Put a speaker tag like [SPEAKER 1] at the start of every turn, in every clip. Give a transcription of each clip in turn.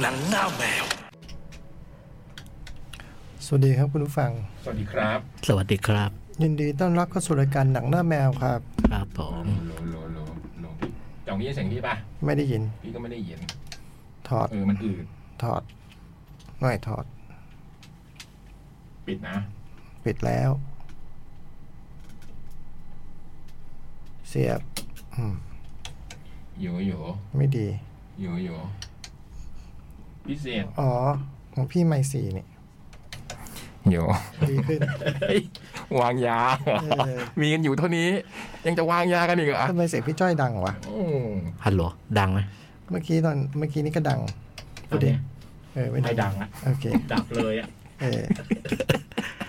[SPEAKER 1] หนังหน้าแมว
[SPEAKER 2] สวัสดีครับคุณผู้ฟัง
[SPEAKER 3] สวัสดีครับ
[SPEAKER 4] สวัสดีครับ
[SPEAKER 2] ยินดีต้อนรับเข้าสู่รายการหนังหน้าแมวครับ
[SPEAKER 4] ครับผม
[SPEAKER 3] โหลโหลโหลโหลพี่จ่องนี้เสียงพี่ป่ะ
[SPEAKER 2] ไม่ได้ยิน
[SPEAKER 3] พี่ก็ไม่ได้เห็น
[SPEAKER 2] ถอด
[SPEAKER 3] เออ มันอืด
[SPEAKER 2] ถอดหน่อยถอด
[SPEAKER 3] ปิดนะ
[SPEAKER 2] ปิดแล้ว เสียบอืม
[SPEAKER 3] อยู่อยู่
[SPEAKER 2] ไม่ดี
[SPEAKER 3] อยู่อยู่พิเศษ
[SPEAKER 2] อ๋อ ของพี่ไม่สีนี่
[SPEAKER 3] อยู่
[SPEAKER 2] ดีขึ้ น
[SPEAKER 3] วางยา
[SPEAKER 2] เออ
[SPEAKER 3] มีกันอยู่เท่านี้ ยังจะวางยากันอีกเหรอ
[SPEAKER 2] ทำไมเสียงพี่จ้อยดังวะ
[SPEAKER 3] อืม
[SPEAKER 4] ฮัลโหลดังไหม
[SPEAKER 2] เมื่อกี้ตอนเมื่อกี้นี่ก็ดังพูดดิเออไม่
[SPEAKER 3] ไม่ดังละ
[SPEAKER 2] โอเค
[SPEAKER 3] ดับเลยอ่ะ
[SPEAKER 2] เออ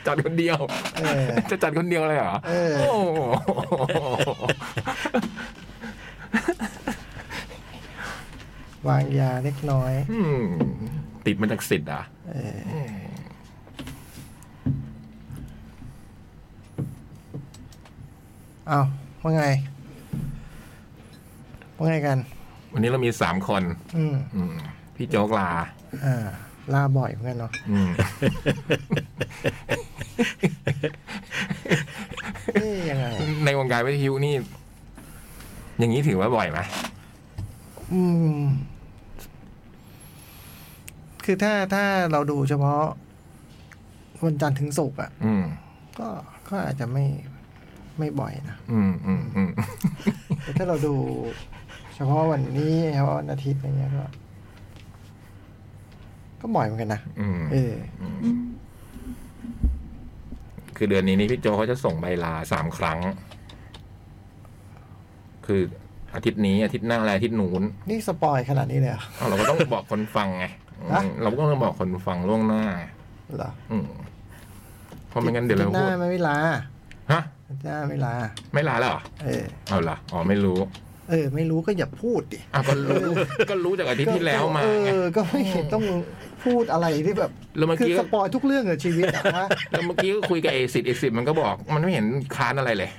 [SPEAKER 3] จัดคนเดียว
[SPEAKER 2] เออ
[SPEAKER 3] จะจัดคนเดียวเลยเหรอ
[SPEAKER 2] เออ
[SPEAKER 3] โอ้โห
[SPEAKER 2] วางยาเล็กน้อย
[SPEAKER 3] อืมติดมาจากสิทธิ์อ่ะ
[SPEAKER 2] เออ เอาว่าไง ว่าไงกัน
[SPEAKER 3] วันนี้เรามีสามคน
[SPEAKER 2] อืม
[SPEAKER 3] อืมพี่โจ๊กลา
[SPEAKER 2] อ่า ลาบ่อยเหมือนกันเนาะ
[SPEAKER 3] อื ม
[SPEAKER 2] เอ๊ยยังไง
[SPEAKER 3] ในวงการวิทยุนี่ อย่างนี้ถือว่าบ่อยไหม
[SPEAKER 2] อืม คือถ้าถ้าเราดูเฉพาะ วันจันทร์ถึงศุกร์อ่ะ
[SPEAKER 3] อืม
[SPEAKER 2] ก็ก็อาจจะไม่ไม่บ่อยนะ
[SPEAKER 3] อืมอืมอืม
[SPEAKER 2] แต่ถ้าเราดู เฉพาะวันนี้เฉพาะวันอาทิตย์อะไรเงี้ยก็ ก็บ่อยเหมือนกันนะ
[SPEAKER 3] อืม
[SPEAKER 2] เออ
[SPEAKER 3] คือเดือนนี้นี่พี่โจเขาจะส่งใบลาสามครั้ง คืออาทิตย์นี้ อาทิตย์หน้าอะไรอาทิตย์นู้น
[SPEAKER 2] นี่สปอยขนาดนี้เลยเหรอ
[SPEAKER 3] เอาเราก็ต้อง บอกคนฟังไงอืม
[SPEAKER 2] ฮะ
[SPEAKER 3] เราก็ต้องบอกคนฟังล่วงหน้า
[SPEAKER 2] เหรอ
[SPEAKER 3] อืมเพราะไม่งั้นเดี๋ยวเรา
[SPEAKER 2] อาทิตห
[SPEAKER 3] พู
[SPEAKER 2] น้า
[SPEAKER 3] ด
[SPEAKER 2] ไม่เวลา
[SPEAKER 3] ฮะ
[SPEAKER 2] อาทิตย์หน้าไม่เวลา
[SPEAKER 3] ไม่ลาแล้วเหรอ
[SPEAKER 2] เออ
[SPEAKER 3] เอาละอ๋อไม่รู้
[SPEAKER 2] เออ ไม่รู้ก็อย่าพูดดิ
[SPEAKER 3] อ่ะก็รู้ ก็รู้จากอาทิตย์ที่แล้วมา
[SPEAKER 2] เอ
[SPEAKER 3] ไง
[SPEAKER 2] อ ก็ไม่เห็นต้องพูดอะไรที่แบบ
[SPEAKER 3] แล้วเมื่อกี้
[SPEAKER 2] คือสปอยทุกเรื่องในชีวิตอะ นะ
[SPEAKER 3] แล้วเมื่อกี้ก็คุยกับเอสิบเอสิบมันก็บอก มันไม่เห็นค้านอะไรเลย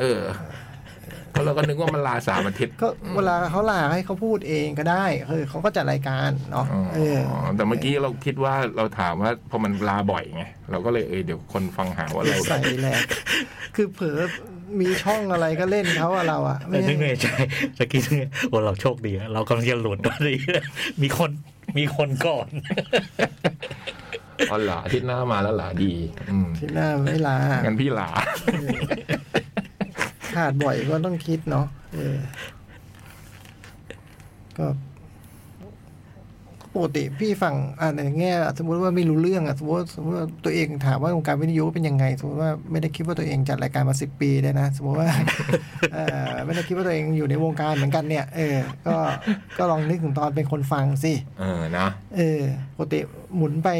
[SPEAKER 3] เออก็เราก็นึกว่ามันลาสามอาทิตย์
[SPEAKER 2] ก็เวลาเขาลาให้เขาพูดเองก็ได้เออเขาก็จัดรายการเนาะ
[SPEAKER 3] อ๋อ
[SPEAKER 2] เออ
[SPEAKER 3] แต่เมื่อกี้เราคิดว่าเราถามว่าพอมันลาบ่อยไงเราก็เลยเออเดี๋ยวคนฟังหาว่าเรา
[SPEAKER 2] ใส่แหลกคือเผลอมีช่องอะไรก็เล่นเขาอะเราอะ
[SPEAKER 4] ไม่
[SPEAKER 2] ไม่
[SPEAKER 4] ไม่ไม่ใช่ตะกี้เนี่ยโอ้เราโชคดีนะเรากำลังจะหลุดตอนนี้มีคนมีคนก่อน
[SPEAKER 3] อ๋อเหรออาทิตย์หน้ามาแล้วเหรอดี อืม
[SPEAKER 2] ที่หน้าไม่ลา
[SPEAKER 3] งั้นพี่ลา
[SPEAKER 2] ขาดบ่อยก็ต้องคิดเนาะเออ ก็ปกติพี่ฟังอ่าในแง่สมมติว่าไม่รู้เรื่องอ่ะสมมติสมมติว่าตัวเองถามว่าวงการวิทยุเป็นยังไง สมมติว่าไม่ได้คิดว่าตัวเองจัดรายการมาสิบปีเลยนะสมมติว่า เอ่อไม่ได้คิดว่าตัวเองอยู่ในวงการเหมือนกันเนี่ย เออ ก็ก็ลองนึกถึงตอนเป็นคนฟังสิ
[SPEAKER 3] เออนะ
[SPEAKER 2] เออปกติหมุนไป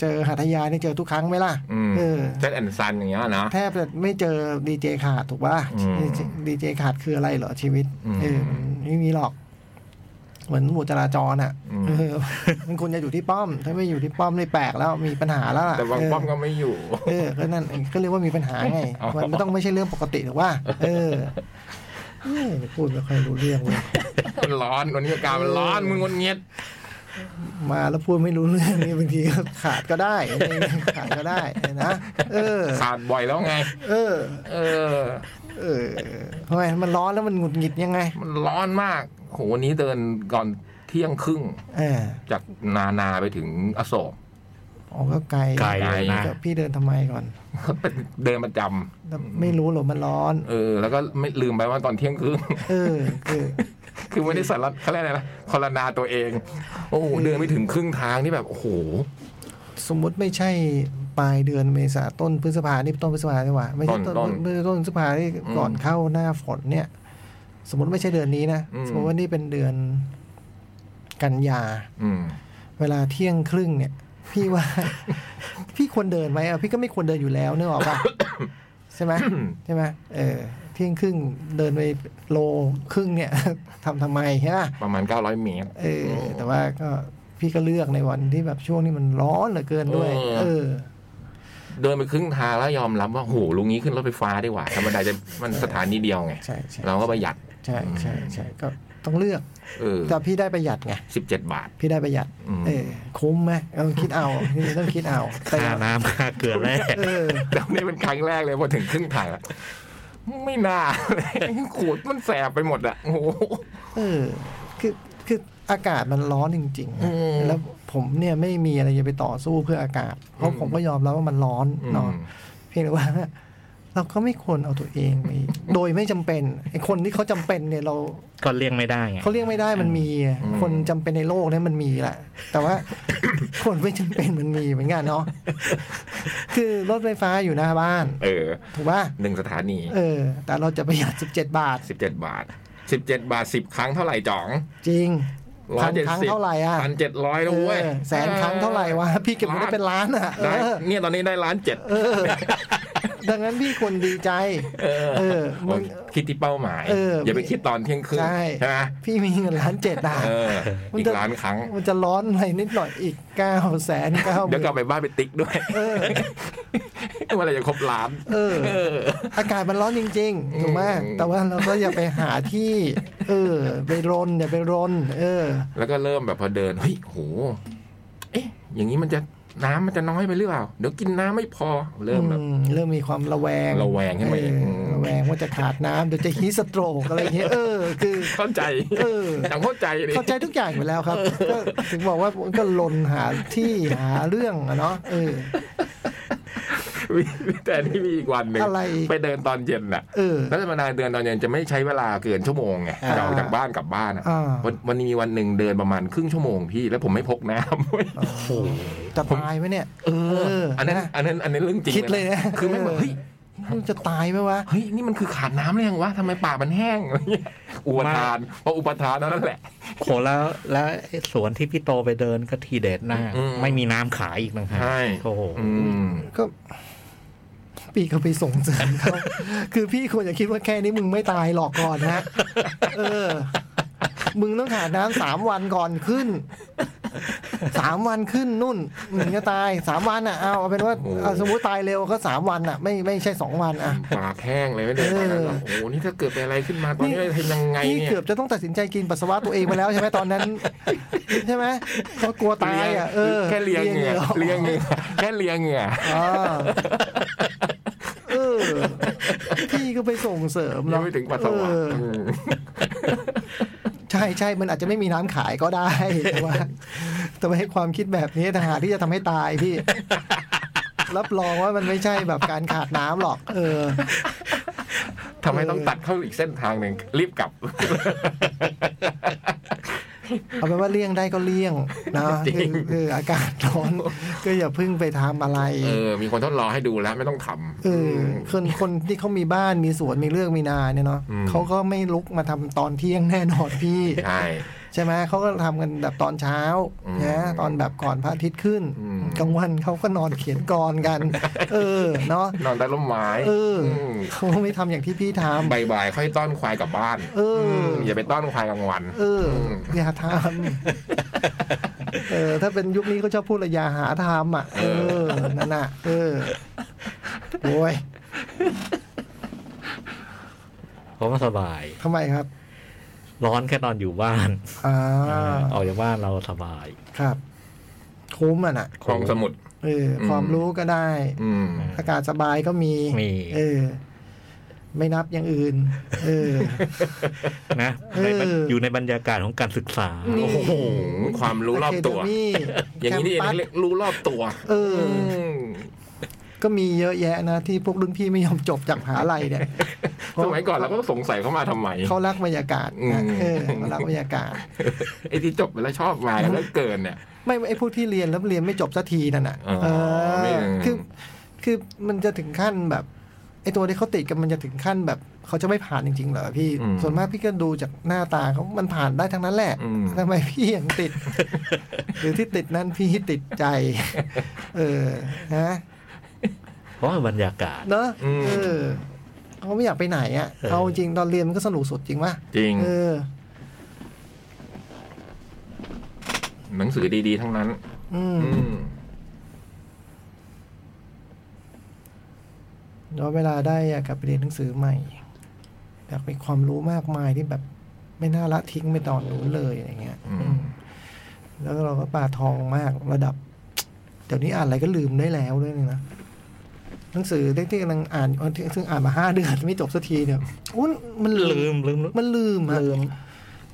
[SPEAKER 2] เจอหัตถยานี่เจอทุกครั้งไหมล่ะ
[SPEAKER 3] อืม
[SPEAKER 2] เออ
[SPEAKER 3] แจ็คแอนด์ซันอย่างเงี้ยนะ
[SPEAKER 2] แทบจะไม่เจอดีเจขาดถูกป่ะ
[SPEAKER 3] อืม
[SPEAKER 2] ดีเจขาดคืออะไรเหรอชีวิต
[SPEAKER 3] อืม
[SPEAKER 2] เออมันไม่มีหรอก เหมือนหมู่จราจรอ่ะ
[SPEAKER 3] อืม
[SPEAKER 2] เออมันควรจะอยู่ที่ป้อม ถ้าไม่อยู่ที่ป้อมนี่แปลกแล้วมีปัญหาแล้วล่ะ
[SPEAKER 3] แต่บาง
[SPEAKER 2] เ
[SPEAKER 3] ป้อมก็ไม่อยู่
[SPEAKER 2] เออก็นั่นก็เรียกว่ามีปัญหาไง
[SPEAKER 3] อ๋อ
[SPEAKER 2] มันไม่ต้องไม่ใช่เรื่องปกติหรอกว่า เออเอ้ยพูดไม่ค่อยรู้เรื่องเลย
[SPEAKER 3] มันร้อนวันนี้อากาศมันร้อนมึงงนเงียด
[SPEAKER 2] มาแล้วพูดไม่รู้เรื่องนี่บางทีก็ขาดก็ได้อะไรเงี้ยขาดก็ได้นะเออ
[SPEAKER 3] ขาดบ่อยแล้วไง
[SPEAKER 2] เออ
[SPEAKER 3] เออ
[SPEAKER 2] เออทำไมมันร้อนแล้วมันหงุดหงิดยังไง
[SPEAKER 3] มันร้อนมาก โห วันนี้เดินก่อนเที่ยงครึ่ง
[SPEAKER 2] เออ
[SPEAKER 3] จากนานาไปถึงอโศก
[SPEAKER 2] อ๋อก็ไกล
[SPEAKER 4] ไกลเลยนะ
[SPEAKER 2] ก็พี่เดินทำไมก่อน
[SPEAKER 3] เป็นเดินประจ
[SPEAKER 2] แล้วไม่รู้หรอมันร้อน
[SPEAKER 3] ำเออ แล้วก็ไม่ลืมไปว่าตอนเที่ยงครึ่ง
[SPEAKER 2] เออ คือ
[SPEAKER 3] คือไม่ได้สารดเขาเรียกอะไรนะคอรนาตัวเอง โอ้โหเดินไปถึงครึ่งทางนี่แบบ โอ้โห
[SPEAKER 2] สมมุติไม่ใช่ปลายเดือนเมษาต้นพฤษภานี่ต้นพฤษภาใช่หว่าไม่ใช่ต้น
[SPEAKER 3] ต้นต้น
[SPEAKER 2] ไม่ใช่ต้นพฤษภาที่ก่อนเข้าหน้าฝนเนี่ย สมมติไม่ใช่เดือนนี้นะ
[SPEAKER 3] อืม
[SPEAKER 2] สมมติว่านี่เป็นเดือนกันยา
[SPEAKER 3] อืม
[SPEAKER 2] เวลาเที่ยงครึ่งเนี่ย พี่ว่า พี่ควรเดินไหมอ่ะพี่ก็ไม่ควรเดินอยู่แล้วเนกออกปะ ใช่ไหม ใช่ไหมเออ เที่ยงครึ่งเดินไปโลครึ่งเนี่ย ทำทำไมใช่ปะ
[SPEAKER 3] ประมาณ 900 เมตร
[SPEAKER 2] เออแต่ว่าก็พี่ก็เลือกในวันที่แบบช่วงนี้มันร้อนเหลือเกินด้วย
[SPEAKER 3] เออ
[SPEAKER 2] เออ
[SPEAKER 3] เดินไปครึ่งทางแล้วยอมรับว่า โอ้โหลุงนี้ขึ้นรถไฟฟ้าดีกว่าธรรมดาจะมันสถานีเดียวไง
[SPEAKER 2] ใช่ใช่
[SPEAKER 3] เราก็ประหยัด
[SPEAKER 2] ใช่ใช่ใช่ก็ ต้องเลือก
[SPEAKER 3] เออ
[SPEAKER 2] แต่พี่ได้ประหยัดไง
[SPEAKER 3] สิบเจ็ดบาท
[SPEAKER 2] พี่ได้ประหยัด
[SPEAKER 3] อืม
[SPEAKER 2] เออคุ้มไหมต้องคิดเอานี่ต้องคิดเอาแต่
[SPEAKER 4] ค่าน้ำค่าเกลือแร่
[SPEAKER 2] เออ
[SPEAKER 3] แต่นี่เป็นครั้งแรกเลยพอถึงครึ่งทางอะไม่น่าขูดมันแสบไปหมดอะโอ้โห
[SPEAKER 2] เออคือคืออากาศมันร้อนจริงๆ
[SPEAKER 3] อื
[SPEAKER 2] นะ
[SPEAKER 3] ม
[SPEAKER 2] แล้วผมเนี่ยไม่มีอะไรจะไปต่อสู้เพื่ออากาศ เพ
[SPEAKER 3] อื
[SPEAKER 2] ราะ
[SPEAKER 3] ม
[SPEAKER 2] ผมก็ยอมรับว่ามันร้อนเนาะเพียงแต่ว่า เราก็ไม่ควรเอาตัวเองไป โดยไม่จำเป็นไอ้คนที่เขาจำเป็นเนี่ยเรา
[SPEAKER 4] ก็เลี่ยงไม่ได้ไง
[SPEAKER 2] เขาเรียกไม่ได้มันมีอะ
[SPEAKER 3] อืม
[SPEAKER 2] คนจำเป็นในโลกเนี่ยมันมีแหละแต่ว่า คนไม่จำเป็นมันมีเหมือนกันเนาะ คือรถไฟฟ้าอยู่หน้าบ้าน
[SPEAKER 3] เออ
[SPEAKER 2] ถูกป่ะ
[SPEAKER 3] หนึ่งสถานี
[SPEAKER 2] เออ แต่เราจะประหยัด17 บาท
[SPEAKER 3] สิบเจ็ดบาทสิบเจ็ดบาทสิบครั้งเท่าไหร่จ่อง
[SPEAKER 2] จริง
[SPEAKER 3] ร้อ
[SPEAKER 2] พั
[SPEAKER 3] ย
[SPEAKER 2] น
[SPEAKER 3] เจ็ด
[SPEAKER 2] ครั้ง
[SPEAKER 3] สิบ
[SPEAKER 2] เท่าไหร่อ่ะ
[SPEAKER 3] พันเจ็ดร้อยนะเว้ย
[SPEAKER 2] เออแสนครั้งเท่าไหร่วะ พี่เก็บไม่ได้เป็นล้านอ่ะเอ
[SPEAKER 3] ได้
[SPEAKER 2] อ
[SPEAKER 3] เนี่ยตอนนี้ได้ล้านเจ็ด
[SPEAKER 2] เออ ดังนั้นพี่ควรดีใจ เออมึง
[SPEAKER 3] คิดที่เป้าหมาย
[SPEAKER 2] เออ
[SPEAKER 3] อย่าไปคิดตอนเที่ยงคืน
[SPEAKER 2] ใช่
[SPEAKER 3] ใช่ไหม
[SPEAKER 2] พี่มีเงินล้านเจ็ดอ่ะ
[SPEAKER 3] เออ
[SPEAKER 2] มัน
[SPEAKER 3] อีก
[SPEAKER 2] จะ
[SPEAKER 3] ล้านครั้ง
[SPEAKER 2] มันจะร้อนอะไรนิดหน่อยอีกเก้าแสนเก้า
[SPEAKER 3] เดี๋ยวกลับไปบ้านไปติ๊กด้วย
[SPEAKER 2] เออ
[SPEAKER 3] เมื่อไหรจะครบล้าน
[SPEAKER 2] เออ อากาศมันร้อนจริงๆถูกไหม
[SPEAKER 3] อืม
[SPEAKER 2] แต่ว่าเราก็อย่าไปหาที่ เออ ไปรนอย่าไปรน เออ
[SPEAKER 3] แล้วก็เริ่มแบบพอเดินเฮ้ยโห เอ๊ะ อย่างนี้มันจะน้ำมันจะน้อยไปหรือเปล่า เดี๋ยวกินน้ำไม่พอ เริ่มแบบ
[SPEAKER 2] อืมเริ่มมีความระแวง
[SPEAKER 3] ระแวงขึ้นมาอีก
[SPEAKER 2] เออ
[SPEAKER 3] ม
[SPEAKER 2] ระแวงว่าจะขาดน้ำเดี๋ยวจะฮีสโตรกอะไรอย่างเงี้ยเออคือ
[SPEAKER 3] เข้าใจ
[SPEAKER 2] เออ
[SPEAKER 3] จังเข้าใจเลย
[SPEAKER 2] เข้าใจทุกอย่างอยู่แล้วครับ ก็ถึงบอกว่าก็ลนหาที่หาเรื่องอะเนาะเออ
[SPEAKER 3] แต่นี่มีอีกวันหนึ่ง
[SPEAKER 2] อะไร
[SPEAKER 3] ไปเดินตอนเย็นน่ะ
[SPEAKER 2] เออ
[SPEAKER 3] แล้วธรรมดาเดินตอนเย็นจะไม่ใช้เวลาเกินชั่วโมงไง
[SPEAKER 2] อ่า
[SPEAKER 3] จะออกจากบ้านกลับบ้านอะ
[SPEAKER 2] อ่า
[SPEAKER 3] วันวันนี้มีวันหนึ่งเดินประมาณครึ่งชั่วโมงพี่ แล้วผมไม่พกน้ำเว้ย
[SPEAKER 4] โอ้โห
[SPEAKER 2] จะตายไหมเนี่ย
[SPEAKER 3] เอ
[SPEAKER 2] เอออั
[SPEAKER 3] อันนั้น
[SPEAKER 2] นะ
[SPEAKER 3] อันนั้นอันนั้นเรื่องจริง
[SPEAKER 2] คิดเลยนะ
[SPEAKER 3] คือไม่งแบบ
[SPEAKER 2] เออ
[SPEAKER 3] เฮ้ย
[SPEAKER 2] มันจะตายไหมวะ
[SPEAKER 3] เฮ้ยนี่มันคือขาดน้ำหรือยังวะทำไมปากมันแห้งอะไร เงี้ยอุปทานเพราะอุปทานเท่านั้นแหละ
[SPEAKER 4] โหแล้วแล้วไอ้สวนที่พี่โตไปเดินก็ทีเด็ดหน้าก
[SPEAKER 3] อืม
[SPEAKER 4] ไม่มีน้ำขายอีกต่างหาก
[SPEAKER 3] ใช่
[SPEAKER 4] โอ้โห
[SPEAKER 3] อืม
[SPEAKER 2] ก็ปีเขาไปส่งเสริมเขา คือพี่ควรจะคิดว่าแค่นี้มึงไม่ตายหรอกก่อนนะเออ มึงต้องขาดน้ำสามวันก่อนขึ้นสามวันขึ้นนุ่นมึงจะตายสามวันอ่ะเอาเอาเป็นว่า
[SPEAKER 3] โอ้โห
[SPEAKER 2] เอาสมมติตายเร็วก็สามวันอ่ะ ไม่ไม่ใช่สองวันอ่ะ
[SPEAKER 3] ปากแห้งเลยไม่ได้
[SPEAKER 2] เออ
[SPEAKER 3] ตอนนั้นอะโอ้โหนี่ถ้าเกิดเป็นอะไรขึ้นมาตอนนี้จะทำยังไง
[SPEAKER 2] นี่
[SPEAKER 3] เนี่ย
[SPEAKER 2] เกือบจะต้องตัดสินใจกินปัสสาวะตัวเองไปแล้วใช่ไหมตอนนั้น ใช่ไหมเพราะกลัวตายอ่ะเออ
[SPEAKER 3] แค่เลียงเหงื่อเลียงเหงื่อแค่เลียงเหงื่อ
[SPEAKER 2] อ๋อเออพี่ก็ไปส่งเสริม
[SPEAKER 3] ยั
[SPEAKER 2] เนาะ
[SPEAKER 3] งไม่ถึงปัสสาวะ
[SPEAKER 2] เออ
[SPEAKER 3] อืม
[SPEAKER 2] ใช่ใช่มันอาจจะไม่มีน้ำขายก็ได้ แต่ว่าแต่ว่าให้ความคิดแบบนี้ทหารที่จะทำให้ตายพี่ รับรองว่ามันไม่ใช่แบบการขาดน้ำหรอก เออ
[SPEAKER 3] ทำไมต้องตัดเข้าอีกเส้นทางหนึ่งรีบกลับ
[SPEAKER 2] เอาเป็นว่าเลี่ยงได้ก็เลี่ยงนะ
[SPEAKER 3] จริง
[SPEAKER 2] คือคืออากาศร้ อน ก็อย่าเพิ่งไปทำอะไร
[SPEAKER 3] เออ มีคนทดลองให้ดูแล้วไม่ต้องทำ
[SPEAKER 2] เออคนคนที่เขามีบ้านมีสวนมีเรื่องมีนาเนี่ยเนาะ
[SPEAKER 3] อืม
[SPEAKER 2] เขาก็ไม่ลุกมาทำตอนเที่ยงแน่นอนพี่
[SPEAKER 3] ใช่
[SPEAKER 2] ใช่ไหมเขาก็ทำกันแบบตอนเช้า
[SPEAKER 3] อืม
[SPEAKER 2] นะตอนแบบก่อนพระอาทิตย์ขึ้น
[SPEAKER 3] อืม
[SPEAKER 2] กลางวันเขาก็นอนเขียนกรกัน เออเนาะ
[SPEAKER 3] นอนใต้ร่มไม้
[SPEAKER 2] เออ
[SPEAKER 3] ม
[SPEAKER 2] เขาไม่ทำอย่างที่พี่ทำ
[SPEAKER 3] บ่ายๆค่อยต้อนควายกลับบ้าน
[SPEAKER 2] เอออื
[SPEAKER 3] มอย่าไปต้อนควายกลางวัน
[SPEAKER 2] เออออย่าทำเออ ถ้าเป็นยุคนี้ก็ชอบพูดเลยอย่าหาทำอ่ะ เออ นั่นน่ะ เออโอ้ย
[SPEAKER 4] เพราะว่าสบาย
[SPEAKER 2] ทำไมครับ
[SPEAKER 4] ร้อนแค่นอนอยู่บ้าน
[SPEAKER 2] อ่า
[SPEAKER 4] ออกจากบ้านเราสบาย
[SPEAKER 2] ครับ คุ้มอ่ะน่ะ
[SPEAKER 3] คลองสมุทร
[SPEAKER 2] เออ
[SPEAKER 3] อืม
[SPEAKER 2] ความรู้ก็ได้
[SPEAKER 3] อืม
[SPEAKER 2] อากาศสบายก็มี
[SPEAKER 4] มี
[SPEAKER 2] เออ ไม่นับอย่างอื่น เออ
[SPEAKER 4] นะ
[SPEAKER 2] เออ
[SPEAKER 4] ในบรรอยู่ในบรรยากาศของการศึกษาน
[SPEAKER 2] นี่
[SPEAKER 3] โอ้โห ความ รู้รอบตัว
[SPEAKER 2] Academy
[SPEAKER 3] อย่างนี้นี่เอง
[SPEAKER 2] แคมปัส
[SPEAKER 3] เรียกรู้รอบตัว
[SPEAKER 2] เออ
[SPEAKER 3] ม
[SPEAKER 2] ก็มีเยอะแยะนะ ที่พวกรุ่นพี่ไม่ยอมจบจากมหาลัยเนี่ย
[SPEAKER 3] สมัยก่อนเราก็สงสัยเขามาทำไม
[SPEAKER 2] เขารักบรรยากาศนะ
[SPEAKER 3] อืม
[SPEAKER 2] เออเขารักบรรยากาศ
[SPEAKER 3] ไอ้ที่จบไปแล้วชอบมาแล้วก็เกินเนี่ย
[SPEAKER 2] ไม่ไอ้พวกที่เรียนแล้วเรียนไม่จบสักทีนั่นน่ะ
[SPEAKER 3] อ๋อ
[SPEAKER 2] เอ
[SPEAKER 3] ไม่
[SPEAKER 2] อคือ คือมันจะถึงขั้นแบบไอ้ตัวที่เขาติดกันมันจะถึงขั้นแบบเขาจะไม่ผ่านจริงๆเหรอพี่
[SPEAKER 3] อืม
[SPEAKER 2] ส่วนมากพี่ก็ดูจากหน้าตาเขามันผ่านได้ทั้งนั้นแหละ
[SPEAKER 3] อืม
[SPEAKER 2] ทำไมพี่ยังติ ด หรือที่ติดนั้นพี่ติดใจ เออนะ
[SPEAKER 4] เพราะว่าบรรยากาศ
[SPEAKER 2] เนอะ
[SPEAKER 3] อืม
[SPEAKER 2] เออเขาไม่อยากไปไหนอ่ะ
[SPEAKER 4] เออ
[SPEAKER 2] เอาจริงตอนเรียนมันก็สนุกสุดจริงปะ
[SPEAKER 3] จริง
[SPEAKER 2] เออ
[SPEAKER 3] หนังสือดีๆ ทั้งนั้น
[SPEAKER 2] อืม
[SPEAKER 3] อืม
[SPEAKER 2] แล้วเวลาได้อยากกลับไปเรียนหนังสือใหม่อยากมีความรู้มากมายที่แบบ ไม่น่าละทิ้งไปตอนนู้นเลยอะไรเงี้ย
[SPEAKER 3] อืม
[SPEAKER 2] อืมแล้วเราก็ปาทองมากระดับ เดี๋ยวนี้อ่านอะไรก็ลืมได้แล้วด้วยนี่นะหนังสือที่กำลังอ่านซึ่งอ่านมาห้าเดือนไม่จบสักทีเนี่ยอุ้นมัน
[SPEAKER 4] ลืมลืม
[SPEAKER 2] มันลืมอะ
[SPEAKER 4] ลืม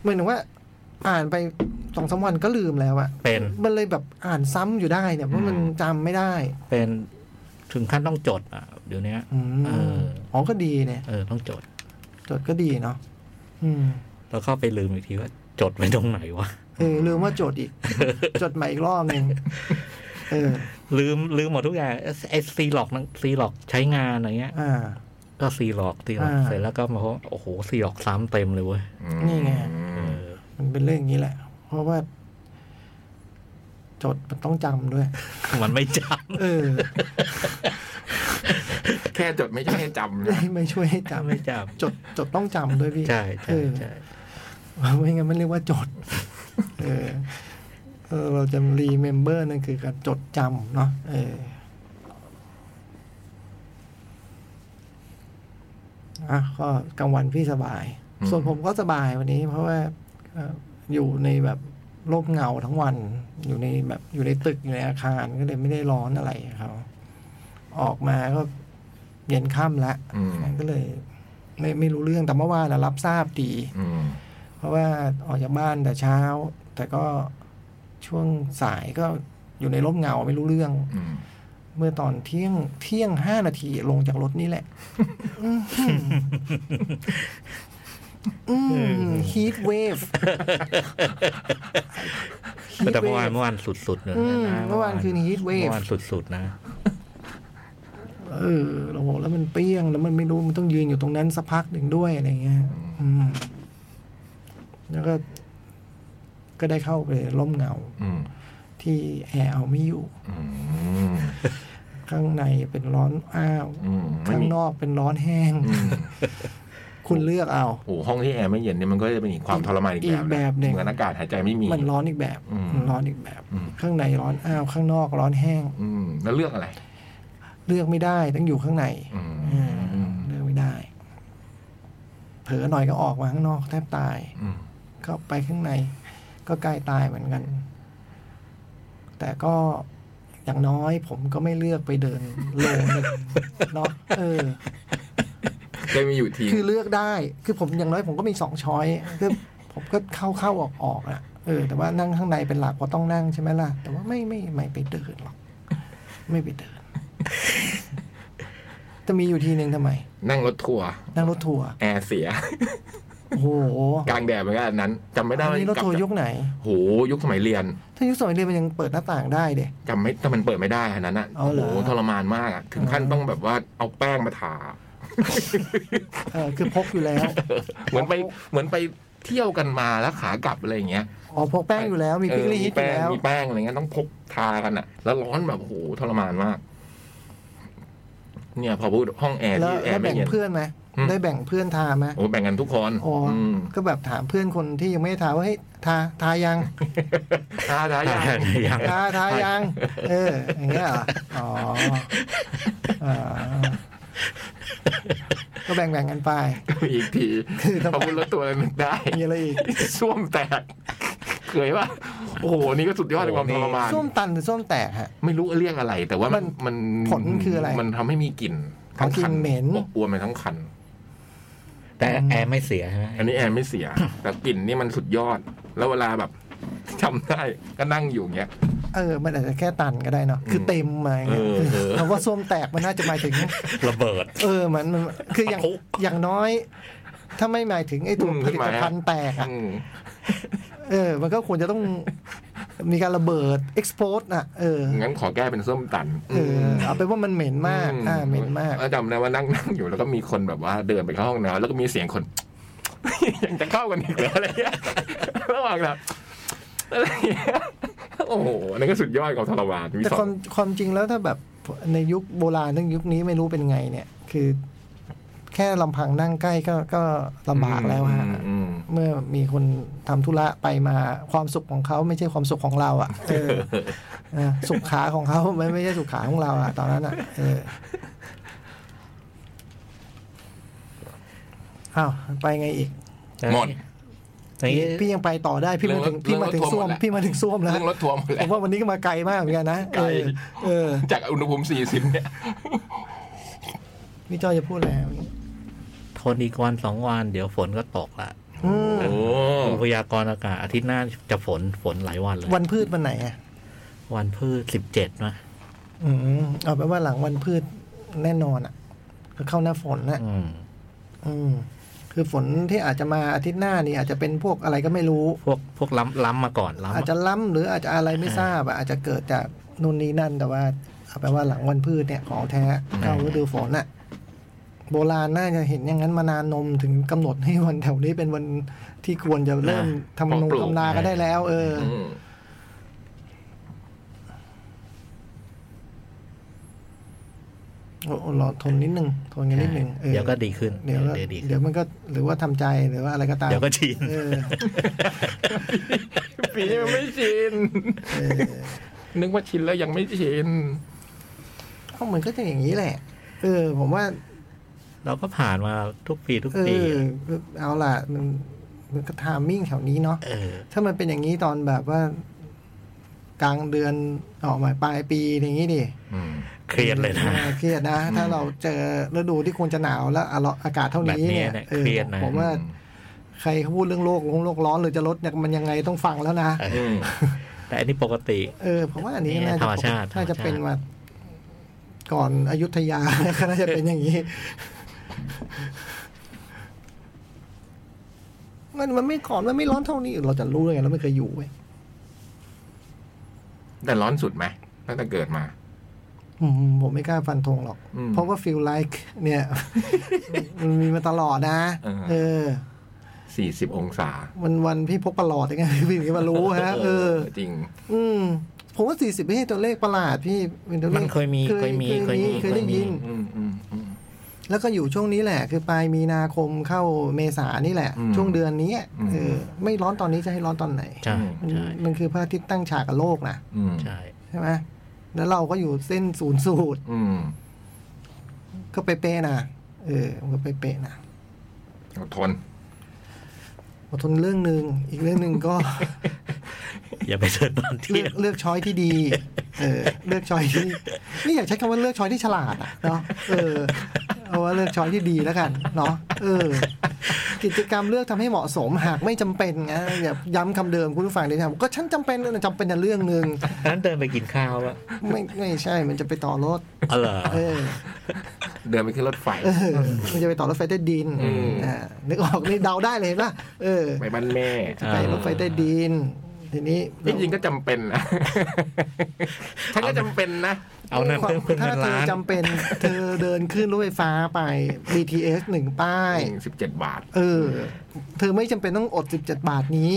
[SPEAKER 2] เหมือนว่า อ่านไปสองสามวันก็ลืมแล้วอะ
[SPEAKER 4] เป็น
[SPEAKER 2] มันเลยแบบอ่านซ้ำอยู่ได้เนี่ยเพราะมัน
[SPEAKER 3] อืม
[SPEAKER 2] จำไม่ได้
[SPEAKER 4] เป็นถึงขั้นต้องจดอ่ะ เดี๋ยวนี้
[SPEAKER 2] อืม
[SPEAKER 4] เออ
[SPEAKER 2] อ๋อก็ดีเนี่ย
[SPEAKER 4] เออต้องจด
[SPEAKER 2] จดก็ดีเนาะอืม
[SPEAKER 4] แล้วก็ไปลืมอีกทีว่าจดไว้ตรงไหนวะ
[SPEAKER 2] เออลืมว่าจด อีก จดใหม่อีกรอบหนึ่งเออ
[SPEAKER 4] ลืมลืมหมดทุกอย่างเอ้ยไอ้ซีหลอกนั่งซีหลอกใช้งานอะไรเงี้ย
[SPEAKER 2] อ่า
[SPEAKER 4] ก็ซีหลอกซีหลอก
[SPEAKER 2] อ่า
[SPEAKER 4] เสร็จแล้วก็มาพบโอ้โหซีหลอกซ้ำเต็มเลยเว้ย
[SPEAKER 2] นี่ไง
[SPEAKER 4] เออ
[SPEAKER 2] มันเป็นเรื่องอย่างนี้แหละ เพราะว่า จดมันต้องจำด้วย
[SPEAKER 4] มันไม่จ
[SPEAKER 2] เออ
[SPEAKER 3] แค่จดไม่ใช่ให้จำนะ
[SPEAKER 2] ไม่ช่วยให้
[SPEAKER 4] ำ
[SPEAKER 2] จำ
[SPEAKER 4] ไม่จ
[SPEAKER 2] จดจดต้องจำด้วยพี่
[SPEAKER 4] ำใช่
[SPEAKER 2] เอ
[SPEAKER 4] ใช่
[SPEAKER 2] อ
[SPEAKER 4] ใช่
[SPEAKER 2] ไม่งั้นมันเรียกว่าจด เออเออ เราจะรีเมมเบอร์นั่นคือการจดจำเนาะเอออ่ะก็กลางวันพี่สบาย ส่วนผมก็สบายวันนี้ เพราะว่าเอ่ออยู่ในแบบร่มเงาทั้งวัน อยู่ในแบบอยู่ในตึกอยู่ในอาคารก็เลยไม่ได้ร้อนอะไรครับออกมาก็เย็นค่ำแล้ว
[SPEAKER 3] อืม
[SPEAKER 2] ก็เลยไม่ไม่รู้เรื่องแต่เมื่อวานนะรับทราบดี
[SPEAKER 3] อืม
[SPEAKER 2] เพราะว่าออกจากบ้านแต่เช้า แต่ก็ช่วงสายก็อยู่ในร่มเงาไม่รู้เรื่อง
[SPEAKER 3] อืม
[SPEAKER 2] เมื่อตอนเที่ยงเที่ยงห้านาทีลงจากรถนี่แหละ อืฮีทเวฟ
[SPEAKER 4] แต่เมื่อวานเมื่อวานสุดๆเลย
[SPEAKER 2] อืม
[SPEAKER 4] นะ
[SPEAKER 2] เมื่อวานคือ heat wave
[SPEAKER 4] เมื่อวานสุดๆนะ
[SPEAKER 2] เออเราบอกแล้วมันเปรี้ยงแล้วมันไม่รู้มันต้องยืนอยู่ตรงนั้นสักพักหนึ่งด้วยอะไรเงี้ย อืม แล้วก็ ก็ได้เข้าไปร่มเงา
[SPEAKER 3] อืม
[SPEAKER 2] ที่แอร์เอาไม่อยู่
[SPEAKER 3] อืม
[SPEAKER 2] ข้างในเป็นร้อนอ้าว
[SPEAKER 3] อืมไม่
[SPEAKER 2] ข้าง
[SPEAKER 3] มี
[SPEAKER 2] นอกเป็นร้อนแห้ง
[SPEAKER 3] อืม
[SPEAKER 2] คุณเลือกเอา
[SPEAKER 3] โอ้โหห้องที่แอร์ไม่เย็นเนี่ยมันก็จะเป็นอีกความทรมานอี
[SPEAKER 2] อีก
[SPEAKER 3] ก
[SPEAKER 2] แบ
[SPEAKER 3] แบบ บ
[SPEAKER 2] หนึ่ง
[SPEAKER 3] เหมือนอากาศหายใจไม่มี
[SPEAKER 2] มันร้อนอีกแบบ
[SPEAKER 3] อืม
[SPEAKER 2] มันร้อนอีกแบบ
[SPEAKER 3] อืม
[SPEAKER 2] ข้างในร้อนอ้าวข้างนอกร้อนแห้ง
[SPEAKER 3] อืมแล้วเลือกอะไร
[SPEAKER 2] เลือกไม่ได้ต้องอยู่ข้างใน
[SPEAKER 3] อืม
[SPEAKER 2] เออเลือกไม่ได้ เผลอหน่อยก็ออกมาข้างนอกแทบตาย
[SPEAKER 3] อืม
[SPEAKER 2] ก็ไปข้างใน ก็ใกล้ตายเหมือนกัน แต่ก็อย่างน้อยผมก็ไม่เลือกไปเดินโลง หนึ่งเนาะเออ
[SPEAKER 3] เคยมีอยู่ที
[SPEAKER 2] คือเลือกได้ คือผมอย่างน้อยผมก็มีสองช้อยคือผมก็เข้าเข้าออกออกอะเออ แต่ว่านั่งข้างในเป็นหลักเพราะต้องนั่งใช่ไหมล่ะ แต่ว่าไม่ไม่ไม่ไปเดินหรอก ไม่ไปเดิน จะมีอยู่ทีหนึ่งทำไม
[SPEAKER 3] นั่งรถทัวร์
[SPEAKER 2] นั่งรถทัวร์
[SPEAKER 3] แอร์เสีย
[SPEAKER 2] โอ้โห
[SPEAKER 3] กลางแดดเหมือนกันอันนั้นจำไม่ได้
[SPEAKER 2] อัน
[SPEAKER 3] ว่า
[SPEAKER 2] นี้รถ
[SPEAKER 3] กลับ
[SPEAKER 2] ทัวร์
[SPEAKER 3] จาก
[SPEAKER 2] ยุคไหน
[SPEAKER 3] โหยุคสมัยเรียน
[SPEAKER 2] ถ้ายุคสมัยเรียนมันยังเปิดหน้าต่างได้เด้
[SPEAKER 3] จำไม่แต่มันเปิดไม่ได้อันนั้นอ่ะ
[SPEAKER 2] อ๋อ
[SPEAKER 3] โอ้
[SPEAKER 2] เหร
[SPEAKER 3] โห
[SPEAKER 2] อ
[SPEAKER 3] ทรมานมากอะถึงขั้นต้องแบบว่าเอาแป้งมาทา
[SPEAKER 2] เออคือพกอยู่แล้ว
[SPEAKER 3] เหมือนไปเหมือนไปเที่ยวกันมาแล้วขากลับอะไรอย่างเงี้ย
[SPEAKER 2] อ๋อพกแป้งอยู่แล้ว มี
[SPEAKER 3] เอ
[SPEAKER 2] พิก
[SPEAKER 3] อ
[SPEAKER 2] ลี่ฮิตอ
[SPEAKER 3] แป้
[SPEAKER 2] ยู่
[SPEAKER 3] ง
[SPEAKER 2] แล้ว
[SPEAKER 3] มีแป้งอะไรเงี้ยต้องพกทากันอ่ะ แล้วร้อนแบบโอ้โหทรมานมาก เนี่ยพอพูดห้องแอร์
[SPEAKER 2] แล้ว
[SPEAKER 3] ที่แอ
[SPEAKER 2] แล้ว
[SPEAKER 3] ร์ไม่
[SPEAKER 2] แบ่ง
[SPEAKER 3] เย็น
[SPEAKER 2] เพื่อนไหม
[SPEAKER 3] อืม
[SPEAKER 2] ได้แบ่งเพื่อนทาไหม
[SPEAKER 3] โอ้แบ่งกันทุกคน
[SPEAKER 2] อ๋ออ
[SPEAKER 3] ม
[SPEAKER 2] ก็แบบถามเพื่อนคนที่ยังไม่ได้ทาว่าเฮ้ยทาทายัง
[SPEAKER 3] ทาทาอย่าง
[SPEAKER 4] ยัง
[SPEAKER 2] ทาทายัง เออ อย่างเงี้ยเหรออ๋ออ่าก็แบ่งแบ่งๆกันไป
[SPEAKER 3] อีกที
[SPEAKER 2] คือทำไม
[SPEAKER 3] พอพูดแล้วตัวอะไรมันได้
[SPEAKER 2] มีอะไรอีก
[SPEAKER 3] ส้วมแตกเคยว่าโอ้โหนี่ก็สุดยอดในความทรมาน
[SPEAKER 2] ส้มตันหรือส้มแตกฮะ
[SPEAKER 3] ไม่รู้เรียกอะไร แต่ว่ามันมัน
[SPEAKER 2] ผลคืออะไร
[SPEAKER 3] มันทำให้มีกลิ่น
[SPEAKER 2] อ๋อกลิ่นเหม็น
[SPEAKER 3] อบอวนไปทั้งคัน
[SPEAKER 4] แต่แอร์ไม่เสียใช่ไหม
[SPEAKER 3] อันนี้แอนไม่เสีย แต่กลิ่นนี่มันสุดยอด แล้วเวลาแบบ จำได้ก็นั่งอยู่เงี้ย
[SPEAKER 2] เออ มันอาจจะแค่ตันก็ได้เนาะคือเต็มมาอย่างเงี้ย
[SPEAKER 3] เออเออ
[SPEAKER 2] คำว่าส้มแตกมันน่าจะหมายถึง
[SPEAKER 4] ระเบิด
[SPEAKER 2] เออมันมันคือ อย่าง
[SPEAKER 4] ปะทุ
[SPEAKER 2] อย่างน้อย ถ้าไม่หมายถึงไอ้ตัวผลิตภัณฑ์แตกอะ
[SPEAKER 3] อืม
[SPEAKER 2] เออ มันก็ควรจะต้องมีการระเบิด expose อ่ะ เออ
[SPEAKER 3] งั้นขอแก้เป็นส้มตัน
[SPEAKER 2] เออเอาเป็นว่ามันเหม็นมาก อ่า เหม็นมาก
[SPEAKER 3] แล้วจำได้ว่านั่งนั่งอยู่แล้วก็มีคนแบบว่าเดินไปเข้าห้องน้ำแล้วก็มีเสียงคน ยังจะเข้ากันอีกเหรออะไรเงี้ย ระหว่างแบบอะไรเงี้ยโอ้โหอันนั้นก็สุดยอดของทรมานมี
[SPEAKER 2] แต่
[SPEAKER 3] สอ
[SPEAKER 2] ควาง มความจริงแล้วถ้าแบบในยุคโบราณทั้งยุคนี้ไม่รู้เป็นไงเนี่ย คือ แค่ลำพังนั่งใกล้ก็ก็ลำบากแล้วฮะ
[SPEAKER 3] อืม
[SPEAKER 2] เมื่อมีคนทำธุระไปมาความสุขของเขาไม่ใช่ความสุขของเรา อ่ะ เออเออสุขขาของเขาไม่ไม่ใช่สุขขาของเราอ่ะ ตอนนั้นอ่ะ เอออ้าวไปไงอีก
[SPEAKER 3] หมด
[SPEAKER 4] อย่างนี้
[SPEAKER 2] พี่ยังไปต่อได้พี่มาถึง
[SPEAKER 3] เรื่
[SPEAKER 2] พี่
[SPEAKER 3] องรถ
[SPEAKER 2] มาถึงส้วม
[SPEAKER 3] เรื่องรถ
[SPEAKER 2] พี่มาถึงส้วมแล้ว
[SPEAKER 3] เรื่องรถทัวร์หมด
[SPEAKER 2] ผ
[SPEAKER 3] แล้
[SPEAKER 2] ม
[SPEAKER 3] ว
[SPEAKER 2] ว่าวันนี้ก็มาไกลมากเหมือนกันนะ
[SPEAKER 3] ไกล
[SPEAKER 2] เออเออ
[SPEAKER 3] จากอุณหภูมิ40เนี่ย
[SPEAKER 2] นี่จอยจะพูดอะไรอ่ะ
[SPEAKER 4] ทนอีกวันสองวัน เดี๋ยวฝนก็ตกละ
[SPEAKER 2] อืม
[SPEAKER 3] โอ้
[SPEAKER 4] ดูพยากรณ์อากาศอาทิตย์หน้าจะฝนฝนหลายวันเลย
[SPEAKER 2] วันพืชวันไหนอ่ะ
[SPEAKER 4] วันพืชสิบเจ็ดนะ
[SPEAKER 2] อืมเอาไปนว่าหลังวันพืชแน่นอนอ่ะก็เข้าหน้าฝนนะ
[SPEAKER 4] อืม
[SPEAKER 2] อืมคือฝนที่อาจจะมาอาทิตย์หน้านี่อาจจะเป็นพวกอะไรก็ไม่รู้
[SPEAKER 4] พวกพวกล้ำล้ำมาก่อนล้ำ
[SPEAKER 2] อาจจะล้ำหรืออาจจะอะไรไม่ทราบอะอาจจะเกิดจากนู่นนี่นั่นแต่ว่าเอาไปนว่าหลังวันพืชเนี่ยของแท้เข้าฤดูฝนอะโบราณน่าจะเห็นอย่างนั้นมานานนมถึงกำหนดให้วันแถวนี้เป็นวันที่ควรจะเริ่มทำนงทำนาก็ได้แล้ว เออ
[SPEAKER 3] อืม
[SPEAKER 2] โอ้โอ้รอทนนิดนึงทนกันนิดนึงออ
[SPEAKER 4] เดี๋ยวก็ดีขึ้น
[SPEAKER 2] เดี๋ยวก็
[SPEAKER 4] เดี๋ยวดีขึ้น
[SPEAKER 2] เดี๋ยวมันก็หรือว่าทำใจหรือว่าอะไรก็ตาม
[SPEAKER 4] เดี๋ยวก็ชิน
[SPEAKER 2] เออ
[SPEAKER 3] ปีนี้มันไม่ชิน
[SPEAKER 2] เออ
[SPEAKER 3] นึกว่าชินแล้วยังไม่ชิน
[SPEAKER 2] เพราะมันก็จะอย่างนี้แหละ เออ ผมว่า
[SPEAKER 4] เราก็ผ่านมาทุกปีทุก
[SPEAKER 2] เอ
[SPEAKER 4] ปี
[SPEAKER 2] อ เอาล่ะ มันมันก็ทามมิ่งแถวนี้เนาะ
[SPEAKER 4] เออ
[SPEAKER 2] ถ้ามันเป็นอย่างนี้ตอนแบบว่า กลางเดือนออกหมายปลายปีอย่างนี้ดิ
[SPEAKER 3] อืม
[SPEAKER 4] เครียดเลยนะ
[SPEAKER 2] ออเครียดนะ ถ้าเราเจอฤดูที่ควรจะหนาวแล้วอะอากาศเท่านี้
[SPEAKER 4] แบบนี้
[SPEAKER 2] เนี่ย
[SPEAKER 4] เนี่ย
[SPEAKER 2] ออ
[SPEAKER 4] เครียดนะ
[SPEAKER 2] ผมว่าใครเขาพูดเรื่องโลกร้อนโลกร้อนหรือจะลดเนี่ยมันยังไงต้องฟังแล้วนะ
[SPEAKER 3] อืม
[SPEAKER 4] แต่อันนี้ปกติ
[SPEAKER 2] เออผมว่าอันนี้
[SPEAKER 4] เนี่ย
[SPEAKER 2] น่าจะ
[SPEAKER 4] ธรรมชาติ
[SPEAKER 2] น่าจะ
[SPEAKER 4] ธรรมชาติ
[SPEAKER 2] เป็นมาก่อนอยุธยา ก็น่าจะเป็นอย่างนี้ มันมันไม่ก่อนมันไม่ร้อนเท่านี้ เราจะรู้ได้ไงเราไม่เคยอยู่เว้ย
[SPEAKER 3] แต่ร้อนสุดไหมตั้งแต่เกิดมา
[SPEAKER 2] อืมผมไม่กล้าฟันธงหรอก
[SPEAKER 3] อืม
[SPEAKER 2] เพราะว่าฟีลไล k ์เนี่ย มันมีมาตลอดนะ
[SPEAKER 3] อ่า
[SPEAKER 2] เออ
[SPEAKER 3] 40 องศา
[SPEAKER 2] มันวันพี่พกประหลอดยังไง พี่ถึงมารู้ฮะเออ
[SPEAKER 3] จริง
[SPEAKER 2] อืมผมว่าสี่สิบไม่ใช่ตัวเลขประหลาดพี่เป็นตัวเลข
[SPEAKER 4] มันเคยมี
[SPEAKER 2] เคย
[SPEAKER 4] เคยมี
[SPEAKER 2] มีเคยมีเค
[SPEAKER 4] เค
[SPEAKER 2] ย
[SPEAKER 4] ยมี
[SPEAKER 2] ได้ยิน
[SPEAKER 3] อืมอืมอืม
[SPEAKER 2] แล้วก็อยู่ช่วงนี้แหละ คือปลายมีนาคมเข้าเมษานี่แหละ
[SPEAKER 3] อืม
[SPEAKER 2] ช่วงเดือนนี้
[SPEAKER 3] อืม
[SPEAKER 2] เออไม่ร้อนตอนนี้จะให้ร้อนตอนไหน
[SPEAKER 4] ใช่
[SPEAKER 2] มัน
[SPEAKER 4] ใช่
[SPEAKER 2] มันคือพระอาทิตย์ตั้งฉากกับโลกนะ
[SPEAKER 3] อืม
[SPEAKER 4] ใช่
[SPEAKER 2] ใช่ไหมแล้วเราก็อยู่เส้นศูนย์สูตร
[SPEAKER 3] อืม
[SPEAKER 2] ก็เป๊ะๆนะเออมันก็เป๊ะๆนะ
[SPEAKER 3] อดทน
[SPEAKER 2] อดทนเรื่องหนึ่งอีกเรื่องหนึ่งก็
[SPEAKER 4] อย่าไปเดินตอน
[SPEAKER 2] เลื
[SPEAKER 4] เที่
[SPEAKER 2] อย ก
[SPEAKER 4] ง
[SPEAKER 2] เลือกช้อยที่ดี เออ เลือกช้อยที่นี่อยากใช้คำว่าเลือกช้อยที่ฉลาดอ่ะเนาะเออเอาว่าเลือกช้อยที่ดีแล้วกันเนาะเออ กิจกรรมเลือกทำให้เหมาะสมหากไม่จำเป็นนะอย่าย้ำคำเดิมคุณผู้ฟังเลยนะก็ฉันจำเป็นนะจำเป็นในะเรื่องหนึ่ง
[SPEAKER 4] อันนั้นเดินไปกินข้าวอะ
[SPEAKER 2] ไม่ไม่ใช่ มันจะไปต่อรถ
[SPEAKER 4] อ๋อเหรอ
[SPEAKER 2] เออ
[SPEAKER 3] เดินไปขึ้นรถไฟ
[SPEAKER 2] เออ มันจะไปต่อรถไฟใต้ดิน
[SPEAKER 3] อืม
[SPEAKER 2] อ่านึกออกนี่เดาได้เลยเห็นป่ะเออ
[SPEAKER 3] ไปบ้านแม่
[SPEAKER 2] จะไปรถไฟใต้ดิน ทีนี้
[SPEAKER 3] จริงๆก็จำเป็นนะ ฉันก็จำเป็นนะ
[SPEAKER 4] เอานั่นเพิ่มเพิ่ม
[SPEAKER 2] ถ้า
[SPEAKER 4] เงิน
[SPEAKER 2] เธ
[SPEAKER 4] ล้า
[SPEAKER 2] อน จำเป็น เธอเดินขึ้นรถไฟฟ้าไป BTS หนึ่งป้าย
[SPEAKER 3] สิบเจ็ดบาท
[SPEAKER 2] เออ เธอไม่จำเป็นต้องอด 17 บาทนี้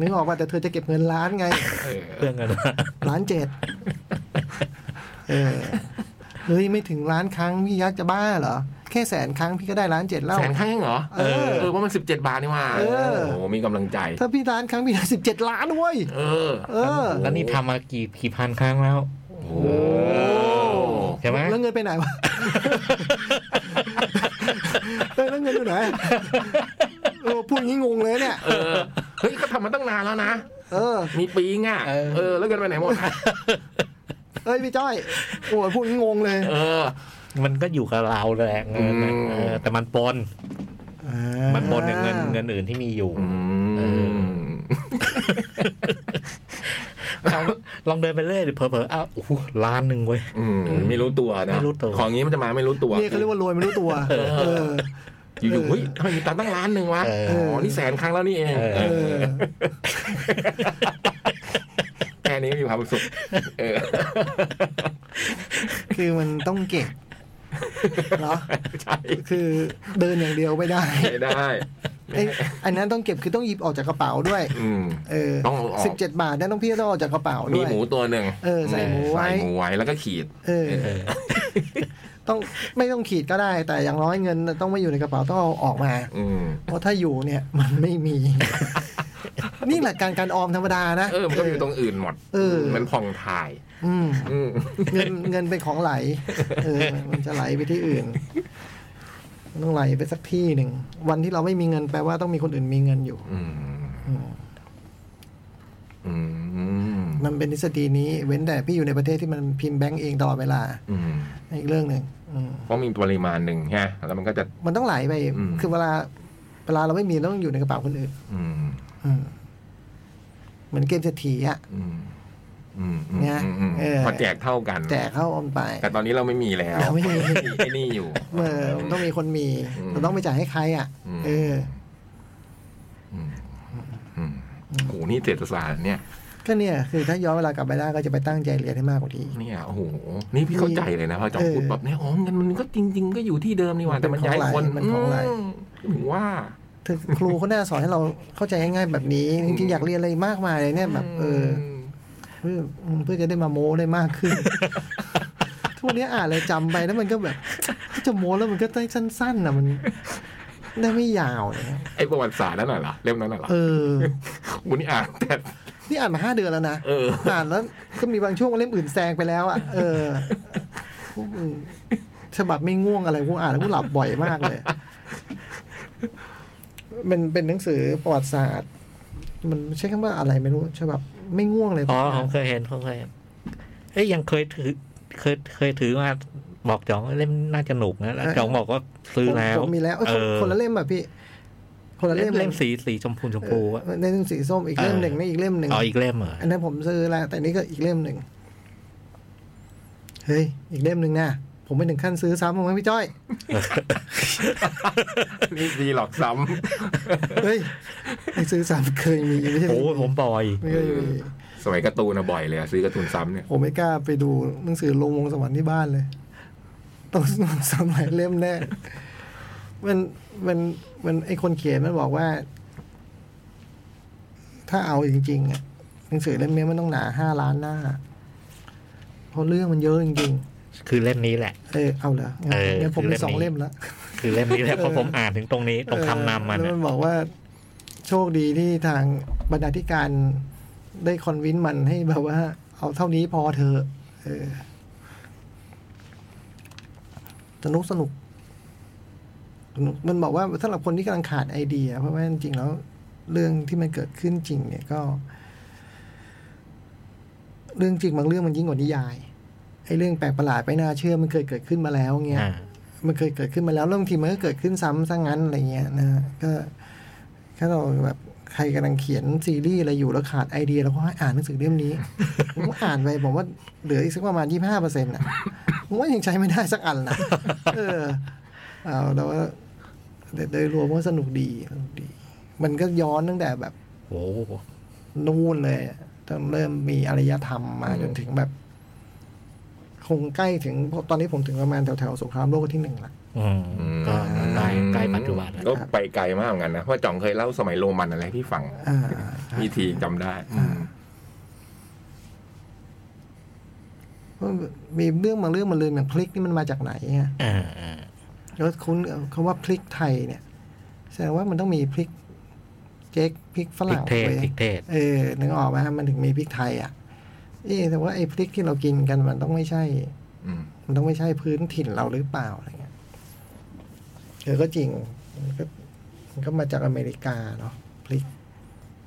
[SPEAKER 2] นึกออกป่ะแต่เธอจะเก็บเงินล้านไง
[SPEAKER 3] เออ
[SPEAKER 4] เพิ่มเงินล้าน
[SPEAKER 2] ล้านเจ็ดเออเฮ้ยไม่ถึงล้านครั้งพี่ยักษ์จะบ้าเหรอ แค่แสนครั้งพี่ก็ได้ล้านเจ็ดแล้ว
[SPEAKER 3] แสนครั้งเองเหรอ
[SPEAKER 2] เออ
[SPEAKER 3] เออเพราะมันสิบเจ็ดบาทนี่ว่า
[SPEAKER 2] เออ
[SPEAKER 3] โอ้โหมีกำลังใจ
[SPEAKER 2] ถ้าพี่ล้านครั้งพี่ได้สิบเจ็ดล้านเว้ย
[SPEAKER 3] เออ
[SPEAKER 2] เออ
[SPEAKER 4] แล้วนี่ทำมากี่กี่พันครั้งแล้ว
[SPEAKER 3] โอ้โห
[SPEAKER 4] ใช่ไหม
[SPEAKER 2] แล้วเงินไปไหนวะ เออแล้วเงินอยู่ไหนเออพูดอย่างนี้งงเลยเนี่ย
[SPEAKER 3] เออ เฮ้ย ก็ทำมาตั้งนานแล้วนะ
[SPEAKER 2] เออ
[SPEAKER 3] มีปีงอ่ะ เออ แล้วเกินไปไหนหมดอะ
[SPEAKER 2] เอ้ยพี่จ้อยโอ้ยพูดงงเลย
[SPEAKER 3] เออ
[SPEAKER 4] มันก็อยู่กับเราแหละเงินน่ะ
[SPEAKER 3] อืม
[SPEAKER 4] เออแต่มันปนมันปนกับเงินเงินอื่นที่มีอยู่
[SPEAKER 3] อืม
[SPEAKER 4] ลองเดินไปเรื่อยเดี๋ยวเผลอๆอ้าวโอ้โหล้านหนึ่งเว้ย
[SPEAKER 3] อืมไม่รู้ตัวนะ
[SPEAKER 4] ไม่รู้ตัว
[SPEAKER 3] ของนี้มันจะมาไม่รู้ตัว
[SPEAKER 2] เนี่ยเขาเรียกว่ารวยไม่รู้ตัว เออ
[SPEAKER 3] อยู่ๆเฮ้ยทำไมมีตังค์ตั้งล้านหนึ่งวะ
[SPEAKER 4] เออ
[SPEAKER 3] อ๋อ
[SPEAKER 4] อ๋
[SPEAKER 3] นี่แสนครั้งแล้วนี่เอง
[SPEAKER 2] เออ
[SPEAKER 3] แค่นี้ก็มีความสุข เออ
[SPEAKER 2] คือมันต้องเก็บเนาะ
[SPEAKER 3] ใช่
[SPEAKER 2] คือเดินอย่างเดียวไม่ได้
[SPEAKER 3] ไม่ได้
[SPEAKER 2] ไอ้อันนั้นต้องเก็บคือต้องหยิบออกจากกระเป๋าด้วย
[SPEAKER 3] อืม
[SPEAKER 2] เออ
[SPEAKER 3] ต้องเอาออก
[SPEAKER 2] สิบเจ็ดบาทนั่นต้องพี่ต้องออกจากกระเป๋า
[SPEAKER 3] มี
[SPEAKER 2] ด้วย
[SPEAKER 3] หมูตัวหนึ่ง
[SPEAKER 2] เออใส่หมูไว้
[SPEAKER 3] ใส่หมูไว้แล้วก็ขีด
[SPEAKER 2] เออ
[SPEAKER 4] เออ
[SPEAKER 2] ต้องไม่ต้องขีดก็ได้ แต่อย่างน้อยเงินต้องไม่อยู่ในกระเป๋าต้องเอาออกมา
[SPEAKER 3] อืม
[SPEAKER 2] เพราะถ้าอยู่เนี่ย มันไม่ มี นี่หลักการการออมธรรมดานะ
[SPEAKER 3] เออ มันก็อยู่ตรงอื่นหมด
[SPEAKER 2] เออ
[SPEAKER 3] มันผ่องถ่าย
[SPEAKER 2] อืม
[SPEAKER 3] อืม
[SPEAKER 2] เงินเงินเป็นของไหล เออ มันจะไหลไปที่อื่นมันต้องไหลไปสักที่หนึ่ง วันที่เราไม่มีเงินแปลว่าต้องมีคนอื่นมีเงินอยู่
[SPEAKER 3] อืม อืม
[SPEAKER 2] มันเป็นทฤษฎีนี้เว้นแต่พี่อยู่ในประเทศที่มันพิมพ์แบงก์เองตลอดเวลา
[SPEAKER 3] อืม
[SPEAKER 2] อีกเรื่องหนึ่งอืม
[SPEAKER 3] เพราะมีปริมาณหนึ่งฮะแล้วมันก็จะ
[SPEAKER 2] มันต้องไหลไป
[SPEAKER 3] อืม
[SPEAKER 2] คือเวลา เวลาเราไม่มีเราต้องอยู่ในกระเป๋าคนอื่น
[SPEAKER 3] อืม
[SPEAKER 2] อืมเหมือนเกมเศรษฐีอะ
[SPEAKER 3] อืมอืมอืม
[SPEAKER 2] เนี่ย
[SPEAKER 3] อืม
[SPEAKER 2] เออ
[SPEAKER 3] พอแจกเท่ากัน
[SPEAKER 2] แจกเข้าออมไป
[SPEAKER 3] แต่ตอนนี้เราไม่มีแล้ว
[SPEAKER 2] เราไม่มี
[SPEAKER 3] ไอ้นี่อยู่
[SPEAKER 2] เมื่อมันต้องมีคนมี
[SPEAKER 3] อืม
[SPEAKER 2] เราต้องไปจ่ายให้ใครอ่ะ
[SPEAKER 3] อืม
[SPEAKER 2] เออ
[SPEAKER 3] อืมโหนี่เศรษฐศาสตร์เนี่ย
[SPEAKER 2] ก็เนี่ย คือถ้าย้อนเวลากลับไปได้ก็จะไปตั้งใจเรียนให้มากกว่านี้
[SPEAKER 3] เนี่ยโอ้โหนี่พี่เข้าใจเลยนะพออาจอม
[SPEAKER 2] เออ
[SPEAKER 3] พูดแบบเนี่ยอ๋อเงินมันก็จริง ๆ ก็อยู่ที่เดิมนี่หว่าแต่มันย้ายคน
[SPEAKER 2] มันของไหล
[SPEAKER 3] อืมถึงว่า
[SPEAKER 2] ถึงครูเขาหน้าสอนให้เราเข้าใจง่ายๆแบบนี้ จริงๆอยากเรียนอะไรมากมายเลยเนี่ยแบบ เออ เพื่อเพื่อจะได้มาโม้ได้มากขึ้น ทุกวันนี้อ่านอะไรจำไปแล้วมันก็แบบ จะโม้แล้วมันก็ได้สั้นๆนะมัน ได้ไม่ยาวเลยนะ
[SPEAKER 3] ไอ้ประวัติศาสตร์นั่นน่ะเหรอเล่มนั้นน่ะเหรอ
[SPEAKER 2] เออ
[SPEAKER 3] วันนี้อ่านแต่
[SPEAKER 2] นี่อ่านมาห้าเดือนแล้วนะ
[SPEAKER 3] เออ
[SPEAKER 2] อ่านแล้วก็มีบางช่วงเล่มอื่นแซงไปแล้วอ่ะเออพวกมึงฉบับไม่ง่วงอะไรกูอ่านแล้วกูหลับบ่อยมากเลย มันเป็นหนังสือประวัติศาสตร์ มันใช้คำว่าอะไรไม่รู้ฉบับไม่ง่วงเลย
[SPEAKER 4] อ๋อผมเคยเห็นผมเคยเห็นเอ้ยยังเคยถือ เคยเคยถือมาบอกจ๋องว่าเล่มน่าจะหนุกนะแล้วจ๋องบอกว่าซื้อแล้ว
[SPEAKER 2] ผมมีแล้วเอ้ย
[SPEAKER 4] เออ
[SPEAKER 2] คนละเล่มอ่ะพี่ คนละ
[SPEAKER 4] เล่
[SPEAKER 2] เล่
[SPEAKER 4] ม
[SPEAKER 2] ม
[SPEAKER 4] เล่มสีสีชมพูชมพูอะ
[SPEAKER 2] เออในหนังสือส้มอีกเล่มหนึ่งในอีกเล่มหนึ่ง
[SPEAKER 4] อ๋ออีกเล่มเหรอ
[SPEAKER 2] อันนั้นผมซื้อแล้ว แต่นี่ก็อีกเล่มหนึ่ง เฮ้ย อีกเล่มหนึ่งนะ ผมไม่ถึงขั้นซื้อซ้ำมั้งพี่จ้อย
[SPEAKER 3] นี่ดีหลอกซ้
[SPEAKER 2] เฮ้ยไอซื้อซ้ำเคยมีไม่ใช่
[SPEAKER 4] โอ้ยผมบอย
[SPEAKER 2] ไม่เคยมี
[SPEAKER 3] ำสมัยการ์ตูนนะบ่อยเลยอะซื้อการ์ตูนซ้ำเนี่ย
[SPEAKER 2] ผมไม่กล้าไปดูหนังสือลงวงสวรรค์ที่บ้านเลย ต้องซ้ำหลายเล่มแน่ มันมันมันไอคนเขียนมันบอกว่า ถ้าเอาจริงๆอะหนังสือเล่มนี้มันต้องหนาห้าล้านหน้า เพราะเรื่องมันเยอะจริงๆ
[SPEAKER 4] คือเล่มนี้แหละ
[SPEAKER 2] เออเอาเหรอ
[SPEAKER 4] เออ
[SPEAKER 2] งั้นผมมี
[SPEAKER 4] คือเล่มนี้
[SPEAKER 2] สองเล่มแล้ว
[SPEAKER 4] คือเล่มนี้แหละเพราะผมอ่านถึงตรงนี้ตรงคำนำมัน
[SPEAKER 2] แล้ว
[SPEAKER 4] อะ
[SPEAKER 2] มันบอกว่า โชคดีที่ทางบรรณาธิการได้คอนวินมันให้แบบว่า เอาเท่านี้พอเธอะเออสนุกสนุกสนุก มันบอกว่าสำหรับคนที่กำลังขาดไอเดีย เพราะว่าจริงๆแล้ว เรื่องที่มันเกิดขึ้นจริง เนี่ยก็ เรื่องจริงบางเรื่องมันยิ่งกว่านิยายไอ้เรื่องแปลกประหลาดไม่น่าเชื่อ มันเคยเกิดขึ้นมาแล้วเงี้ย
[SPEAKER 4] อ่า
[SPEAKER 2] มันเคยเกิดขึ้นมาแล้วแล้วบางทีมันก็เกิดขึ้นซ้ำซะงั้นอะไรเงี้ยนะฮะก็ถ้าเราแบบใครกำลังเขียนซีรีส์อะไรอยู่แล้วขาดไอเดีย แล้วก็ให้อ่านหนังสือเล่ม นี้ ผมอ่านไปผมว่าเหลืออีกสักประมาณยี่ห้าเปอร์เซ็นต์อ่ะผมว่ายังใช้ไม่ได้สักอันนะ เออเอาแต่ว่าแต่โดยรวมก็สนุกดีสนุกดี มันก็ย้อนตั้งแต่แบบ
[SPEAKER 4] โอ้โห
[SPEAKER 2] นู่นเลยอะตั้งเริ่มมีอารยธรรมมาจนถึงแบบ คงใกล้ถึงเพราะตอนนี้ผมถึงประมาณแถวแถวๆสงครามโลกครั้งที่หนึ่งละ
[SPEAKER 4] อืมก็ใกล้ใกล้ปัจจุบันแล้ว
[SPEAKER 3] ก็ไปไกลมากเหมือนกันนะเพราะจ่องเคยเล่าสมัยโรมันอะไรให้พี่ฟัง
[SPEAKER 2] อ่า
[SPEAKER 3] มีทีจำได้อืม
[SPEAKER 2] มีเรื่องบางเรื่องมันลืมอย่างพลิกนี่มันมาจากไหนฮะ
[SPEAKER 4] อ่าอ่า
[SPEAKER 2] แล้วคุ้นคำว่าพลิกไทยเนี่ยแสดงว่ามันต้องมีพลิกเจ๊กพลิกฝ
[SPEAKER 4] พริ
[SPEAKER 2] รั่
[SPEAKER 4] ก
[SPEAKER 2] ง
[SPEAKER 4] เทศ
[SPEAKER 2] ว้ย
[SPEAKER 4] พริกเทศ
[SPEAKER 2] เออนึกออกไหมมันถึงมีพริกไทยอ่ะเอ๊ะแต่ว่าไอ้พริกที่เรากินกันมันต้องไม่ใช่
[SPEAKER 3] อืม
[SPEAKER 2] มันต้องไม่ใช่พื้นถิ่นเราหรือเปล่าอะไรเงี้ยเออก็จริง มันก็มันก็มาจากอเมริกาเนาะพลิก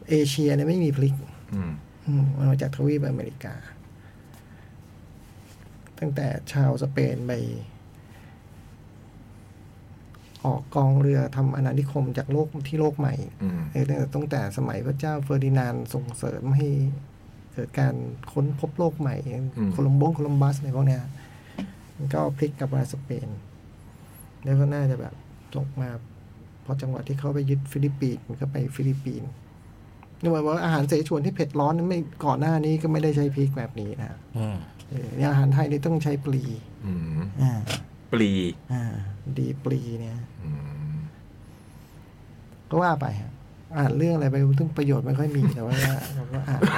[SPEAKER 2] เอเชียเนี่ยไม่มีพลิก
[SPEAKER 3] อืม
[SPEAKER 2] อืมมันมาจากทวีปอเมริกา ตั้งแต่ชาวสเปนไป ออกกองเรือทำอาณานิคมจากโลกที่โลกใหม่
[SPEAKER 3] อืม
[SPEAKER 2] เออตั้งแต่ตั้งแต่สมัยพระเจ้าเฟอร์ดินานด์ส่งเสริมให้เกิดการค้นพบโลกใหม่ โคลัมโบงโคลัมบัสอะไรพวกเนี้ยมันก็พลิกกลับมาสเปน แล้วก็น่าจะแบบตกมา พอจังหวะที่เขาไปยึดฟิลิปปินส์มันก็ไปฟิลิปปินส์นี่หมายว่าอาหารเสฉวนที่เผ็ดร้อนนั้นไม่ก่อนหน้านี้ก็ไม่ได้ใช้พริกแบบนี้นะฮะ
[SPEAKER 4] อืม
[SPEAKER 2] เออเนี่ยอาหารไทยนี่ต้องใช้ปลี
[SPEAKER 3] อืม
[SPEAKER 2] อ่า
[SPEAKER 3] ปลี
[SPEAKER 2] อ่าดีปลีเนี่ย
[SPEAKER 3] อืม
[SPEAKER 2] ก็ว่าไปฮะอ่านเรื่องอะไรไปซึ่งประโยชน์ไม่ค่อยมี แต่ว่าเราก็อ่านไป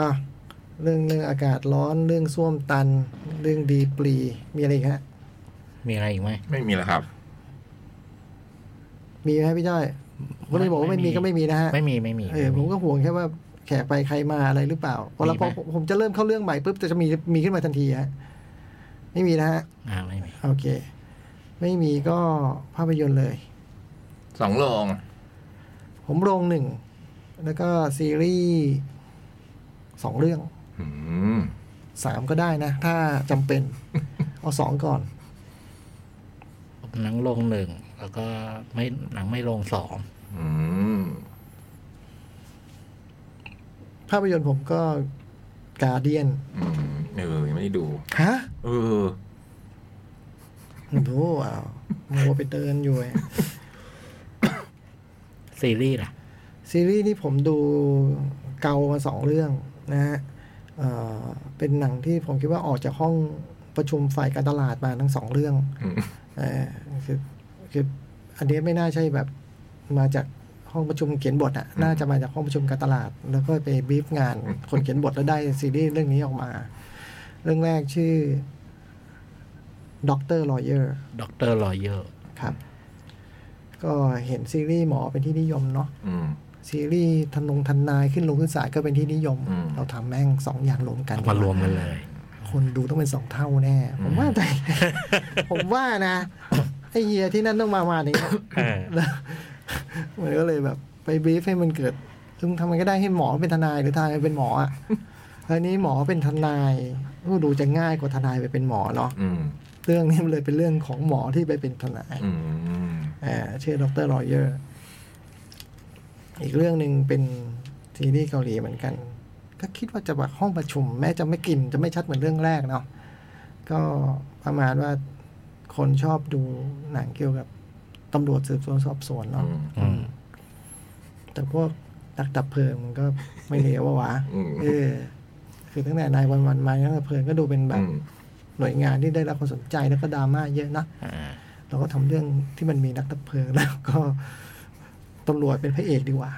[SPEAKER 2] อ่ะเรื่องเรื่องอากาศร้อนเรื่องส้วมตัน เรื่องดีปลีมีอะไรอีกฮะ
[SPEAKER 4] มีอะไรอีกไหม
[SPEAKER 3] ไม่มีแล้วครับ
[SPEAKER 2] มีไหมพี่จ้อยผมก็เลยบอกว่า
[SPEAKER 4] ไม่
[SPEAKER 2] ไม่
[SPEAKER 4] มี
[SPEAKER 2] มีก็ไม่มีนะฮะ
[SPEAKER 4] ไม่มีไม่มี
[SPEAKER 2] เออ
[SPEAKER 4] ไ
[SPEAKER 2] ผมก็ห่วงแค่ว่าแขกไปใครมาอะไรหรือเปล่าพอแล้วพอ
[SPEAKER 4] มีไหม
[SPEAKER 2] ผมจะเริ่มเข้าเรื่องใหม่ปุ๊บจะมีมีขึ้นมาทันทีฮะไม่มีนะฮะ
[SPEAKER 4] อ่าไม่มี
[SPEAKER 2] โอเค ไม่มีก็ภาพยนตร์เลย
[SPEAKER 3] สองโรง
[SPEAKER 2] ผมโรงหนึ่ง แล้วก็ซีรีส์สองเรื่อง
[SPEAKER 3] อืม
[SPEAKER 2] สามก็ได้นะ ถ้าจำเป็น เอาสองก่อน
[SPEAKER 4] หนังลงหนึ่งแล้วก็ไม่หนังไม่ลงสอง
[SPEAKER 3] อืม
[SPEAKER 2] ภาพยนตร์ผมก็กาเดียน
[SPEAKER 3] อืมเออยังไม่ได้ดู
[SPEAKER 2] ฮะ
[SPEAKER 3] เออ
[SPEAKER 2] ดูอ้าวมัวไปเดินอยู่ไอ้
[SPEAKER 4] ซีรีส์ล่ะ
[SPEAKER 2] ซีรีส์นี่ผมดูเกามาสองเรื่องนะฮะเอ่อเป็นหนังที่ผมคิดว่าออกจากห้องประชุมฝ่ายการตลาดมาทั้งสองเรื่อง
[SPEAKER 3] อืม
[SPEAKER 2] เออคือคืออันนี้ไม่น่าใช่แบบมาจากห้องประชุมเขียนบทอะน่าจะมาจากห้องประชุมการตลาด แล้วก็ไปบรีฟงาน คนเขียนบทแล้วได้ซีรีส์เรื่องนี้ออกมา เรื่องแรกชื่อด็อกเตอร์ลอเยอร์
[SPEAKER 4] ด็อกเตอร์ลอยเยอร์
[SPEAKER 2] ครับ ก็เห็นซีรีส์หมอเป็นที่นิยมเนาะ
[SPEAKER 3] อืม
[SPEAKER 2] ซีรีส์ทนงทนายขึ้นลงขึ้นศาลก็เป็นที่นิยม
[SPEAKER 3] อืม
[SPEAKER 2] เราทำแม่งสองอย่างรวมกัน
[SPEAKER 4] เอามารวมกันเลย
[SPEAKER 2] คนดูต้องเป็นสองเท่าแน่ ผมว่า แต่ ผมว่านะไอเฮียที่นั่นต้องมามานี้
[SPEAKER 4] เออ
[SPEAKER 2] แล้วมันก็เลยแบบไปบรีฟให้มันเกิดซึ่งทำมันก็ได้ให้หมอเป็นทนายหรือทนายเป็นหมออ่ะทีนี้หมอเป็นทนายก็ดูจะง่ายกว่าทนายไปเป็นหมอเนาะ
[SPEAKER 3] อืม
[SPEAKER 2] เรื่องนี้มันเลยเป็นเรื่องของหมอที่ไปเป็นทนาย
[SPEAKER 3] อืม
[SPEAKER 2] อ่าชื่อดรรอยเยอร์ อีกเรื่องหนึ่งเป็นซีรีส์เกาหลีเหมือนกัน ก็คิดว่าจะแบบห้องประชุม แม้จะไม่กลินจะไม่ชัดเหมือนเรื่องแรกเนาะก็ประมาณว่าคนชอบดูหนังเกี่ยวกับตำรวจสืบสวนสอบสวน
[SPEAKER 3] อื
[SPEAKER 2] เนาะ
[SPEAKER 3] ม
[SPEAKER 4] อืม
[SPEAKER 2] แต่พวกนักดับเพลิงมันก็ไม่เลวว่ะ วะ
[SPEAKER 3] อืม
[SPEAKER 2] เออ คือตั้งแต่นายวันวันๆมานักดับเพลิงก็ดูเป็นแบบหน่วยงานที่ได้รับความสนใจแล้วก็ดราม่าเยอะนะ
[SPEAKER 4] อ่า
[SPEAKER 2] เราก็ทำเรื่องที่มันมีนักดับเพลิงแล้วก็ตำรวจเป็นพระเอกดี กว่า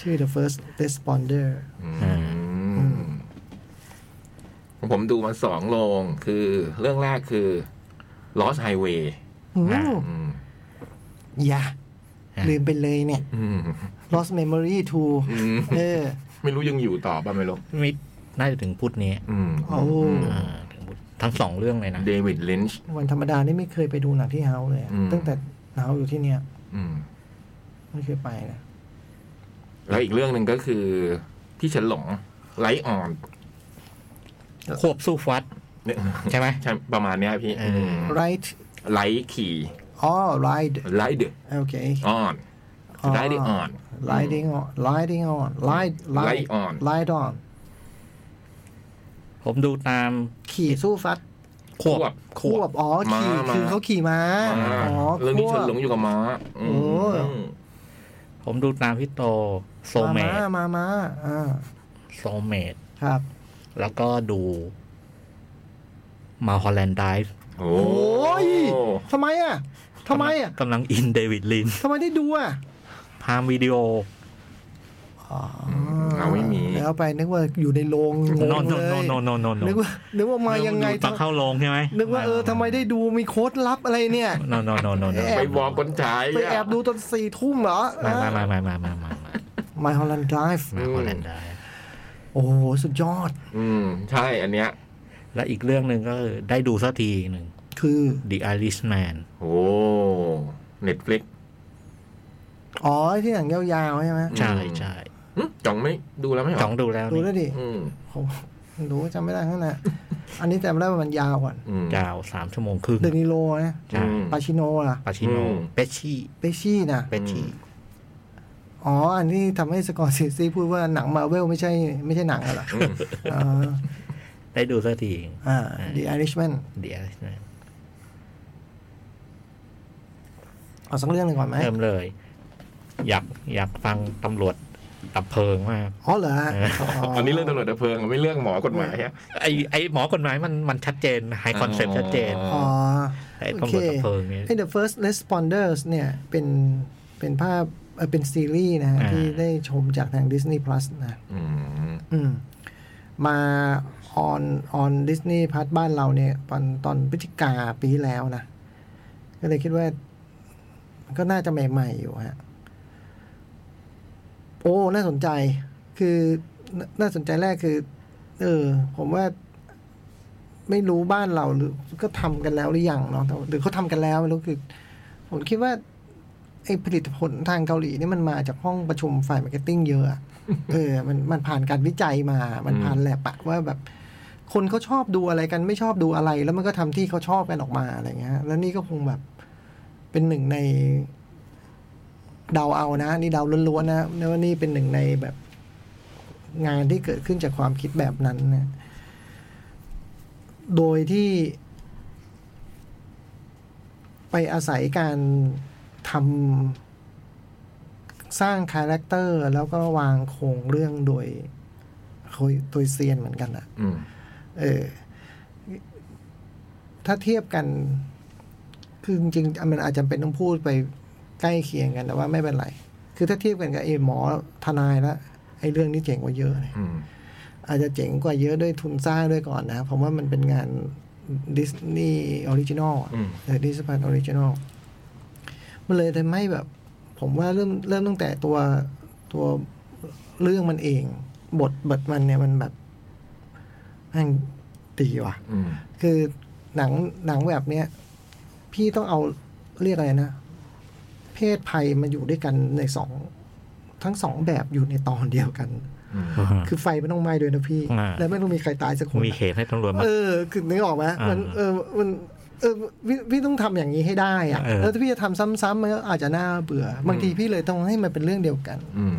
[SPEAKER 2] ชื่อ The First Responder
[SPEAKER 3] อืมผมดูมาสองโรงคือ เรื่องแรกคือ Lost Highway
[SPEAKER 2] อืม
[SPEAKER 3] อืม
[SPEAKER 2] อย่า ลืมไปเลยเนี่ย
[SPEAKER 3] อืม
[SPEAKER 2] Lost Memory
[SPEAKER 3] อื
[SPEAKER 2] 2
[SPEAKER 3] ม
[SPEAKER 2] เออ
[SPEAKER 3] ไม่รู้ยังอยู่ต่อป่ะไม่รู้
[SPEAKER 4] มิน่าจะถึงพุธนี้
[SPEAKER 3] อืม
[SPEAKER 2] โอ้
[SPEAKER 4] เออถึงพุธทั้งสองเรื่องเลยนะ
[SPEAKER 3] เดวิดลินช์
[SPEAKER 2] วันธรรมดานี่ไม่เคยไปดูหนังที่เฮาส์เลยอะ
[SPEAKER 3] อืม
[SPEAKER 2] ตั้งแต่เฮาส์อยู่ที่เนี่ย
[SPEAKER 3] อืม
[SPEAKER 2] ไม่เคยไปนะ
[SPEAKER 3] แล้วอีกเรื่องหนึ่งก็คือพี่เฉินหลงไลออน
[SPEAKER 4] ควบสู้ฟัด
[SPEAKER 3] เนี่ย
[SPEAKER 4] ใช่ไหม
[SPEAKER 3] ใช่ประมาณเนี้ยพี่
[SPEAKER 4] เอออื
[SPEAKER 3] ม
[SPEAKER 2] ไรท์
[SPEAKER 3] ไลขี่
[SPEAKER 2] อ๋อไรท์
[SPEAKER 3] ไลเดอ
[SPEAKER 2] โอเค
[SPEAKER 3] ออนไลเดอออน
[SPEAKER 2] lighting on lighting on light light
[SPEAKER 3] Light on
[SPEAKER 2] light on
[SPEAKER 4] ผมดูตาม
[SPEAKER 2] ขี่สู้ฟัด
[SPEAKER 4] ควบ
[SPEAKER 3] ควบ
[SPEAKER 2] ควบอ๋อขี่
[SPEAKER 3] ม้า
[SPEAKER 2] คือ
[SPEAKER 3] ม้า
[SPEAKER 2] เขาขี่ม้า
[SPEAKER 3] มา
[SPEAKER 2] อ๋อ
[SPEAKER 3] เรื่องที่
[SPEAKER 2] คว
[SPEAKER 3] เฉิ
[SPEAKER 2] บ
[SPEAKER 3] นหลงอยู่กับม้าอืม
[SPEAKER 2] โอ้
[SPEAKER 4] ผมดูตามพี่โตโซเมด
[SPEAKER 2] มามามาอ่า
[SPEAKER 4] โซเมด
[SPEAKER 2] ครับ
[SPEAKER 4] แล้วก็ดูมาฮอลแลนด์ไดฟ์
[SPEAKER 3] โอ้
[SPEAKER 2] โอ้ยทำไมอ่ะทำไมอ่ะ
[SPEAKER 4] กำลังอินเดวิดลิน
[SPEAKER 2] ทำไมได้ดูอ่ะ
[SPEAKER 4] พามวิดีโอ
[SPEAKER 2] อ๋อ
[SPEAKER 3] เราไม่มี
[SPEAKER 2] แล้วไปนึกว่าอยู่ในโรงง
[SPEAKER 4] โน
[SPEAKER 2] ง
[SPEAKER 4] โน
[SPEAKER 2] เลย
[SPEAKER 4] โนโนโนโนโน
[SPEAKER 2] นึกว่านึกว่ามายังไง
[SPEAKER 4] ดูตอนเข้าโรงใช่ไหม
[SPEAKER 2] นึกว่าเออทำไมได้ดูมีโค้ดลับอะไรเนี่ย
[SPEAKER 4] โนโนโนโนโน
[SPEAKER 3] ไปบอกคนฉาย
[SPEAKER 2] ไปแอบดูตอนสี่ทุ่มเหรอ
[SPEAKER 4] มามามามามามามามา
[SPEAKER 2] มาฮอลแลนด์ไดฟ
[SPEAKER 4] มาฮอลแลนด์ไดฟ์
[SPEAKER 2] โอ้โหสุดยอด
[SPEAKER 3] อืม ใช่อันเนี้ย
[SPEAKER 4] และอีกเรื่องหนึ่งก็คือได้ดูสักทีหนึ่ง
[SPEAKER 2] คือ
[SPEAKER 4] The Irishman
[SPEAKER 3] โอ้เน็ตฟลิก
[SPEAKER 2] อ๋อที่หนังยาวๆใช่ไหม
[SPEAKER 4] ใช่
[SPEAKER 3] อืม
[SPEAKER 4] ใช่
[SPEAKER 3] จ่องไม่ดูแล้วไหมเหร
[SPEAKER 4] จ้องดูแล้ว
[SPEAKER 2] ดู
[SPEAKER 4] นี่
[SPEAKER 2] แล้วดิ
[SPEAKER 3] อืม
[SPEAKER 2] ผมดูจำไม่ได้ข้างในอันนี้จำได้ว่ามันยาวก่อน
[SPEAKER 3] อืม
[SPEAKER 4] ยาวสามชั่วโมงครึ่ง
[SPEAKER 2] เดนิโลนะ
[SPEAKER 3] อื
[SPEAKER 4] ใช่
[SPEAKER 3] ม
[SPEAKER 2] ปาชิโนล่ะ
[SPEAKER 4] ปาชิโน
[SPEAKER 3] อืม
[SPEAKER 4] เปชชี่
[SPEAKER 2] เปชี่นะ
[SPEAKER 4] เปชชี่
[SPEAKER 2] อ๋อ อันที่ทำให้สกอร์เซซีพูดว่าหนังมาเวลไม่ใช่ไม่ใช่หนังอะเหรอเอ่อ
[SPEAKER 4] ได้ดูสักที
[SPEAKER 2] อ่า The Irishman
[SPEAKER 4] The Irishman
[SPEAKER 2] เอาสักเรื่องหนึ่งก่อนไหม
[SPEAKER 4] เริ่มเลย อยากอยากฟังตำรวจตับเพลิงมาก
[SPEAKER 2] อ๋อเหรอ
[SPEAKER 3] อันนี้เรื่องตำรวจดับเพลิงไม่เรื่องหมอกฎหมายฮะ
[SPEAKER 4] ไอไอหมอกฎหมายมันมันชัดเจนไฮคอนเซป
[SPEAKER 3] อ๋
[SPEAKER 4] ต์
[SPEAKER 3] อ
[SPEAKER 4] ชัดเจน
[SPEAKER 2] อ๋อ
[SPEAKER 4] ไอ้ตำรวจดับเพลิงเนี่ย
[SPEAKER 2] ไอ้ The First Responders เนี่ยเป็นเป็นภาพเอ่อเป็นซีรีส์นะฮะ
[SPEAKER 4] อ่า
[SPEAKER 2] ที่ได้ชมจากทาง Disney Plus นะ
[SPEAKER 3] อืม
[SPEAKER 2] อืมมาออนออนดิสนีย์พัทบ้านเราเนี่ย ตอนตอนพฤศจิกาปีที่แล้วนะ ก็เลยคิดว่ามันก็น่าจะใหม่ ๆ อยู่ฮะ โอ้ น่าสนใจ คือน่าน่าสนใจแรกคือ เออ ผมว่าไม่รู้บ้านเราหรือก็ทำกันแล้วหรือยังเนาะแต่หรือเขาทำกันแล้วไม่รู้คือ ผมคิดว่า ไอ้ผลิตผลทางเกาหลีนี่มันมาจากห้องประชุมฝ่ายมาร์เก็ตติ้งเยอะอะเออมันมันผ่านการวิจัยมา มันผ่านแลบอะว่าแบบ คนเขาชอบดูอะไรกันไม่ชอบดูอะไร แล้วมันก็ทำที่เขาชอบกันออกมาอะไรเงี้ย แล้วนี่ก็คงแบบเป็นหนึ่งใน เดาเอานะนี่เดาล้วนๆนะนะว่านี่เป็นหนึ่งในแบบ งานที่เกิดขึ้นจากความคิดแบบนั้นนะโดยที่ ไปอาศัยการทำสร้างคาแรคเตอร์ แล้วก็วางโครงเรื่องโดยโดยโดยเซียนเหมือนกันอะ
[SPEAKER 3] อืม
[SPEAKER 2] เออ ถ้าเทียบกัน คือจริงๆอ่ะมันอาจจะเป็นต้องพูดไปใกล้เคียงกันแต่ว่าไม่เป็นไร คือถ้าเทียบกันกับไอ้หมอทนายละไอ้เรื่องนี้เจ๋งกว่าเยอะเลย
[SPEAKER 3] อืม
[SPEAKER 2] อาจจะเจ๋งกว่าเยอะด้วยทุนสร้างด้วยก่อนนะผมว่ามันเป็นงานดิสนีย์ออริจินอล
[SPEAKER 3] อืม
[SPEAKER 2] หรือดิสพันออริจินอลมันเลยทำให้แบบ ผมว่าเริ่มเริ่มตั้งแต่ตัวตัวเรื่องมันเอง บทบทมันเนี่ยมันแบบแม่งดีว่ะ
[SPEAKER 3] อืม
[SPEAKER 2] คือหนังหนังแบบเนี้ย พี่ต้องเอาเรียกอะไรนะ เพศภัยมาอยู่ด้วยกันในสองทั้งสองแบบอยู่ในตอนเดียวกัน
[SPEAKER 3] อืม
[SPEAKER 2] คือไฟมันต้องไหม้ด้วยนะพี่
[SPEAKER 4] อ่า
[SPEAKER 2] แล้วไม่ต้องมีใครตายสักคน
[SPEAKER 4] มีเขตให้ตำรวจมา
[SPEAKER 2] เออ คือนึกออกไหมมันเออมันเออพี่พี่ต้องทำอย่างนี้ให้ได้อะ
[SPEAKER 4] เออ
[SPEAKER 2] แล้วถ้าพี่จะทำซ้ำๆมันก็อาจจะน่าเบื่อ บางทีพี่เลยต้องให้มันเป็นเรื่องเดียวกัน
[SPEAKER 3] อืม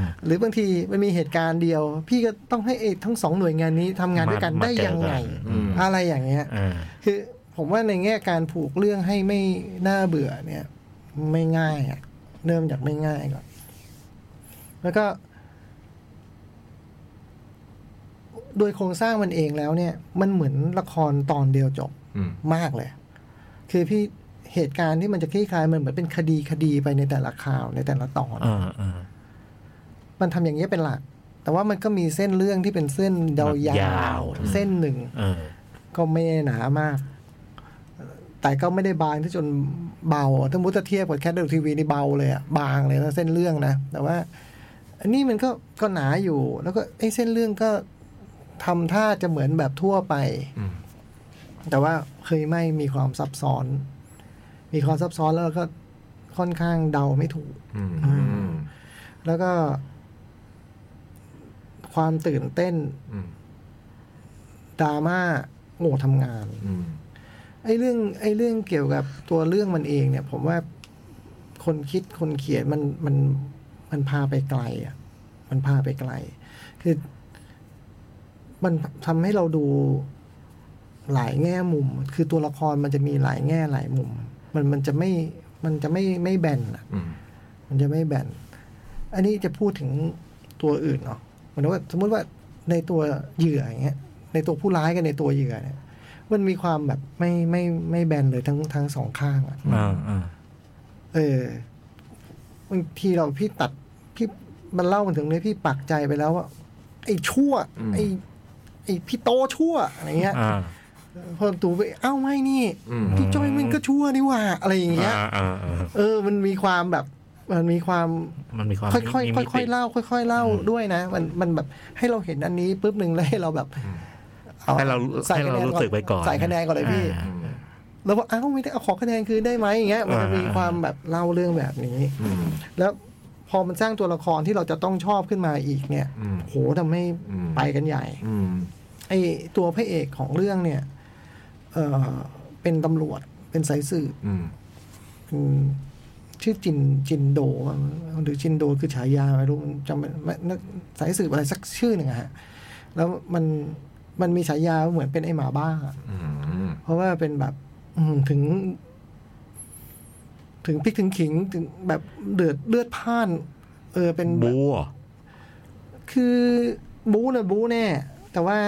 [SPEAKER 4] ม
[SPEAKER 2] หรือบางทีมันมีเหตุการณ์เดียว พี่ก็ต้องให้ไอ้ทั้งสองหน่วยงานนี้ทำงานด้วยกัน
[SPEAKER 4] มา
[SPEAKER 2] ได้ยังไง
[SPEAKER 4] มาเจอกันอืม
[SPEAKER 2] อะไรอย่างเงี้ย
[SPEAKER 4] อ่า
[SPEAKER 2] คือผมว่าในแง่การผูกเรื่องให้ไม่น่าเบื่อเนี่ย ไม่ง่ายอะเริ่มจากไม่ง่ายก่อน แล้วก็โดยโครงสร้างมันเองแล้วเนี่ย มันเหมือนละครตอนเดียวจบ
[SPEAKER 3] อืม
[SPEAKER 2] มากเลย คือพี่เหตุการณ์ที่มันจะคลี่คลายมันเหมือนเป็นคดีคดีไปในแต่ละข่าวในแต่ละตอน
[SPEAKER 4] อ่าอ่า
[SPEAKER 2] มันทำอย่างนี้ยเป็นหลัก แต่ว่ามันก็มีเส้นเรื่องที่เป็นเส้นยาวๆ
[SPEAKER 4] ยาวอืม
[SPEAKER 2] เส้นหนึ่ง
[SPEAKER 4] เออ
[SPEAKER 2] ก็ไม่ได้หนามาก แต่ก็ไม่ได้บางที่จนเบาถ้ามุติจะเทียบกับแคทเดิลทีวีนี่เบาเลยอะบางเลยนะเส้นเรื่องนะ แต่ว่า อันนี้มันก็ก็หนาอยู่ แล้วก็ไอ้เส้นเรื่องก็ทำท่าจะเหมือนแบบทั่วไป
[SPEAKER 3] อืม
[SPEAKER 2] แต่ว่าเคยไม่มีความซับซ้อน มีความซับซ้อนแล้วก็ค่อนข้างเดาไม่ถูก
[SPEAKER 3] อืม
[SPEAKER 2] แล้วก็ ความตื่นเต้น
[SPEAKER 3] อืม
[SPEAKER 2] ดราม่าโง่ทำงาน
[SPEAKER 3] อืม
[SPEAKER 2] ไอ้เรื่องไอ้เรื่องเกี่ยวกับตัวเรื่องมันเองเนี่ย ผมว่าคนคิดคนเขียนมันมันมันพาไปไกลอ่ะ มันพาไปไกล คือมันทำให้เราดูหลายแง่มุม คือตัวละครมันจะมีหลายแง่หลายมุม มันมันจะไม่มันจะไม่ไม่แบนอ่ะ
[SPEAKER 3] อืม
[SPEAKER 2] มันจะไม่แบน อันนี้จะพูดถึงตัวอื่นเนาะเหมือนว่าสมมุติว่าในตัวเหยื่ออย่างเงี้ย ในตัวผู้ร้ายกับในตัวเหยื่อเนี่ย มันมีความแบบไม่ไม่ไม่แบนเลยทั้งทั้งสองข้างอะ
[SPEAKER 4] อ่าอ่า
[SPEAKER 2] เออบางทีเราพี่ตัดพี่มันเล่ามันถึงเนี้ยพี่ปักใจไปแล้วว่า ไอ้ชั่ว
[SPEAKER 3] อืม
[SPEAKER 2] ไอ้ไอ้พี่โตชั่วอะไรเงี้ย
[SPEAKER 4] อ่า
[SPEAKER 2] พอตูไปเอ้าไม่นี่
[SPEAKER 3] อืม
[SPEAKER 2] พี่จ้อยมันก็ชั่วนี่หว่าอะไรอย่างเงี้ย
[SPEAKER 4] อ่าอ่าอ่า
[SPEAKER 2] เออ มันมีความแบบมันมีความ
[SPEAKER 4] มันมีความ
[SPEAKER 2] ค่อยๆค่อย
[SPEAKER 4] มีมิติ
[SPEAKER 2] ๆเล่า ค่อย ๆ เล่าด้วยนะ มันมันแบบให้เราเห็นอันนี้ปุ๊บหนึ่งแล้วให้เราแบบอ
[SPEAKER 4] ให้เรา
[SPEAKER 2] ส่
[SPEAKER 4] ให้เรา
[SPEAKER 2] คะแนน
[SPEAKER 4] รู้สึกไปก่อน
[SPEAKER 2] ใส่คะแนนก่อนเลยพี่
[SPEAKER 4] า
[SPEAKER 2] แล้วว่าอ้าวไม่ได้เอาขอคะแนนคืนได้ไหมอย่างเงี้ยมันจะมี
[SPEAKER 4] อ่า
[SPEAKER 2] ความแบบเล่าเรื่องแบบนี้
[SPEAKER 3] อืม
[SPEAKER 2] แล้วพอมันสร้างตัวละครที่เราจะต้องชอบขึ้นมาอีกเนี่ย
[SPEAKER 3] อืม
[SPEAKER 2] โหทำให้
[SPEAKER 3] อืม
[SPEAKER 2] ไปกันใหญ่
[SPEAKER 3] อืม
[SPEAKER 2] ไอตัวพระเอกของเรื่องเนี่ย เออเป็นตำรวจเป็นสายสืบ
[SPEAKER 3] อืม
[SPEAKER 2] อืมชื่อจินจินโดมั้งหรือจินโดคือฉายาไม่รู้มันจำไม่ไม่นักสายสืบอะไรสักชื่อหนึ่งอะฮะ แล้วมันมันมีฉายาเหมือนเป็นไอหมาบ้า
[SPEAKER 3] อืม
[SPEAKER 2] เพราะว่าเป็นแบบ อืมถึง ถึงพริกถึงขิงถึงแบบเดือดเลือดพล่าน เออเป็นแบบ
[SPEAKER 4] บูเหรอ
[SPEAKER 2] คือบู๊นะบู๊แน่ แต่ว่า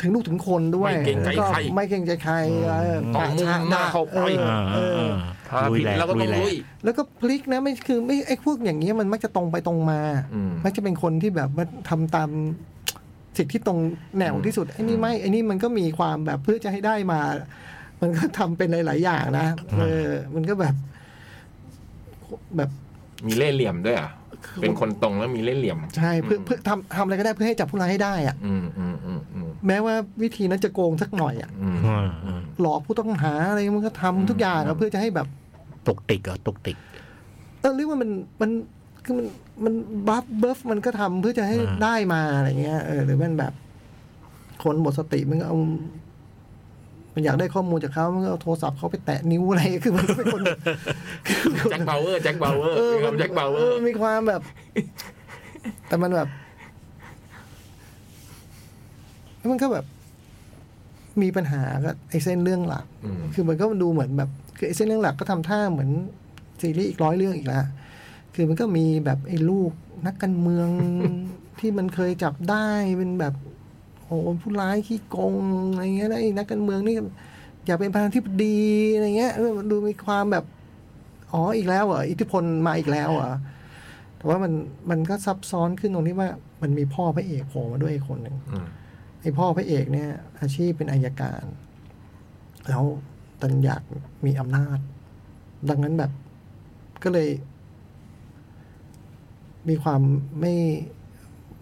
[SPEAKER 2] ถึงลูกถึงคนด้วย
[SPEAKER 3] ไม่เกรงใจ
[SPEAKER 2] แล้วก็
[SPEAKER 3] ใคร
[SPEAKER 2] ไม่เกรงใจใครเออ
[SPEAKER 3] ต่อย
[SPEAKER 2] ด่
[SPEAKER 3] หน้าเข้าไป
[SPEAKER 2] ออ
[SPEAKER 4] อ่า
[SPEAKER 2] เออ
[SPEAKER 4] อ่าอ่า
[SPEAKER 3] ถ้า
[SPEAKER 4] ลุย
[SPEAKER 3] ผิด
[SPEAKER 4] แหลก
[SPEAKER 3] เราก็
[SPEAKER 4] ลุ
[SPEAKER 3] ต้อยง
[SPEAKER 4] แหล
[SPEAKER 3] ลุ
[SPEAKER 4] ก
[SPEAKER 3] ย
[SPEAKER 2] แล้วก็พลิกนะไม่คือไม่ไอ้พวกอย่างเงี้ยมันมักจะตรงไปตรงมา
[SPEAKER 3] อืม
[SPEAKER 2] กจะเป็นคนที่แบบว่าทำตามสิทธิที่ตรงแนวที่สุดไอ้นี่ไม่ไอ้นี่มันก็มีความแบบเพื่อจะให้ได้มา มันก็ทำเป็นหลาย ๆ อย่างนะเออ มันก็แบบ แบบ
[SPEAKER 3] มีเล่ห์เหลี่ยมด้วยอ่ะ เป็นคนตรงแล้วมีเล่ห์เหลี่ยม
[SPEAKER 2] ใช่เพื่อเพื่อทำทำอะไรก็ได้เพื่อให้จับผู้ร้ายให้ได้อะ
[SPEAKER 3] อืม อืม อืม อืม
[SPEAKER 2] แม้ว่าวิธีนั้นจะโกงสักหน่อยอะ
[SPEAKER 3] อืม
[SPEAKER 4] อ่าอ่า
[SPEAKER 2] หลอกผู้ต้องหาอะไรมันก็ทำทุกอย่างอะเพื่อจะให้แบบ
[SPEAKER 4] ตุกติกเหรอตุกติก
[SPEAKER 2] เออหรือว่ามันมันคือมันมันบัฟเบิฟมันก็ทำเพื่อจะให้
[SPEAKER 4] อืม
[SPEAKER 2] ได้มาอะไรเงี้ยเออหรือมันแบบ คนหมดสติมันก็เอา มันอยากได้ข้อมูลจากเขามันก็เอาโทรศัพท์เขาไปแตะนิ้วอะไรคือมันก็เป็นคน
[SPEAKER 3] แจ็คเบลเวอร์แจ็คเบลเวอร์
[SPEAKER 2] เออ
[SPEAKER 3] ครับแจ็คเบลเวอ
[SPEAKER 2] อ
[SPEAKER 3] ร์
[SPEAKER 2] อ มีความแบบ แต่มันแบบแล้วมันก็แบบ มีปัญหากับไอ้เส้นเรื่องหลัก
[SPEAKER 3] อืม
[SPEAKER 2] คือมันก็ดูเหมือนแบบ คือไอ้เส้นเรื่องหลักก็ทำท่าเหมือนซีรีส์อีกร้อยเรื่องอีกแล้วคือมันก็มีแบบไอ้ลูกนักการเมือง ที่มันเคยจับได้เป็นแบบโอ้โหผู้ร้ายขี้โกงอะไรเงี้ยแล้วไอ้นักการเมืองนี่อยากเป็นประธานาธิบดีอะไรเงี้ยเออมันดูมีความแบบ อ๋ออีกแล้วเหรออิทธิพลมาอีกแล้วเหรอแต่ว่ามันมันก็ซับซ้อนขึ้นตรงที่ว่า มันมีพ่อพระเอกโผล่มาด้วยอีกคนหนึ่ง
[SPEAKER 3] อืม
[SPEAKER 2] ไอพ่อพระเอกเนี่ย อาชีพเป็นอายการ แล้วตันอยากมีอำนาจ ดังนั้นแบบ ก็เลย มีความไม่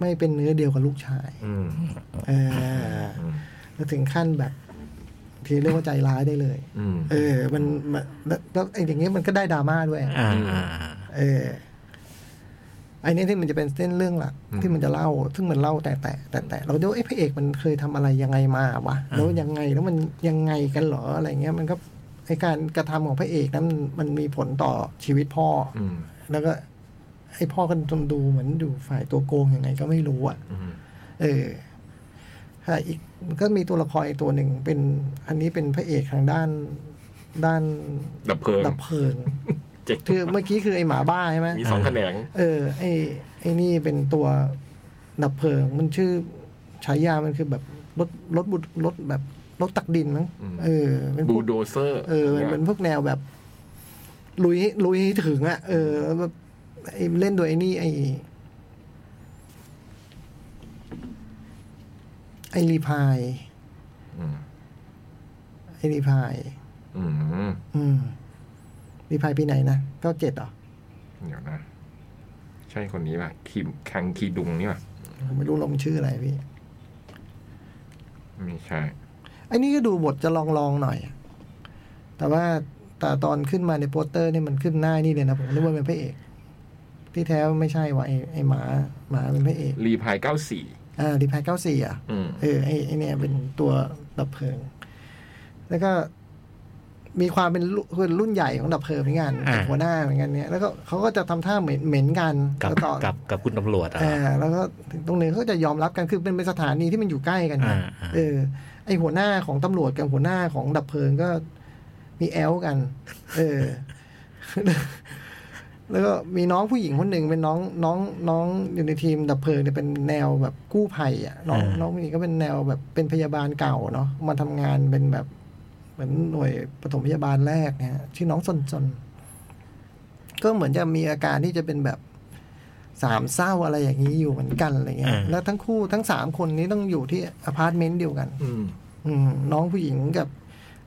[SPEAKER 2] ไม่เป็นเนื้อเดียวกับลูกชาย
[SPEAKER 3] อืม
[SPEAKER 2] เออแล้วถึงขั้นแบบ ที่เรียกว่าใจร้ายได้เลย
[SPEAKER 3] อืม
[SPEAKER 2] เออ มันมันแล้วแล้วไอ้อย่างเงี้ยมันก็ได้ดราม่าด้วย
[SPEAKER 4] อ่า
[SPEAKER 2] เออไอ้เนี่ยที่มันจะเป็นเส้นเรื่องหลักที่มันจะเล่า ซึ่งมันเล่าแต่แต่แต่แต่เราดูเอ้พระเอกมันเคยทำอะไรยังไงมาวะแล้วยังไงแล้วมันยังไงกันเหรออะไรเงี้ย มันก็ไอการกระทำของพระเอกนั้นมันมันมีผลต่อชีวิตพ่ออ
[SPEAKER 3] อืม
[SPEAKER 2] แล้วก็ไอพ่อก็จนดูเหมือนดูฝ่ายตัวโกงยังไงก็ไม่รู้อะ
[SPEAKER 3] อืม
[SPEAKER 2] เออค่ะอีกมันก็มีตัวละครอีกตัวหนึ่งเป็น อันนี้เป็นพระเอกทางด้านด้าน
[SPEAKER 3] ดับเพลิง
[SPEAKER 2] ดับเพลิง
[SPEAKER 3] เจ็ก
[SPEAKER 2] คือเมื่อกี้คือไอหมาบ้าใช่ไหม
[SPEAKER 3] มีสองแขนง
[SPEAKER 2] เออไอ้ไอ้นี่เป็นตัวดับเพลิง มันชื่อฉายามันคือแบบรถรถบุดรถแบบรถตักดินมั้งเออเป็นพ
[SPEAKER 3] บู
[SPEAKER 2] วก
[SPEAKER 3] โดเซอร์
[SPEAKER 2] เออมันเป็นพวกแนวแบบ ลุยลุยให้ถึงอ่ะเออแล้วแบบไอ้เล่นโดยไอ้นี่ไอ้ไอ้รีพาย
[SPEAKER 3] อืม
[SPEAKER 2] ไอ้รีพาย
[SPEAKER 3] อืม
[SPEAKER 2] อืมรีพายปีไหนนะเก้าเจ็ดเหรอ
[SPEAKER 3] เดี๋ยวนะ ใช่คนนี้ป่ะคิมคังคีดุงนี่ป่ะ
[SPEAKER 2] ผมไม่รู้ลงชื่ออะไรพี่
[SPEAKER 3] ไม่ใช่
[SPEAKER 2] ไอ้นี่ก็ดูบทจะลองลองๆหน่อยอะแต่ว่าแต่ตอนขึ้นมาในโปสเตอร์นี่มันขึ้นหน้านี่เลยนะผมนึกว่าเป็นพระเอก ที่แท้ไม่ใช่ว่ะไอ้ไอ้หมาหมาเป็นพระเอก
[SPEAKER 3] รีพายเก้าสี่
[SPEAKER 2] อ่าดีพายเก้าสี่อ่ะ
[SPEAKER 3] อืม
[SPEAKER 2] เออไอ้ไอ้เนี่ยเป็นตัวดับเพลิง แล้วก็มีความเป็นลุเป็นรุ่นใหญ่ของดับเพลิงเหมือนกัน
[SPEAKER 4] อ่า
[SPEAKER 2] หัวหน้าเหมือนกันเนี่ย แล้วก็เขาก็จะทำท่าเหม็นเหม็นกัน
[SPEAKER 4] กับ
[SPEAKER 2] แล้วต่อ
[SPEAKER 4] กับกับคุณตำรวจอ่ะ
[SPEAKER 2] อ่าแล้วก็ตรงนี้เขาก็จะยอมรับกันคือเป็นเป็นสถานีที่มันอยู่ใกล้กันนะ
[SPEAKER 4] อ่าอ่า
[SPEAKER 2] เออไอหัวหน้าของตำรวจกับหัวหน้าของดับเพลิงก็มีแอลกัน เอ อ แล้วก็มีน้องผู้หญิงคนหนึ่งเป็นน้องน้องน้องอยู่ในทีมดับเพลิงเนี่ยเป็นแนวแบบกู้ภัยอ่ะน้อง
[SPEAKER 4] อ่า
[SPEAKER 2] น้องผู้หญิงก็เป็นแนวแบบเป็นพยาบาลเก่าเนาะมาทำงานเป็นแบบ เหมือนหน่วยปฐมพยาบาลแรกนะฮะชื่อน้องซนซนก็เหมือนจะมีอาการที่จะเป็นแบบสามเศร้าอะไรอย่างนี้อยู่เหมือนกันอะไรเงี้ย
[SPEAKER 4] อ่า
[SPEAKER 2] แล้วทั้งคู่ทั้งสามคนนี้ต้องอยู่ที่อพาร์ตเมนต์เดียวกัน
[SPEAKER 3] อืม
[SPEAKER 2] อืมน้องผู้หญิงกับ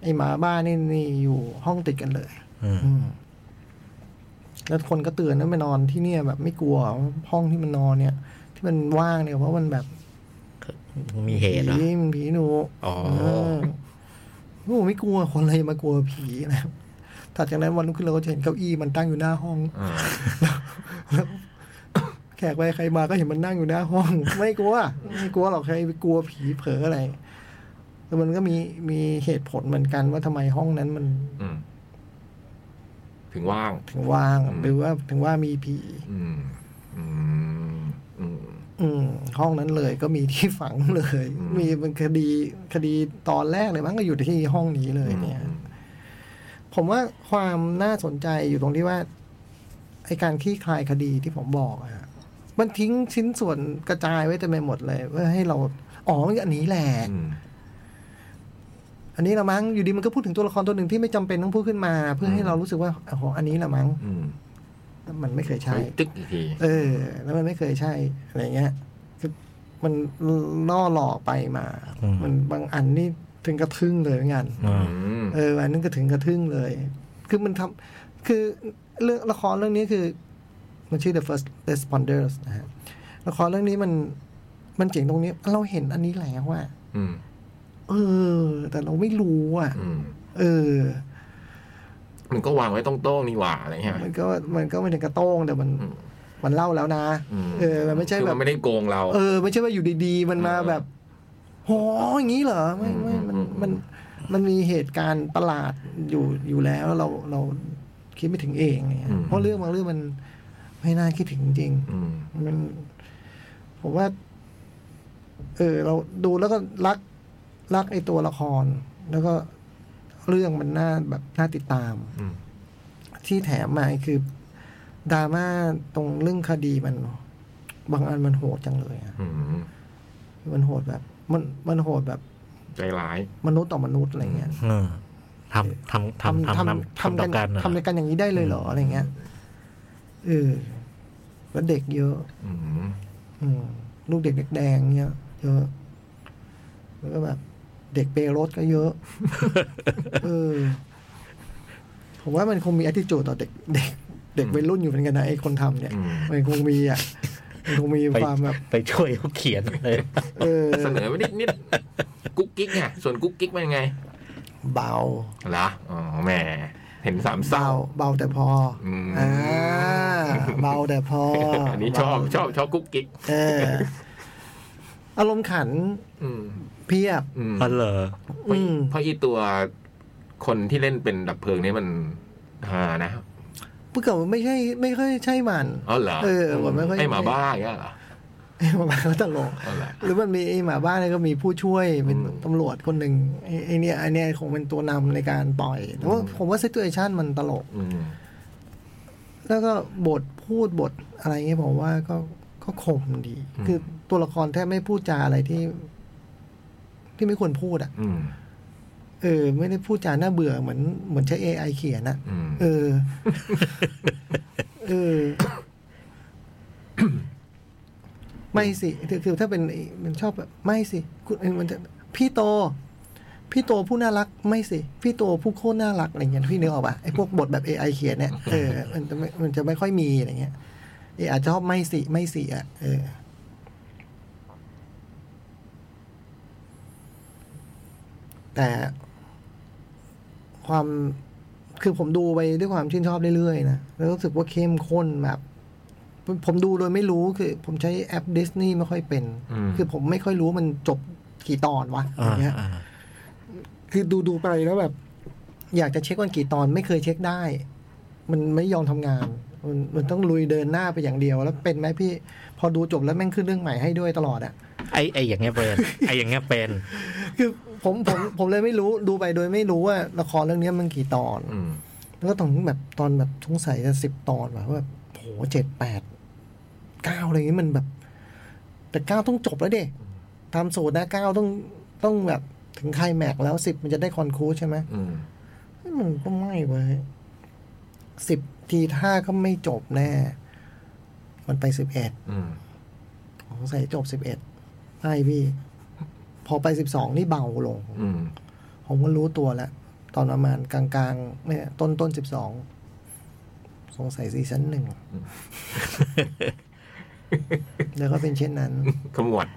[SPEAKER 2] ไอหมาบ้านนี่นี่อยู่ห้องติดกันเลย
[SPEAKER 4] อืม
[SPEAKER 2] อืมแล้วคนก็เตือนนะไปนอนที่เนี่ยแบบไม่กลัวห้องที่มันนอนเนี่ย ที่มันว่างเนี่ยเพราะมันแบบ
[SPEAKER 4] มีเห
[SPEAKER 2] ผี
[SPEAKER 4] ตุเหรอ
[SPEAKER 2] มันผีหนู
[SPEAKER 4] อ๋อ
[SPEAKER 2] เโอ้ไม่กลัวคนอะไรมากลัวผีนะครับถัดจากนั้นวันรุ่งขึ้นเราก็จะเห็นเก้าอี้มันตั้งอยู่หน้าห้อง
[SPEAKER 3] อ่า
[SPEAKER 2] แขกไปใครมาก็เห็นมันนั่งอยู่หน้าห้อง ไม่กลัวไม่กลัวหรอกใครไปกลัวผีเผลออะไรแต่มันก็มีมีเหตุผลเหมือนกันว่าทำไมห้องนั้นมัน
[SPEAKER 3] อืมถึงว่าง
[SPEAKER 2] ถึงว่างหรือว่าถึงว่ามีผี
[SPEAKER 3] อืมอืมอืม
[SPEAKER 2] อืมห้องนั้นเลยก็มีที่ฝังเลย
[SPEAKER 3] อืม
[SPEAKER 2] มีเป็นคดีคดีตอนแรกเลยมั้งก็อยู่ที่ห้องนี้เลยเนี่ย ผมว่าความน่าสนใจอยู่ตรงที่ว่าไอการคลี่คลายคดีที่ผมบอกอะฮะมันทิ้งชิ้นส่วนกระจายไว้เต็มไปหมดเลยเพื่อให้เราอ๋อมันก็อันนี้แหละ
[SPEAKER 3] อืม
[SPEAKER 2] อันนี้ละมั้งอยู่ดีมันก็พูดถึงตัวละครตัวหนึ่งที่ไม่จำเป็นต้องพูดขึ้นมา เพื่อให้เรารู้สึกว่าอ๋ออันนี้ละมั้ง
[SPEAKER 3] อืม
[SPEAKER 2] แล้วมันไม่เคยใช่
[SPEAKER 3] ใช่ตึกอีกที
[SPEAKER 2] เออ แล้วมันไม่เคยใช่อะไรเงี้ยคือมันล่อหลอกไปมา
[SPEAKER 4] อืม
[SPEAKER 2] มันบางอันนี่ถึงกระทึ่งเลยเหมือนกัน
[SPEAKER 4] อืม
[SPEAKER 3] อืม
[SPEAKER 2] เอออันนั้นก็ถึงกระทึ่งเลย คือมันทำคือเรื่องละครเรื่องนี้คือ มันชื่อ The First Responders นะฮะ ละครเรื่องนี้มัน มันเจ๋งตรงนี้ เราเห็นอันนี้แล้วว่า
[SPEAKER 3] อืม
[SPEAKER 2] เออ แต่เราไม่รู้อ่ะ
[SPEAKER 3] อืม
[SPEAKER 2] เออ
[SPEAKER 3] มันก็วางไว้ตรงโต้งนี่หว่าอะไรเงี้ย
[SPEAKER 2] มันก็มันก็ไม่ถึงกระโต้งแต่มัน
[SPEAKER 3] อืม
[SPEAKER 2] มันเล่าแล้วนะ
[SPEAKER 3] ม
[SPEAKER 2] เออมันไม่ใช่
[SPEAKER 3] คือ
[SPEAKER 2] แบบ
[SPEAKER 3] มันไม่ได้โกงเรา
[SPEAKER 2] เออไม่ใช่ว่าอยู่ดีๆ มันมา
[SPEAKER 3] เออ
[SPEAKER 2] แบบโหอย่างนี้เหรอไม่ไม่มัน
[SPEAKER 3] อืม
[SPEAKER 2] มันมันมีเหตุการณ์ประหลาดอยู่อยู่แล้วเราเราคิดไม่ถึงเองเนี่ยเพราะเรื่องบางเรื่องมันไม่น่าคิดถึงจริง
[SPEAKER 3] ม
[SPEAKER 2] ๆมันผมว่า เออ เราดูแล้วก็รักรักไอตัวละคร แล้วก็เรื่องมันน่าแบบน่าติดตาม
[SPEAKER 3] อืม
[SPEAKER 2] ที่แถมมาคือดราม่าตรงเรื่องคดีมัน บางอันมันโหดจังเลยอะ
[SPEAKER 3] อืม
[SPEAKER 2] มันโหดแบบ มันมันโหดแบบ
[SPEAKER 3] ใจร้าย
[SPEAKER 2] มนุษย์ต่อมนุษย์อะไรเงี้ย
[SPEAKER 4] เออทำทำทำทำทำทำต่อ
[SPEAKER 2] ทำ
[SPEAKER 4] กัน
[SPEAKER 2] ทำในกันอย่างนี้ได้เลยเหรออะไรเงี้ยเออแล้วเด็กเยอะ
[SPEAKER 3] อืม
[SPEAKER 2] อืมลูกเด็กแดงๆเงี้ยเยอะแล้วก็แบบ เด็กเปรถก็เยอะ เออผมว่ามันคงมี attitude ต่อเด็กเด็ก เด็กวัยรุ่นอยู่เหมือนกันนะไอ้คนทำเนี่ย
[SPEAKER 3] อืม
[SPEAKER 2] มันคงมีอ่ะมันคงมีความแบบ
[SPEAKER 4] ไปช่วยเขาเขียนเลย
[SPEAKER 2] เออ
[SPEAKER 3] เสนอไปนิดนิดกุ๊กกิ๊กไงส่วนกุ๊กกิ๊กเป็นไง
[SPEAKER 2] เบา
[SPEAKER 3] เหรออ๋อแหมเห็นสามเศ
[SPEAKER 2] เบา
[SPEAKER 3] ร้า
[SPEAKER 2] เบาแต่พออ
[SPEAKER 3] ม
[SPEAKER 2] อ่าเบาแต่พอ
[SPEAKER 3] อั
[SPEAKER 2] อั
[SPEAKER 3] นนี้ชอบชอบชอบกุ๊กกิ๊ก
[SPEAKER 2] เอออารมณ์ขัน
[SPEAKER 3] อืม
[SPEAKER 2] เพียบ
[SPEAKER 3] อืม
[SPEAKER 4] อ๋อเหรอ
[SPEAKER 3] เพราะ
[SPEAKER 2] อืม
[SPEAKER 3] เพราะอีตัวคนที่เล่นเป็นดับเพลิงนี่มันฮานะ
[SPEAKER 2] เพื่อกับไม่ใช่ ไม่ค่อยใช่มัน
[SPEAKER 3] อ๋อเหรอ
[SPEAKER 2] เออผมไม่ค่อย
[SPEAKER 3] ไอหมาบ้าอย่างเงี้ยเหรอ
[SPEAKER 2] ไอ้หมาบ้าก็ตลก
[SPEAKER 3] อ๋อเหรอ
[SPEAKER 2] หรือมันมีไอ้หมาบ้าเนี่ยก็มีผู้ช่วยเป็น
[SPEAKER 3] อืม
[SPEAKER 2] ตำรวจคนหนึ่งไอ้ไอ้เนี่ยไอ้เนี่ยคงเป็นตัวนำในการปล่อยแต่ว่า
[SPEAKER 3] อืม
[SPEAKER 2] ผมว่า s ิ t u a t ชันมันตลก
[SPEAKER 3] อืม
[SPEAKER 2] แล้วก็บทพูดบทอะไรเงี้ยผมว่าก็ก็คมดี คือตัวละครแทบไม่พูดจาอะไรที่ ที่ไม่ควรพูดอ่ะ
[SPEAKER 3] อืม
[SPEAKER 2] เออไม่ได้พูดจาน่าเบื่อเหมือนเหมือนใช้ AI เขียนนะ
[SPEAKER 3] อืม
[SPEAKER 2] เออ เออ ไม่สิคือคือถ้าเป็นมันชอบแบบไม่สิคุณมันจะพี่โต พี่โตผู้น่ารัก ไม่สิ พี่โตผู้โคตรน่ารักอะไรเงี้ยพี่นึกออกปะไอ้พวกบทแบบ AI เขียนเนี่ยเออมันจะไม่มันจะไม่ค่อยมีอะไรเงี้ยเอออาจจะชอบไม่สิไม่สิอ่ะเออ แต่ความคือผมดูไปด้วยความชื่นชอบเรื่อยๆนะแล้วรู้สึกว่าเข้มข้นแบบ ผมผมดูโดยไม่รู้คือ ผมใช้แอปดิสนีย์ไม่ค่อยเป็น
[SPEAKER 3] ม
[SPEAKER 2] คือผมไม่ค่อยรู้มันจบกี่ตอนวะอ
[SPEAKER 4] อ่า
[SPEAKER 2] ย่างเงี้ย
[SPEAKER 4] อ่า
[SPEAKER 2] คือดูดูไปแล้วแบบ อยากจะเช็ควันกี่ตอนไม่เคยเช็คได้ มันไม่ยอมทำงาน มันมันต้องลุยเดินหน้าไปอย่างเดียว แล้วเป็นไหมพี่ พอดูจบแล้วแม่งขึ้นเรื่องใหม่ให้ด้วยตลอดอะ
[SPEAKER 4] ไอไออย่างเงี้ยเป็นไออย่างเงี้ยเป็น
[SPEAKER 2] คือผมผมผมเลยไม่รู้ดูไปโดยไม่รู้ว่าละครเรื่องเนี้ยมันกี่ตอน
[SPEAKER 3] อืม
[SPEAKER 2] แล้วก็ตอนแบบตอนแบบสงสัยจะสิบตอนว่ะว่าแบบโหเจ็ดแปดเก้าอะไรอย่างนี้มันแบบ แต่เก้าต้องจบแล้วเด็ทำสูตรนะเก้าต้องต้องแบบถึงไคลแม็กซ์แล้วสิบมันจะได้คอนคลูดใช่ไหม
[SPEAKER 3] อืม
[SPEAKER 2] เฮ้ยมันก็ไม่เว้ยสิบทีท่าก็ไม่จบแน่ มันไปสิบเอ็ด
[SPEAKER 3] อืม
[SPEAKER 2] สงสัยจบสิบเอ็ดใช่พี่ พอไปสิบสองนี่เบาลง
[SPEAKER 3] อืม
[SPEAKER 2] ผมก็รู้ตัวแล้ว ตอนประมาณกลางๆเนี่ยต้นต้นสิบสองสงสัยซีซั่นหนึ่ง แล้วก็เป็นเช่นนั้น
[SPEAKER 3] ขมวด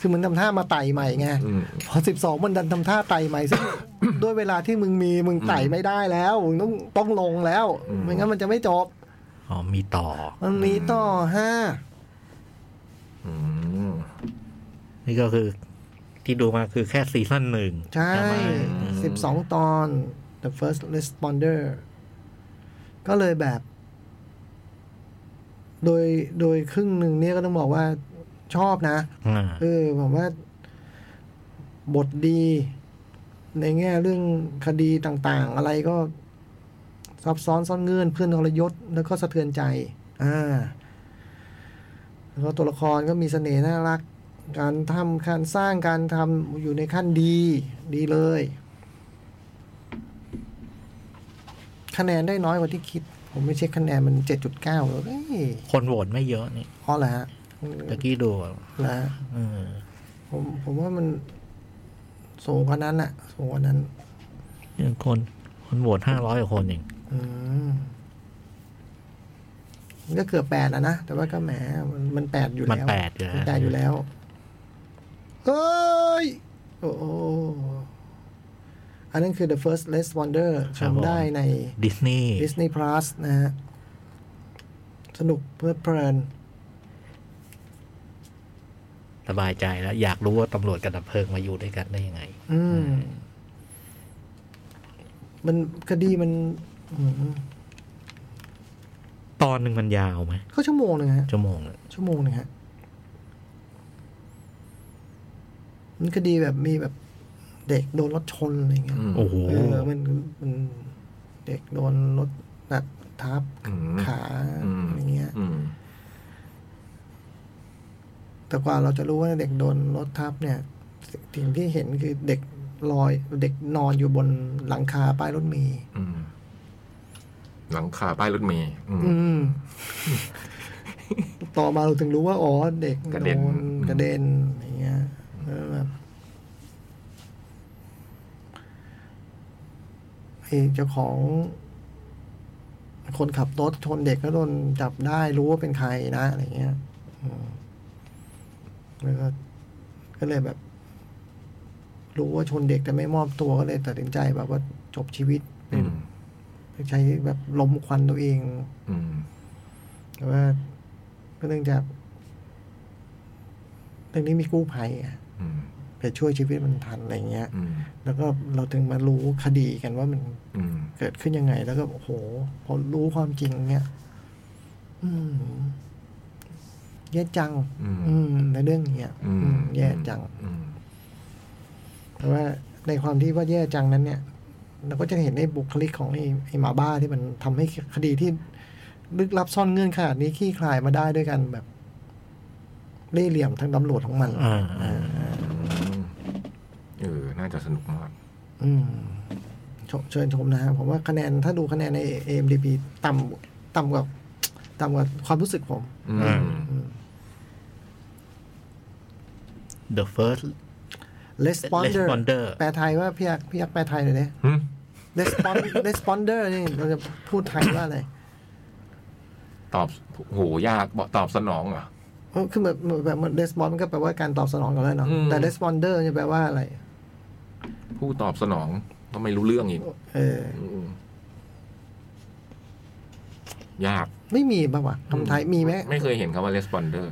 [SPEAKER 2] คือมันทำท่ามาไต่ใหม่ไง
[SPEAKER 3] อืม
[SPEAKER 2] พอสิบสองมันดันทำท่าไต่ใหม่ซึ่ง ด้วยเวลาที่มึงมีมึงไต่ไม่ได้แล้ว มึงต้องต้องลงแล้ว ไม่งั้นมันจะไม่จบ
[SPEAKER 4] อ๋อมีต่อ
[SPEAKER 2] มันมีต่อห้า
[SPEAKER 3] อืม
[SPEAKER 4] นี่ก็คือที่ดูมาคือแค่ซีซั่นหนึ่ง
[SPEAKER 2] ใช่
[SPEAKER 4] ไหม
[SPEAKER 2] สิบสองตอน the first responder ก็เลยแบบ โดยโดยครึ่งหนึ่งเนี่ยก็ต้องบอกว่าชอบนะ
[SPEAKER 4] อ่า
[SPEAKER 2] เออผมว่า บทดี ในแง่เรื่องคดีต่าง ๆ อะไรก็ ซับซ้อนซ่อนเงื่อนเพื่อนทรยศแล้วก็สะเทือนใจ อ่า แล้วก็ตัวละครก็มีเสน่ห์น่ารัก การทำการสร้างการทำอยู่ในขั้นดี ดีเลย คะแนนได้น้อยกว่าที่คิด ผมไม่เช็คคะแนนมัน 7.9เจ็ดจุดเก้าเลยเอ้ย
[SPEAKER 4] คนโหวตไม่เยอะนี่
[SPEAKER 2] เพราะอะไรฮะ
[SPEAKER 4] ตะกี้ดู
[SPEAKER 2] นะฮะ
[SPEAKER 4] เออ
[SPEAKER 2] ผมผมว่ามันสูงกว่านั้นอะสูงกว่านั้น
[SPEAKER 4] เนี่ยคนคนโหวตห้าร้อยคนเอง
[SPEAKER 2] อืมมันก็เกือบแปดแล้วนะ แต่ว่าก็แหมมันมันแปดอยู่
[SPEAKER 4] มัน
[SPEAKER 2] แล้ว
[SPEAKER 4] แปดอยู่
[SPEAKER 2] มันแป
[SPEAKER 4] แล้
[SPEAKER 2] ด
[SPEAKER 4] ว
[SPEAKER 2] อยู่แล้วเอ้ย โอ้โหอั นนั้นคือ The First Less Wonder ชมได้ใน
[SPEAKER 4] ดิสนีย์
[SPEAKER 2] Disney Plus นะฮะ สนุกเพลิดเพลิน
[SPEAKER 4] สบายใจแล้ว อยากรู้ว่าตำรวจกับดับเพลิงมาอยู่ด้วยกันได้ยังไง
[SPEAKER 2] อืม มันคดีมันอืม
[SPEAKER 4] ตอนหนึ่งมันยาวไหม
[SPEAKER 2] ก็ชั่วโมงหนึ่งฮะ
[SPEAKER 4] ชั่วโมงอะ
[SPEAKER 2] ชั่วโมงหนึ่งฮะ มันคดีแบบมีแบบ เด็กโดนรถชนอะไรอย่างเงี้ย
[SPEAKER 3] อืม
[SPEAKER 4] โอ้โห
[SPEAKER 2] เออ มันมันเด็กโดนรถนัดทับ
[SPEAKER 3] อืม
[SPEAKER 2] ขา
[SPEAKER 3] อืม
[SPEAKER 2] อะไรเงี้ย
[SPEAKER 3] อืม
[SPEAKER 2] แต่กว่าเราจะรู้ว่าเด็กโดนรถทับเนี่ยสิ่งที่เห็นคือเด็กลอย เด็กนอนอยู่บนหลังคาป้ายรถเมล์
[SPEAKER 3] อืม หลังคาป้ายรถเมย์อืม
[SPEAKER 2] อืม ต่อมาเราถึงรู้ว่าอ๋อเด็ก
[SPEAKER 3] กระ
[SPEAKER 2] โด
[SPEAKER 3] เด็น
[SPEAKER 2] นกระเด็นอย่างเงี้ยเออแบบไอ้เจ้าของ คนขับรถชนเด็กก็โดนจับได้รู้ว่าเป็นใครนะอะไรเงี้ยอืมแล้วก็ก็เลยแบบ รู้ว่าชนเด็กแต่ไม่มอบตัวก็เลยตัดสินใจแบบว่าจบชีวิต
[SPEAKER 3] อืม
[SPEAKER 2] ใช้แบบลมควันตัวเอง
[SPEAKER 3] อืม
[SPEAKER 2] แต่ว่าก็เนื่องจากเรื่องนี้มีกู้ภัยอะ
[SPEAKER 3] อืม
[SPEAKER 2] ไปช่วยชีวิตมันทันอะไรเงี้ย
[SPEAKER 3] อืม
[SPEAKER 2] แล้วก็เราถึงมารู้คดีกันว่ามัน
[SPEAKER 3] อืม
[SPEAKER 2] เกิดขึ้นยังไง แล้วก็โอ้โห พอรู้ความจริงเนี่ยอืมแย่จัง
[SPEAKER 3] อืม
[SPEAKER 2] อืมในเรื่องเนี้ย
[SPEAKER 3] อื
[SPEAKER 2] อื
[SPEAKER 3] ม
[SPEAKER 2] มแย่จัง
[SPEAKER 3] อืม
[SPEAKER 2] แต่ว่าในความที่ว่าแย่จังนั้นเนี่ยเราก็จะเห็นในบุคลิกของไอ้ไอ้หมาบ้าที่มันทำให้คดีที่ลึกลับซ่อนเงื่อนขนาดนี้ขี้คลายมาได้ด้วยกันแบบเล่ห์เหลี่ยมทางตำรวจของมัน
[SPEAKER 4] อ่าอ่า
[SPEAKER 3] อืมเออ น่าจะสนุกมาก
[SPEAKER 2] อืมชมเชิญชมนะฮะผมว่าคะแนนถ้าดูคะแนนใน AMDP ต่ำต่ำกว่าต่ำกว่าความรู้สึกผม
[SPEAKER 3] อืม
[SPEAKER 4] The first
[SPEAKER 2] responder
[SPEAKER 4] responder
[SPEAKER 2] แปลไทยว่าพี่ยักษ์พี่ยักษ์แปลไทยหน่อยดิ
[SPEAKER 3] อืม
[SPEAKER 2] respond responder นี่เราจะพูดไทยว่าอะไร
[SPEAKER 3] ตอบโหยากบอกตอบสนองเหรอ่ะ
[SPEAKER 2] เออคือแบบแบบมัน response มันก็แปลว่าการตอบสนองกันแล้วเนาะ
[SPEAKER 3] อืม
[SPEAKER 2] แต่ responder เนี่ยแปลว่าอะไร
[SPEAKER 3] ผู้ตอบสนองก็ไม่รู้เรื่องอีก
[SPEAKER 2] เออ
[SPEAKER 3] อืมยาก
[SPEAKER 2] ไม่มีป่าวะคำไทยมีไหม
[SPEAKER 3] ไม่เคยเห็นคำว่า responder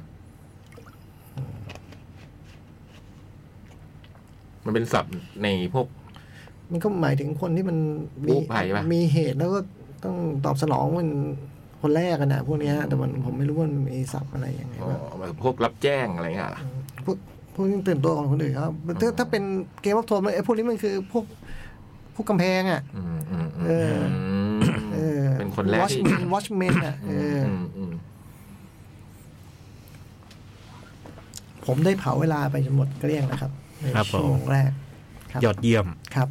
[SPEAKER 3] มันเป็นศัพท์ในพวก
[SPEAKER 2] มันก็หมายถึงคนที่มัน
[SPEAKER 3] กู้
[SPEAKER 2] มี
[SPEAKER 3] ภัยปะ
[SPEAKER 2] มีเหตุแล้วก็ต้องตอบสนองมันคนแรกกันนะพวกเนี้ยแต่มันผมไม่รู้ว่ามันมีศัพท์อะไรยังไง
[SPEAKER 3] เอ่
[SPEAKER 2] บ้าง
[SPEAKER 3] อพวกรับแจ้งอะไรเงี้ยเหรอ
[SPEAKER 2] พวกพวกนี้ตื่นตัวก่อนคนอื่นครับถ้าถ้าเป็นเกมวัฟโทนไอ้พวกนี้มันคือพวกพวกกำแพงอ่ะ
[SPEAKER 3] อืมอืม
[SPEAKER 2] เอ
[SPEAKER 3] อืม
[SPEAKER 2] อ
[SPEAKER 3] อื
[SPEAKER 2] เอ
[SPEAKER 3] ม
[SPEAKER 2] อ
[SPEAKER 3] เป็นคนแรก ที่
[SPEAKER 2] watchman watchman อ่ะเอออ
[SPEAKER 3] มอืม
[SPEAKER 2] ผมได้เผาเวลาไปจนหมดเกลี้ยงนะครับใน
[SPEAKER 4] ครับผม
[SPEAKER 2] ชั่วโมงแรกครับ
[SPEAKER 4] ยอดเยี่ยม
[SPEAKER 2] ครับ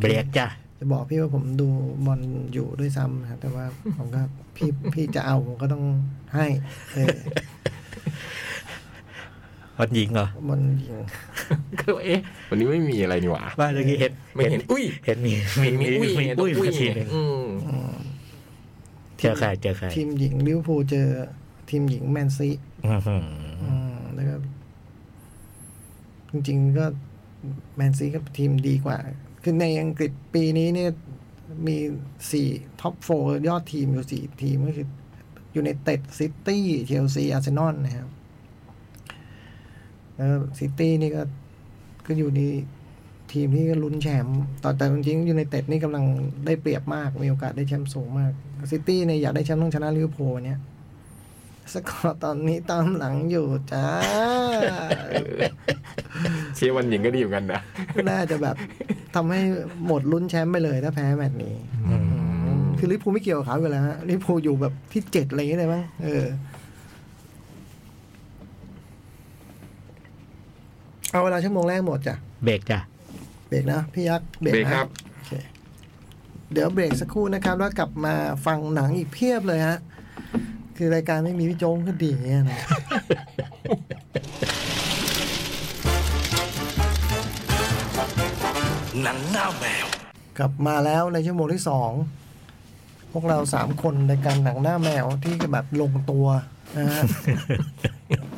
[SPEAKER 4] เบรกจ้ะ
[SPEAKER 2] จะบอกพี่ว่าผมดูบอลอยู่ด้วยซ้ำนะครับแต่ว่า ผมก็พี่พี่จะเอาผมก็ต้องให้เออ
[SPEAKER 4] วันยิงเหรอบ
[SPEAKER 2] อลหญิ ง
[SPEAKER 3] ก็เอ๊ะวันนี้ไม่มีอะไรนี่หว่า
[SPEAKER 4] บ้านเมื่อกี้เห็น
[SPEAKER 3] ไม่เห็น อุ้ย
[SPEAKER 4] เห็นมีมีมี
[SPEAKER 3] อุ้ย
[SPEAKER 4] มีอุ้ย
[SPEAKER 3] อุ้ย
[SPEAKER 4] มาทีหนึ่ง
[SPEAKER 3] อืม
[SPEAKER 4] เจอใครเจอใคร
[SPEAKER 2] ทีมหญิงลิเวอร์พูลเจอทีมหญิงแมนซี
[SPEAKER 4] อื้อหือ
[SPEAKER 2] อืมแล้วก็จริงๆก็แมนซีก็ทีมดีกว่า คือในอังกฤษปีนี้เนี่ยมีสี่ท็อปโฟยอดทีมอยู่สี่ทีมก็คืออยู่ในเต็ดซิตี้เชลซีอาร์เซนอลนะครับ แล้วซิตี้นี่ก็ก็อยู่ในทีมที่ก็ลุ้นแชมป์แต่แต่จริงๆอยู่ในเต็ดนี่กำลังได้เปรียบมาก มีโอกาสได้แชมป์สูงมากซิตี้เนี่ยอยากได้แชมป์ต้องชนะลิเวอร์พูลวันเนี้ยสกอร์ตอนนี้ตามหลังอยู่จ้ า
[SPEAKER 3] เชียร์วันหญิงก็ดีเหมือนกันนะ
[SPEAKER 2] น่าจะแบบทำให้หมดลุ้นแชมป์ไปเลยถ้าแพ้แมตช์นี้ คือลิเวอร์พูลไม่เกี่ยวกับเขาอยู่แล้วฮะลิเวอร์พูลอยู่แบบที่เจ็ดอะไรอย่างเงี้ยเลยมั้งเออ เอาเวลาชั่วโมงแรกหมดจ้ะ
[SPEAKER 4] เบรกจ้ะ
[SPEAKER 2] เบรกนะพี่ยักษ์เบรก
[SPEAKER 3] เบรก
[SPEAKER 2] นะครับ โอเคเดี๋ยวเบรกสักครู่นะครับ แล้วกลับมาฟังหนังอีกเพียบเลยฮะ คือรายการไม่มีพี่โจ้งก็ดีอย่างเงี้ยนะ
[SPEAKER 1] หนังหน้าแมว
[SPEAKER 2] กลับมาแล้วในชั่วโมงที่สองพวกเราสามคนในการหนังหน้าแมวที่แบบลงตัวนะฮะ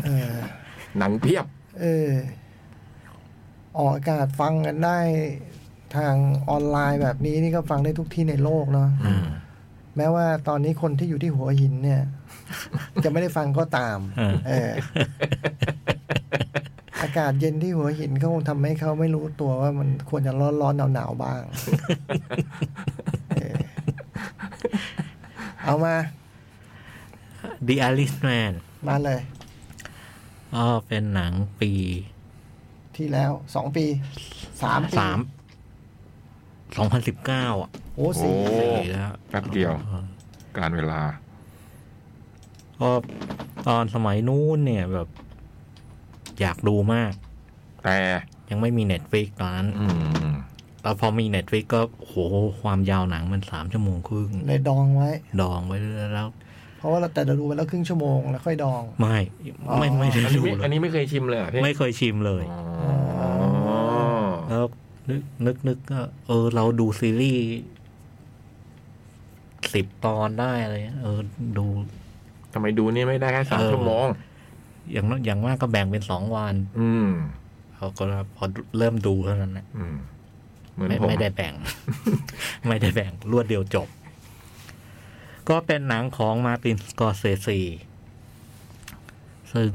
[SPEAKER 2] เออ
[SPEAKER 3] หนังเพียบ
[SPEAKER 2] เออ ออกอากาศฟังกันได้ทางออนไลน์แบบนี้นี่ก็ฟังได้ทุกที่ในโลกเนาะ
[SPEAKER 3] อืม
[SPEAKER 2] แม้ว่าตอนนี้คนที่อยู่ที่หัวหินเนี่ย จะไม่ได้ฟังก็ตาม
[SPEAKER 4] เออ
[SPEAKER 2] เออ อากาศเย็นที่หัวหินก็คงทำให้เขาไม่รู้ตัวว่ามันควรจะร้อนร้อนหนาวหนาวๆบ้างเออเอามา
[SPEAKER 4] The Irishman
[SPEAKER 2] มาเลย
[SPEAKER 4] อ๋อเป็นหนังปี
[SPEAKER 2] ที่แล้วสองปีสามปี
[SPEAKER 4] สามสองพันสิบเก้าอ่ะ
[SPEAKER 2] โอ้
[SPEAKER 3] โอ้
[SPEAKER 2] สี่
[SPEAKER 4] แล้ว
[SPEAKER 3] แป๊บเดียว การเวลา
[SPEAKER 4] ก็ตอนสมัยนู้นเนี่ยแบบ อยากดูมาก
[SPEAKER 3] แต่
[SPEAKER 4] ยังไม่มีเน็ตฟิกตอนนั้น
[SPEAKER 3] อืม
[SPEAKER 4] แล้วพอมีเน็ตฟิกก็โหความยาวหนังมันสามชั่วโมงครึ่ง
[SPEAKER 2] เลยดองไว้
[SPEAKER 4] ดองไว้เรื่อยๆแล้ว
[SPEAKER 2] เพราะว่าเราแต่เราดูไปแล้วครึ่งชั่วโมงแล้วค่อยดอง
[SPEAKER 4] ไม่ไม่ไม่ได้
[SPEAKER 3] อันนี้
[SPEAKER 4] ดู
[SPEAKER 3] ไม่
[SPEAKER 4] เล
[SPEAKER 3] อัน
[SPEAKER 4] ย
[SPEAKER 3] นี้ไม่เคยชิมเลยเหรอพี่
[SPEAKER 4] ไม่เคยชิมเลย
[SPEAKER 3] อ๋อ
[SPEAKER 4] แล้วนึกนึกนึกก็เออ เราดูซีรีส์สิบตอนได้อะไรเงี้ยเออ ดู
[SPEAKER 3] ทำไมดูนี่ไม่ได้แค่สาม
[SPEAKER 4] เออ
[SPEAKER 3] ชั่วโมง
[SPEAKER 4] อย่างน้อยอย่างมากก็แบ่งเป็นสองวัน
[SPEAKER 3] อืม
[SPEAKER 4] เราก็พอเริ่มดูเท่านั้นนะ
[SPEAKER 3] อืม เหมือน
[SPEAKER 4] ไม่
[SPEAKER 3] ผม
[SPEAKER 4] ไม่ได้แบ่ง ไม่ได้แบ่งรวดเดียวจบ ก็เป็นหนังของมาร์ตินสกอร์เซซีซึ่ง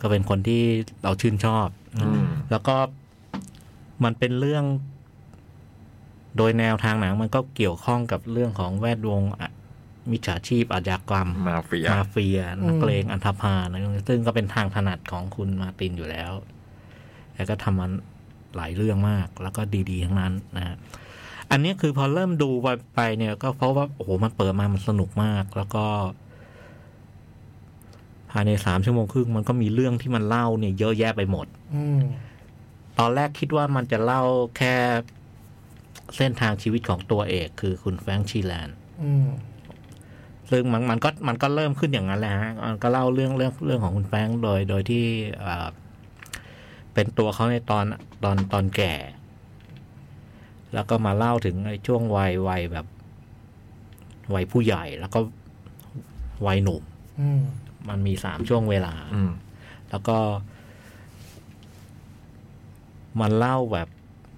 [SPEAKER 4] ก็เป็นคนที่เราชื่นชอบ
[SPEAKER 3] อืม
[SPEAKER 4] แล้วก็มันเป็นเรื่อง โดยแนวทางหนังมันก็เกี่ยวข้องกับเรื่องของแวดวงอะมิจฉาชีพอาชญากรรม
[SPEAKER 3] มาเฟีย
[SPEAKER 4] มาเฟีย
[SPEAKER 2] อืม
[SPEAKER 4] นักเลงอันธพาลนะซึ่งก็เป็นทางถนัดของคุณมาร์ตินอยู่แล้วแต่ก็ทำมันหลายเรื่องมาก แล้วก็ดีๆ ทั้งนั้นนะฮะอันนี้คือพอเริ่มดูไปไปเนี่ย ก็เพราะว่า โอ้โห มันเปิดมามันสนุกมาก แล้วก็ภายในสามชั่วโมงครึ่งมันก็มีเรื่องที่มันเล่าเนี่ยเยอะแยะไปหมด
[SPEAKER 2] อืม
[SPEAKER 4] ตอนแรกคิดว่ามันจะเล่าแค่เส้นทางชีวิตของตัวเอก คือคุณแฟรงค์ชีแลน
[SPEAKER 2] อืม
[SPEAKER 4] ซึ่งมันมันก็มันก็เริ่มขึ้นอย่างนั้นแหละฮะมันก็เล่าเรื่องเรื่องเรื่องของคุณแฟรงค์โดยโดยที่เอ่อเป็นตัวเขาในตอนตอนตอนแก่ แล้วก็มาเล่าถึงไอ้ช่วงวัยวัยแบบวัยผู้ใหญ่แล้วก็วัยหนุ่ม
[SPEAKER 2] อืม
[SPEAKER 4] มันมีสามช่วงเวลา
[SPEAKER 3] อืม
[SPEAKER 4] แล้วก็ มันเล่าแบบ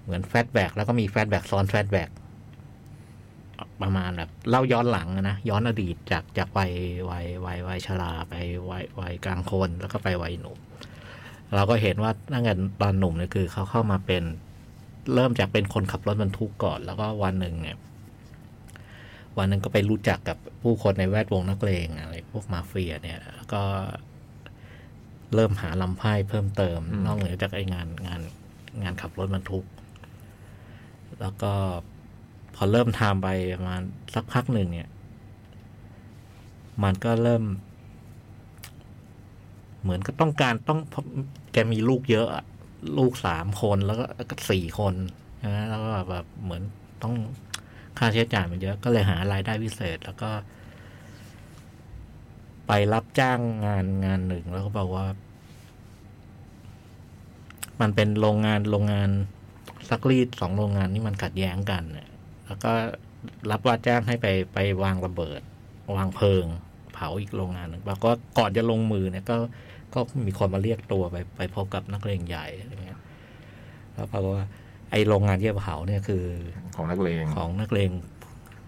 [SPEAKER 4] เหมือนแฟลชแบ็กแล้วก็มีแฟลชแบ็กซ้อนแฟลชแบ็กประมาณแบบ เล่าย้อนหลังอะนะย้อนอดีตจากจากวัยวัยวัยวัยชราไปวัยวัยกลางคนแล้วก็ไปวัยหนุ่ม เราก็เห็นว่าตั้งแต่ตอนหนุ่มเนี่ยคือเขาเข้ามาเป็น เริ่มจากเป็นคนขับรถบรรทุกก่อน แล้วก็วันหนึ่งเนี่ย วันหนึ่งก็ไปรู้จักกับผู้คนในแวดวงนักเลงอะไรพวกมาเฟียเนี่ยแล้วก็ เริ่มหาลำไพ่เพิ่มเติม
[SPEAKER 3] อืม
[SPEAKER 4] นอกเหนือจากไอ้งานงานงานขับรถบรรทุก แล้วก็พอเริ่มทำไปประมาณสักพักหนึ่งเนี่ย มันก็เริ่ม เหมือนก็ต้องการต้องแกมีลูกเยอะอะลูกสามคนแล้วก็ก็สี่คนนะแล้วก็แบบเหมือนต้องค่าใช้จ่ายมันเยอะ ก็เลยหารายได้พิเศษ แล้วก็ ไปรับจ้างงานงานหนึ่งแล้วก็บอกว่า มันเป็นโรงงานโรงงานซักรีดสองโรงงานนี่มันขัดแย้งกันน่ะแล้วก็รับว่าจ้างให้ไปไปวางระเบิด วางเพลิง เผาอีกโรงงานหนึ่งปรากฏว่าก่อนจะลงมือเนี่ยก็ก็มีคนมาเรียกตัวไปไปพบกับนักเลงใหญ่อะไรเงี้ยแล้วปรากฏว่าไอโรงงานที่จะเผาเนี่ยคือ
[SPEAKER 3] ของนักเลง
[SPEAKER 4] ของนักเลง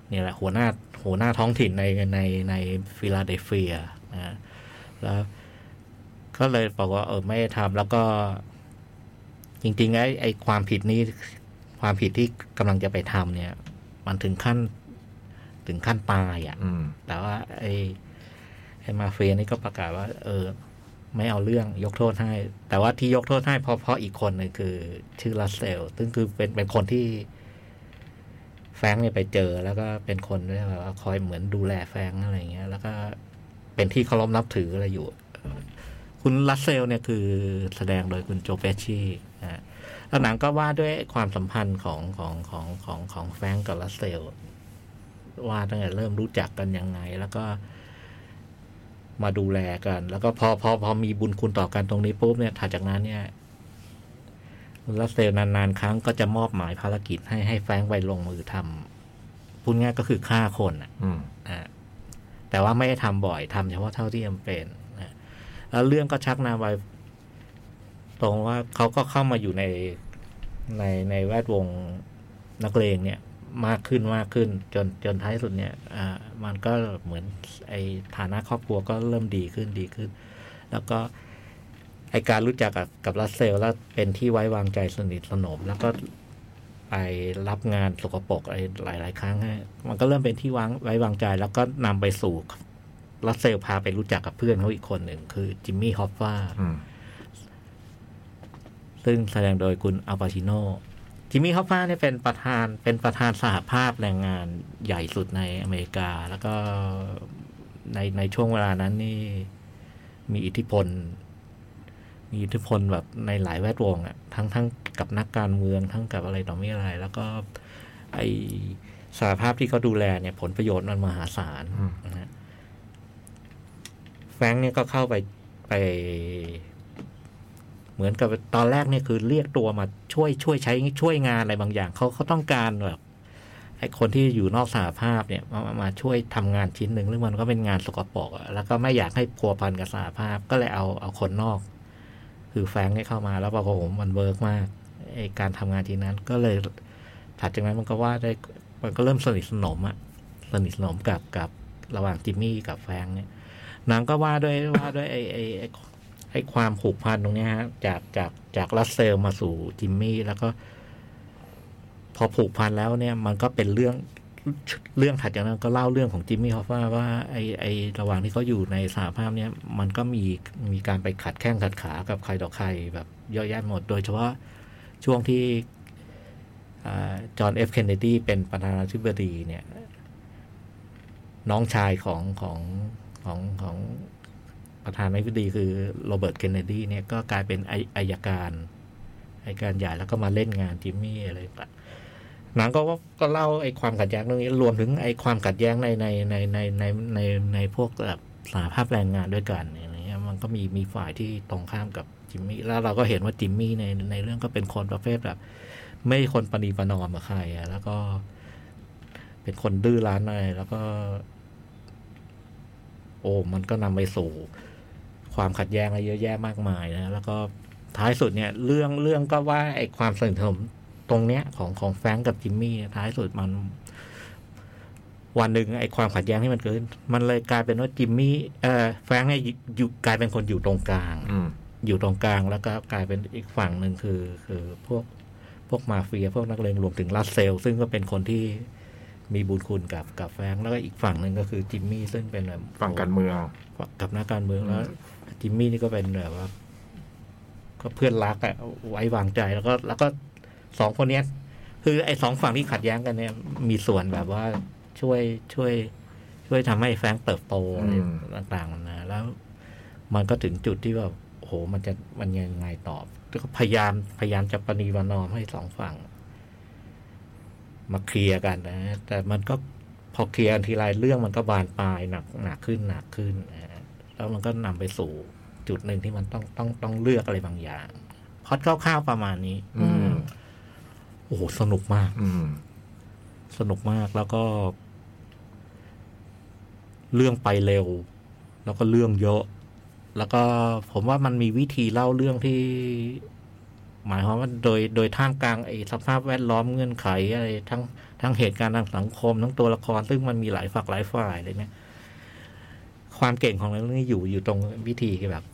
[SPEAKER 4] เนี่ยแหละหัวหน้าหัวหน้าท้องถิ่นในในในฟิลาเดลเฟียนะฮะแล้วก็เลยบอกว่าเออไม่ได้ทำแล้วก็ จริงๆไอ้ไอ้ความผิดนี้ ความผิดที่กำลังจะไปทำเนี่ย มันถึงขั้นถึงขั้นตายอ่ะ
[SPEAKER 3] อืม
[SPEAKER 4] แต่ว่าไอ้ไอ้มาเฟียนี่ก็ประกาศว่า เออ ไม่เอาเรื่องยกโทษให้ แต่ว่าที่ยกโทษให้เพราะเพราะอีกคนหนึ่งคือ ชื่อลาเซลซึ่งคือเป็นเป็นคนที่ แฟรงค์เนี่ยไปเจอ แล้วก็เป็นคนที่แบบว่าคอยเหมือนดูแลแฟรงค์อะไรอย่างเงี้ย แล้วก็เป็นที่เคารพนับถืออะไรอยู่ คุณลัสเซลเนี่ยคือแสดงโดยคุณโจเปชชี่นะฮะแล้วหนังก็ว่าด้วยความสัมพันธ์ของของของของของแฟรงค์กับลัสเซล ว่าตั้งแต่เริ่มรู้จักกันยังไง แล้วก็มาดูแลกัน แล้วก็พอพอพอมีบุญคุณต่อกันตรงนี้ปุ๊บเนี่ยถัดจากนั้นเนี่ยรัสเซลนานๆ ครั้งก็จะมอบหมายภารกิจให้ให้แฟรงค์ไปลงมือทำพูดง่ายก็คือฆ่าคนน่ะ
[SPEAKER 3] อืม
[SPEAKER 4] อ่ะแต่ว่าไม่ได้ทำบ่อยทำเฉพาะเท่าที่จำเป็นนะแล้วเรื่องก็ชักนำไป ตรงว่าเขาก็เข้ามาอยู่ในในในแวดวงนักเลงเนี่ย มากขึ้นมากขึ้น จนจนท้ายสุดเนี่ย อ่า มันก็เหมือนไอฐานะครอบครัวก็เริ่มดีขึ้นดีขึ้น แล้วก็ไอการรู้จักกับกับรัสเซลแล้วเป็นที่ไว้วางใจสนิทสนม แล้วก็ไปรับงานสกปรกอะไรหลาย ๆ ครั้งให้มันก็เริ่มเป็นที่วางไว้วางใจ แล้วก็นำไปสู่รัสเซลพาไปรู้จักกับเพื่อนเขาอีกคนหนึ่งคือจิมมี่ฮอฟฟา
[SPEAKER 3] อืม
[SPEAKER 4] ซึ่งแสดงโดยคุณอัลปาชิโนจิมมี่ฮอฟฟาเนี่ยเป็นประธานเป็นประธานสหภาพแรงงานใหญ่สุดในอเมริกา แล้วก็ในในช่วงเวลานั้นนี่มีอิทธิพล มีอิทธิพลแบบในหลายแวดวงอะทั้งทั้งกับนักการเมืองทั้งกับอะไรต่อไม่อะไร แล้วก็ไอสหภาพที่เขาดูแลเนี่ยผลประโยชน์มันมหาศาลนะฮะแฟรงค์เนี่ยก็เข้าไปไป เหมือนกับตอนแรกเนี่ยคือเรียกตัวมาช่วยช่วยใช้ช่วยงานอะไรบางอย่างเขาเขาต้องการแบบไอ้คนที่อยู่นอกสหภาพเนี่ยมามามาช่วยทำงานชิ้นหนึ่งซึ่งมันก็เป็นงานสกปรกอะแล้วก็ไม่อยากให้พัวพันกับสหภาพก็เลยเอาเอาคนนอก คือแฟรงค์ให้เข้ามาแล้วบอกว่าผมมันเวิร์กมากไอ้การทำงานทีนั้นก็เลยถัดจากนั้นมันก็ว่าได้มันก็เริ่มสนิทสนมอะสนิทสนมกับกับระหว่างจิมมี่กับแฟรงค์เนี่ยนางก็ว่าด้วยว่าด้วยไอ้ไอ้ไอ้ ให้ความผูกพันตรงเนี้ยฮะจากจากจากรัสเซลมาสู่จิมมี่ แล้วก็ พอผูกพันแล้วเนี่ย มันก็เป็นเรื่องเรื่องถัดจากนั้นก็เล่าเรื่องของจิมมี่ฮอฟฟ่าว่าไอไอระหว่างที่เขาอยู่ในสหภาพเนี่ย มันก็มีมีการไปขัดแข้งขัดขากับใครต่อใครแบบเยอะแยะหมด โดยเฉพาะช่วงที่จอห์นเอฟเคนเนดีเป็นประธานาธิบดีเนี่ย น้องชายของของของของ ประธานาธิบดีคือโรเบิร์ตเคนเนดีเนี่ยก็กลายเป็นไออายการอายการใหญ่แล้วก็มาเล่นงานจิมมี่อะไรต่างหนังก็ว่าก็เล่าไอ้ความขัดแย้งตรงนี้รวมถึงไอ้ความขัดแย้งในในในในในในในพวกแบบสหภาพแรงงานด้วยกันอะไรเงี้ยมันก็มีมีฝ่ายที่ตรงข้ามกับจิมมี่แล้วเราก็เห็นว่าจิมมี่ในในเรื่องก็เป็นคนประเภทแบบ ไม่คนปณีประนอมกับใครอะแล้วก็เป็นคนดื้อรั้นอะไรแล้วก็ โอ้มันก็นำไปสู่ ความขัดแย้งอะไรเยอะแยะมากมายนะ แล้วก็ท้ายสุดเนี่ย เรื่องเรื่องก็ว่าไอ้ความสนิทสนมตรงเนี้ยของของแฟรงก์กับจิมมี่เนี่ยท้ายสุดมัน วันหนึ่งไอ้ความขัดแย้งที่มันเกิดขึ้นมันเลยกลายเป็นว่าจิมมี่เอ่อแฟรงก์เนี่ยอยู่อยู่กลายเป็นคนอยู่ตรงกลาง
[SPEAKER 3] อืม
[SPEAKER 4] อยู่ตรงกลางแล้วก็กลายเป็นอีกฝั่งหนึ่งคือ คือพวกพวกมาเฟีย พวกนักเลงรวมถึงรัสเซล ซึ่งก็เป็นคนที่มีบุญคุณกับกับแฟรงก์แล้วก็อีกฝั่งหนึ่งก็คือจิมมี่ซึ่งเป็นแบบ
[SPEAKER 3] ฝั่งการเมือง
[SPEAKER 4] กับนักการเมืองแล้วจิมมี่นี่ก็เป็นแบบว่า ก็เพื่อนรักอะไว้วางใจแล้วก็แล้วก็สองคนเนี้ย คือไอ้สองฝั่งที่ขัดแย้งกันเนี่ย มีส่วนแบบว่าช่วยช่วย ช่วยทำให้แฟรงค์เติบโตอะไร
[SPEAKER 3] อืม
[SPEAKER 4] ต่างๆนะแล้ว มันก็ถึงจุดที่แบบโอ้โหมันจะมันยังไงต่อก็พยายามพยายามจะประนีประนอมให้สองฝั่ง มาเคลียร์กันนะ แต่มันก็พอเคลียร์กันทีไรเรื่องมันก็บานปลายหนักหนักขึ้นหนักขึ้นนะฮะแล้วมันก็นำไปสู่จุดหนึ่งที่มันต้องต้องต้องเลือกอะไรบางอย่างพล็อดคร่าวๆประมาณนี้
[SPEAKER 3] อืม
[SPEAKER 4] โอ้โหสนุกมาก
[SPEAKER 3] อืม
[SPEAKER 4] สนุกมากแล้วก็ เรื่องไปเร็ว แล้วก็เรื่องเยอะ แล้วก็ผมว่ามันมีวิธีเล่าเรื่องที่ หมายความว่าโดยโดยท่ามกลางไอ้สภาพแวดล้อมเงื่อนไขอะไรทั้งทั้งเหตุการณ์ทางสังคม ทั้งตัวละคร ซึ่งมันมีหลายฝักหลายฝ่ายเลยเนี่ย ความเก่งของเรื่องนี้อยู่อยู่ตรงวิธีแบบ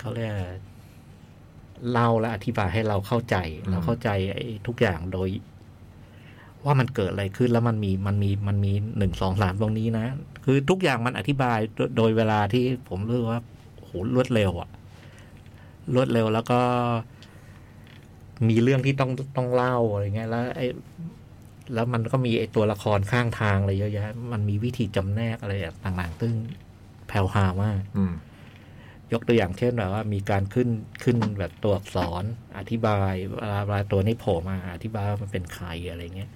[SPEAKER 4] เขาเรียกอะไรเล่าและอธิบายให้เราเข้าใจ เราเข้าใจไอ้ทุกอย่างโดย ว่ามันเกิดอะไรขึ้นแล้วมันมีมันมีมันมีหนึ่งสองสามตรงนี้นะ คือทุกอย่างมันอธิบายโดยโดยเวลาที่ผมรู้สึกว่าโอ้โหรวดเร็วอะรวดเร็วแล้วก็ มีเรื่องที่ต้องต้องเล่าอะไรเงี้ยแล้วไอ้แล้วมันก็มีไอ้ตัวละครข้างทางอะไรเยอะแยะ มันมีวิธีจำแนกอะไรต่างๆซึ่งแผ่วพราวมาก
[SPEAKER 3] อืม
[SPEAKER 4] ยกตัวอย่างเช่นแบบว่ามีการขึ้นขึ้นแบบตัวอักษรอธิบายเวลาเวลาตัวนี้โผล่มาอธิบายว่ามันเป็นใครอะไรเงี้ย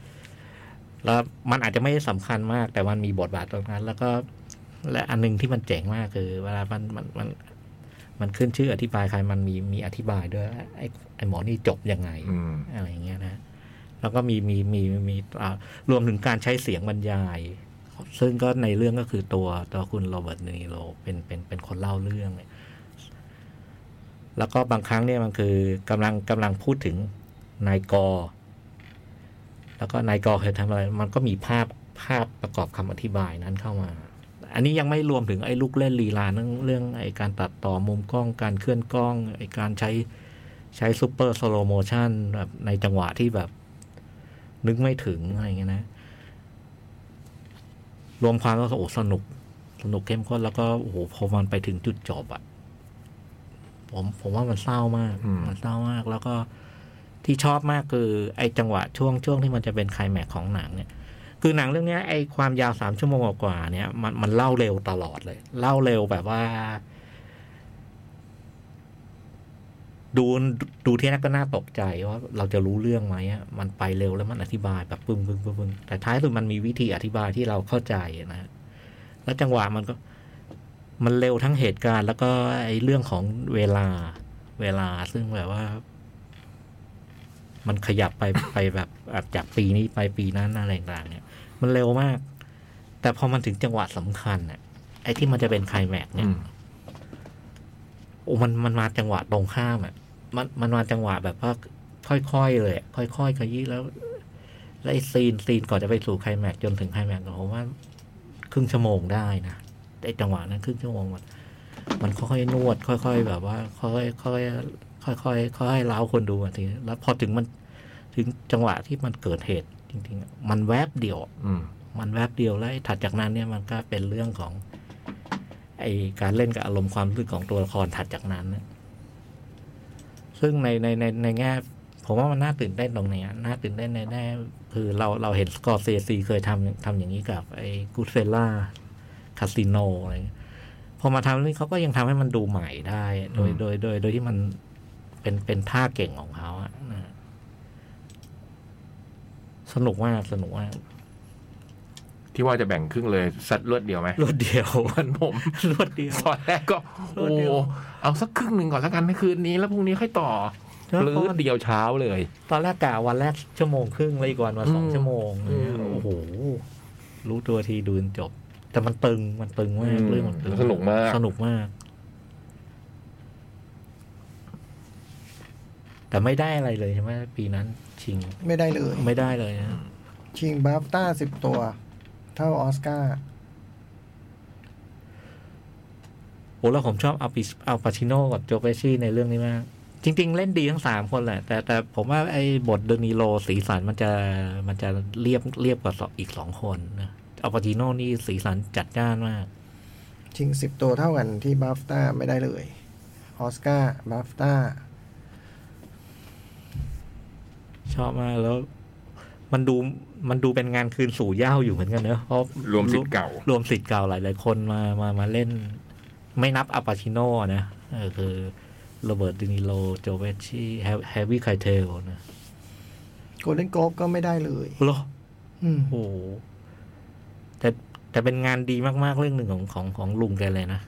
[SPEAKER 4] แล้วมันอาจจะไม่ได้สำคัญมาก แต่มันมีบทบาทตรงนั้น แล้วก็และอันหนึงที่มันเจ๋งมากคือ เวลามันมันมันมันขึ้นชื่ออธิบายใครมันมีมีอธิบายด้วยไอ้ไอ้หมอนี่จบยังไง
[SPEAKER 3] อืม
[SPEAKER 4] อะไรอย่างเงี้ยนะ แล้วก็มีมีมีมีอ่ารวมถึงการใช้เสียงบรรยาย ซึ่งก็ในเรื่องก็คือตัวตัวคุณโรเบิร์ตเดนิโรเป็นเป็นเป็นคนเล่าเรื่องเนี่ย แล้วก็บางครั้งเนี่ยมันคือกำลังกำลังพูดถึงนายกอ แล้วก็นายกอเคยทำอะไร มันก็มีภาพภาพประกอบคำอธิบายนั้นเข้ามา อันนี้ยังไม่รวมถึงไอ้ลูกเล่นลีลาเรื่องเรื่องไอ้การตัดต่อมุมกล้องการเคลื่อนกล้องไอ้การใช้ใช้ซูเปอร์สโลโมชันแบบในจังหวะที่แบบ นึกไม่ถึงอะไรอย่างเงี้ยนะ รวมความก็โอ้สนุก สนุกเข้มข้นแล้วก็โอ้โหพอมันไปถึงจุดจบอะผมผมว่ามันเศร้ามาก
[SPEAKER 3] อืม
[SPEAKER 4] นเศร้ามาก แล้วก็ที่ชอบมากคือ ไอ้จังหวะช่วงช่วงที่มันจะเป็นไคลายแม็กซ์ของหนังเนี่ย คือหนังเรื่องเนี้ยไอ้ความยาวสามชั่วโมงกว่าๆเนี่ยมันมันเล่าเร็วตลอดเลย เล่าเร็วแบบว่า ดูดูที่นั่นก็น่าตกใจว่าเราจะรู้เรื่องไหมอะมันไปเร็วแล้วมันอธิบายแบบปึ้งปึ้งปึ้งปึ้งแต่ท้ายสุดมันมีวิธีอธิบายที่เราเข้าใจนะฮะแล้วจังหวะมันก็ มันเร็วทั้งเหตุการณ์ แล้วก็ไอ้เรื่องของเวลา เวลาซึ่งแบบว่า มันขยับไป ไปแบบอาจจากปีนี้ไปปีนั้นอะไรต่างๆเนี่ย มันเร็วมาก แต่พอมันถึงจังหวะสำคัญเนี่ยไอ้ที่มันจะเป็นไคลแม็กซ์เนี่ย
[SPEAKER 3] อืม
[SPEAKER 4] โอ้มันมันมาจังหวะตรงข้ามอ่ะ มันมันมาจังหวะแบบว่าค่อยๆเลยอะค่อยๆขยี้แล้ว แล้วไอ้ซีนซีนก่อนจะไปสู่ไคลแม็กซ์จนถึงไคลแม็กซ์ผมว่า ครึ่งชั่วโมงได้นะไอ้จังหวะนั้นครึ่งชั่วโมงมันมันค่อยๆนวด ค่อยๆแบบว่า ค่อยๆค่อยๆค่อยๆค่อยๆเล้าคนดูอ่ะทีนี้แล้วพอถึงมันถึงจังหวะที่มันเกิดเหตุจริงๆอะมันแวบเดียว
[SPEAKER 3] อืม
[SPEAKER 4] มันแวบเดียวแล้วไอ้ถัดจากนั้นเนี่ยมันก็เป็นเรื่องของ ไอการเล่นกับอารมณ์ความรู้สึกของตัวละครถัดจากนั้นนะซึ่งในในในในแง่ผมว่ามันน่าตื่นเต้นตรงเนี้ยน่าตื่นเต้นในแน่คือเราเราเห็นสกอร์เซซีเคยทำทำอย่างนี้กับ ไอ้กูเซล่าคาสิโนอะไรเงี้ยพอมาทำเรื่องนี้เขาก็ยังทำให้มันดูใหม่ได้ โดย
[SPEAKER 3] อืม
[SPEAKER 4] โดยโดยโดยที่มันเป็นเป็นท่าเก่งของเขาอะนะ สนุกมากสนุกมาก
[SPEAKER 3] ที่ว่าจะแบ่งครึ่งเลยสัดลวดเดียวไหม
[SPEAKER 4] รวดเดียว
[SPEAKER 3] มันผม
[SPEAKER 4] รวดเดียว
[SPEAKER 3] ตอนแรกก็
[SPEAKER 4] ร
[SPEAKER 3] โอ้
[SPEAKER 4] วดเดียว
[SPEAKER 3] เอาสักครึ่งหนึ่งก่อนแล้วกันในคืนนี้ แล้วพรุ่งนี้ค่อยต่อหรือเดียวเช้าเลย
[SPEAKER 4] ตอนแรกกะวันแรกชั่วโมงครึ่งเลยอีกวันมาสอง
[SPEAKER 3] อืม
[SPEAKER 4] ชั่วโมง
[SPEAKER 3] อืม
[SPEAKER 4] โอ้โห รู้ตัวทีดูจนจบ แต่มันตึงมันตึงมากเรื่องมันตึง
[SPEAKER 3] สนุกมาก
[SPEAKER 4] สนุกมาก แต่ไม่ได้อะไรเลยใช่ไหมปีนั้นชิง
[SPEAKER 2] ไม่ได้เลย
[SPEAKER 4] ไม่ได้เลยนะ
[SPEAKER 2] ชิงบัฟต้าสิบตัว เท่าออสการ์
[SPEAKER 4] โอ้แล้วผมชอบเอาปิเอาปาชิโน่กับโจเปชี่ในเรื่องนี้มาก จริง ๆ เล่นดีทั้งสามคนแหละ แต่แต่ผมว่าไอ้บทเดนิโลสีสันมันจะมันจะเรียบเรียบกว่าสองอีกสองคนนะเอาปาชิโน่นี่สีสันจัดจ้านมาก
[SPEAKER 2] ชิงสิบตัวเท่ากันที่บัฟต้าไม่ได้เลยออสการ์บัฟต้า
[SPEAKER 4] ชอบมากแล้ว มันดูมันดูเป็นงานคืนสู่เหย้าอยู่เหมือนกันเนอะเพราะ
[SPEAKER 3] รวมสิทธิ์เก่า
[SPEAKER 4] รวมสิทธิ์เก่าหลายหลายๆคนมามามาเล่น ไม่นับอัปาชิโน่นะเออคือโรเบิร์ตดินิโลโจเวชชี่แฮร์วี่ไคเทลนะ
[SPEAKER 2] โกลเด้นโกลบก็ไม่ได้เลย
[SPEAKER 4] โอ้
[SPEAKER 2] อืม
[SPEAKER 4] โหแต่แต่เป็นงานดีมาก ๆ เรื่องหนึ่งของของของลุงแกเลยนะ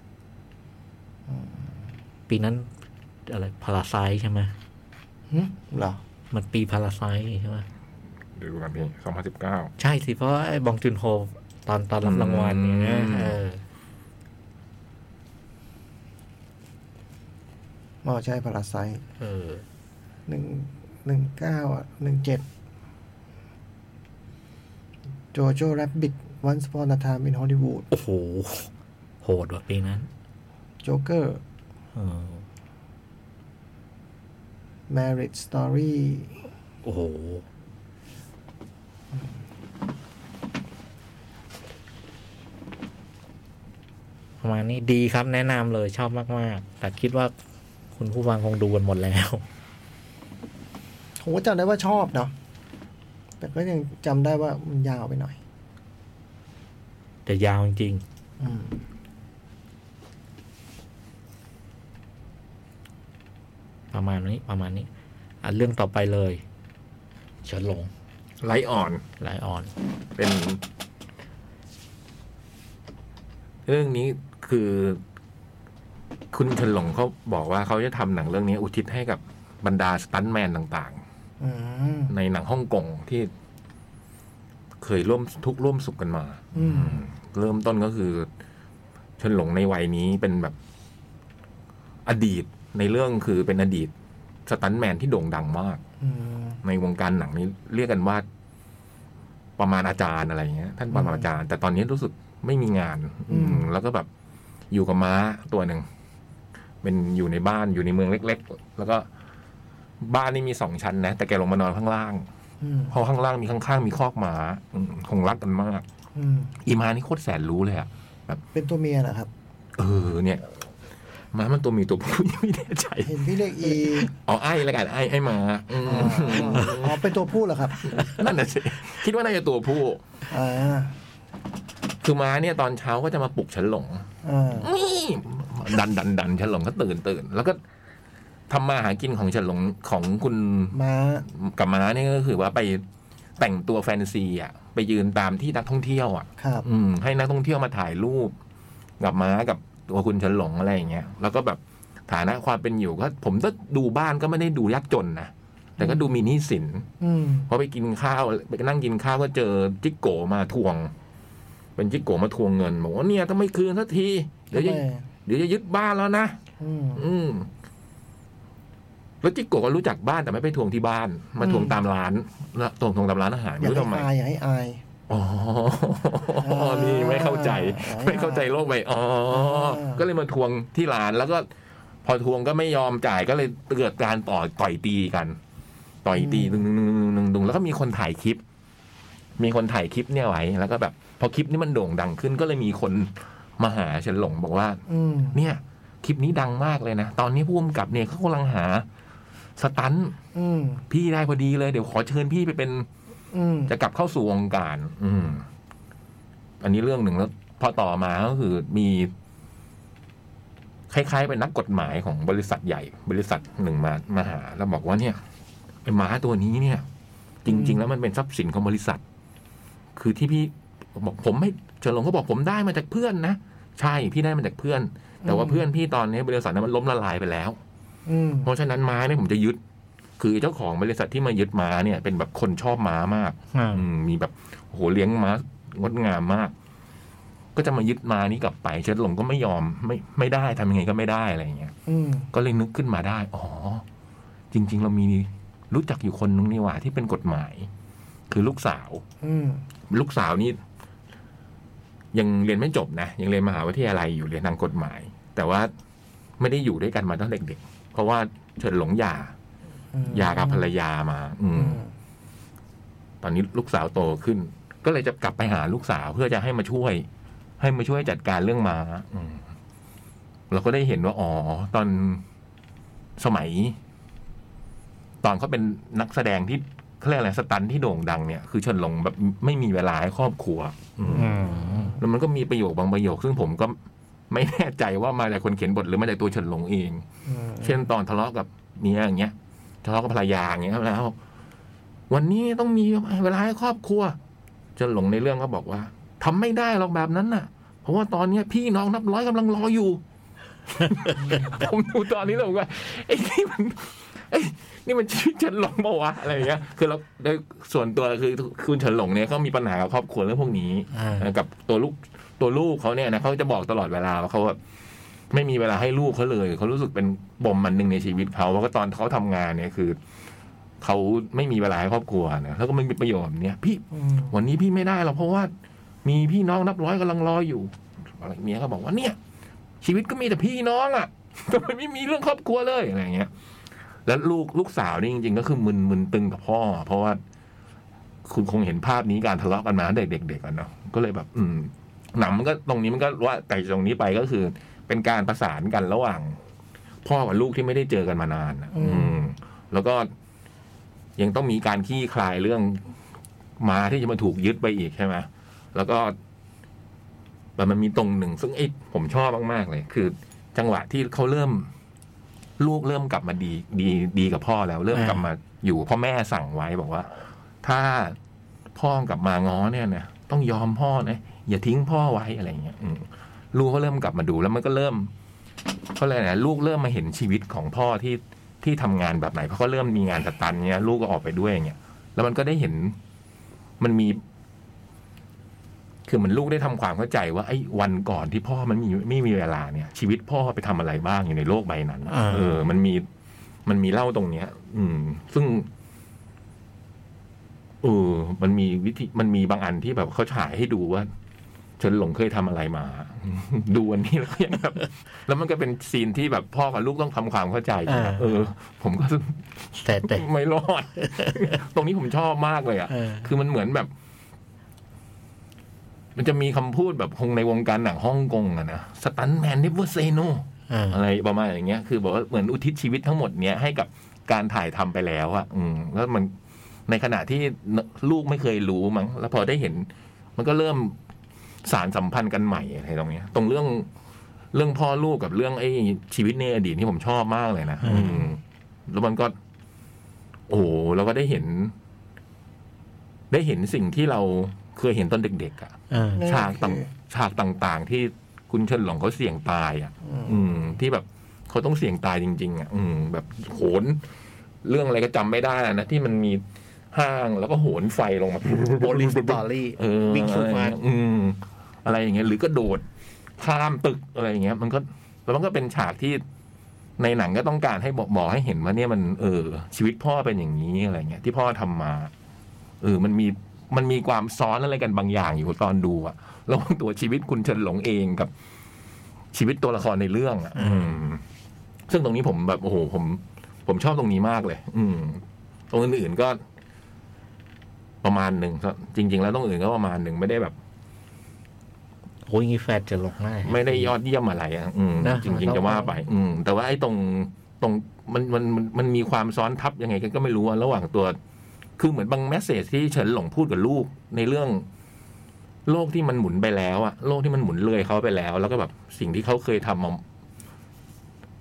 [SPEAKER 4] ปีนั้น อะไรพาราไซใช่ไหม
[SPEAKER 2] หึเหรอ
[SPEAKER 4] มันปีพาราไซใช่ไหม
[SPEAKER 3] ดูกันพี่สองพันสิบเก้า
[SPEAKER 4] ใช่สิเพราะไอ้บองจุนโฮตอนตอนรับรางวัลเนี่ยนะ
[SPEAKER 3] อืม
[SPEAKER 4] เออ
[SPEAKER 2] มอใช่พาราไซ
[SPEAKER 4] เออ
[SPEAKER 2] หนึ่งหนึ่งเก้าอ่ะหนึ่งเจ็ดโจโจแรบบิทวันสปอนทาม in นฮอลลีวูด
[SPEAKER 4] โอ้โห โหดว่ะปีนั้น
[SPEAKER 2] โจเกอร์
[SPEAKER 4] เออ
[SPEAKER 2] แมริดสตอรี่
[SPEAKER 4] โอ้โห ประมาณนี้ดีครับแนะนำเลยชอบมาก ๆ แต่คิดว่าคุณผู้ฟังคงดูกันหมดแล้ว
[SPEAKER 2] ผมก็จำได้ว่าชอบเนาะแต่ก็ยังจำได้ว่ามันยาวไปหน่อย
[SPEAKER 4] แต่ยาวจริง
[SPEAKER 2] อืม
[SPEAKER 4] ๆ ประมาณนี้ประมาณนี้อ่ะเรื่องต่อไปเลยเฉินหลง
[SPEAKER 3] ไลออน
[SPEAKER 4] ไลออน
[SPEAKER 3] เป็น เรื่องนี้คือ คุณเฉินหลงเขาบอกว่าเขาจะทำหนังเรื่องนี้ อุทิศให้กับบรรดาสตันท์แมนต่าง
[SPEAKER 2] อืม
[SPEAKER 3] ๆ ในหนังฮ่องกงที่ เคยร่วมทุกข์ร่วมสุขกันมา
[SPEAKER 2] อืม
[SPEAKER 3] เริ่มต้นก็คือเฉินหลงในวัยนี้เป็นแบบอดีต ในเรื่องคือเป็นอดีตสตันแมนที่โด่งดังมาก
[SPEAKER 2] อืม
[SPEAKER 3] ในวงการหนังนี้เรียกกันว่า ประมาณอาจารย์อะไรอย่างเงี้ย ท่านประมาณอาจารย์ แต่ตอนนี้รู้สึกไม่มีงาน
[SPEAKER 2] อืม
[SPEAKER 3] อืมแล้วก็แบบอยู่กับม้าตัวหนึ่งเป็นอยู่ในบ้านอยู่ในเมืองเล็ก ๆ แล้วก็บ้านนี่มีสองชั้นนะ แต่แกลงมานอนข้างล่าง
[SPEAKER 2] อืม
[SPEAKER 3] ห้องข้างล่างมีข้างๆมีคอกหมาอืมคงรักกันมาก
[SPEAKER 2] อืม
[SPEAKER 3] อีมานี่โคตรแสนรู้เลยอะ
[SPEAKER 2] เป็นตัวเมียเหรอครับ
[SPEAKER 3] เออ เนี่ยม้ามันตัวมีตัวผู้ ยังไม่แน่ใจ
[SPEAKER 2] เห็นพี่เรียกอี
[SPEAKER 3] อ๋อไอ้ละกันไอ้ไอ้มาอืม
[SPEAKER 2] อ๋ออ๋อเป็นตัวผู้เหรอครับ
[SPEAKER 3] นั่นน่ะสิคิดว่าน่าจะตัวผู้
[SPEAKER 2] อ่า
[SPEAKER 3] คือม้าเนี่ยตอนเช้าก็จะมาปลุกฉันหลง
[SPEAKER 2] อ่า
[SPEAKER 3] นี่ดันดันดันฉันหลงก็ตื่นตื่น แล้วก็ทำมาหากินของฉันหลงของคุณ
[SPEAKER 2] ม้า
[SPEAKER 3] กับม้าเนี่ยก็คือว่าไปแต่งตัวแฟนซีอ่ะ ไปยืนตามที่นักท่องเที่ยวอ่ะ
[SPEAKER 2] ครับ
[SPEAKER 3] อืม ให้นักท่องเที่ยวมาถ่ายรูป กับม้ากับตัวคุณฉันหลงอะไรอย่างเงี้ยแล้วก็แบบฐานะความเป็นอยู่ก็ผมก็ดูบ้านก็ไม่ได้ดูยากจนนะแต่ก็ดูมีหนี้สิน
[SPEAKER 2] อืม
[SPEAKER 3] พอไปกินข้าวไปนั่งกินข้าวก็เจอจิกโกมาทวง เป็นจิกโกมาทวงเงินบอกว่าเนี่ยถ้าไม่คืนสักทีเดี๋ยวจะเดี๋ยวจะยึดบ้านแล้วนะ
[SPEAKER 2] อืม
[SPEAKER 3] อืม แล้วจิกโกก็รู้จักบ้านแต่ไม่ไปทวงที่บ้าน มาทวง
[SPEAKER 2] อืม
[SPEAKER 3] ตามร้านนะทวงทวงตามร้านอาหาร
[SPEAKER 2] อ
[SPEAKER 3] ไม่
[SPEAKER 2] ย่า
[SPEAKER 3] รู้ทำไม
[SPEAKER 2] ให้อายอย่าให้อาย
[SPEAKER 3] อ๋อนี่ไม่เข้าใจ
[SPEAKER 2] อ่า
[SPEAKER 3] ไม่เข้าใจโลกใบอ๋ออา ก็เลยมาทวงที่ร้านแล้วก็ พอทวงก็ไม่ยอมจ่ายก็เลยเกิดการต่อต่อยตีกัน ต่อยตีดึงดึงดึงดึงดึงดึงแล้วก็มีคนถ่ายคลิป มีคนถ่ายคลิปเนี่ยไว้ แล้วก็แบบ พอคลิปนี้มันโด่งดังขึ้นก็เลยมีคนมาหาเฉินหลงบอกว่า
[SPEAKER 2] อืม
[SPEAKER 3] เนี่ย คลิปนี้ดังมากเลยนะ ตอนนี้ผู้กำกับเนี่ยเขากำลังหา สตันท์
[SPEAKER 2] อืม
[SPEAKER 3] พี่ได้พอดีเลย เดี๋ยวขอเชิญพี่ไปเป็น
[SPEAKER 2] อืม
[SPEAKER 3] จะกลับเข้าสู่วงการ อืม อันนี้เรื่องหนึ่งแล้ว พอต่อมาก็คือมี คล้ายๆเป็นนักกฎหมายของบริษัทใหญ่ บริษัทหนึ่งมามาหา แล้วบอกว่าเนี่ยไอ้หมาตัวนี้เนี่ย จริง ๆ แล้วมันเป็นทรัพย์สินของบริษัท คือที่พี่บอกผมไม่เฉินหลงก็บอกผมได้มาจากเพื่อนนะใช่พี่ได้มาจากเพื่อน แต่ว่าเพื่อนพี่ตอนนี้บริษัทนั้นมันล้มละลายไปแล้ว
[SPEAKER 2] อืม
[SPEAKER 3] เพราะฉะนั้นม้าเนี่ยผมจะยึด คือเจ้าของบริษัทที่มายึดม้าเนี่ย เป็นแบบคนชอบม้ามาก
[SPEAKER 4] อ่า
[SPEAKER 3] อืมมีแบบโอ้โหเลี้ยงม้างดงามมาก ก็จะมายึดม้านี้กลับไปเฉินหลงก็ไม่ยอมไม่ไม่ได้ทำยังไงก็ไม่ได้อะไรอย่างเงี้ย
[SPEAKER 2] อืม
[SPEAKER 3] ก็เลยนึกขึ้นมาได้ อ๋อ จริง ๆ เรามีรู้จักอยู่คนนึงนี่หว่าที่เป็นกฎหมาย คือลูกสาว
[SPEAKER 2] อืม
[SPEAKER 3] ลูกสาวนี่ ยังเรียนไม่จบนะ ยังเรียนมหาวิทยาลัยอยู่เรียนทางกฎหมาย แต่ว่าไม่ได้อยู่ด้วยกันมาตั้งแต่เด็กๆเพราะว่าเฉินหลงหยา
[SPEAKER 2] อืม
[SPEAKER 3] หยากับภรรยามา อื
[SPEAKER 2] อื
[SPEAKER 3] ม
[SPEAKER 2] ม
[SPEAKER 3] ตอนนี้ลูกสาวโตขึ้น ก็เลยจะกลับไปหาลูกสาวเพื่อจะให้มาช่วย ให้มาช่วยจัดการเรื่องมา้าอืมเราก็ได้เห็นว่า อ๋อ ตอนสมัย ตอนเขาเป็นนักแสดงที่เขาเรียกอะไรสตันท์ที่โด่งดังเนี่ย คือเฉินหลงแบบไม่มีเวลาให้ครอบครัว อืม
[SPEAKER 4] อืม
[SPEAKER 3] แล้วมันก็มีประโยคบางประโยค ซึ่งผมก็ไม่แน่ใจว่ามาจากคนเขียนบทหรือมาจากตัวเฉินหลงเอง
[SPEAKER 2] อืม
[SPEAKER 3] เช่นตอนทะเลาะกับเมียอย่างเงี้ยทะเลาะกับภรรยาอย่างเงี้ยแล้ว วันนี้ต้องมีเวลาให้ครอบครัวเฉินหลงในเรื่องก็บอกว่าทำไม่ได้หรอกแบบนั้นน่ะ เพราะว่าตอนเนี้ยพี่น้องนับร้อยกำลังรออยู่ ผมดูตอนนี้แล้วผมก็ไอ้นี่มัน ไอ้นี่มันชีวิตเฉินหลงเปล่าวะอะไรอย่างเงี้ย คือเราโดยส่วนตัวคือคุณเฉินหลงเนี่ยเขามีปัญหากับครอบครัวเรื่องพวกนี้
[SPEAKER 4] อ่า
[SPEAKER 3] กับตัวลูกตัวลูกเขาเนี่ยนะเขาจะบอกตลอดเวลาว่าเขาแบบไม่มีเวลาให้ลูกเขาเลยเขารู้สึกเป็นปมมันหนึ่งในชีวิตเขาเพราะว่าตอนเขาทำงานเนี่ยคือเขาไม่มีเวลาให้ครอบครัวนะแล้วก็มันมีประโยชน์เนี่ยพี่
[SPEAKER 2] อืม
[SPEAKER 3] วันนี้พี่ไม่ได้หรอกเพราะว่า มีพี่น้องนับร้อยกำลังรออยู่อะไรเมียก็บอกว่าเนี่ย ชีวิตก็มีแต่พี่น้องอะ่ะ ทำไมไม่มีเรื่องครอบครัวเลยอะไรอย่างเงี้ย แล้วลูกลูกสาวนี่จริง ๆ ก็คือมึนมึนตึงกับพ่อ เพราะว่า คุณคงเห็นภาพนี้การทะเลาะกันมาตั้งแต่เด็กๆกันเนาะก็เลยแบบ อืม หนังมันก็ตรงนี้มันก็ว่าแต่ตรงนี้ไปก็คือ เป็นการประสานกันระหว่าง พ่อกับลูกที่ไม่ได้เจอกันมานานน่ะอืม แล้วก็ยังต้องมีการขี้คลายเรื่องมาที่จะมาถูกยึดไปอีกใช่ไหมแล้วก็แต่มันมีตรงหนึ่ง ซึ่งไอ้ผมชอบมากๆเลย คือ จังหวะที่เขาเริ่ม ลูกเริ่มกลับมาดี ดีดีกับพ่อแล้ว เริ่มกลับมาอยู่เพ่อแม่สั่งไว้บอกว่า ถ้าพ่อกลับมาง้อเนี่ยนะต้องยอมพ่อนะอย่าทิ้งพ่อไว้อะไรอย่างเงี้ยอืมลูกก็เริ่มกลับมาดูแล้วมันก็เริ่มเขาเลยกอะไรนะลูกเริ่มมาเห็นชีวิตของพ่อที่ที่ทำงานแบบไหนเพราะเขาเริ่มมีงานสตันเงี้ย ลูกก็ออกไปด้วยอย่างเงี้ยแล้วมันก็ได้เห็นมันมี คือเหมันลูกได้ทำความเข้าใจว่าไอ้วันก่อนที่พ่อมันมีไม่มีเวลาเนี่ย ชีวิตพ่อไปทำอะไรบ้างอยู่ในโลกใบนั้น
[SPEAKER 4] อ่า
[SPEAKER 3] เออ มันมีมันมีเล่าตรงเนี้ย อืม ซึ่งเออมันมีวิธีมันมีบางอันที่แบบเขาฉายให้ดูว่าเฉินหลงเคยทำอะไรมา ดูอันนี้แล้วก็ยังแบบ แล้วมันก็เป็นซีนที่แบบพ่อกับลูกต้องทำความเข้าใจกันอะ
[SPEAKER 4] อ่า
[SPEAKER 3] เออ ผมก็
[SPEAKER 4] แต่แต่
[SPEAKER 3] ไม่รอด ตรงนี้ผมชอบมากเลยอ่ะ
[SPEAKER 4] เออ
[SPEAKER 3] คือมันเหมือนแบบ มันจะมีคำพูดแบบคงในวงการหนังฮ่องกงอะนะสตันแมนนิเวอร์เซโน
[SPEAKER 4] เออ
[SPEAKER 3] อะไรประมาณอย่างเงี้ย คือบอกว่าเหมือนอุทิศชีวิตทั้งหมดเนี้ยให้กับการถ่ายทำไปแล้วอ่ะ อืม แล้วมันในขณะที่ลูกไม่เคยรู้มั้ง แล้วพอได้เห็น มันก็เริ่มสารสัมพันธ์กันใหม่อะไรตรงเนี้ย ตรงเรื่องเรื่องพ่อลูกกับเรื่องไอ้ชีวิตในอดีตที่ผมชอบมากเลยนะอืม แล้วมันก็ โอ้โหเราก็ได้เห็น ได้เห็นสิ่งที่เราเคยเห็นตอนเด็ก ๆอะ
[SPEAKER 4] เออ
[SPEAKER 2] นั่น
[SPEAKER 3] ฉากต่าง
[SPEAKER 2] คือ
[SPEAKER 3] ฉากต่าง ๆ ที่คุณเฉินหลงเขาเสี่ยงตายอ่ะ อืม ที่แบบเขาต้องเสี่ยงตายจริง ๆ อ่ะ อืม แบบโหน เรื่องอะไรก็จำไม่ได้แล้วนะที่มันมีห้างแล้วก็โหนไฟลงมา
[SPEAKER 4] โบลิสตอรี่
[SPEAKER 3] เออ
[SPEAKER 4] วิ่งสู
[SPEAKER 3] อะไรอ
[SPEAKER 4] ฟ้า
[SPEAKER 3] ย่างเงี้ยอืม อะไรอย่างเงี้ย หรือกระโดดข้ามตึกอะไรอย่างเงี้ย มันก็แล้วมันก็เป็นฉากที่ในหนังก็ต้องการให้บอกบอกให้เห็นว่าเนี่ยมันเออ ชีวิตพ่อเป็นอย่างนี้อะไรเงี้ย ที่พ่อทำมาเออมันมีมันมีความซ้อนอะไรกันบางอย่างอยู่ตอนดูอะระหว่างตัวชีวิตคุณเฉินหลงเองกับ ชีวิตตัวละครในเรื่องอะ
[SPEAKER 4] อืม
[SPEAKER 3] อืม ซึ่งตรงนี้ผมแบบโอ้โหผม ผมชอบตรงนี้มากเลย อืม ตรงอื่นๆก็ ประมาณหนึ่งครับจริง ๆ แล้วต้องอื่นก็ประมาณหนึ่งไม่ได้แบบ
[SPEAKER 4] โอ้ยอย่างงี้แฟนจะหลงง่าย
[SPEAKER 3] ไม่ได้ยอดเยี่ยมอะไรอ่ะอืม
[SPEAKER 4] นะ
[SPEAKER 3] จริง ๆ จะว่าไป อืม แต่ว่าไอ้ตรงตรงมันมันมันมันมีความซ้อนทับยังไงกันก็ไม่รู้อะระหว่างตัว คือเหมือนบางแมสเซจที่เฉินหลงพูดกับลูก ในเรื่อง โลกที่มันหมุนไปแล้วอะโลกที่มันหมุนเลยเขาไปแล้ว แล้วก็แบบสิ่งที่เขาเคยทำมา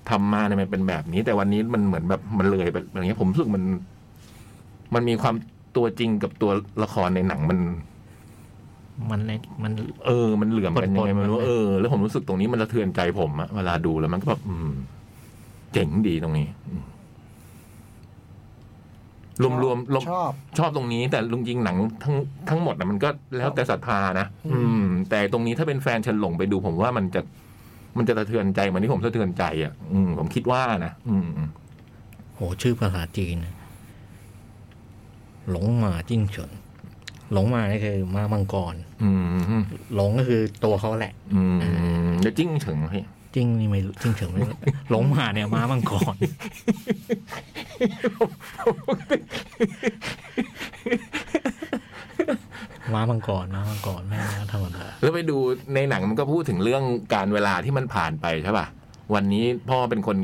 [SPEAKER 3] ทำมาเนี่ยมันเป็นแบบนี้ แต่วันนี้มันเหมือนแบบมันเลยไปอย่างเงี้ยผมรู้สึกมัน มันมีความตัวจริงกับตัวละครในหนังมัน
[SPEAKER 4] มันในมัน
[SPEAKER 3] เออ มันเหลื่อมกันยังไง
[SPEAKER 4] ปนๆ
[SPEAKER 3] ไม่รู้
[SPEAKER 4] กันไป
[SPEAKER 3] เออ แล้วผมรู้สึกตรงนี้มันสะเทือนใจผมอะเวลาดูแล้วมันก็แบบอืม เจ๋งดีตรงนี้อืมรวมรวมรวม
[SPEAKER 2] ชอบ
[SPEAKER 3] ชอบตรงนี้ แต่ลุงยิงๆหนังทั้งทั้งหมดนะมันก็แล้วแต่ศรัทธานะ
[SPEAKER 2] อื
[SPEAKER 3] อื
[SPEAKER 2] ม
[SPEAKER 3] ม แต่ตรงนี้ถ้าเป็นแฟนเฉันหลงไปดู ผมว่ามันจะมันจะสะเทือนใจเหมือนที่ผมสะเทือนใจอ่ะอืมผมคิดว่านะอืม
[SPEAKER 4] โหชื่อภาษาจีนนะหลงหมาจิ้งเฉินหลงหมานี่คือมามังกร
[SPEAKER 3] อืม
[SPEAKER 4] หลงก็คือตัวเขาแหละ
[SPEAKER 3] อืมแล้วจิ้งเฉิงเฮ้ย
[SPEAKER 4] จิ้งนี่ไม่รู้จิ้งเฉินไม่รู้ หลงหมาเนี่ยมามังกร มามังกรมามังกรแม่ม้าธรรมดา
[SPEAKER 3] แล้วไปดูในหนังมันก็พูดถึงเรื่องการเวลาที่มันผ่านไปใช่ป่ะ วันนี้พ่อเป็นคน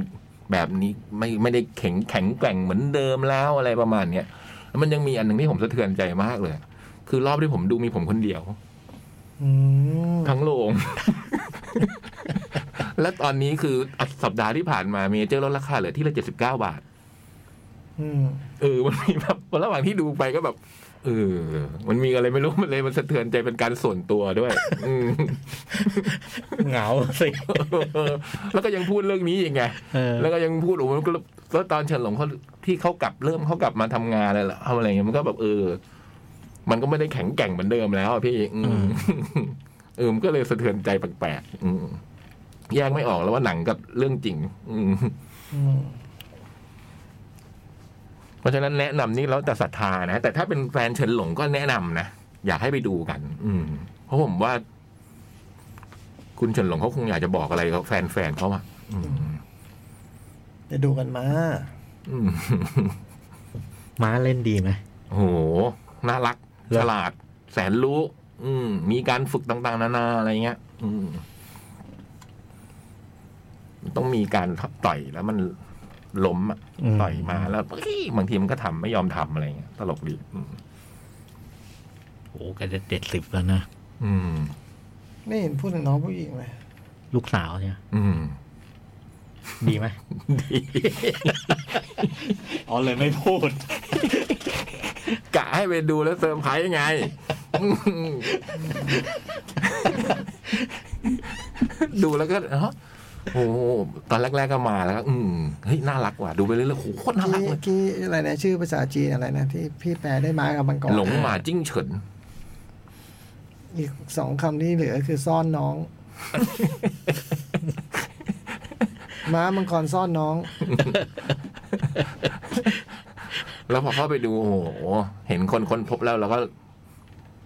[SPEAKER 3] แบบนี้ไม่ไม่ได้แข็งแข็งแกร่งเหมือนเดิมแล้วอะไรประมาณเนี้ยแล้วมันยังมีอันหนึ่งที่ผมสะเทือนใจมากเลย คือรอบที่ผมดูมีผมคนเดียว
[SPEAKER 2] อืม
[SPEAKER 3] ทั้งโรง และตอนนี้คือสัปดาห์ที่ผ่านมาเมเจอร์ลดราคาเหลือที่ละเจ็ดสิบเก้าบาท
[SPEAKER 2] อืม
[SPEAKER 3] เออ มันมีแบบระหว่างที่ดูไปก็แบบ เออ มันมีอะไรไม่รู้ มันเลยมันสะเทือนใจเป็นการส่วนตัวด้วย อืม
[SPEAKER 4] เหงาสิ
[SPEAKER 3] เออแล้วก็ยังพูดเรื่องนี้อีกไง
[SPEAKER 4] เออ
[SPEAKER 3] แล้วก็ยังพูดโอ้โหมันก็แล้วตอนเฉินหลงเขาที่เขากลับเริ่มเขากลับมาทำงานอะไรล่ะเอาอะไรเงี้ยมันก็แบบเออ มันก็ไม่ได้แข็งแกร่งเหมือนเดิมแล้วอะพี่อืม เออมันก็เลยสะเทือนใจแปลกๆอืมแยกไม่ออกแล้วว่าหนังกับเรื่องจริง อืม
[SPEAKER 2] อืม
[SPEAKER 3] เพราะฉะนั้นแนะนำนี่แล้วแต่ศรัทธานะ แต่ถ้าเป็นแฟนเฉินหลงก็แนะนำนะอยากให้ไปดูกัน อืม เพราะผมว่า คุณเฉินหลงเขาคงอยากจะบอกอะไรกับแฟนๆเขาอะอืม
[SPEAKER 2] จะดูกันมา
[SPEAKER 3] อืม
[SPEAKER 4] ม้าเล่นดีไหม
[SPEAKER 3] โอ้โห น่ารัก
[SPEAKER 4] เหรอ
[SPEAKER 3] ฉลาด แสนรู้ อืม มีการฝึกต่างๆ นานาอะไรเงี้ย อืม มันต้องมีการต่อยแล้วมันล้มอะ
[SPEAKER 4] ม
[SPEAKER 3] ต่อยมาแล้วเฮ้ยบางทีมันก็ทำไม่ยอมทำอะไรเงี้ย ตลกดี อืม
[SPEAKER 4] โอ้แกจะเจ็ดสิบแล้วนะ
[SPEAKER 3] อืม
[SPEAKER 2] ไม่เห็นพูดถึงน้องผู้หญิงเลย
[SPEAKER 4] ลูกสาวเนี่ย
[SPEAKER 3] อืม
[SPEAKER 4] ดีไหม
[SPEAKER 3] ดี
[SPEAKER 4] อ๋อเลยไม่พูด
[SPEAKER 3] กะให้ไปดูแล้วเซอร์ไพรส์ไง อืมดูแล้วก็ฮะโอ้โหตอนแรก ๆก็มาแล้วก็อืมเฮ้ยน่ารักว่ะดูไปเรื่อยๆโอ้โหโคตรน่ารัก
[SPEAKER 2] ที่
[SPEAKER 3] เล
[SPEAKER 2] ที่
[SPEAKER 3] ย
[SPEAKER 2] อะไรนะชื่อภาษาจีนอะไรนะที่พี่แปลได้มากับมังกร
[SPEAKER 3] หลงหมาจิ้งเฉิน
[SPEAKER 2] อีกสองคำที่เหลือคือซ่อนน้อง ม้ามังกรซ่อนน้อง
[SPEAKER 3] แล้วพอเข้าไปดูโอ้โหเห็นคนค้นพบแล้วเราก็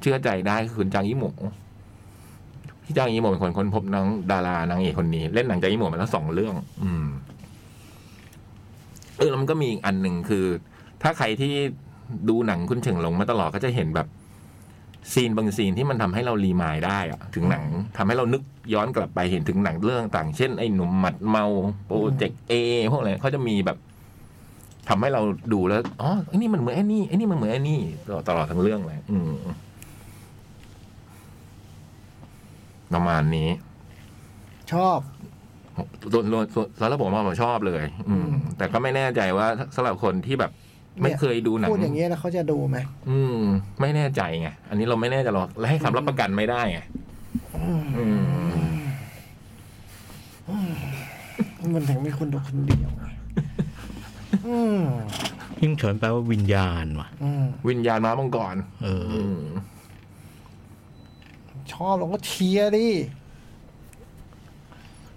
[SPEAKER 3] เชื่อใจได้คือคุณจางยี่หมูที่จางยี่หมูเป็นคนค้นพบน้องดารานางเอกคนนี้ เล่นหนังจางยี่หมูมาแล้วสองเรื่อง อืม เออแล้วมันก็มีอีกอันหนึ่งคือ ถ้าใครที่ดูหนังคุณเฉิงหลงมาตลอดก็จะเห็นแบบ ซีนบางซีนที่มันทำให้เรารีมายด์ได้อะถึงหนังทำให้เรานึกย้อนกลับไปเห็นถึงหนังเรื่องต่าง เช่นไอ้หนุ่มหมัดเมาโปรเจกต์เอพวกอะไรเขาจะมีแบบ ทำให้เราดูแล้ว อ๋อไอ้นี่มันเหมือนไอ้นี่ไอ้นี่มันเหมือนไอ้นี่ตลอดตลอดทั้งเรื่องเลยอืมประมาณนี้
[SPEAKER 2] ชอบ
[SPEAKER 3] ส่วนส่วนส่วนสำหรับผมว่าผมชอบเลย อืม
[SPEAKER 2] อืม
[SPEAKER 3] แต่ก็ไม่แน่ใจว่าสำหรับคนที่แบบ
[SPEAKER 2] เนี่ย
[SPEAKER 3] ไม่เคยดูหนัง
[SPEAKER 2] พูดอย่างเงี้ยแล้วเขาจะดูไหม
[SPEAKER 3] อืม ไม่แน่ใจไง อันนี้เราไม่แน่ใจหรอกและให้คำรับประกันไม่ได้ไงอืม
[SPEAKER 2] มันถึงมีคนดูคนเดียวไงอืม
[SPEAKER 4] ยิ่งเฉินแปลว่าวิญญาณว่ะ
[SPEAKER 2] อืม
[SPEAKER 3] วิญญาณม้ามังกร
[SPEAKER 4] เออ
[SPEAKER 3] อืม
[SPEAKER 2] ชอบเราก็เชียร์ดิ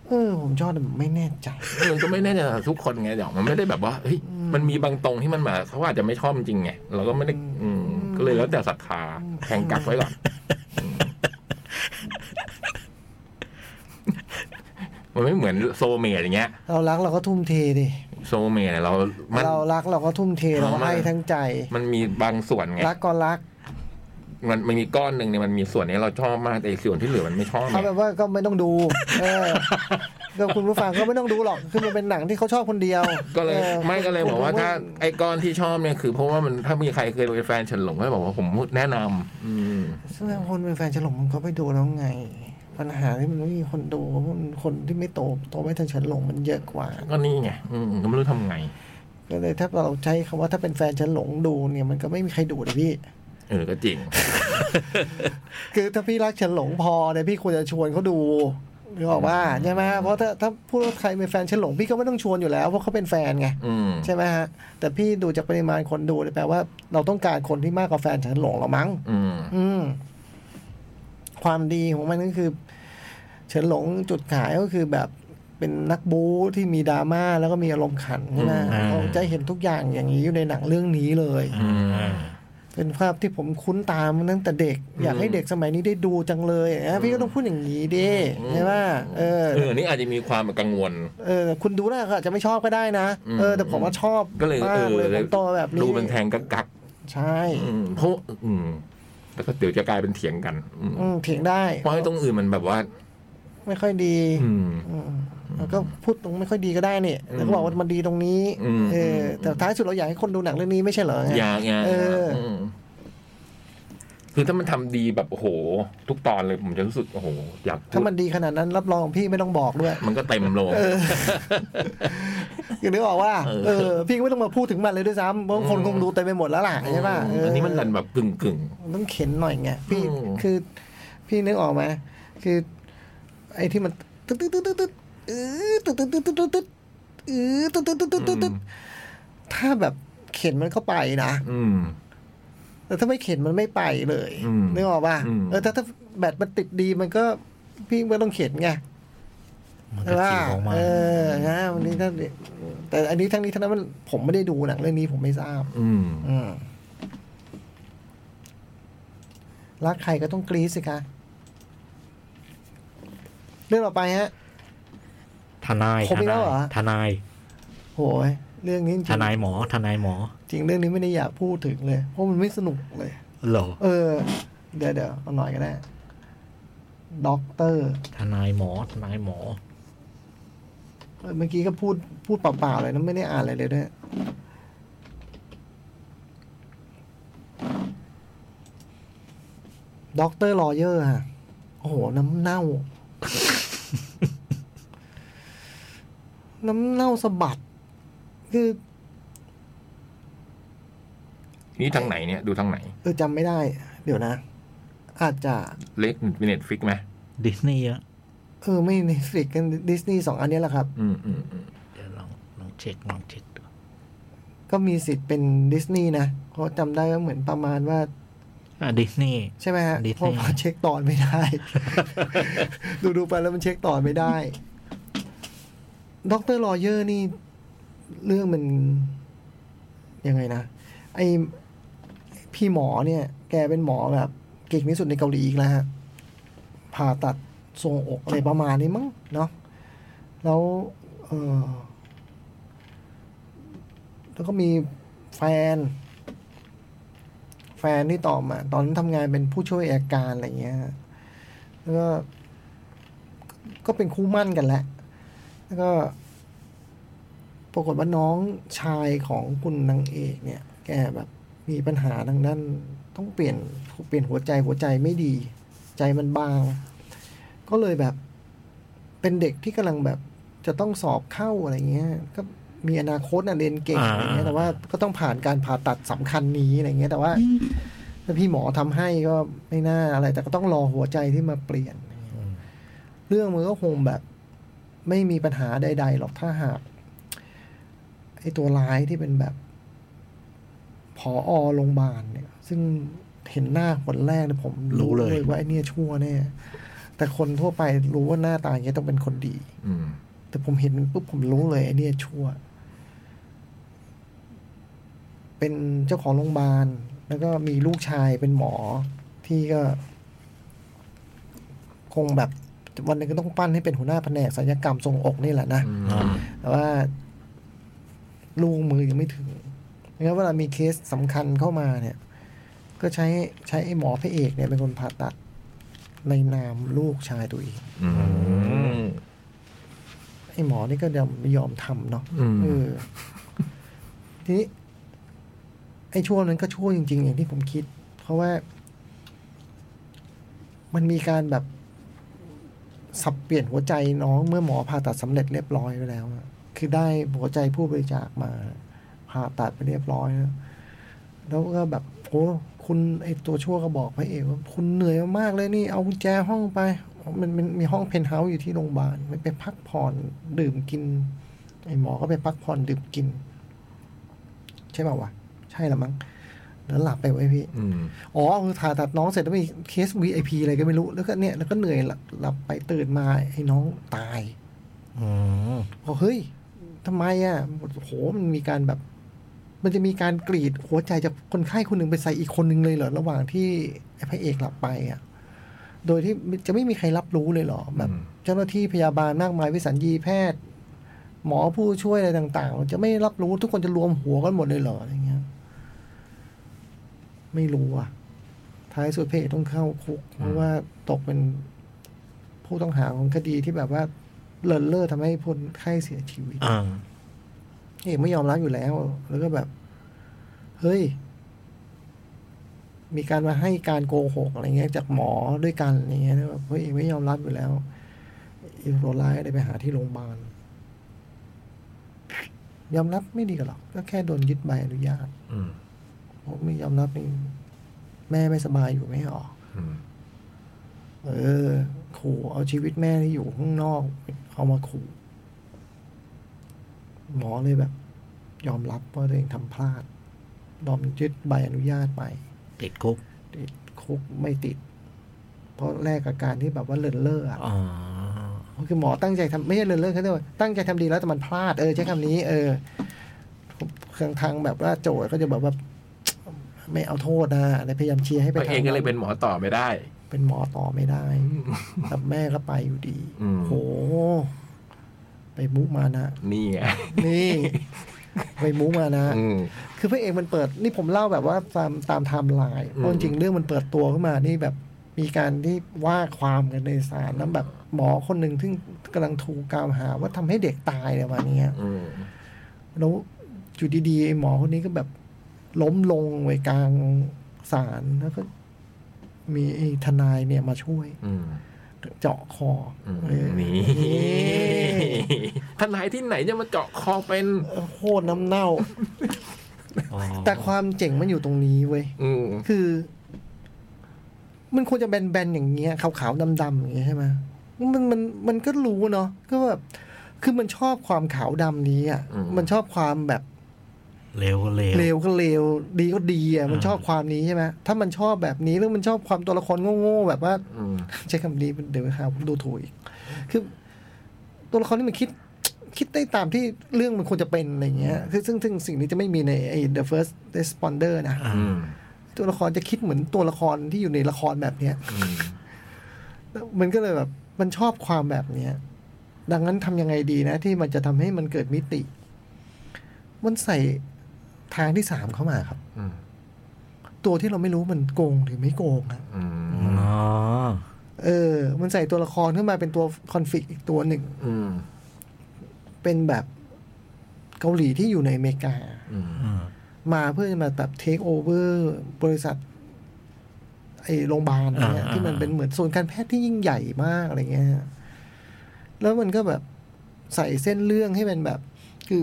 [SPEAKER 2] เออผมชอบแต่ไม่แน่ใจ
[SPEAKER 3] มันก็ไม่แน่ใจกับทุกคนไงเดี๋ยวมันไม่ได้แบบว่าเฮ้ยมันมีบางตรงที่มันมาเขาอาจจะไม่ชอบจริงไงเราก็ไม่ได้อืมก็เลยแล้วแต่ศรัทธาแข่งกักไว้ก่อนอืมมันไม่เหมือนโซเมดอย่างเงี้ย
[SPEAKER 2] เรารักเราก็ทุ่มเทดิ
[SPEAKER 3] โซเมดเนี่ยเรามัน
[SPEAKER 2] เรารักเราก็ทุ่มเทเราก็
[SPEAKER 3] มัน
[SPEAKER 2] ให้ทั้งใจ
[SPEAKER 3] มันมีบางส่วนไง
[SPEAKER 2] รักก็รัก
[SPEAKER 3] มันมันมีก้อนหนึ่งเนี่ยมันมีส่วนนี้เราชอบมากแต่อีกส่วนที่เหลือมันไม่ชอบไง
[SPEAKER 2] เอาแบบว่าก็ไม่ต้องดู เออก็คุณผู้ฟังก็ไม่ต้องดูหรอก คือมันเป็นหนังที่เขาชอบคนเดียว
[SPEAKER 3] ก็เลย
[SPEAKER 2] ออ
[SPEAKER 3] ไม่ก็เลยบอกว่าถ้าไอ้ก้อนที่ชอบเนี่ยคือเพราะว่ามันถ้ามีใครเคยเป็นแฟนเฉันหลงก็จะบอกว่าผมแนะนำอืม
[SPEAKER 2] ซึ่งคนเป็นแฟนฉลองมันก็ไปดูแล้วไง ปัญหาที่มันไม่มีคนดูเพราะมันคนที่ไม่โตโตไม่ทันฉลองมันเยอะกว่า
[SPEAKER 3] ก็นี่ไงอืมก็ไม่รู้ทำไง
[SPEAKER 2] ก็เลยถ้าเราใช้คำว่าถ้าเป็นแฟนฉลองดูเนี่ยมันก็ไม่มีใครดูเลยพี่
[SPEAKER 3] เออ ก็จริง
[SPEAKER 2] คือถ้าพี่รักฉันหลงพอเนี่ยพี่ควรจะชวนเขาดูนึกออกว่าใช่ไหมเพราะถ้าถ้าพูดว่าใครเป็นแฟนฉันหลงพี่ก็ไม่ต้องชวนอยู่แล้วเพราะเขาเป็นแฟนไง
[SPEAKER 3] อืม
[SPEAKER 2] ใช่ไหมฮะ แต่พี่ดูจากปริมาณคนดูเนี่ยแปลว่าเราต้องการคนที่มากกว่าแฟนฉันหลงเรามั้ง
[SPEAKER 3] อืม
[SPEAKER 2] อืม ความดีของมันก็คือฉันหลงจุดขายก็คือแบบเป็นนักบู๊ที่มีดราม่าแล้วก็มีอารมณ์ขันใช่ไหม
[SPEAKER 4] อืม
[SPEAKER 2] เราจะเห็นทุกอย่างอย่างนี้อยู่ในหนังเรื่องนี้เลย
[SPEAKER 3] อืม
[SPEAKER 2] เป็นภาพที่ผมคุ้นตามตั้งแต่เด็ก อยากให้เด็กสมัยนี้ได้ดูจังเลยอย่างเงี้ยพี่ก็ต้องพูดอย่างนี้ดิใช่ไหมเออ
[SPEAKER 3] เออ นี่อาจจะมีความแบบกังวล
[SPEAKER 2] เออคุณดูแล้วก็อาจจะไม่ชอบก็ได้นะ
[SPEAKER 3] อืม
[SPEAKER 2] เออแต่ผมว่าชอบ
[SPEAKER 3] ก็เลย
[SPEAKER 2] มา
[SPEAKER 3] เอก อ
[SPEAKER 2] เลยผมโตแบบนี้
[SPEAKER 3] ดูเป็นแทงกักกัก
[SPEAKER 2] ใช่
[SPEAKER 3] ๆอืมเพราะอืม แล้วก็เดี๋ยวจะกลายเป็นเถียงกันอืม
[SPEAKER 2] อืมเถียงได้
[SPEAKER 3] เพราะไอ้ตรงอื่นมันแบบว่า
[SPEAKER 2] ไม่ค่อยดี
[SPEAKER 3] อืม
[SPEAKER 2] อืมแล้วก็พูดตรงไม่ค่อยดีก็ได้เนี่ยแล้วก็บอกว่ามันดีตรงนี้
[SPEAKER 3] อืม
[SPEAKER 2] เออแต่ท้ายสุดเราอยากให้คนดูหนังเรื่องนี้ไม่ใช่เหรอไง
[SPEAKER 3] ยางยาง
[SPEAKER 2] เอออื
[SPEAKER 3] มคือถ้ามันทำดีแบบโอ้โห ทุกตอนเลยผมจะรู้สึกโอ้โห อยากพู
[SPEAKER 2] ถ้า
[SPEAKER 3] ด
[SPEAKER 2] มันดีขนาดนั้นรับรองพี่ไม่ต้องบอก ด้วย
[SPEAKER 3] มันก็เต็มโลง
[SPEAKER 2] คือนึกออกว่า
[SPEAKER 3] เออ
[SPEAKER 2] เออ พี่ก็ไม่ต้องมาพูดถึงมันเลยด้วยซ้ำเพราะคนคงดูเต็มไปหมดแล้วล่ะใช่ป่ะเ
[SPEAKER 3] อันนี้มันดันแบบกึ่งกึ่ง
[SPEAKER 2] มันต้องเข็นหน่อยไงพี่
[SPEAKER 3] อืม
[SPEAKER 2] คือ พี่นึกออกไหมคือ ไอ้ที่มันตึ๊ดตึ๊ดตึ๊ดตึ๊ดตึ๊ดเออตึ๊ดตึ๊ดตึ๊ดตึ๊ดตึ๊ดตึ๊ดเออตึ๊ดตึ๊ดตึ๊ดตึ๊ดตึ๊ดตึ๊ดถ้าแบบเข็นมันเข้าไปนะ
[SPEAKER 3] ๆอืม
[SPEAKER 2] แต่ถ้าไม่เข็นมันไม่ไปเลย
[SPEAKER 3] อืม
[SPEAKER 2] นึกออกป่ะ
[SPEAKER 3] อืม
[SPEAKER 2] เออถ้าถ้าแบตมันติดดีมันก็พี่ไม่ต้องเข็นไง
[SPEAKER 4] มัน
[SPEAKER 2] ใช่
[SPEAKER 4] ก็
[SPEAKER 2] ป่ะ
[SPEAKER 4] ขี่ของมัน
[SPEAKER 2] เออนะวันนี้ถ้าแต่อันนี้ทั้งนี้ทั้งนั้นมันผมไม่ได้ดูหนังเรื่องนี้ผมไม่ทราบ
[SPEAKER 3] อืม
[SPEAKER 2] อืมรักใครก็ต้องกรี๊ดสิคะ เรื่องต่อไปฮะ
[SPEAKER 4] ทนาย
[SPEAKER 2] ครบ
[SPEAKER 4] ท
[SPEAKER 2] อีกแล้
[SPEAKER 4] นา
[SPEAKER 2] วย เหรอ
[SPEAKER 4] ทนาย
[SPEAKER 2] โหยเรื่องนี้จริง
[SPEAKER 4] ทนายหมอทนายหมอ
[SPEAKER 2] จริงเรื่องนี้ไม่ได้อยากพูดถึงเลย เพราะมันไม่สนุกเลย
[SPEAKER 4] เหรอ
[SPEAKER 2] เออ เดี๋ยวเดี๋ยวเอาหน่อยก็ได้ด็อกเตอร์
[SPEAKER 4] ทนายหมอทนายหมอ
[SPEAKER 2] เออเมื่อกี้ก็พูดพูดเปล่าๆเลยนะไม่ได้อ่านอะไรเลยด้วยด็อกเตอร์ลอเยอร์ฮะโอ้โห น้ำเน่า น้ำเน่าสะบัด คือ
[SPEAKER 3] นี่ทางไหนเนี่ย ดูทางไหน
[SPEAKER 2] เออจำไม่ได้ เดี๋ยวนะ อาจจะ
[SPEAKER 3] เล็กเน็ตฟิกไหม
[SPEAKER 4] ดิสนีย์อะ
[SPEAKER 2] เออ ไม่ในฟิกกันดิสนีย์สองอันเนี้ยแหละครับ
[SPEAKER 3] อืมอืมอืม
[SPEAKER 4] เดี๋ยวลองลองเช็คลองเช็คดู
[SPEAKER 2] ก็มีสิทธิ์เป็นดิสนีย์นะเพราะจำได้ว่าเหมือนประมาณว่า
[SPEAKER 3] เ
[SPEAKER 4] ดิสนีย์
[SPEAKER 2] ใช่ไหมฮะ
[SPEAKER 4] Disney
[SPEAKER 2] เพราะว่าเช็คตอนไม่ได้ ดูดูไปแล้วมันเช็คตอนไม่ได้ด็อกเตอร์ลอเยอร์นี่ เรื่องมัน ยังไงนะ ไอพี่หมอเนี่ย แกเป็นหมอแบบเก่งที่สุดในเกาหลีอีกแล้วฮะ ผ่าตัดทรงอกอะไรประมาณนี้มั้งเนาะแล้ว เออแล้วก็มีแฟน แฟนที่ต่อมา ตอนนั้นทำงานเป็นผู้ช่วยอาการอะไรเงี้ย แล้วก็ก็เป็นคู่มั่นกันแหละ แล้วก็ ปรากฏว่าน้องชายของคุณนางเอกเนี่ย แกแบบมีปัญหาทางด้านต้องเปลี่ยนเปลี่ยนหัวใจหัวใจไม่ดี ใจมันบาง ก็เลยแบบ เป็นเด็กที่กำลังแบบจะต้องสอบเข้าอะไรเงี้ย ก็มีอนาคตนะเรียนเก่งอะไรเงี้ยแต่ว่า ก็ต้องผ่านการผ่าตัดสำคัญนี้อะไรเงี้ยแต่ว่าถ้าพี่หมอทำให้ก็ไม่น่าอะไร แต่ก็ต้องรอหัวใจที่มาเปลี่ยน
[SPEAKER 4] อืม
[SPEAKER 2] เรื่องมันก็คงแบบ ไม่มีปัญหาใด ๆ หรอกถ้าหากไอ้ตัวร้ายที่เป็นแบบผออโรงพยาบาลเนี่ย ซึ่งเห็นหน้าคนแรกเนี่ยผม
[SPEAKER 4] รู้เลย
[SPEAKER 2] ว่าไอ้เนี่ยชั่วแน่แต่คนทั่วไปรู้ว่าหน้าตาอย่างเงี้ยต้องเป็นคนดี
[SPEAKER 3] อืม
[SPEAKER 2] แต่ผมเห็นมันปุ๊บผมรู้เลยไอ้เนี่ยชั่ว เป็นเจ้าของโรงพยาบาล แล้วก็มีลูกชายเป็นหมอที่ก็ คงแบบวันหนึงก็ต้องปั้นให้เป็นหัวหน้าแผนกศัลยกรรมทรงอกนี่แหละนะ
[SPEAKER 3] อืม
[SPEAKER 4] อ่า
[SPEAKER 2] แต่ว่าลูกมือยังไม่ถึงนะครับเวลามีเคสสำคัญเข้ามาเนี่ย ก็ใช้ใช้ไอ้หมอพระเอกเนี่ยเป็นคนผ่าตัดในนามลูกชายตัวเอง
[SPEAKER 3] อืม
[SPEAKER 2] ไอ้หมอนี่ก็ยังไม่ยอมทำเนาะ
[SPEAKER 3] อืม
[SPEAKER 2] เออ ทีนี้ ไอ้ช่วงนั้นก็ช่วงจริง ๆ อย่างที่ผมคิด เพราะว่า มันมีการแบบ สับเปลี่ยนหัวใจน้อง เมื่อหมอผ่าตัดสำเร็จเรียบร้อยไปแล้วอะคือได้หัวใจผู้บริจาคมา ผ่าตัดไปเรียบร้อยแล้วแล้วก็แบบโอ้คุณไอตัวชั่วก็บอกพระเอกว่าคุณเหนื่อยมากเลยนี่เอากุญแจห้องไป มันมันมีห้องเพนท์เฮาส์อยู่ที่โรงพยาบาลไปพักผ่อนดื่มกิน ไอหมอก็ไปพักผ่อนดื่มกิน ใช่เปล่าวะใช่ละมั้งแล้วหลับไปไว้ยพี่
[SPEAKER 3] อืม
[SPEAKER 2] อ๋อคือถ่าตัดน้องเสร็จแล้วมีเคส VIP อะไรก็ไม่รู้ แล้วก็เนี่ยแล้วก็เหนื่อยหลับหลับไปตื่นมาไอ้น้องตาย
[SPEAKER 4] อืม
[SPEAKER 2] บอกเฮ้ยทำไมอ่ะโอ้โหมันมีการแบบ มันจะมีการกรีดหัวใจจากคนไข้คนหนึ่งไปใส่อีกคนหนึ่งเลยเหรอระหว่างที่ไอ้พระเอกหลับไปอ่ะ โดยที่จะไม่มีใครรับรู้เลยเหรอแบบ
[SPEAKER 3] อืม
[SPEAKER 2] เจ้าหน้าที่พยาบาลมากมายวิสัญญีแพทย์ หมอผู้ช่วยอะไรต่าง ๆ จะไม่รับรู้ทุกคนจะรวมหัวกันหมดเลยเหรออะไรเงี้ย ไม่รู้อ่ะ ท้ายสุดพระเอกต้องเข้าคุก เพราะว่าตกเป็นผู้ต้องหาของคดีที่แบบว่าเลินเล่อทำให้คนไข้เสียชีวิต
[SPEAKER 4] อ่า
[SPEAKER 2] เอกไม่ยอมรับอยู่แล้ว แล้วก็แบบ เฮ้ย มีการมาให้การโกหกอะไรเงี้ย จากหมอด้วยกันอะไรเงี้ยนะแบบเฮ้ยเอกไม่ยอมรับอยู่แล้วอีโรไลท์ได้ไปหาที่โรงพยาบาล ยอมรับไม่ดีกันหรอก ก็แค่โดนยึดใบอนุญาต
[SPEAKER 3] อืม
[SPEAKER 2] ผมไม่ยอมรับนี่แม่ไม่สบายอยู่ไม่ให้ออก
[SPEAKER 3] อืม
[SPEAKER 2] เออ ขู่เอาชีวิตแม่ที่อยู่ข้างนอก เอามาขู่ หมอเลยแบบ ยอมรับว่าตัวเองทำพลาดยอมยึดใบอนุญาตไป
[SPEAKER 4] ติดคุก
[SPEAKER 2] ติดคุกไม่ติด เพราะแรกกับการที่แบบว่าเลินเล่ออะ
[SPEAKER 4] อ๋อ
[SPEAKER 2] คือหมอตั้งใจทำไม่ใช่เลินเล่อเขาเรียกว่าตั้งใจทำดีแล้วแต่มันพลาด เออใช้คำนี้ เออทางทางแบบว่าโจทย์ก็จะแบบว่า ไม่เอาโทษนะอะไรพยายามเชียร์ให้ไป
[SPEAKER 3] พระเอกก็เลยเป็นหมอต่อไม่ได้
[SPEAKER 2] เป็นหมอต่อไม่ได้ แต่แม่ก็ไปอยู่ดี
[SPEAKER 3] อืม
[SPEAKER 2] โห ไปมุมานะ
[SPEAKER 3] นี่ไง
[SPEAKER 2] นี่ ไปมุมานะ
[SPEAKER 3] อืม
[SPEAKER 2] คือพระเอกมันเปิด นี่ผมเล่าแบบว่าตามตามไทม์ไลน์
[SPEAKER 3] อืม
[SPEAKER 2] เพราะจริงๆเรื่องมันเปิดตัวขึ้นมานี่แบบมีการที่ว่าความกันในศาลแล้วแบบหมอคนหนึ่งที่งกำลังถูกกล่าวหา ว่าทำให้เด็กตายอะไรประมาณเนี้ย
[SPEAKER 3] อืม
[SPEAKER 2] แล้วอยู่ดีๆไอ้หมอคนนี้ก็แบบล้มลงไว้กลางศาลแล้วก็ มีไอ้ทนายเนี่ยมาช่วย
[SPEAKER 3] อืม
[SPEAKER 2] เจาะคออ
[SPEAKER 3] อืม
[SPEAKER 2] เออ
[SPEAKER 3] นี่ทนายที่ไหนจะมาเจาะคอเป็น
[SPEAKER 2] โคตรน้ำเน่า
[SPEAKER 4] อ๋อ
[SPEAKER 2] แต่ความเจ๋งมันอยู่ตรงนี้เว้ย
[SPEAKER 3] อืม
[SPEAKER 2] คือ มันควรจะแบนๆอย่างเงี้ยขาวๆดำๆอย่างเงี้ยใช่ไหมมันมันมันก็รู้เนาะก็แบบคือมันชอบความขาวดำนี้อ่ะ มันชอบความแบบ
[SPEAKER 4] เร็วก็เร็ว
[SPEAKER 2] เลวก็เลวดีก็ดีอ่ะมัน
[SPEAKER 4] อ่า
[SPEAKER 2] ชอบความนี้ใช่ไหมถ้ามันชอบแบบนี้หรือมันชอบความตัวละครโง่ๆแบบว่า
[SPEAKER 3] อืม
[SPEAKER 2] ใช้คำนี้เดี๋ยวไปหาผมดูถูกอีก คือ ตัวละครนี่มันคิด คิดได้ตามที่เรื่องมันควรจะเป็นอะไรอย่างเงี้ย คือซึ่งซึ่งสิ่งนี้จะไม่มีในไอ้ The First Responder นะ
[SPEAKER 4] อ่า
[SPEAKER 3] อืม
[SPEAKER 2] ตัวละครจะคิดเหมือนตัวละครที่อยู่ในละครแบบเนี้ย
[SPEAKER 3] อืม
[SPEAKER 2] มันก็เลยแบบ มันชอบความแบบเนี้ย ดังนั้นทำยังไงดีนะ ที่มันจะทำให้มันเกิดมิติ มันใส่ทางที่สามเข้ามาครับ
[SPEAKER 3] อืม
[SPEAKER 2] ตัวที่เราไม่รู้มันโกงหรือไม่โกงนะ
[SPEAKER 3] อื
[SPEAKER 4] อ๋
[SPEAKER 3] ม
[SPEAKER 4] อ
[SPEAKER 2] เออ มันใส่ตัวละครขึ้นมาเป็นตัวคอนฟ lict อีกตัวหนึ่ง
[SPEAKER 3] อืม
[SPEAKER 2] เป็นแบบเกาหลีที่อยู่ในอเมริกา
[SPEAKER 3] อืม
[SPEAKER 4] อ่า
[SPEAKER 2] มาเพื่อจะมาแบบเทคโอเวอร์บริษัทไอ้โรงพยาบาลอะไรเงี้ยที่มันเป็นเหมือนโซนการแพทย์ที่ยิ่งใหญ่มากอะไรเงี้ยฮะแล้วมันก็แบบใส่เส้นเรื่องให้เป็นแบบ คือ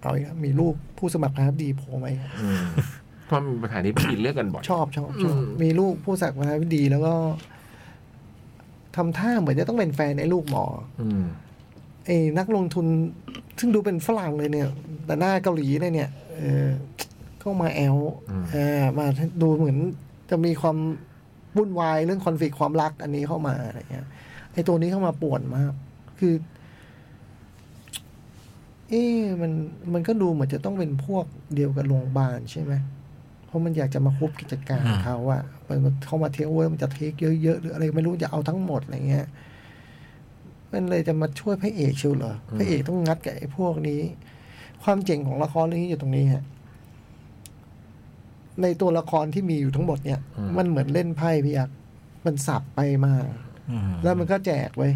[SPEAKER 2] เอาอีกแล้วมีลูกผู้สมัครนะครับดีโผล่ไหมาอีกครับ
[SPEAKER 3] อืมเพราะมีปัญหานี้ผิดเรื่องกันบ่อย
[SPEAKER 2] ชอบชอบชอบ
[SPEAKER 3] อืม
[SPEAKER 2] มีลูกผู้สมัครนะครับดี แล้วก็ทำท่าเหมือนจะต้องเป็นแฟนไอ้ลูกหมอ
[SPEAKER 3] อืม
[SPEAKER 2] ไอ้นักลงทุนซึ่งดูเป็นฝรั่งเลยเนี่ย แต่หน้าเกาหลีเลยเนี่ย เออเข้ามาแอลเออมาดูเหมือนจะมีความวุ่นวายเรื่องคอนฟ lict ความรักอันนี้เข้ามาอะไรเงี้ยไอ้ตัวนี้เข้ามาป่วนมาก คือ เอ๊ะมันมันก็ดูเหมือนจะต้องเป็นพวกเดียวกับโรงพยาบาลใช่ไหมเพราะมันอยากจะมาคุบกิจการเขาอะมันมันเข้ามาเทคโอเวอร์มันจะเทคเยอะๆหรืออะไรไม่รู้จะเอาทั้งหมดอะไรเงี้ย มันเลยจะมาช่วยพระเอกเชียวเหรอพระเอกต้องงัดกับไอ้พวกนี้ ความเจ๋งของละครเรื่องนี้อยู่ตรงนี้ฮะในตัวละครที่มีอยู่ทั้งหมดเนี่ย มันเหมือนเล่นไพ่พี่ยักษ์มันสับไปมา
[SPEAKER 4] อืม
[SPEAKER 2] แล้วมันก็แจกไว้ย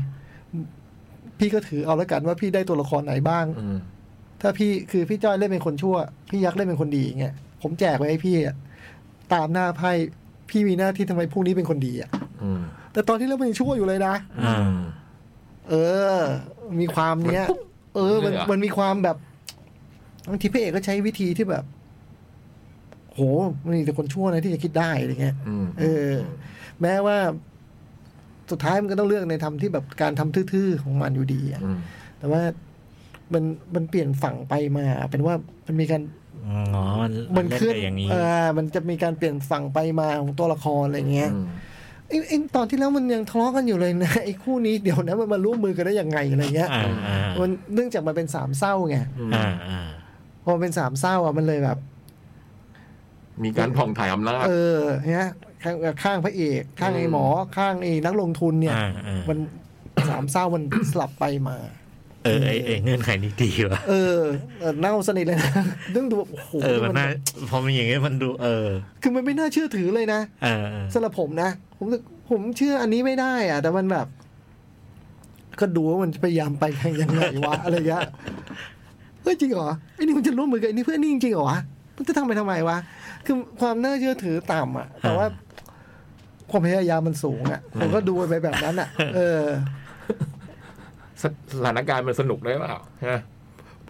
[SPEAKER 2] พี่ก็ถือเอาแล้วกันว่าพี่ได้ตัวละครไหนบ้าง
[SPEAKER 3] อืม
[SPEAKER 2] ถ้าพี่คือพี่จ้อยเล่นเป็นคนชั่ว พี่ยักษ์เล่นเป็นคนดีอย่างเงี้ยผมแจกไว้ให้พี่อะตามหน้าไพ่พี่มีหน้าที่ทำไมพวกนี้เป็นคนดีอะ
[SPEAKER 3] อืม
[SPEAKER 2] แต่ตอนที่เล่นเป็นชั่วอยู่เลยนะ
[SPEAKER 4] อ่า
[SPEAKER 3] อืม
[SPEAKER 2] เออ มีความเนี้ย เออ มัน
[SPEAKER 3] เลยเหรอ
[SPEAKER 2] มันมีความแบบบางทีพระเอกก็ใช้วิธีที่แบบ โห มันมีแต่คนชั่วนะที่จะคิดได้อะไรเงี้ย
[SPEAKER 3] อืม
[SPEAKER 2] เออ แม้ว่า สุดท้ายมันก็ต้องเลือกในทำที่แบบการทำทื่อๆของมันอยู่ดีอะ
[SPEAKER 3] อืม
[SPEAKER 2] แต่ว่ามัน มันเปลี่ยนฝั่งไปมา เป็นว่า มันมีการ
[SPEAKER 4] อ๋อ
[SPEAKER 2] มัน
[SPEAKER 4] เล่
[SPEAKER 2] เคลื่อน
[SPEAKER 4] ไปอย่างนี้
[SPEAKER 2] เออมันจะมีการเปลี่ยนฝั่งไปมาของตัวละครอะไรเงี้ย
[SPEAKER 3] อืม
[SPEAKER 2] ไอ้ไอ้ตอนที่แล้วมันยังทะเลาะกันอยู่เลยนะ ไอ้คู่นี้เดี๋ยวนะมันมาร่วมมือกันได้ยังไงอะไรเงี้ย
[SPEAKER 4] อ่าอ่า
[SPEAKER 2] มันเนื่องจากมันเป็นสามเศร้าไง
[SPEAKER 4] อ่าอ่า
[SPEAKER 2] พอมันเป็นสามเศร้าอ่ะมันเลยแบบ
[SPEAKER 3] มีการผ่องถ่ายอำนาจ
[SPEAKER 2] เออเนี่ยข้างข้างพระเอกข้างไอ้หมอข้างไอ้นักลงทุนเนี่ย
[SPEAKER 4] อ่าอ่า
[SPEAKER 2] มันสามเศร้ามัน สลับไปมา
[SPEAKER 4] เออไอไอเงื่อนไขนี้ดีว่ะ
[SPEAKER 2] เออเออเน่าสนิทเลยนะ ต้องดูแบบโอ้โห
[SPEAKER 4] เออมัน
[SPEAKER 2] มั
[SPEAKER 4] น่าพอมันอย่างเงี้ยมันดู เออ
[SPEAKER 2] คือมันไม่น่าเชื่อถือเลยนะ
[SPEAKER 4] เออเออ
[SPEAKER 2] สำหรับผมนะผมรู้สึกผมเชื่ออันนี้ไม่ได้อ่ะ แต่มันแบบ ก็ดูว่ามันพยายามไปยังไง วะอะไรเงี้ยเฮ้ยจริงเหรอไอ้นี่มันจะร่วมมือกับไอ้นี่เพื่อนนี่จริงเหรอวะมันจะทำไปทำไมวะคือความน่าเชื่อถือต่ำอ่ะ แต่ว่า ความพยายามมันสูงอ่ะผมก็ดูไปแบบนั้น อ่ะ เออ
[SPEAKER 3] สสถานการณ์มันสนุกได้เปล่าฮะ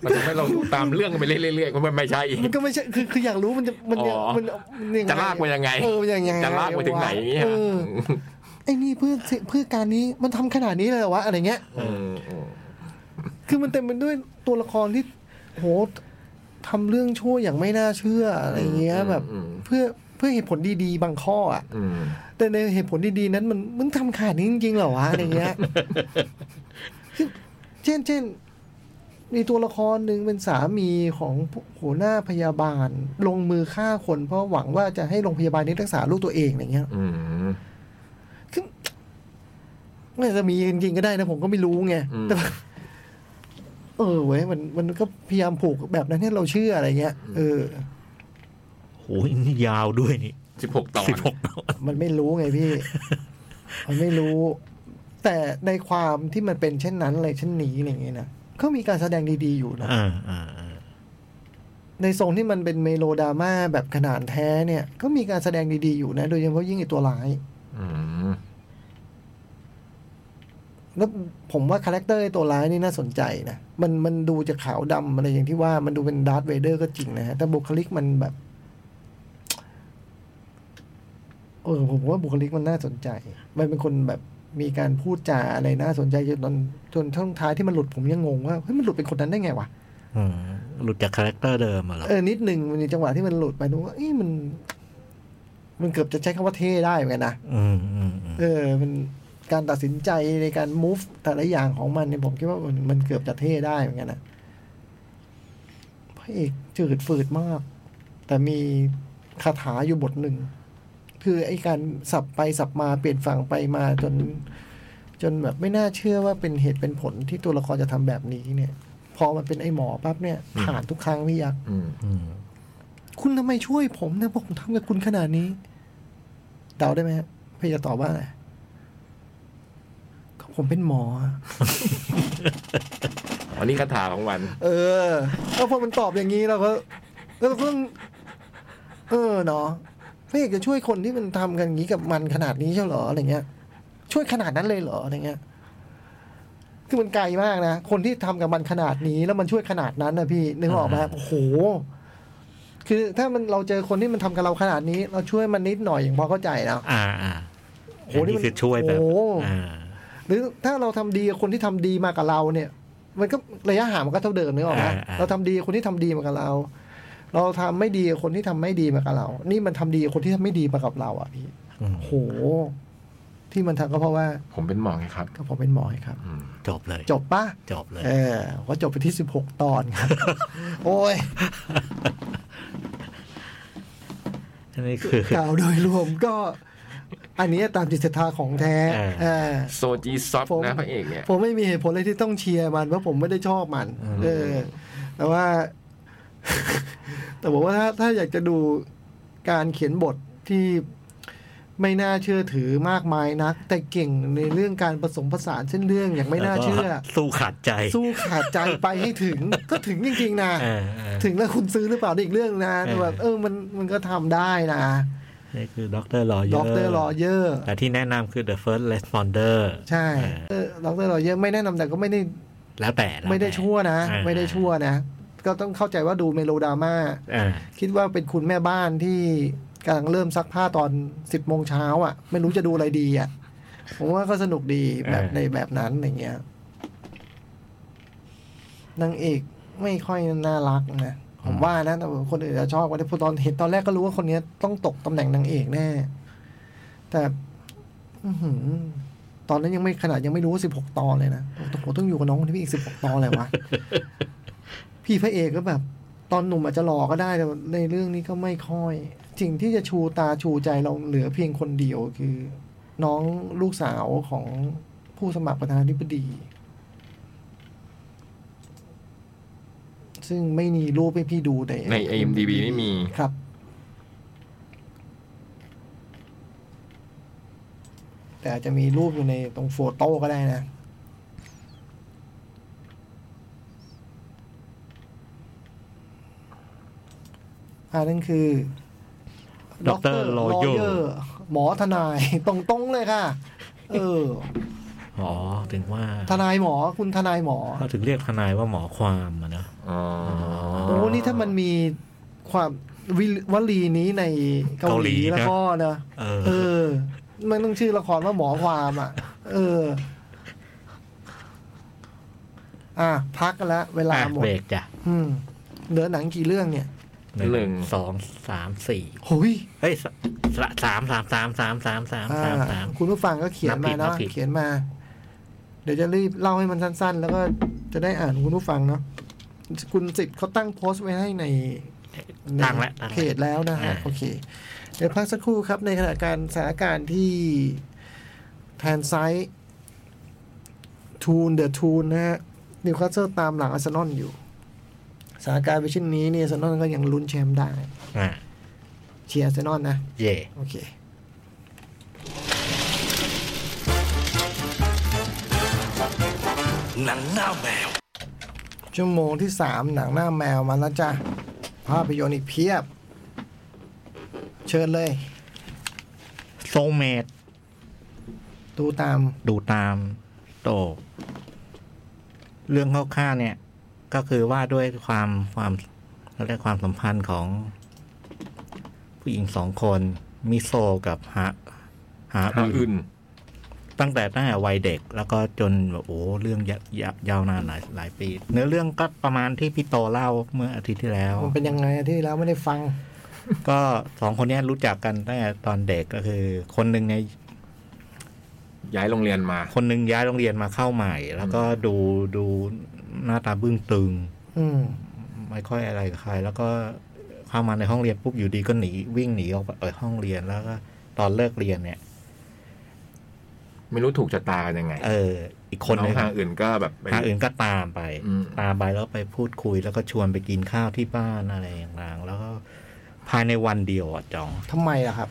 [SPEAKER 3] มันทำให้เราดูตามเรื่องไปเรื่อยๆก็ไม่ใช่อีก
[SPEAKER 2] มันก็ไม่ใช่คือคืออยากรู้มันจะมันจะ
[SPEAKER 3] อ๋อ
[SPEAKER 2] มันมันยังไง
[SPEAKER 3] จะลากไปยังไง
[SPEAKER 2] เออมันยังไง
[SPEAKER 3] จะลากไปถึงไหนอย่างเงี้ย
[SPEAKER 2] เออไอ้นี่เพื่อเพื่อการนี้มันทำขนาดนี้เลยเหรอวะอะไรเงี้ย
[SPEAKER 3] มอืม
[SPEAKER 2] คือมันเต็มไปด้วยตัวละครที่โหทำเรื่องชั่วอย่างไม่น่าเชื่ออะไรเงี้ยแบบ
[SPEAKER 3] อืม
[SPEAKER 2] เพื่อเพื่อเหตุผลดีๆ บางข้ออ่ะ
[SPEAKER 3] อืม
[SPEAKER 2] แต่ในเหตุผลดีๆนั้นมันมึงทำขาดนี้จริงๆเหรอวะอะไรเงี้ ยคือเช่นเช่นมีตัวละครหนึ่งเป็นสามีของหัวหน้าพยาบาล ลงมือฆ่าคนเพราะหวังว่าจะให้โรงพยาบาลนี้รักษาลูกตัวเองอะไรเงี้ย
[SPEAKER 3] อืม
[SPEAKER 2] คือไม่อาจจะมีจริงๆก็ได้นะผมก็ไม่รู้ไง
[SPEAKER 3] อืม
[SPEAKER 2] แต่ว่า เออเว้ยมันมันก็พยายามผูกแบบนั้นให้เราเชื่ออะไรเงี้ยเออ
[SPEAKER 4] โหนี่ยาวด้วยนี่
[SPEAKER 3] สิบหกตอน
[SPEAKER 4] สิบหกตอน
[SPEAKER 2] มันไม่รู้ไงพี่ มันไม่รู้ แต่ในความที่มันเป็นเช่นนั้นเลยเช่นนี้อะไรอย่างเงี้ยนะ ก็มีการแสดงดีๆอยู่นะ
[SPEAKER 4] อ่าอ่าอ่า
[SPEAKER 2] ในทรงที่มันเป็นเมโลดราม่าแบบขนาดแท้เนี่ย ก็มีการแสดงดีๆอยู่นะ โดยเฉพาะยิ่งไอตัวร้าย
[SPEAKER 3] อืม
[SPEAKER 2] แล้วผมว่าคาแรคเตอร์ไอ้ตัวร้ายนี่น่าสนใจนะ มันมันดูจะขาวดำอะไรอย่างที่ว่ามันดูเป็นดาร์ธเวเดอร์ก็จริงนะฮะ แต่บุคลิกมันแบบ เออผมว่าบุคลิกมันน่าสนใจ มันเป็นคนแบบมีการพูดจาอะไรน่าสนใจจนตอนจนช่วงท้ายที่มันหลุดผมยังงงว่าเฮ้ยมันหลุดเป็นคนนั้นได้ไงวะ
[SPEAKER 4] อืม หลุดจากคาแรคเตอร์เดิมอะเหรอ
[SPEAKER 2] เออนิดหนึ่งมันมีจังหวะที่มันหลุดไปดูว่าเอ้ยมัน มันเกือบจะใช้คำว่าเท่ได้เหมือนกันนะ
[SPEAKER 4] อืมอืมอืม
[SPEAKER 2] เออมันการตัดสินใจในการ move แต่ละอย่างของมันเนี่ยผมคิดว่ามันมันเกือบจะเท่ได้เหมือนกันนะพระเอกจืดฝืดมาก แต่มีคาถาอยู่บทหนึ่ง คือไอ้การสับไปสับมาเปลี่ยนฝั่งไปมาจน จนแบบไม่น่าเชื่อว่าเป็นเหตุเป็นผลที่ตัวละครจะทำแบบนี้เนี่ย พอมันเป็นไอ้หมอปั๊บเนี่ยผ่านทุกครั้งพี่ยักษ์
[SPEAKER 3] อืม
[SPEAKER 4] อืม
[SPEAKER 2] คุณทำไมช่วยผมนะผมทำกับคุณขนาดนี้เดาได้ไหมฮะพี่จะตอบว่าอะไรก็ผมเป็นหมอ
[SPEAKER 3] อันนี้คาถาของวัน
[SPEAKER 2] เออแล้วพอมันตอบอย่างนี้เราก็เราก็เพิ่งเออเนาะพี่เอกจะช่วยคนที่มันทำกันอย่างนี้กับมันขนาดนี้ใช่เหรออะไรเงี้ย ช่วยขนาดนั้นเลยเหรออะไรเงี้ย คือมันไกลมากนะ คนที่ทำกับมันขนาดนี้แล้วมันช่วยขนาดนั้นนะพี่นึกออกไหมโอ้โห คือถ้ามันเราเจอคนที่มันทำกับเราขนาดนี้ เราช่วยมันนิดหน่อยอย่างพอเข้าใจนะ
[SPEAKER 4] อ่าอ่า
[SPEAKER 2] โห
[SPEAKER 4] อัน
[SPEAKER 2] นี่
[SPEAKER 4] นี่
[SPEAKER 2] มัน
[SPEAKER 4] คือช่วยแบบ
[SPEAKER 2] โอ้
[SPEAKER 4] อ่า
[SPEAKER 2] หรือถ้าเราทำดีกับคนที่ทำดีมากับเราเนี่ย มันก็ระยะห่างมันก็เท่าเดิมนึกออกไหม
[SPEAKER 4] อ่าอ่า
[SPEAKER 2] เราทำดีกับคนที่ทำดีมากับเรา เราทำไม่ดีกับคนที่ทำไม่ดีมากับเรา นี่มันทำดีกับคนที่ทำไม่ดีมากับเราอ่ะพี่
[SPEAKER 4] อืม
[SPEAKER 2] โห ที่มันทำก็เพราะว่า
[SPEAKER 3] ผมเป็นหมอไงครับ
[SPEAKER 2] ก็ผมเป็นหมอไงครับ
[SPEAKER 3] อืม
[SPEAKER 4] จบเลย
[SPEAKER 2] จบปะ
[SPEAKER 4] จบเลย
[SPEAKER 2] เออว่าจบไปที่สิบหกตอนครับ โอ้ย
[SPEAKER 4] อันนี้คือ
[SPEAKER 2] กล่าวโดยรวมก็ อันนี้ตามจิตศรัทธาของแท้
[SPEAKER 4] อ่า
[SPEAKER 2] เออ
[SPEAKER 3] โซจีซอฟ
[SPEAKER 2] ผม
[SPEAKER 3] นะพระเอกเนี่ย
[SPEAKER 2] ผมไม่มีเหตุผลอะไรที่ต้องเชียร์มันเพราะผมไม่ได้ชอบมัน
[SPEAKER 4] อืม
[SPEAKER 2] เออ แต่ว่า แต่บอกว่าถ้าถ้าอยากจะดูการเขียนบทที่ไม่น่าเชื่อถือมากมายนัก แต่เก่งในเรื่องการผสมผสานเส้นเรื่องอย่างไม่น่าเชื่อ
[SPEAKER 4] แล้วก็สู้ขาดใจ
[SPEAKER 2] สู้ขาดใจไปให้ถึง ก็ถึงจริงๆนะ
[SPEAKER 4] เออเออ
[SPEAKER 2] ถึงแล้วคุณซื้อหรือเปล่านี่อีกเรื่องนะ
[SPEAKER 4] เออ
[SPEAKER 2] แต่แบบเออมันมันก็ทำได้นะ
[SPEAKER 4] นี่คือด็อกเตอร์ลอเยอร์
[SPEAKER 2] ด็อกเตอร์รอเยอร์
[SPEAKER 4] แต่ที่แนะนำคือ The First Responder
[SPEAKER 2] ใช่เออด็อกเตอร์รอเยอร์ไม่แนะนำแต่ก็ไม่ได้
[SPEAKER 4] แล้วแต่แล้วแต่
[SPEAKER 2] ไม่ได้ชั่วนะ
[SPEAKER 4] อ่า
[SPEAKER 2] ไม่ได้ชั่วนะ ก็ต้องเข้าใจว่าดูเมโลดราม่า
[SPEAKER 4] อ่า
[SPEAKER 2] คิดว่าเป็นคุณแม่บ้านที่กำลังเริ่มซักผ้าตอนสิบโมงเช้าอ่ะ ไม่รู้จะดูอะไรดีอ่ะ ผมว่าก็สนุกดีแบบในแบบนั้นอย่างเงี้ยนางเอกไม่ค่อยน่ารักนะ ผมว่านะแต่คนอื่นจะชอบว่าพอตอนเห็นตอนแรกก็รู้ว่าคนเนี้ยต้องตกตำแหน่งนางเอกแน่ แต่อื้อหือตอนนั้นยังไม่ขนาดยังไม่รู้ว่าสิบหกตอนเลยนะโอ้โหต้องอยู่กับน้องคนนี้อีกสิบหกตอนเลยวะ พี่พระเอกก็แบบ ตอนหนุ่มอาจจะหล่อก็ได้แต่ในเรื่องนี้ก็ไม่ค่อย สิ่งที่จะชูตาชูใจเราเหลือเพียงคนเดียวคือ น้องลูกสาวของผู้สมัครประธานาธิบดี ซึ่งไม่มีรูปให้พี่ดูใน
[SPEAKER 3] ใน IMDb ไม่มี
[SPEAKER 2] ครับ แต่อาจจะมีรูปอยู่ในตรงโฟโต้ก็ได้นะ อันนั้นคือ
[SPEAKER 4] ด็อกเตอร์ลอเยอร์
[SPEAKER 2] หมอทนาย ตรงๆเลยค่ะ เออ
[SPEAKER 4] อ๋อ ถึงว่า
[SPEAKER 2] ทนายหมอคุณทนายหมอ
[SPEAKER 4] เขาถึงเรียกทนายว่าหมอความอะเนอะ
[SPEAKER 3] อ๋อ
[SPEAKER 2] โอ้นี่ถ้ามันมีความวิวลีนี้ในเกาหลีแล้วก็นะ
[SPEAKER 4] เอ
[SPEAKER 2] เอ
[SPEAKER 4] อ
[SPEAKER 2] อ มันต้องชื่อละครว่าหมอความอ่ะ เออ อ่ะ พักกันละเวลา
[SPEAKER 4] อ่ะ
[SPEAKER 2] หมด
[SPEAKER 4] เบรกจ้ะ
[SPEAKER 2] อืมเหลือหนังกี่เรื่องเนี่ย
[SPEAKER 3] หนึ่ง
[SPEAKER 4] สองสามสี่
[SPEAKER 2] หุย
[SPEAKER 4] เฮ้ยสสสามสามสามสามสามสาม
[SPEAKER 2] อ่า
[SPEAKER 4] สามสาม
[SPEAKER 2] คุณผู้ฟังก็เขียนมา
[SPEAKER 4] นับ
[SPEAKER 2] เนาะ
[SPEAKER 4] ผิดนับผิด
[SPEAKER 2] เขียนมา เดี๋ยวจะรีบเล่าให้มันสั้น ๆ แล้วก็จะได้อ่านคุณผู้ฟังเนาะคุณสิทธิ์เขาตั้งโพสต์ไว้ให้ใน ใน
[SPEAKER 4] ตั้งแล้วตั้ง
[SPEAKER 2] เพ
[SPEAKER 4] แล้ว
[SPEAKER 2] จแล้วนะฮะ
[SPEAKER 4] อ่า
[SPEAKER 2] โอเค เดี๋ยวพักสักครู่ครับในขณะการสถานการณ์ที่แทนไซต์ทูนเดอะทูนนะฮะนิวคาสเซิลตามหลังอาร์เซนอลอยู่สถานการณ์ไปเช่นนี้เนี่ยอาร์เซนอลก็ยังลุ้นแชมป์ได้
[SPEAKER 4] อ่ะ
[SPEAKER 2] เชียร์อาร์เซนอลนะ
[SPEAKER 4] เย่
[SPEAKER 2] โอเค
[SPEAKER 1] หนังหน้าแมว
[SPEAKER 2] ชั่วโมงที่สามหนังหน้าแมวมาแล้วจ้ะภาพยนตร์อีกเพียบ เชิญเลย
[SPEAKER 4] โซเมด
[SPEAKER 2] ดูตาม
[SPEAKER 4] ดูตามโต เรื่องคร่าวๆเนี่ย ก็คือว่าด้วยความความเราเรียกความสัมพันธ์ของ ผู้หญิงสองคน มิโซะกับฮะฮะ
[SPEAKER 3] หา
[SPEAKER 4] อึ
[SPEAKER 3] อื่
[SPEAKER 4] น
[SPEAKER 3] น
[SPEAKER 4] ตั้งแต่ตั้งแต่วัยเด็ก แล้วก็จนแบบโอ้เรื่องยาวยาวนานหลายหลายปี เนื้อเรื่องก็ประมาณที่พี่โตเล่าเมื่ออาทิตย์ที่แล้ว
[SPEAKER 2] มันเป็นยังไงอะที่แล้วไม่ได้ฟัง
[SPEAKER 4] ก็สองคนเนี้ยรู้จักกันตั้งแต่ตอนเด็กก็คือ คนหนึ่งเนี่ย
[SPEAKER 3] ย้ายโรงเรียนมา
[SPEAKER 4] คนหนึ่งย้ายโรงเรียนมาเข้าใหม่ แล้วก็ดูดูหน้าตาบึ้งตึง
[SPEAKER 2] อืม
[SPEAKER 4] ไม่ค่อยอะไรกับใคร แล้วก็เข้ามาในห้องเรียนปุ๊บอยู่ดีก็หนีวิ่งหนีออกไปเออห้องเรียนแล้วก็ตอนเลิกเรียนเนี่ย
[SPEAKER 3] ไม่รู้ถูกชะตากันยังไง
[SPEAKER 4] เออ อีกคน
[SPEAKER 3] น้อ
[SPEAKER 4] หนึ่
[SPEAKER 3] ง
[SPEAKER 4] ง
[SPEAKER 3] ทางอื่นก็แบบไป
[SPEAKER 4] ทางอื่นก็ตามไป
[SPEAKER 3] อืม
[SPEAKER 4] ตามไปแล้วไปพูดคุย แล้วก็ชวนไปกินข้าวที่บ้านอะไรอย่างต่างแล้วก็ภายในวันเดียวอ่ะจอง
[SPEAKER 2] ทำไมล่ะครับ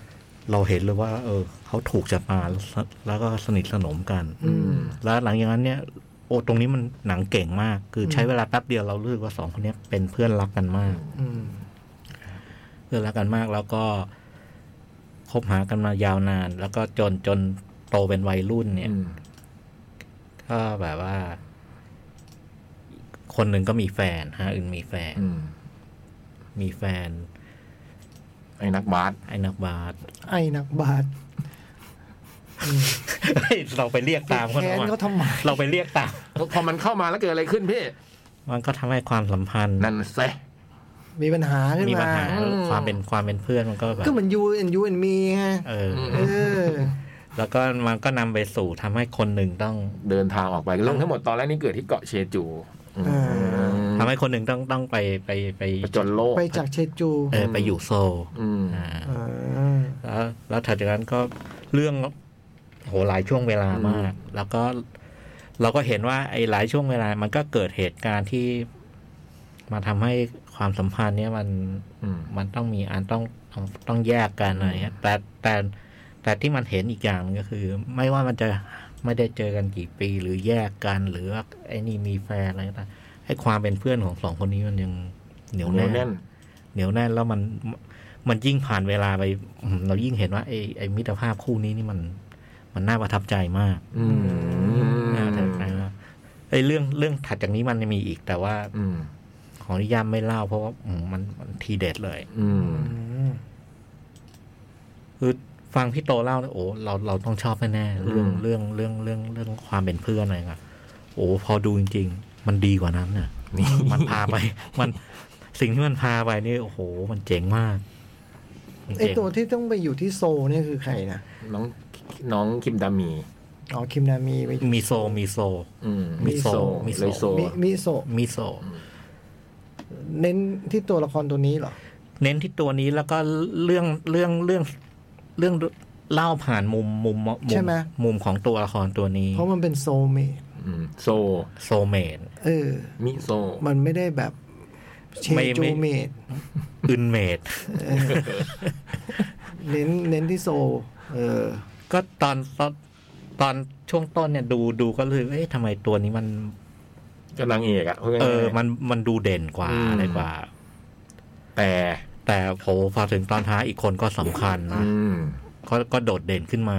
[SPEAKER 4] เราเห็นเลยว่า เออ เขาถูกชะตาแล้วสแล้วก็สนิทสนมกัน
[SPEAKER 2] อืม
[SPEAKER 4] แล้วหลังจากนั้นเนี่ยโอ้ตรงนี้มันหนังเก่งมาก คือใช้เวลาแป๊บเดียวเรารู้สึกว่าสองคนเนี้ยเป็นเพื่อนรักกันมาก
[SPEAKER 2] อืม
[SPEAKER 4] เพื่อนรักกันมากแล้วก็คบหากันมายาวนาน แล้วก็จนจนโตเป็นวัยรุ่นเนี่ย
[SPEAKER 3] อืม
[SPEAKER 4] ก็แบบว่า คนหนึ่งก็มีแฟนฮะ อื่นมีแฟน
[SPEAKER 3] อืม
[SPEAKER 4] มีแฟน
[SPEAKER 3] ไอ้นักบาส
[SPEAKER 4] ไอ้นักบาส
[SPEAKER 2] ไอ้นักบาท
[SPEAKER 4] เฮ้ย เราไปเรียกตามเขา
[SPEAKER 2] แค้น
[SPEAKER 4] ทำไม
[SPEAKER 2] เขาทำไม
[SPEAKER 4] เราไปเรียกตาม
[SPEAKER 3] พอมันเข้ามาแล้วเกิดอะไรขึ้นพี่
[SPEAKER 4] มันก็ทำให้ความสัมพันธ์
[SPEAKER 3] นั่นเซะ
[SPEAKER 2] มีปัญหาขึ้น
[SPEAKER 4] มีปัญ
[SPEAKER 2] มา
[SPEAKER 4] หา
[SPEAKER 3] อืม
[SPEAKER 4] ความเป็นความเป็นเพื่อนมันก็แบบ
[SPEAKER 2] ก็เหมือนยูเอ็นยูเอ็นมีไง
[SPEAKER 4] เอออ
[SPEAKER 3] ม
[SPEAKER 2] เออ
[SPEAKER 4] แล้วก็มันก็นำไปสู่ทำให้คนหนึ่งต้อง
[SPEAKER 3] เดินทางออกไปเรื่องทั้งหมดตอนแรกนี่เกิดที่เกาะเชจูอืม
[SPEAKER 2] อ่
[SPEAKER 4] ทำให้คนหนึ่งต้องต้องไปไปไป
[SPEAKER 3] ไปจนโลก
[SPEAKER 2] ไปจากเชจู
[SPEAKER 4] เออไปอยู่โซล
[SPEAKER 3] อืม
[SPEAKER 4] อ่า
[SPEAKER 2] อ่า
[SPEAKER 4] แล้วแล้วถัดจากนั้นก็เรื่องโหหลายช่วงเวลามาก แล้วก็เราก็เห็นว่าไอ้หลายช่วงเวลามันก็เกิดเหตุการณ์ที่มาทำให้ความสัมพันธ์เนี้ยมัน
[SPEAKER 3] อืม
[SPEAKER 4] มันต้องมีอันต้องต้องต้องแยกกันอะไรเงี้ยแต่แต่แต่ที่มันเห็นอีกอย่างก็คือ ไม่ว่ามันจะไม่ได้เจอกันกี่ปีหรือแยกกันหรือว่าไอ้นี่มีแฟนอะไรก็ตามไอ้ความเป็นเพื่อนของสองคนนี้มันยังเหนียว
[SPEAKER 3] เหนียว
[SPEAKER 4] แน่
[SPEAKER 3] แน่
[SPEAKER 4] น
[SPEAKER 3] น
[SPEAKER 4] เหนียวแน่นแล้วมันมันยิ่งผ่านเวลาไปอืมเรายิ่งเห็นว่าไอ้ไอ้มิตรภาพคู่นี้นี่มันมันน่าประทับใจมาก
[SPEAKER 3] อืม
[SPEAKER 4] น่าประทับใจมากไอ้เรื่องเรื่องถัดจากนี้มันยังมีอีก แต่ว่า
[SPEAKER 3] อืม
[SPEAKER 4] ขออนุญาตไม่เล่าเพราะว่าอืมมันมันทีเด็ดเลย
[SPEAKER 3] อืม
[SPEAKER 2] อืม
[SPEAKER 4] คือฟังพี่โตเล่าเนี่ยโอ้เราเราต้องชอบแน่ๆเรื่องเรื่องเรื่องเรื่องเรื่องความเป็นเพื่อนอะไรเงี้ยโอ้พอดูจริง ๆ มันดีกว่านั้นน่ะมันพาไป มันสิ่งที่มันพาไปนี่โอ้โห มันเจ๋งมากมัน
[SPEAKER 2] ไอ
[SPEAKER 4] เจ๋ง
[SPEAKER 2] ตัวที่ต้องไปอยู่ที่โซลเนี่ยคือใครนะ
[SPEAKER 3] น้องน้องคิมดามี
[SPEAKER 2] อ๋อคิมนามีไป
[SPEAKER 4] มีโซมีโซ
[SPEAKER 3] อืม
[SPEAKER 4] มิโซะมิ
[SPEAKER 3] มิ
[SPEAKER 4] โซะ
[SPEAKER 3] โซะเลย
[SPEAKER 2] มิ
[SPEAKER 3] โซะ
[SPEAKER 2] มิโซะ
[SPEAKER 4] มิโซะ
[SPEAKER 2] เน้นที่ตัวละครตัวนี้เหรอ
[SPEAKER 4] เน้นที่ตัวนี้แล้วก็เรื่องเรื่องเรื่องเรื่องเล่าผ่านมุมมุม
[SPEAKER 2] ใช่ไหม
[SPEAKER 4] มุมของตัวละครตัวนี้
[SPEAKER 2] เพราะมันเป็นโซลเมด
[SPEAKER 3] อืมโซะ
[SPEAKER 4] โซเมน
[SPEAKER 2] เออ
[SPEAKER 3] มิโซะ
[SPEAKER 2] มันไม่ได้แบบเช
[SPEAKER 4] ไม่
[SPEAKER 2] จู
[SPEAKER 4] ไม่
[SPEAKER 2] เมด
[SPEAKER 4] อึนเมด
[SPEAKER 2] เน้นเน้นที่โซลเออ
[SPEAKER 4] ก็ตอนตอนตอนช่วงต้นเนี่ยดูดูก็เลยเอ๊ะทำไมตัวนี้มัน
[SPEAKER 3] ก็นางเอกอะพูดง่ายๆ
[SPEAKER 4] เออ มันมันดูเด่นกว่าอะไรกว่า
[SPEAKER 3] แต่
[SPEAKER 4] แต่โหพอถึงตอนท้ายอีกคนก็สำคัญนะ
[SPEAKER 3] อืม
[SPEAKER 4] ก็ก็โดดเด่นขึ้นมา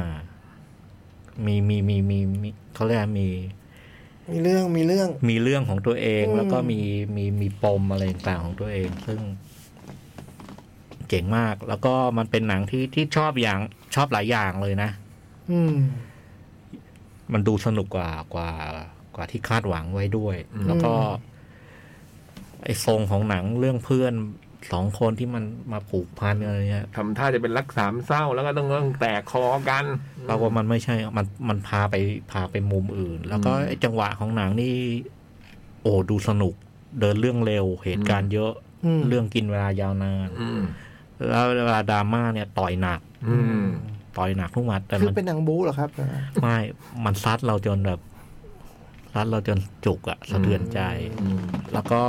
[SPEAKER 4] มีมีมีมีมีเขาเรียกว่ามี
[SPEAKER 2] มีเรื่องมีเรื่อง
[SPEAKER 4] มีเรื่องของตัวเอง
[SPEAKER 2] อืม
[SPEAKER 4] แล้วก็มีมีมีปมอะไรต่างๆของตัวเอง ซึ่งเจ๋งมาก แล้วก็มันเป็นหนังที่ที่ชอบอย่างชอบหลายอย่างเลยนะ
[SPEAKER 2] อืม
[SPEAKER 4] มันดูสนุกกว่ากว่ากว่าที่คาดหวังไว้ด้วย
[SPEAKER 2] อืม
[SPEAKER 4] แล้วก็ไอ้ทรงของหนังเรื่องเพื่อนสองคนที่มันมาผูกพันอะไรเงี้ย
[SPEAKER 3] ทำท่าจะเป็นรักสามเศร้าแล้วก็ต้องต้องแตกคอกัน
[SPEAKER 4] ปรากฏมันไม่ใช่ มันมันพาไปพาไปมุมอื่น แล้วก็ไอ้จังหวะของหนังนี่ โอ้ดูสนุก เดินเรื่องเร็วเหตุการณ์เยอะ
[SPEAKER 2] อืม
[SPEAKER 4] เรื่องกินเวลายาวนาน
[SPEAKER 3] อืม
[SPEAKER 4] แล้วเวลาดราม่าเนี่ยต่อยหนัก
[SPEAKER 3] อืม
[SPEAKER 4] ต่อยหนักทุกหมัดแต่
[SPEAKER 2] คือ
[SPEAKER 4] มัน
[SPEAKER 2] เป็นหนังบู๊เหรอครับ
[SPEAKER 4] ไม่มันซัดเราจนแบบซัดเราจนจุกอะสะเทือนใจ
[SPEAKER 3] อืม
[SPEAKER 4] แล้วก็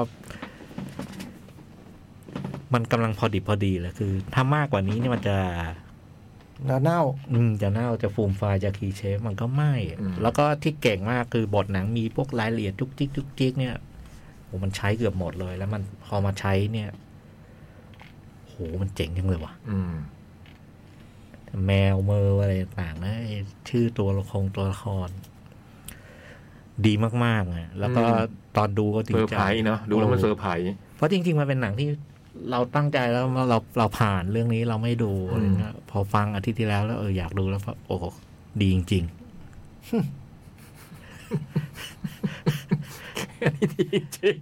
[SPEAKER 4] มันกำลังพอดีพอดีเลยคือ ถ้ามากกว่านี้เนี่ยมันจะ
[SPEAKER 2] แล้วเน่า
[SPEAKER 4] อืมจะเน่าจะฟูมฟายจะคลีเชฟมันก็ไม่ แล้วก็ที่เก่งมากคือบทหนังมีพวกรายละเอียดจุกจิกจุกจิกเนี่ยโหมันใช้เกือบหมดเลย แล้วมันพอมาใช้เนี่ยโหมันเจ๋งจังเลยว่ะ
[SPEAKER 3] อืม
[SPEAKER 4] แมวเมออะไรต่างๆนะไอ้ชื่อตัวละครตัวละคร ดีมากๆนะแล้วก็ตอนดูก็จริ
[SPEAKER 3] เซอง ร์
[SPEAKER 4] ใจ
[SPEAKER 3] ไพรส์เนาะดูแล้วมันเซอร์ไพ รส์
[SPEAKER 4] เพราะจริง ๆ มันเป็นหนังที่เราตั้งใจแล้วเราเราเราผ่านเรื่องนี้เราไม่ดู
[SPEAKER 3] อืม
[SPEAKER 4] อะไรเงี้ยพอฟังอาทิตย์ที่แล้วแล้วเอออยากดูแล้วก็โอ้โหดีจริง
[SPEAKER 3] อันนี้ดีจริง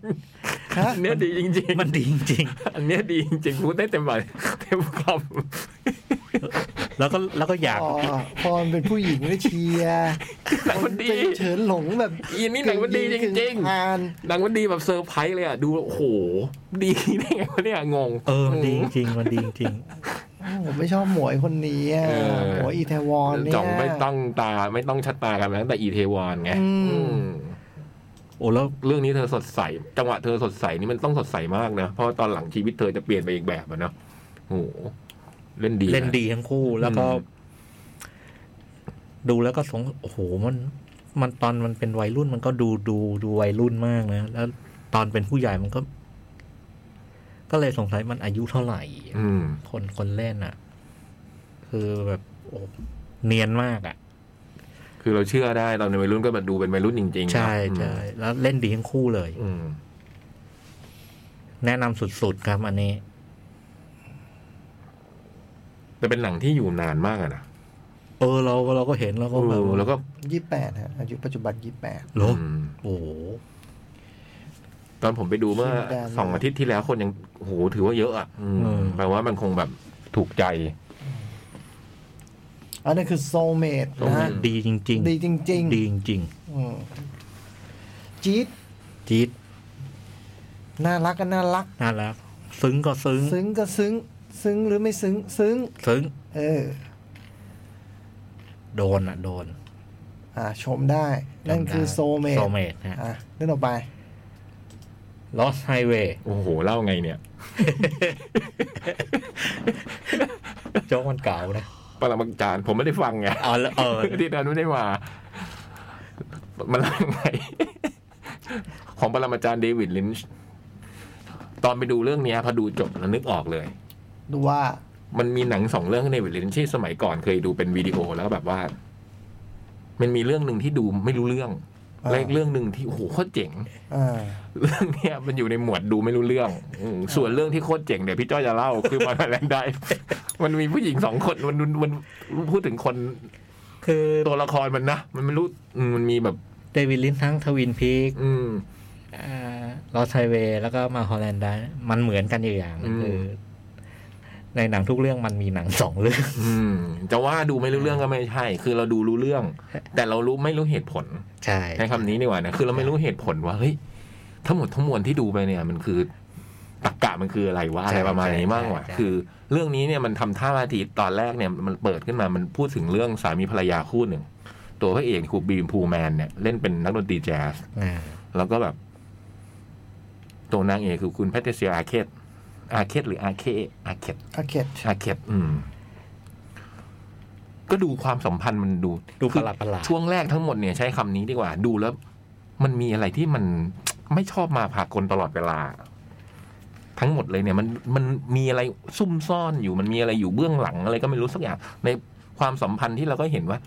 [SPEAKER 2] ฮะ
[SPEAKER 3] อันเนี้ยดีจริงๆ
[SPEAKER 4] มันดีจริง
[SPEAKER 3] อันเนี้ยดีจริงๆพูดได้เต็มปากเต็มค
[SPEAKER 4] ๆแล้วก็แล้วก็อยาก
[SPEAKER 2] อ๋อพรเป็นผู้หญิงไม่เชียร์
[SPEAKER 3] ำหนังมันดี
[SPEAKER 2] เป็นเฉินหลงแบบ
[SPEAKER 3] อีนี่หนังมันดีจริง
[SPEAKER 2] งาน
[SPEAKER 3] ๆหนังมันดีแบบเซอร์ไพรส์เลยอ่ะ ดูแล้วโอ้โห ดีได้ไงวะเนี่ยงง
[SPEAKER 4] เออมันดีจริงมันดีจ ริง
[SPEAKER 2] ผมไม่ชอบหมวยคนนี้อะ
[SPEAKER 3] เออ
[SPEAKER 2] หมวยอีเทวอนเนี่ย
[SPEAKER 3] จ่องไม่ต้องตาไม่ต้องชัดตากันมาตั้งแต่อีเทวอนไง
[SPEAKER 2] อืม
[SPEAKER 3] อืม
[SPEAKER 4] โอ้แล้ว
[SPEAKER 3] เรื่องนี้เธอสดใส จังหวะเธอสดใสนี่มันต้องสดใสมากนะเพราะตอนหลังชีวิตเธอจะเปลี่ยนไปอีกแบบอะเนาะโอ้โหเล่นดีะ
[SPEAKER 4] เล่นดีทั้งคู่แล้วก็
[SPEAKER 3] อืม
[SPEAKER 4] ดูแล้วก็สงโอ้โหมัน มันตอนมันเป็นวัยรุ่นมันก็ดูดูดูวัยรุ่นมากนะแล้วตอนเป็นผู้ใหญ่มันก็ ก็เลยสงสัยมันอายุเท่าไหร่
[SPEAKER 3] อืม
[SPEAKER 4] คนคนเล่นอ่ะ คือแบบโอ้เนียนมากอ่ะ
[SPEAKER 3] คือเราเชื่อได้ตอนเป็นวัยรุ่นก็แบบดูเป็นวัยรุ่นจริงๆนะ
[SPEAKER 4] ใช่ใช่แล้วเล่นดีทั้งคู่เลย
[SPEAKER 3] อืม
[SPEAKER 4] แนะนำสุดๆครับอันนี้
[SPEAKER 3] แต่เป็นหนังที่อยู่นานมากอะนะ
[SPEAKER 4] เออเราเราก็เห็นแล้วก็แบบ
[SPEAKER 3] เออแล้วก็
[SPEAKER 2] ยี่แปดฮะอายุปัจจุบันยี่แปด
[SPEAKER 4] เหรอ
[SPEAKER 3] อืม
[SPEAKER 4] โอ้โห
[SPEAKER 3] ตอนผมไปดูเมื่อ
[SPEAKER 2] ชื่อดัง
[SPEAKER 3] สองอาทิตย์ที่แล้วคนยังโอ้โหถือว่าเยอะอ่ะอืมแปลว่ามันคงแบบถูกใจ
[SPEAKER 2] อันนั้นคือโซเมด
[SPEAKER 3] โซ
[SPEAKER 2] นะ
[SPEAKER 3] เม
[SPEAKER 2] ฮะ
[SPEAKER 3] ท
[SPEAKER 4] ดีจริง ๆ
[SPEAKER 2] ดีจริง
[SPEAKER 4] ดีจริง
[SPEAKER 2] ๆอืมจี๊ด
[SPEAKER 4] ๆจี๊ด
[SPEAKER 2] น่ารักก็น่ารัก
[SPEAKER 4] น่ารักซึ้งก็ซึ้ง
[SPEAKER 2] ซึ้งก็ซึ้ง ซึ้งหรือไม่ซึ้ง ซึ้ง
[SPEAKER 4] ซึ้ง
[SPEAKER 2] เออ
[SPEAKER 4] โดนอ่ะ โดน
[SPEAKER 2] อ่า ชมได้ นั่นคือโซเมด
[SPEAKER 4] โซเมดฮะ
[SPEAKER 2] อ่ะเรื่องต่อไป
[SPEAKER 4] ลอสไฮเวย์
[SPEAKER 3] โอ้โหเล่าไงเนี่ย
[SPEAKER 4] โจ๊กมันเก่านะ
[SPEAKER 3] ปรมาจารย์ผมไม่ได้ฟังไง
[SPEAKER 4] อ๋อแล้วเออ
[SPEAKER 3] ที่นั้นไม่ได้มา มันล่างไง ของปรมาจารย์เดวิดลินช์ ตอนไปดูเรื่องเนี้ยพอดูจบแล้วนึกออกเลย
[SPEAKER 2] ดูว่า
[SPEAKER 3] มันมีหนังสองเรื่องของเดวิดลินช์ที่สมัยก่อนเคยดูเป็นวิดีโอแล้วแบบว่า มันมีเรื่องหนึ่งที่ดูไม่รู้เรื่อง
[SPEAKER 2] อ่า
[SPEAKER 3] และอีกเรื่องหนึ่งที่โอ้โหโคตรเจ๋ง
[SPEAKER 2] อ่า
[SPEAKER 3] เรื่องเนี้ยมันอยู่ในหมวดดูไม่รู้เรื่องอืมส่วนเรื่องที่โคตรเจ๋งเดี๋ยวพี่จ้อยจะเล่า คือมาแลนได้ มันมีผู้หญิงสองคนมันมันมันพูดถึงคน
[SPEAKER 4] คือ
[SPEAKER 3] ตัวละครมันนะมันไม่รู้อืมมันมีแบบ
[SPEAKER 4] เดวิดลินช์ทั้งทวินพีก
[SPEAKER 3] อืม
[SPEAKER 4] ลอสไฮเวย์แล้วก็มาฮอลแลนด์ได้มันเหมือนกันอยู่อย่าง
[SPEAKER 3] อืม
[SPEAKER 4] คือในหนังทุกเรื่องมันมีหนังสองเรื่อง
[SPEAKER 3] อืม จะว่าดูไม่รู้เรื่องก็ไม่ใช่ คือเราดูรู้เรื่อง แต่เรารู้ไม่รู้เหตุผล
[SPEAKER 4] ใช่
[SPEAKER 3] ใช้คำนี้ดีกว่านะคือเราไม่รู้เหตุผลว่าเฮ้ยทั้งหมดทั้งมวลที่ดูไปเนี่ย มันคือตรกกะมันคืออะไรวะอะไรประมาณนี้มากกว่า คือ เรื่องนี้เนี่ยมันทำท่าทีตอนแรกเนี่ยมันเปิดขึ้นมามันพูดถึงเรื่องสามีภรรยาคู่หนึ่ง ตัวพระเอกคือบีมพูแมนเนี่ยเล่นเป็นนักดนตรีแจ๊ส
[SPEAKER 4] อ่า
[SPEAKER 3] แล้วก็แบบ ตัวนางเอกคือคุณแพทริเซียอาร์เคตอาร์เคตหรืออาร์เคอาร์เคต
[SPEAKER 2] อาเคด
[SPEAKER 3] ชาเข็บอืม ก็ดูความสัมพันธ์มันดู
[SPEAKER 4] ดูป
[SPEAKER 3] คือ
[SPEAKER 4] ระหลาดประหลาด
[SPEAKER 3] ช่วงแรกทั้งหมดเนี่ยใช้คำนี้ดีกว่า ดูแล้ว มันมีอะไรที่มัน ไม่ชอบมาพากลตลอดเวลา ทั้งหมดเลยเนี่ย มันมันมีอะไรซุ่มซ่อนอยู่มันมีอะไรอยู่เบื้องหลังอะไรก็ไม่รู้สักอย่าง ในความสัมพันธ์ที่เราก็เห็นว่า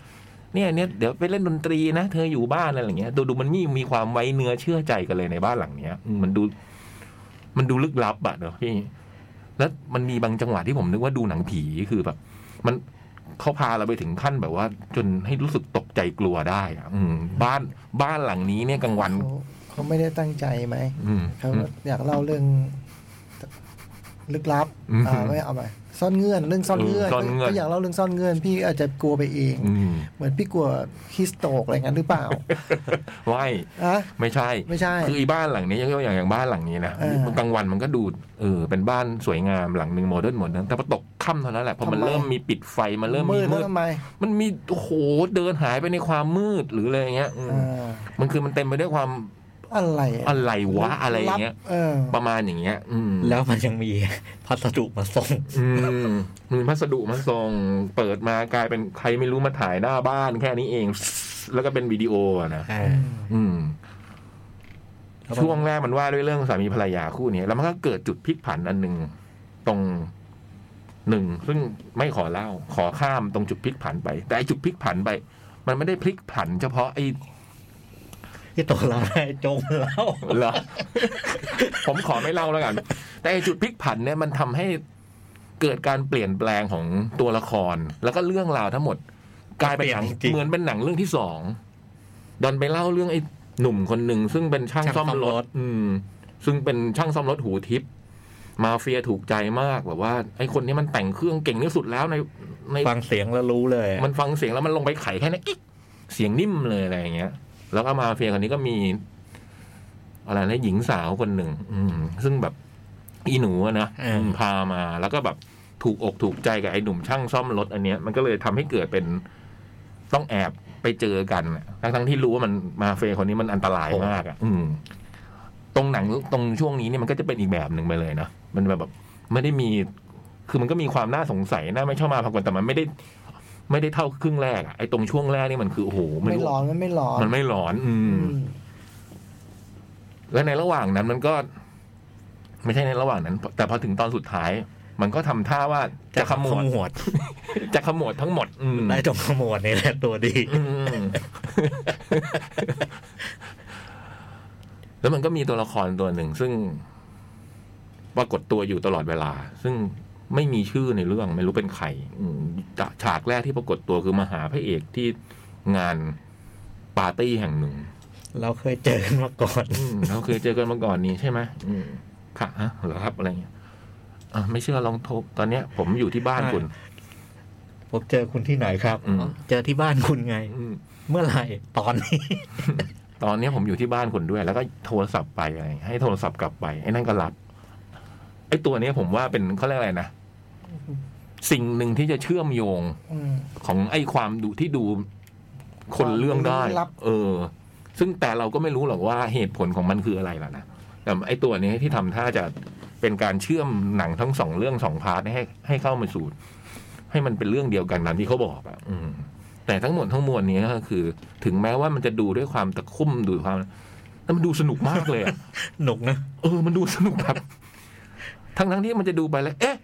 [SPEAKER 3] เนี่ยเนี่ยเดี๋ยวไปเล่นดนตรีนะเธออยู่บ้านอะไรอย่างเงี้ยดูดูมันมีมีความไว้เนื้อเชื่อใจกันเลยในบ้านหลังเนี้ยอืมมันดู มันดูลึกลับอะเนอะพี่ แล้วมันมีบางจังหวะที่ผมนึกว่าดูหนังผีคือแบบ มันเขาพาเราไปถึงขั้นแบบว่า จนให้รู้สึกตกใจกลัวได้อะอืม บ้านบ้านหลังนี้เนี่ยกลางวัน
[SPEAKER 2] เขาเขาไม่ได้ตั้งใจไหม
[SPEAKER 3] อืม
[SPEAKER 2] เขาอยากเล่าเรื่อง ลึกลับ
[SPEAKER 3] อืม
[SPEAKER 2] อ่าไม่เอาไปซ่อนเงื่อนเรื่องซ่อนเงื่อน
[SPEAKER 3] อืมซ่อนเงื่อน
[SPEAKER 2] ก็อยากเล่าเรื่องซ่อนเงื่อน พี่อาจจะกลัวไปเอง
[SPEAKER 3] อืม
[SPEAKER 2] เหมือนพี่กลัวฮิสโตกอะไรงั้นหรือเปล่า
[SPEAKER 3] ไม่
[SPEAKER 2] อะ
[SPEAKER 3] ไม่ใช่
[SPEAKER 2] ไม่ใช่
[SPEAKER 3] คืออีบ้านหลังนี้ยกตัวอย่างอย่างบ้านหลังนี้นะ
[SPEAKER 2] เออ
[SPEAKER 3] มันกลางวันมันก็ดูเออเป็นบ้านสวยงามหลังหนึ่งโมเดิร์นหมดนะแต่พอตกค่ำเท่านั้นแหละพอมันเริ่มมีปิดไฟมันเริ่มมี
[SPEAKER 2] มืดแล้
[SPEAKER 3] มื
[SPEAKER 2] ว
[SPEAKER 3] ด
[SPEAKER 2] ทำไม
[SPEAKER 3] มันมีโอ้โหเดินหายไปในความมืดหรืออะไรอย่างเงี้ยอืม
[SPEAKER 2] อ่า
[SPEAKER 3] มันคือมันเต็มไปด้วยความ
[SPEAKER 2] อะไรอะ
[SPEAKER 3] อะไรวะอะไรอย่างเงี้ย
[SPEAKER 2] เออ
[SPEAKER 3] ประมาณอย่างเงี้ย อืม
[SPEAKER 4] แล้วมันยังมี พัสดุมาส่ง
[SPEAKER 3] อืมมีพัสดุมาส่งเปิดมากลายเป็นใครไม่รู้มาถ่ายหน้าบ้านแค่นี้เอง แล้วก็เป็นวิดีโออะนะอืม ช่วงแรกมันว่าด้วยเรื่องสามีภรรยาคู่นี้แล้วมันก็เกิดจุดพลิกผันอันหนึ่งตรงหนึ่งซึ่งไม่ขอเล่า ขอข้ามตรงจุดพลิกผันไป แต่ไอ้จุดพลิกผันไป มันไม่ได้พลิกผัน เฉพาะไอ้
[SPEAKER 4] ที่ตกเราได้โจงเรา
[SPEAKER 3] เหรอ ผมขอไม่เล่าแล้วกัน แต่ไอ้จุดพลิกผันเนี่ยมันทำให้เกิดการเปลี่ยนแปลงของตัวละคร แล้วก็เรื่องราวทั้งหมด กลายเป็นหนังเหมือนเป็นหนังเรื่องที่สอง ดันไปเล่าเรื่องไอ้หนุ่มคนหนึ่งซึ่งเป็นช่าง
[SPEAKER 4] ช่าง
[SPEAKER 3] ซ่อม
[SPEAKER 4] ซ่อ
[SPEAKER 3] ร
[SPEAKER 4] มรถ
[SPEAKER 3] ถ อืม ซึ่งเป็นช่างซ่อมรถหูทิพย์มาเฟียถูกใจมากแบบว่าไอ้คนนี้มันแต่งเครื่องเก่งที่สุดแล้วในใน
[SPEAKER 4] ฟังเสียงแล้วรู้เลยอะ
[SPEAKER 3] มันฟังเสียงแล้วมันลงไปไขแค่นั้นกิ๊กเสียงนิ่มเลยอะไรอย่างเงี้ย แล้วก็มาเฟียคนนี้ก็มีอะไรนะหญิงสาวคนหนึ่ง อืม ซึ่งแบบอีหนูอะนะอืมพามาแล้วก็แบบถูกอกถูกใจกับไอ้หนุ่มช่างซ่อมรถอันเนี้ยมันก็เลยทำให้เกิดเป็นต้องแอบไปเจอกันอะทั้งทั้งๆที่รู้ว่ามันมาเฟียคนนี้มันอันตรายมากอ่ะ อืม ตรงหนังตรงช่วงนี้เนี่ยมันก็จะเป็นอีกแบบหนึ่งไปเลยเนาะมันแบบ ไม่ได้มี คือมันก็มีความน่าสงสัยน่าไม่ชอบมาพากลแต่มันไม่ได้ ไม่ได้เท่าครึ่งแรกอะไอ้ตรงช่วงแรกนี่มันคือโอ้โห
[SPEAKER 2] ไม่
[SPEAKER 3] รู้
[SPEAKER 2] ร้อนมันไม่ร้อน
[SPEAKER 3] มันไม่หลอน อืม
[SPEAKER 2] อืม
[SPEAKER 3] แล้วในระหว่างนั้นมันก็ ไม่ใช่ในระหว่างนั้น แต่พอถึงตอนสุดท้าย มันก็ทำท่าว่าจะขมวด
[SPEAKER 4] ขมวด
[SPEAKER 3] จะขมวดทั้งหมด อืม
[SPEAKER 4] ได้ตรงขมวดนี่แหละตัวดี
[SPEAKER 3] อืมแล้วมันก็มีตัวละครตัวหนึ่ง ซึ่งปรากฏตัวอยู่ตลอดเวลา ซึ่งไม่มีชื่อในเรื่อง ไม่รู้เป็นใครอืมฉากแรกที่ปรากฏตัวคือมาหาพระเอกที่งานปาร์ตี้แห่งหนึ่ง
[SPEAKER 4] เราเคยเจอกันมาก่อน
[SPEAKER 3] อืมเราเคยเจอกันมาก่อนนี้ใช่ไหมอืมค่ะฮะเหรอครับอะไรเงี้ยอ่ะไม่เชื่อลองโทรตอนเนี้ย ผมอยู่ที่บ้านคุณ
[SPEAKER 4] ผมเจอคุณที่ไหนครับ
[SPEAKER 3] อืม
[SPEAKER 4] อ๋อเจอที่บ้านคุณไง
[SPEAKER 3] อืม
[SPEAKER 4] เมื่อไหร่ตอนนี้
[SPEAKER 3] ตอนเนี้ยผมอยู่ที่บ้านคุณด้วย แล้วก็โทรศัพท์ไปอะไรเงี้ยให้โทรศัพท์กลับไปไอ้นั่นก็รับไอ้ตัวเนี้ยผมว่าเป็นเขาเรียกอะไรนะสิ่งหนึ่งที่จะเชื่อมโยง
[SPEAKER 2] อืม
[SPEAKER 3] ของไอ้ความดูที่ดูคนเรื่องได้
[SPEAKER 2] ความลี้ลับ
[SPEAKER 3] เออ ซึ่งแต่เราก็ไม่รู้หรอกว่าเหตุผลของมันคืออะไรล่ะนะแต่ไอ้ตัวเนี้ยที่ทำท่าจะเป็นการเชื่อมหนังทั้งสองเรื่องสองพาร์ทให้ ให้เข้ามาสู่ ให้มันเป็นเรื่องเดียวกันตามที่เขาบอกอะอืม แต่ทั้งหมดทั้งมวลเนี้ก็คือ ถึงแม้ว่ามันจะดูด้วยความตะคุ่มดูความแต่มันดูสนุกมากเลยอะ
[SPEAKER 4] หนุกนะ
[SPEAKER 3] เออ มันดูสนุกแบบทั้งทั้งๆที่มันจะดูไปแล้ว เอ๊ะ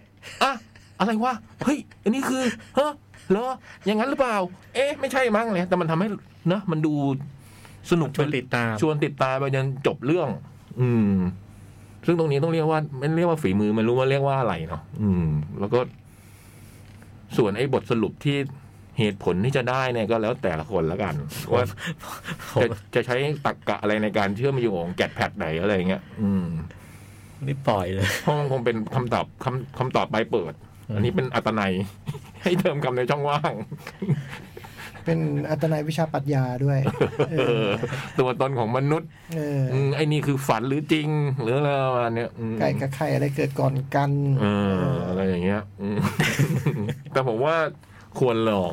[SPEAKER 3] อะอะไรวะ เฮ้ย อันนี้คือฮะเหรอ อย่างนั้นหรือเปล่า เอ๊ะ ไม่ใช่มั้งเลย แต่มันทำให้เนอะมันดูสนุก
[SPEAKER 4] ชวนติดตาม
[SPEAKER 3] ชวนติดตามไปจนจบเรื่อง อืม ซึ่งตรงนี้ต้องเรียกว่าไม่เรียกว่าฝีมือมันรู้ว่าเรียกว่าอะไรเนาะ อืม แล้วก็ ส่วนไอ้บทสรุปที่เหตุผลที่จะได้เนี่ยก็แล้วแต่ละคนละกันว่า
[SPEAKER 4] ผม
[SPEAKER 3] จะจะใช้ตักกะอะไรในการเชื่อมโยงแกดแพดไหนอะไรอย่างเงี้ย อืม
[SPEAKER 4] นี่ปล่อยเลย
[SPEAKER 3] เพราะมันคงเป็นคำตอบคำคำตอบปลายเปิด อันนี้เป็นอัตนัย ให้เติมคำในช่องว่าง
[SPEAKER 2] เป็นอัตนายวิชาปรัชญาด้วย เอ
[SPEAKER 3] เอ
[SPEAKER 2] อ
[SPEAKER 3] อ ตัวตนของมนุษย์
[SPEAKER 2] เออ
[SPEAKER 3] อืมไอ้นี่คือฝันหรือจริง หรืออะไรประมาณเนี้ยอืม
[SPEAKER 2] ไก่กับไข่อะไรเกิดก่อนกัน
[SPEAKER 3] เอออะไรอย่างเงี้ยอืม แต่ผมว่าควรลอง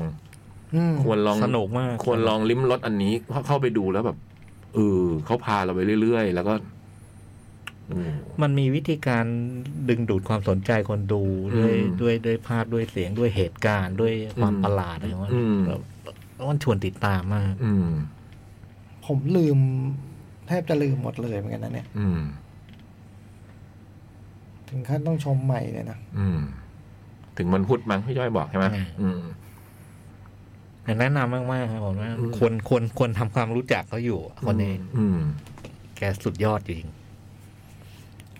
[SPEAKER 2] ม
[SPEAKER 3] ควรลอง
[SPEAKER 4] สนุกมาก
[SPEAKER 3] ควรลองลิ้มรสอันนี้เพราะเข้าไปดูแล้วแบบเออเขาพาเราไปเรื่อยๆ แล้วก็อืม
[SPEAKER 4] มันมีวิธีการดึงดูดความสนใจคนดูด้วย
[SPEAKER 3] อืม
[SPEAKER 4] ด้วยด้วยภาพด้วยเสียงด้วยเหตุการณ์ด้วยความ
[SPEAKER 3] อืม
[SPEAKER 4] ประหลาดอะไรของมัน
[SPEAKER 3] อืม
[SPEAKER 4] แล้วมันชวนติดตามมาก
[SPEAKER 3] อืม
[SPEAKER 2] ผมลืม แทบจะลืมหมดเลยเหมือนกันนะเนี่ย
[SPEAKER 3] อืม
[SPEAKER 2] ถึงขั้นต้องชมใหม่เลยนะ
[SPEAKER 3] อืม ถึงมันพุธมั้งพี่ย้อยบอกใช่ไหม
[SPEAKER 4] ใช่
[SPEAKER 3] อืม
[SPEAKER 4] แนะนำมากๆครับผมว่า
[SPEAKER 3] อืม
[SPEAKER 4] ควรควรควรทำความรู้จักเขาอยู่ คนนี้
[SPEAKER 3] อืม
[SPEAKER 4] แกสุดยอดจริง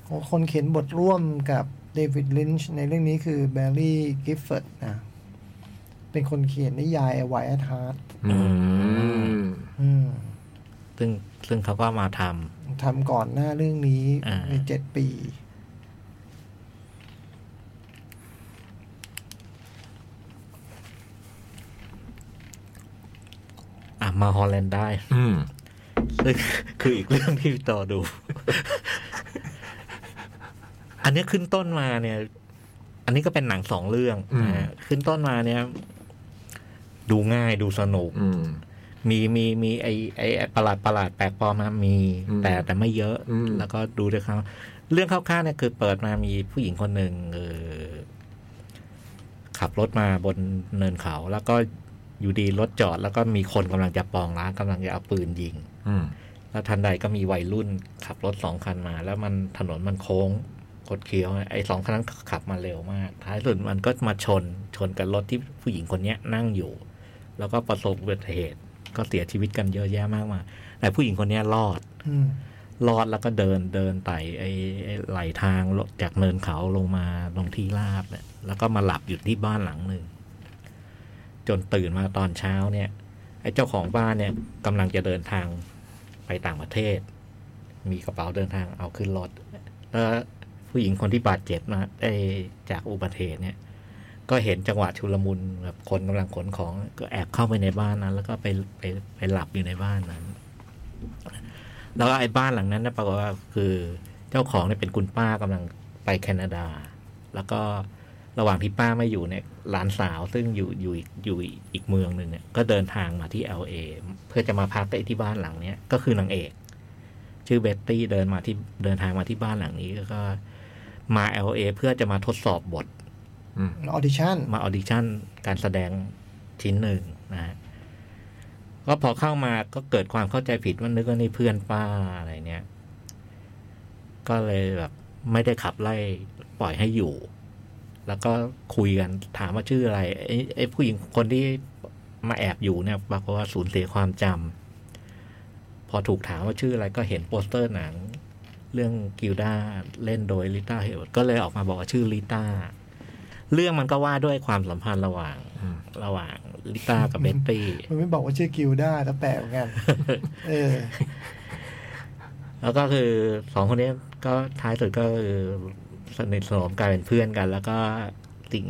[SPEAKER 2] โอ้คนเขียนบทร่วมกับเดวิดลินช์ในเรื่องนี้คือแบร์รี่กิฟเฟิร์ดนะ เป็นคนเขียนนิยายไวท์ฮาร์ด
[SPEAKER 3] อืม
[SPEAKER 4] ซึ่งซึ่งเขาก็มาท
[SPEAKER 2] ทำก่อนหน้าเรื่องนี้
[SPEAKER 4] อ่า
[SPEAKER 2] ในเจ็ดปี
[SPEAKER 4] ำอ่ะมาฮอลแลนด์ได้
[SPEAKER 3] อืม
[SPEAKER 4] ซึ่งคืออีกเรื่องที่พี่ต่อดู อันนี้ขึ้นต้นมาเนี่ย อันนี้ก็เป็นหนังสองเรื่อง
[SPEAKER 3] อืม
[SPEAKER 4] นะฮะขึ้นต้นมาเนี่ย ดูง่ายดูสนุก
[SPEAKER 3] อืม
[SPEAKER 4] มีมีมีไอไอไอ้ประหลาดประหลาดแปลกปลอมมามี
[SPEAKER 3] อืม
[SPEAKER 4] แต่แต่ไม่เยอะ
[SPEAKER 3] อืม
[SPEAKER 4] แล้วก็ดูด้วยครับเรื่องคร่าวๆเนี่ยคือเปิดมามีผู้หญิงคนหนึ่งเออขับรถมาบนเนินเขา แล้วก็อยู่ดีรถจอด แล้วก็มีคนกำลังจะปองร้านกำลังจะเอาปืนยิง
[SPEAKER 3] อืม
[SPEAKER 4] แล้วทันใดก็มีวัยรุ่นขับรถสองคันมา แล้วมันถนนมันโค้งคดเคี้ยวไอ้สองคันนั้นขับมาเร็วมาก ท้ายสุดมันก็มาชนชนกับรถที่ผู้หญิงคนเนี้ยนั่งอยู่ แล้วก็ประสบอุบัติเหตุก็เสียชีวิตกันเยอะแยะมากมายแต่ผู้หญิงคนเนี้ยรอด
[SPEAKER 2] อืม
[SPEAKER 4] รอดแล้วก็เดินเดินไต่ไอ้ไอ้ไหลทางลงจากเนินเขาลงมาลงที่ราบเนี่ย แล้วก็มาหลับอยู่ที่บ้านหลังหนึ่ง จนตื่นมาตอนเช้าเนี่ย ไอ้เจ้าของบ้านเนี่ยกำลังจะเดินทางไปต่างประเทศ มีกระเป๋าเดินทางเอาขึ้นรถแล้วผู้หญิงคนที่บาดเจ็บนะไอ้จากอุบัติเหตุเนี่ย ก็เห็นจังหวะชุลมุนแบบคนกำลังขนของ ก็แอบเข้าไปในบ้านนั้น แล้วก็ไปไปไปหลับอยู่ในบ้านนั้น แล้วก็ไอ้บ้านหลังนั้นนะปรากฏว่าคือเจ้าของเนี่ยเป็นคุณป้ากำลังไปแคนาดา แล้วก็ระหว่างที่ป้าไม่อยู่เนี่ยหลานสาวซึ่งอยู่อยู่อีกอยู่อีกเมืองหนึ่งเนี่ยก็เดินทางมาที่ LA เพื่อจะมาพักกับไอ้ที่บ้านหลังเนี้ยก็คือนางเอก ชื่อเบ็ตตี้เดินมาที่เดินทางมาที่บ้านหลังนี้แล้วก็มา LA เพื่อจะมาทดสอบบท
[SPEAKER 2] ออดิชั่น
[SPEAKER 4] มาออดิชั่นการแสดงชิ้นหนึ่งนะฮะก็พอเข้ามาก็เกิดความเข้าใจผิดว่านึกว่านี่เพื่อนป้าอะไรเนี้ย ก็เลยแบบไม่ได้ขับไล่ปล่อยให้อยู่ แล้วก็คุยกันถามว่าชื่ออะไรไอ้ไอ้ผู้หญิงคนที่มาแอบอยู่เนี่ยปรากฏว่าสูญเสียความจำพอถูกถามว่าชื่ออะไรก็เห็นโปสเตอร์หนัง เรื่องกิลด้าเล่นโดยลิต้าเฮลก็เลยออกมาบอกว่าชื่อลิต้า เรื่องมันก็ว่าด้วยความสัมพันธ์ระหว่าง
[SPEAKER 3] อืม
[SPEAKER 4] ระหว่างลิต้ากับเบตตี้
[SPEAKER 2] มันไม่บอกว่าชื่อกิลด้าแต่แปลกเหมือน กันเออ
[SPEAKER 4] แล้วก็คือสองคนนี้ก็ท้ายสุดก็คือสนิทสนมกลายเป็นเพื่อนกัน แล้วก็สิ่ง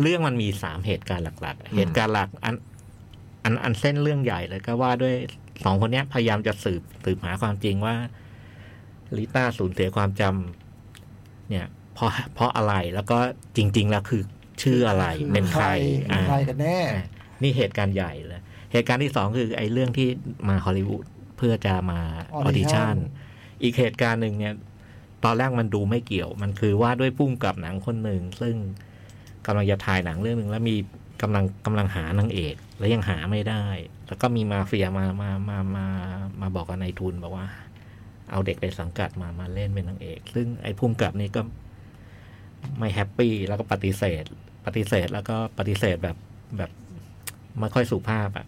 [SPEAKER 4] เรื่องมันมีสามเหตุการณ์หลัก ๆ เหตุการณ์หลักอันอันอันเส้นเรื่องใหญ่เลยก็ว่าด้วยสองคนเนี้ยพยายามจะสืบสืบหาความจริงว่าลิต้าสูญเสียความจำเนี่ยเพราะเพราะอะไรแล้วก็จริง ๆ แล้วคือชื่ออะไรเป็นใครอ่า
[SPEAKER 2] ใครกันแน่
[SPEAKER 4] อ่ะนี่เหตุการณ์ใหญ่เลย เหตุการณ์ที่สองคือไอ้เรื่องที่มาฮอลลีวูดเพื่อจะมาออ
[SPEAKER 2] Audition
[SPEAKER 4] ดิชั่น อีกเหตุการณ์หนึ่งเนี่ย ตอนแรกมันดูไม่เกี่ยว มันคือว่าด้วยพุ่มกับหนังคนหนึ่ง ซึ่งกำลังจะถ่ายหนังเรื่องหนึ่งแล้วมีกำลังกำลังหานางเอก แล้วยังหาไม่ได้ แล้วก็มีมาเฟียมามามามามาบอกกับนายทุนบอกว่า เอาเด็กในสังกัดมามาเล่นเป็นนางเอก ซึ่งไอ้พุ่มกับนี่ก็ ไม่แฮปปี้แล้วก็ปฏิเสธ ปฏิเสธแล้วก็ปฏิเสธแบบแบบไม่ค่อยสุภาพอะ่ะ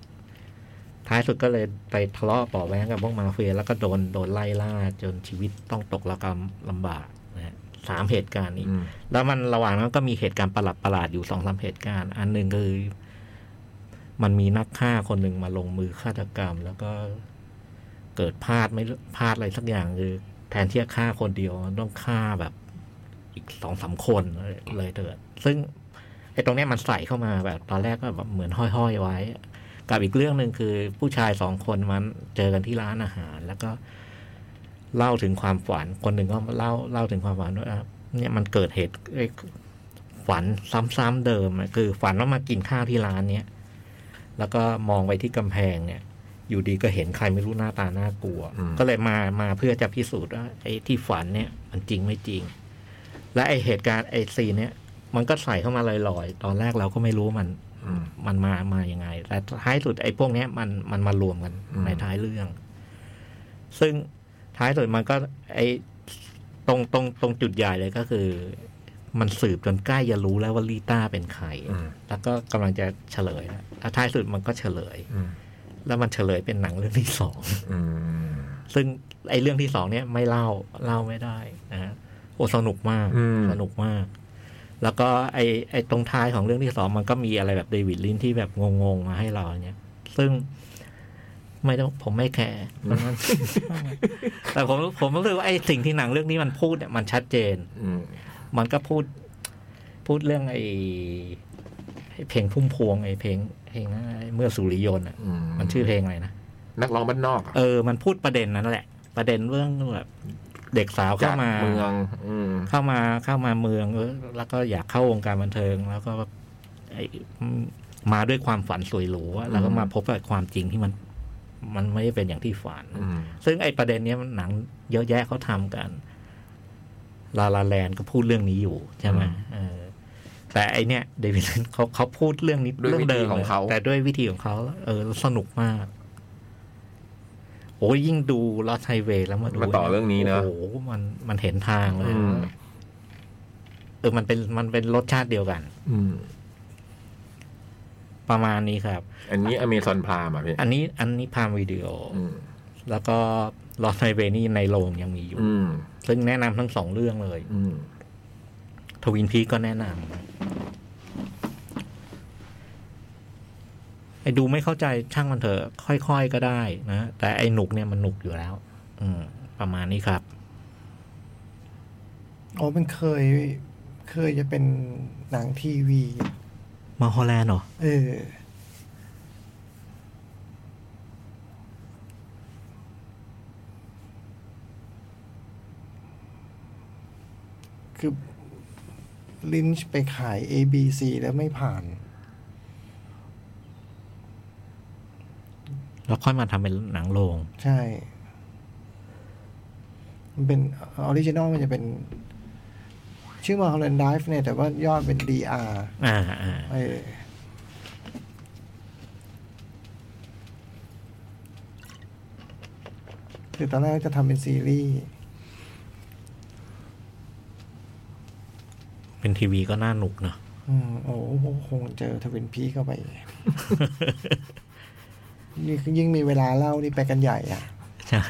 [SPEAKER 4] ท้ายสุดก็เลยไปทะเลาะเปอแว้งกับพวกมาเฟีย แล้วก็โดนโดนไล่ล่าจนชีวิตต้องตกระกำลำบากนะฮะสามเหตุการณ์นี้
[SPEAKER 3] อืม
[SPEAKER 4] แล้วมันระหว่างนั้นก็มีเหตุการณ์ประหลาดประหลาดๆอยู่สองสามเหตุการณ์ อันหนึ่งคือ มันมีนักฆ่าคนหนึ่งมาลงมือฆาตกรรม แล้วก็เกิดพลาดไม่พลาดอะไรสักอย่างคือแทนที่จะฆ่าคนเดียวมันต้องฆ่าแบบอีกสองสามคนเลยเถิด ซึ่งไอ้ตรงเนี้ยมันใส่เข้ามาแบบ ตอนแรกก็แบบเหมือนห้อยๆไว้ กับอีกเรื่องหนึ่งคือผู้ชายสองคนมันเจอกันที่ร้านอาหาร แล้วก็เล่าถึงความฝัน คนหนึ่งก็เล่าเล่าถึงความฝันว่าเนี่ยมันเกิดเหตุไอ้ฝันซ้ำๆเดิมอะคือฝันว่ามากินข้าวที่ร้านเนี้ยแล้วก็มองไปที่กำแพงเนี่ย อยู่ดีก็เห็นใครไม่รู้หน้าตาน่ากลัว
[SPEAKER 3] อืม
[SPEAKER 4] ก็เลยมามาเพื่อจะพิสูจน์ว่าไอ้ที่ฝันเนี่ย มันจริงไม่จริง และไอ้เหตุการณ์ไอ้ซีนเนี่ย มันก็ใส่เข้ามาลอยๆ ตอนแรกเราก็ไม่รู้มัน
[SPEAKER 3] อืม
[SPEAKER 4] มันมา มายังไง แต่ท้ายสุดไอ้พวกเนี้ยมัน มันมารวมกัน
[SPEAKER 3] อืม
[SPEAKER 4] ในท้ายเรื่อง ซึ่งท้ายสุดมันก็ ไอ้ตรงตรงตรงจุดใหญ่เลยก็คือ มันสืบจนใกล้จะรู้แล้วว่าลีต้าเป็นใคร
[SPEAKER 3] อืม
[SPEAKER 4] แล้วก็กำลังจะเฉลยแล้วแล้วท้ายสุดมันก็เฉลย
[SPEAKER 3] อืม
[SPEAKER 4] แล้วมันเฉลยเป็นหนังเรื่องที่สอง
[SPEAKER 3] อืม
[SPEAKER 4] ซึ่งไอ้เรื่องที่สองเนี่ยไม่เล่าเล่าไม่ได้นะฮะโอ้สนุกมาก
[SPEAKER 3] อืม
[SPEAKER 4] สนุกมาก แล้วก็ไอไอตรงท้ายของเรื่องที่สองมันก็มีอะไรแบบเดวิดลินที่แบบงงๆมาให้เราเนี่ย ซึ่งไม่ต้องผมไม่แคร์เพราะฉะนั้น แต่ผมผมรู้สึกว่าไอสิ่งที่หนังเรื่องนี้มันพูดเนี่ยมันชัดเจน
[SPEAKER 3] อืม
[SPEAKER 4] มันก็พูดพูดเรื่องไอไอ้เพลงพุ่มพวงไอเพลงเพลงอะไรเมื่อสุริยนต์อ่ะ
[SPEAKER 3] อื
[SPEAKER 4] มันชื่อเพลงอะไรนะ
[SPEAKER 3] นักร้องบ้านนอก
[SPEAKER 4] เออ มันพูดประเด็นนั้นแหละ ประเด็นเรื่องแบบเด็กสาว
[SPEAKER 3] จา
[SPEAKER 4] เข้าก มา
[SPEAKER 3] เมือง อืม
[SPEAKER 4] เข้ามาเข้ามาเมืองเออแล้วก็อยากเข้าวงการบันเทิง แล้วก็ไอ้มาด้วยความฝันสวยหรูอะแล้วก็
[SPEAKER 3] อืม
[SPEAKER 4] มาพบกับความจริงที่มัน มันไม่ได้เป็นอย่างที่ฝัน
[SPEAKER 3] อืม
[SPEAKER 4] ซึ่งไอ้ประเด็นเนี้ยมันหนังเยอะแยะเขาทำกันลาลาแลนก็พูดเรื่องนี้อยู่ใช่ไหม
[SPEAKER 3] อืม
[SPEAKER 4] เออ แต่ไอเนี้ยเดวิดลินช์เขาเขาพูดเรื่องนี้
[SPEAKER 3] ด้วย
[SPEAKER 4] เรื่
[SPEAKER 3] วิธี
[SPEAKER 4] เดิมลย
[SPEAKER 3] ของเขา
[SPEAKER 4] แต่ด้วยวิธีของเขาเออสนุกมากโอ้ยยิ่งดูลอสไฮเวย์แล้วมาดู
[SPEAKER 3] มาต่อเรื่องนี้เนอะ
[SPEAKER 4] โอ้โหมันมันเห็นทางเลย
[SPEAKER 3] อืม
[SPEAKER 4] เออมันเป็นมันเป็นรสชาติเดียวกัน
[SPEAKER 3] อืม
[SPEAKER 4] ประมาณนี้ครับ
[SPEAKER 3] อันนี้อเมซอนพรามอ่ะพี่
[SPEAKER 4] อันนี้อันนี้พามวิดีโออ
[SPEAKER 3] อืม
[SPEAKER 4] แล้วก็ลอสไฮเวย์นี่ในโรงยังมีอยู่
[SPEAKER 3] อืม
[SPEAKER 4] ซึ่งแนะนำทั้งสองเรื่องเลย
[SPEAKER 3] อืม
[SPEAKER 4] ทวินพีก็แนะน ไอ้ดูไม่เข้าใจช่างมันเถอะค่อยๆก็ได้นะ แต่ไอ้หนุกเนี่ยมันหนุกอยู่แล้ว อืม ประมาณนี้ครับ
[SPEAKER 2] โอ้มันเคย เคยจะเป็นหนังทีวี
[SPEAKER 4] มาฮอลแลนด์เหรอ
[SPEAKER 2] เออ คือ ลินช์ไปขาย A B C แล้วไม่ผ่าน
[SPEAKER 4] แล้วค่อยมาทำเป็นหนังโรง
[SPEAKER 2] ใช่ มันเป็นออริจินอลมันจะเป็น ชื่อมา h o l l a n d Dive เนี่ย แต่ว่ายอดเป็น DR
[SPEAKER 4] อ่าอ่า
[SPEAKER 2] เออคือตอนแรกจะทำเป็นซีรีส์
[SPEAKER 4] เป็นทีวีก็น่าหนุกเนอะ
[SPEAKER 2] อืมโอ้โหคงเจอทวินพีคเข้าไปอีก นี่คือยิ่งมีเวลาเล่านี่ไปกันใหญ่อ่ะ
[SPEAKER 4] ใช่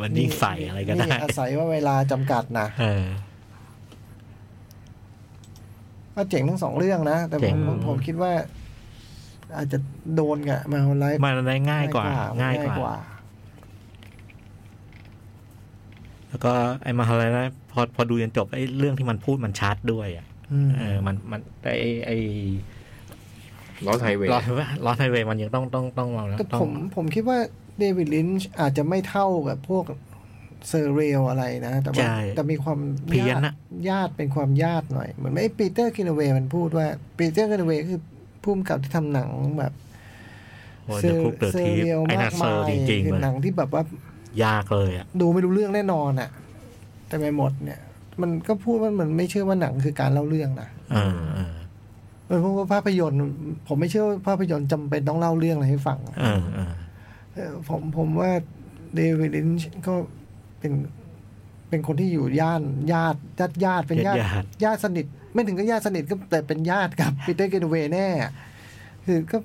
[SPEAKER 4] มันยิ่งใส่อะไรก็ได้
[SPEAKER 2] นี่อาศัยว่าเวลาจำกัดนะ
[SPEAKER 4] เออ
[SPEAKER 2] ก็เจ๋งทั้งสองเรื่องนะ แต่
[SPEAKER 4] เจ๋
[SPEAKER 2] ผ
[SPEAKER 4] ง
[SPEAKER 2] มผมผมคิดว่า อาจจะโดนกับมาไลฟ์
[SPEAKER 4] มันได้ง่ายกว่า ง่ายกว่า แล้วก็ไอ้มาฮอลแลนด์นะพอพอดูจนจบไอ้เรื่องที่มันพูดมันชัดด้วยอ่ะ
[SPEAKER 2] อืม
[SPEAKER 4] เออมันมันแต่ไอ้ไอ้
[SPEAKER 3] ลอสไฮเวย์
[SPEAKER 4] ลอสลอสไฮเวย์มันยังต้องต้องต้องมองนะ
[SPEAKER 2] แต่
[SPEAKER 4] ต้อง
[SPEAKER 2] ผมผมคิดว่าเดวิดลินช์อาจจะไม่เท่ากับพวกเซอร์เรียลอะไรนะ แต่ว่า
[SPEAKER 4] ใช่
[SPEAKER 2] แต่มีความ
[SPEAKER 4] เพี้ยน
[SPEAKER 2] ญาติ
[SPEAKER 4] อะ
[SPEAKER 2] ญาติเป็นความญาติหน่อย เหมือนไอ้ปีเตอร์คินเวมันพูดว่าปีเตอร์คินเวคือผู้กำกับที่ทำหนังแบบ
[SPEAKER 4] โอ้ยเดอะคุกเดอะ
[SPEAKER 2] ซ
[SPEAKER 4] ทีฟ
[SPEAKER 2] รียล
[SPEAKER 4] ไอ้นาเซอร์จริงๆ
[SPEAKER 2] คือ
[SPEAKER 4] เล
[SPEAKER 2] หนั
[SPEAKER 4] ย
[SPEAKER 2] งที่แบบว่าย
[SPEAKER 4] ากเลยอ่ะ
[SPEAKER 2] ดูไม่รู้เรื่องแน่นอนอ่ะ แต่ไปหมดเนี่ย มันก็พูดว่ามันไม่เชื่อว่าหนังคือการเล่าเรื่องนะ
[SPEAKER 4] เออเออ
[SPEAKER 2] มันพูดว่าภาพยนตร์ ผมไม่เชื่อว่าภาพยนตร์จำเป็นต้องเล่าเรื่องอะไรให้ฟัง
[SPEAKER 4] เออเออ
[SPEAKER 2] เออผมผมว่าเดวิดลินช์ก็เป็นเป็นคนที่อยู่ย่านญาติญาติญาติเป็นญาติ
[SPEAKER 4] ญาติ
[SPEAKER 2] ญาติสนิท ไม่ถึงกับญาติสนิทก็แต่เป็นญาติกับ ปีเตอร์เกนเวย์แน่ คือก็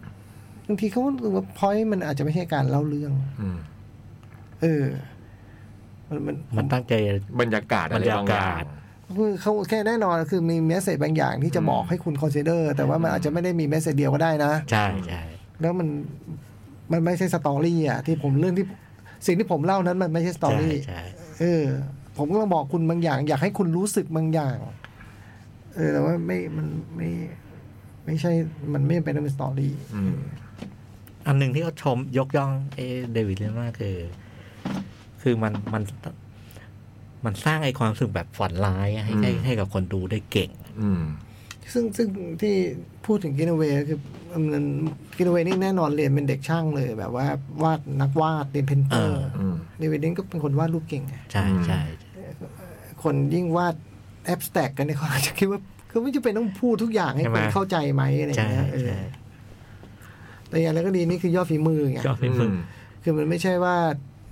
[SPEAKER 2] บางทีเขารู้สึกว่าพอยมันอาจจะไม่ใช่การเล่าเรื่อง
[SPEAKER 3] อืม
[SPEAKER 2] เออ มันมัน
[SPEAKER 4] ๆมันตั้งใจ
[SPEAKER 3] บรรยากาศอะไรบางอย่า
[SPEAKER 4] บรรยากาศ
[SPEAKER 3] ง
[SPEAKER 2] คือเขาแค่แน่นอนคือมีเมสเซจบางอย่างที่จะ
[SPEAKER 3] อืม
[SPEAKER 2] บอกให้คุณคอนซีเดอร์ แต่ว่ามันอาจจะไม่ได้มีเมสเซจเดียวก็ได้นะ
[SPEAKER 4] ใช่ใช่
[SPEAKER 2] แล้วมันมันไม่ใช่สตอรี่อ่ะ ที่ผมเรื่องที่สิ่งที่ผมเล่านั้นมันไม่ใช่สตอ
[SPEAKER 4] ใช่
[SPEAKER 2] รี่
[SPEAKER 4] ใช่
[SPEAKER 2] เออ ผมก็ลังบอกคุณบางอย่าง อยากให้คุณรู้สึกบางอย่าง เออแต่ว่าไม่มันไม่ ไม่ใช่มันไม่เป็นต้องเป็นสตอรี่
[SPEAKER 3] อืม
[SPEAKER 4] อันหนึ่งที่เขาชมยกย่องเอเดวิดเลนมากคือ คือมันมัน มันสร้างไอ้ความรู้สึกแบบฝันร้ายอะให้ให้
[SPEAKER 3] อืม
[SPEAKER 4] ให้กับคนดูได้เก่ง
[SPEAKER 3] อืม
[SPEAKER 2] ซึ่งซึ่งที่พูดถึงกินเวคือมันกินเวนี่แน่นอนเรียนเป็นเด็กช่างเลย แบบว่าวาดนักวาดเรียนเพนเตอร์
[SPEAKER 4] เออ
[SPEAKER 3] อืม
[SPEAKER 2] เดวิดลินก็เป็นคนวาดรูปเก่งไง
[SPEAKER 4] ใช่
[SPEAKER 3] อืม
[SPEAKER 4] ใช่
[SPEAKER 2] คนยิ่งวาดแอบสแต็กกันเนี่ยเขาอาจจะคิดว่าเขาไม่จำเป็นต้องพูดทุกอย่างให้คนเข้าใจไหมอะไรอ
[SPEAKER 4] ใช่
[SPEAKER 2] ย่างเงี้ยเออ
[SPEAKER 4] ใช่
[SPEAKER 2] แต่อย่างไรก็ดีนี่คือยอดฝีมือไง
[SPEAKER 4] ก็เป็นฝึก
[SPEAKER 2] คือมันไม่ใช่ว่า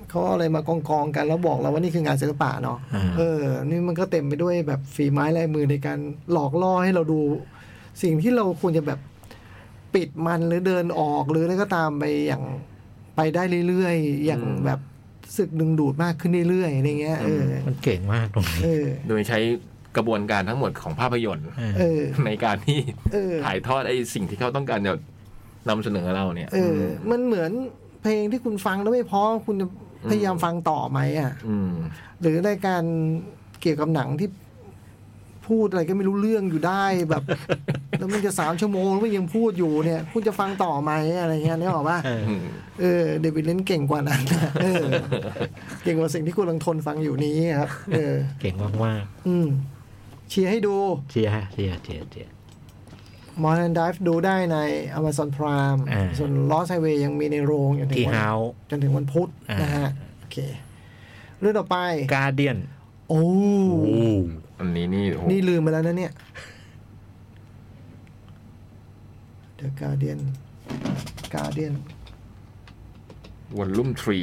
[SPEAKER 2] เขาเอาอะไรมากองกองๆกันแล้วบอกเราว่านี่คืองานศิลปะเนาะ
[SPEAKER 4] อ่า
[SPEAKER 2] เออ นี่มันก็เต็มไปด้วยแบบฝีไม้ลายมือในการหลอกล่อให้เราดู สิ่งที่เราควรจะแบบปิดมันหรือเดินออกหรืออะไรก็ตามไปอย่างไปได้เรื่อยๆ อย่าง
[SPEAKER 3] อืม
[SPEAKER 2] แบบรู้สึกดึงดูดมากขึ้นเรื่อยๆอะไรเงี้ย เออ
[SPEAKER 4] มันเก่งมากตรงนี้
[SPEAKER 2] เออ
[SPEAKER 3] โดยใช้กระบวนการทั้งหมดของภาพยนตร์
[SPEAKER 4] เออ
[SPEAKER 2] เออ
[SPEAKER 3] ในการที่
[SPEAKER 2] เออ
[SPEAKER 3] ถ่ายทอดไอ้สิ่งที่เขาต้องการจะนำเสนอเราเนี่ย
[SPEAKER 2] เออ มันเหมือนเพลงที่คุณฟังแล้วไม่พอคุณจะพยายามฟังต่อไหมอ่ะ
[SPEAKER 3] อืม
[SPEAKER 2] หรือรายการเกี่ยวกับหนังที่พูดอะไรก็ไม่รู้เรื่องอยู่ได้แบบ แล้วมันจะสามชั่วโมงแล้วมันยังพูดอยู่เนี่ย คุณจะฟังต่อไหมอะไรเงี้ยนึกออกปะ
[SPEAKER 4] เออ
[SPEAKER 3] อืม
[SPEAKER 2] เออเดวิดเลนเก่งกว่านั้น นะเออ เก่งกว่าสิ่งที่คุณกำลังทนฟังอยู่นี้ครับ เออ
[SPEAKER 4] เก่งมากมาก
[SPEAKER 2] อืมเชียร์ให้ดู
[SPEAKER 4] ๆเชียร์เชียร์เชียร์เชียร์
[SPEAKER 2] มอ d ์ r n d น i v e ดูได้ใน Amazon Prime
[SPEAKER 4] อ่า
[SPEAKER 2] ส่วน Lost Highway ยังมีในโรงจนถึ
[SPEAKER 4] ที่
[SPEAKER 2] งวั
[SPEAKER 4] เฮาน ส์
[SPEAKER 2] จนถึงวันพุธ
[SPEAKER 4] อ่าน
[SPEAKER 2] นะฮะโอเคเรื่องต่อไป
[SPEAKER 4] การเดียน
[SPEAKER 2] โอ้
[SPEAKER 4] โอ้
[SPEAKER 3] อันนี้นี่โอ้โห
[SPEAKER 2] นี่ลืมไปแล้วนะเนี่ย The Guardian Guardian
[SPEAKER 3] วอลลุ่มทรี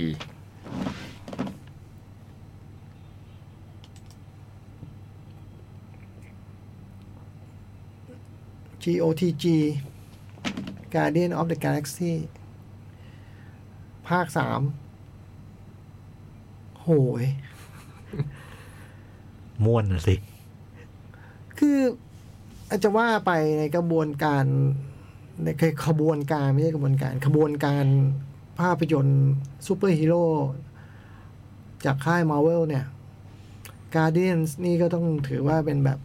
[SPEAKER 2] โ G O T G Guardian of the Galaxy ภาคสามโหย
[SPEAKER 4] ม่วนน่ะสิ
[SPEAKER 2] คืออาจจะว่าไปในกระบวนการ ในคือขบวนการไม่ใช่ขบวนการ ขบวนการภาพยนตร์ซูเปอร์ฮีโร่จากค่ายมาเวลเนี่ยการ์เดียนนี่ก็ต้องถือว่าเป็นแบบ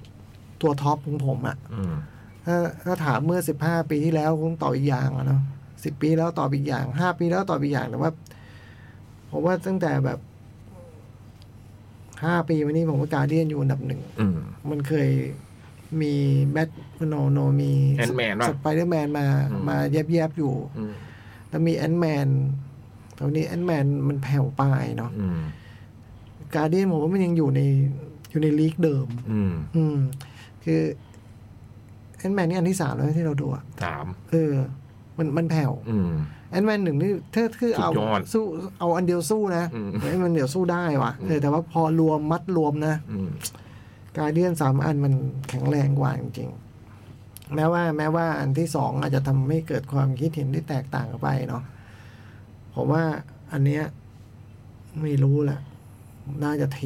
[SPEAKER 2] ตัวท็อปของผมอะ
[SPEAKER 3] อืม
[SPEAKER 2] ถ้าถ้าถามเมื่อสิบห้าปีที่แล้วคงตอบอีกอย่างอะเนาะสิบปีแล้วตอบอีกอย่างห้าปีแล้วตอบอีกอย่างแต่ว่าผมว่าตั้งแต่แบบห้าปีมานี้ผมว่าการ์เดียนอยู่อันดับหนึ่ง
[SPEAKER 3] อืม
[SPEAKER 2] มันเคยมีแบทโนโนมี
[SPEAKER 3] Ant-Man ป่ะ
[SPEAKER 2] สไปเดอร์แมนมา
[SPEAKER 3] อืม
[SPEAKER 2] มาแยบแยบๆอยู่
[SPEAKER 3] อืม
[SPEAKER 2] แล้วมีแอนแมนตอนนี้แอนแมนมันแผ่วไปเนาะ
[SPEAKER 3] อืม
[SPEAKER 2] การเดียนผมว่ามันยังอยู่ในอยู่ในลีกเดิม
[SPEAKER 3] อืม
[SPEAKER 2] อืม คือแอนแมนนี่อันที่สามแล้วที่เราดูอะ
[SPEAKER 3] สาม
[SPEAKER 2] เออ มันมันแผ่ว
[SPEAKER 3] อืม
[SPEAKER 2] แอนแมนหนึ่งนี่ถ้าคือเอา
[SPEAKER 3] สุดยอด
[SPEAKER 2] สู้เอาอันเดียวสู้นะ
[SPEAKER 3] อืม
[SPEAKER 2] เฮ้ยมันเดี๋ยวสู้ได้ว่ะเออแต่ว่าพอรวมมัดรวมนะ
[SPEAKER 3] อืม
[SPEAKER 2] การเดียนสามอันมันแข็งแรงกว่าจริงๆแม้ว่าแม้ว่าอันที่สองอาจจะทำให้เกิดความคิดเห็นที่แตกต่างกันไปเนาะผมว่าอันเนี้ยไม่รู้แหละน่าจะเท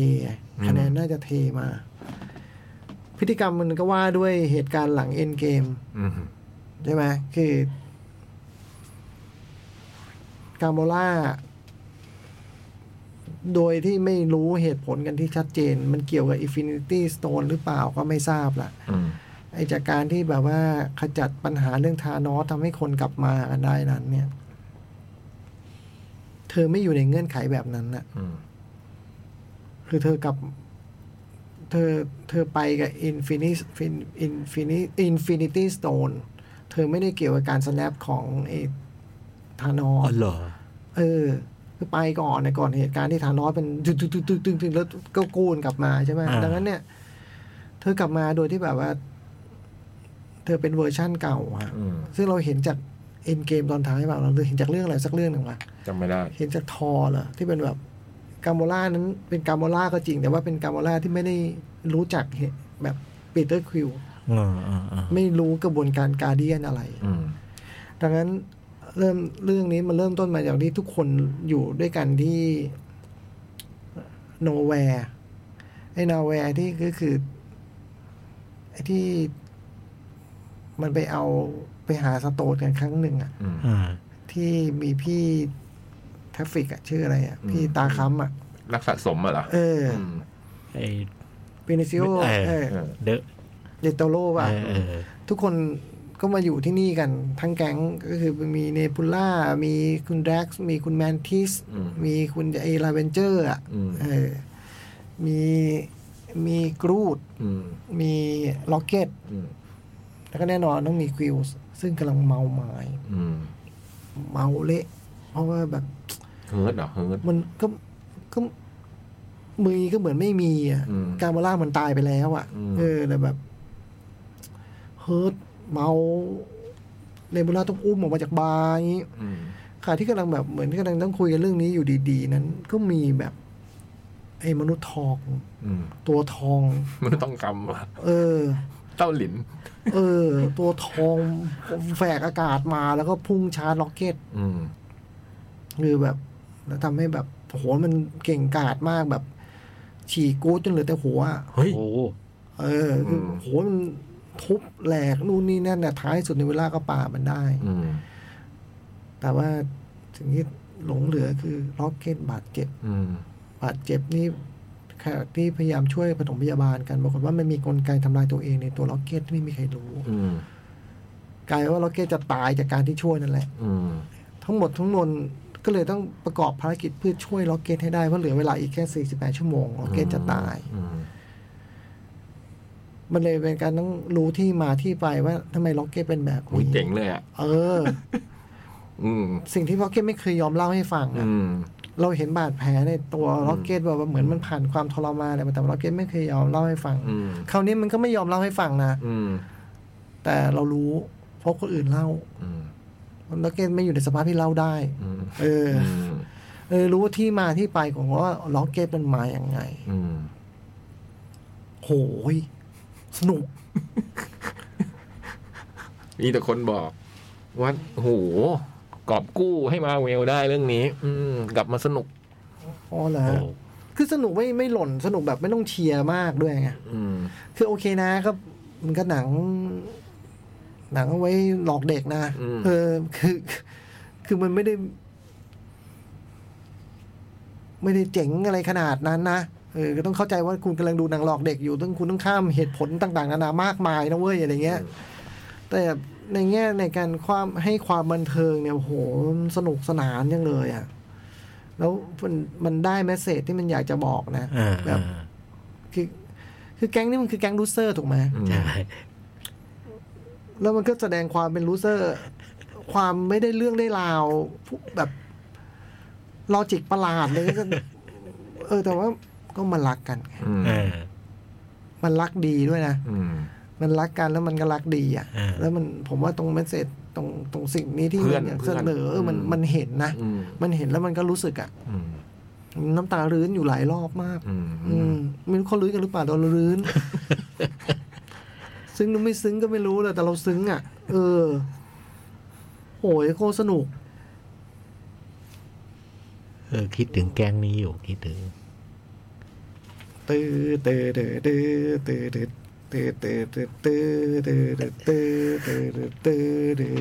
[SPEAKER 2] คะแนนน่าจะเทมา พฤติกรรมมันก็ว่าด้วยเหตุการณ์หลังเอ็นเกม
[SPEAKER 3] อืม
[SPEAKER 2] ใช่ไหมคือการโบล่า โดยที่ไม่รู้เหตุผลกันที่ชัดเจน มันเกี่ยวกับ Infinity Stone หรือเปล่าก็ไม่ทราบล่ะ
[SPEAKER 3] อืม
[SPEAKER 2] ไอจากการที่แบบว่าขจัดปัญหาเรื่องทานอสทำให้คนกลับมากันได้นั้น เนี่ย เธอไม่อยู่ในเงื่อนไขแบบนั้นน่ะ
[SPEAKER 3] อืม
[SPEAKER 2] คือเธอกับ เธอเธอไปกับ Infinity Infinity Infinity Stone เธอไม่ได้เกี่ยวกับการ snap ของไอ้ธานอ
[SPEAKER 4] อ๋อ
[SPEAKER 2] ส
[SPEAKER 4] เหรอ
[SPEAKER 2] เออ คือไปก่อนนะก่อนเหตุการณ์ที่ธานอสเป็นตึ๊งตึ๊งตึ๊งตึ๊งตึ๊งตึ๊งแล้วก็กูนกลับมาใช่ไหมดังนั้นเนี่ย เธอกลับมาโดยที่แบบว่า เธอเป็นเวอร์ชั่นเก่าอะ
[SPEAKER 3] อืม
[SPEAKER 2] ซึ่งเราเห็นจากเอ็นเกมตอนท้ายเปล่าเราเห็นจากเรื่องอะไรสักเรื่องหนึ่งวะ
[SPEAKER 3] จำไม่ได้
[SPEAKER 2] เห็นจากทอเหรอที่เป็นแบบกาโมล่านั้นเป็นกาโมล่าก็จริง แต่ว่าเป็นกาโมล่าที่ไม่ได้รู้จักเหตุแบบปีเตอร์ควิว
[SPEAKER 4] เออเออเออ
[SPEAKER 2] ไม่รู้กระบวนการการเดียนอะไร
[SPEAKER 3] อืม
[SPEAKER 2] ดังนั้นเริ่มเรื่องนี้มันเริ่มต้นมาจากที่ทุกคนอยู่ด้วยกันที่โนแวร์ไอ้นแวร์ที่ก็คือไอ้ที่มันไปเอาไปหาสโตนกันครั้งหนึ่งอะ
[SPEAKER 3] อืม
[SPEAKER 4] อ่า
[SPEAKER 2] ที่มีพี่ทราฟฟิกอะชื่ออะไรอะ
[SPEAKER 3] อืม
[SPEAKER 2] พี่ตาค้ำอะ
[SPEAKER 3] รักสะสมอะเหรอ
[SPEAKER 2] เออ
[SPEAKER 3] อืม
[SPEAKER 4] ไอ้
[SPEAKER 2] เปนิซิโอ
[SPEAKER 4] เออ
[SPEAKER 2] เออ
[SPEAKER 3] เออ
[SPEAKER 4] เดอะ
[SPEAKER 2] เดตโตโรว่ะ
[SPEAKER 4] เออเออ
[SPEAKER 2] ทุกคนก็มาอยู่ที่นี่กันทั้งแก๊งก็คือมีเนปูล่า มีคุณแร็กซ์มีคุณแมนทิส
[SPEAKER 3] อืม
[SPEAKER 2] มีคุณไอลาเวนเจอร์อะ
[SPEAKER 3] อืม
[SPEAKER 2] เออมีมีกรูด
[SPEAKER 3] อืม
[SPEAKER 2] มีล็อกเก็ต
[SPEAKER 3] อืม
[SPEAKER 2] แล้วก็แน่นอนต้องมีควิลส์ซึ่งกำลังเมาไม้
[SPEAKER 3] อืม
[SPEAKER 2] เมาเละ เพราะว่าแบบ
[SPEAKER 3] เฮิร์ตเหรอเฮิร์ต
[SPEAKER 2] มันก็ก็มือก็เหมือนไม่มีอ่ะ
[SPEAKER 3] อืม
[SPEAKER 2] การมาล่ามันตายไปแล้วอ่ะ
[SPEAKER 3] อืม
[SPEAKER 2] เออแต่แบบเฮิร์ตเมาเนบูล่าต้องอุ้มออกมาจากบาร์อย่างนี้
[SPEAKER 3] อืม
[SPEAKER 2] ค่ะที่กำลังแบบเหมือนกำลังต้องคุยกันเรื่องนี้อยู่ดีๆ นั้น ก็มีแบบไอ้มนุษย์ทอง
[SPEAKER 3] อืม
[SPEAKER 2] ตัวทอง
[SPEAKER 3] มันต้องกำอะ
[SPEAKER 2] เออ
[SPEAKER 3] เต้าหลิน
[SPEAKER 2] เออ ตัวทองแฝกอากาศมาแล้วก็พุ่งชาร์จล็อกเก็ต
[SPEAKER 3] อืม
[SPEAKER 2] คือแบบแล้วทำให้แบบโหมันเก่งกาจมากแบบ ฉี่กู๊ดจนเหลือแต่หัวอะ
[SPEAKER 3] เฮ้ย
[SPEAKER 4] โอ้
[SPEAKER 2] เออคือ
[SPEAKER 3] อืม
[SPEAKER 2] โหมันทุบแหลกนู่นนี่นั่นน่ะท้ายสุดในเวลาก็ป่ามันได้
[SPEAKER 3] อืม
[SPEAKER 2] แต่ว่าถึงที่หลงเหลือคือล็อกเก็ตบาดเจ็บ
[SPEAKER 3] อืม
[SPEAKER 2] บาดเจ็บนี่ขณะที่พยายามช่วยปฐมพยาบาลกันปรากฏว่ามันมีกลไกทำลายตัวเองในตัวล็อกเก็ตที่ไม่มีใครรู้
[SPEAKER 3] อืม
[SPEAKER 2] กลายเป็นว่าล็อกเก็ตจะตายจากการที่ช่วยนั่นแหละ
[SPEAKER 3] อืม
[SPEAKER 2] ทั้งหมดทั้งมวลก็เลยต้องประกอบภารกิจเพื่อช่วยล็อกเก็ตให้ได้เพราะเหลือเวลาอีกแค่ 48 ชั่วโมงล็อกเก็ตจะตาย
[SPEAKER 3] อืม
[SPEAKER 2] มันเลยเป็นการต้องรู้ที่มาที่ไปว่าทำไมล็อกเก็ตเป็นแบบ
[SPEAKER 3] อุ้ย
[SPEAKER 2] นี้
[SPEAKER 3] เจ๋งเลยอ่ะ
[SPEAKER 2] เออ
[SPEAKER 3] อืม
[SPEAKER 2] สิ่งที่ล็อกเก็ตไม่เคยยอมเล่าให้ฟังอะ
[SPEAKER 3] อืม
[SPEAKER 2] เราเห็นบาดแผลในตัวล็อกเก็ตแบบว่าเหมือนมันผ่านความทรมานอะไรมาแต่ว่าล็อกเก็ตไม่เคยยอมเล่าให้ฟัง
[SPEAKER 3] อืม
[SPEAKER 2] คราวนี้มันก็ไม่ยอมเล่าให้ฟังนะ
[SPEAKER 3] อืม
[SPEAKER 2] แต่เรารู้เพราะคนอื่นเล่า
[SPEAKER 3] อืม
[SPEAKER 2] ล็อกเก็ตไม่อยู่ในสภาพที่เล่าได้
[SPEAKER 3] อืม
[SPEAKER 2] เออ
[SPEAKER 3] อืม
[SPEAKER 2] เออรู้ว่าที่มาที่ไปของว่าล็อกเก็ตมันมาอย่างไง
[SPEAKER 3] อืม
[SPEAKER 2] โหยสนุก
[SPEAKER 3] มีแต่คนบอกว่าโหกอบกู้ให้มาเวลได้เรื่องนี้ อืม กลับมาสนุก
[SPEAKER 2] อ๋อเหรอ
[SPEAKER 4] โอ้
[SPEAKER 2] คือสนุกไม่ไม่หล่นสนุกแบบไม่ต้องเชียร์มากด้วยไง
[SPEAKER 3] อืม
[SPEAKER 2] คือโอเคนะก็มันก็หนัง หนังเอาไว้หลอกเด็กนะ
[SPEAKER 3] อืม
[SPEAKER 2] เออคือ คือมันไม่ได้ ไม่ได้เจ๋งอะไรขนาดนั้นนะเออก็ต้องเข้าใจว่าคุณกำลังดูหนังหลอกเด็กอยู่ต้องคุณต้องข้ามเหตุผลต่างๆนานามากมายนะเว้ยอะไรเงี้ย แต่ในแง่ในการความให้ความบันเทิงเนี่ยโอ้โหมันสนุกสนานจังเลยอะ่ะ แล้วมันมันได้แมสเซจที่มันอยากจะบอกนะ
[SPEAKER 4] อ่า
[SPEAKER 2] แบบ คือคือแก๊งนี่มันคือแก๊งลูเซอร์ถูกไหม
[SPEAKER 3] อืม
[SPEAKER 4] ใช่
[SPEAKER 2] แล้วมันก็แสดงความเป็นลูเซอร์ ความไม่ได้เรื่องได้ราวแบบลอจิกประหลาดเลยก็ เออ แต่ว่าก็มันรักกันไง
[SPEAKER 3] อืม
[SPEAKER 4] อ่า
[SPEAKER 2] มันรักดีด้วยนะ
[SPEAKER 3] อืม
[SPEAKER 2] มันรักกันแล้วมันก็รักดีอ่ะ
[SPEAKER 4] อ่า
[SPEAKER 2] แล้วมันผมว่าตรงเมสเซจตรงตรงสิ่งนี้ที่
[SPEAKER 3] เพื่
[SPEAKER 2] มั
[SPEAKER 3] อน
[SPEAKER 2] นอยาก
[SPEAKER 3] เพื่
[SPEAKER 2] เส
[SPEAKER 3] อน
[SPEAKER 2] นอเออมัน
[SPEAKER 3] อืม
[SPEAKER 2] มันเห็นนะ
[SPEAKER 3] อืม
[SPEAKER 2] มันเห็นแล้วมันก็รู้สึกอ่ะ
[SPEAKER 3] อืม
[SPEAKER 2] น้ำตารื้นอยู่หลายรอบมาก
[SPEAKER 3] อืม
[SPEAKER 2] อืมไม่รู้เขารื้นกันหรือเปล่าตอนเรารื้น ซึ้งหรือไม่ซึ้งก็ไม่รู้แหละแต่เราซึ้งอ่ะ เออโหยโคตรสนุก
[SPEAKER 4] เออคิดถึงแกงนี้อยู่คิดถึง
[SPEAKER 2] ตื้อตื้อตื้อตื้อตื้อตื้อตื้อตื้อตื้อตื้อตื้อตื้อตื้อตื้อตื้อตื้อ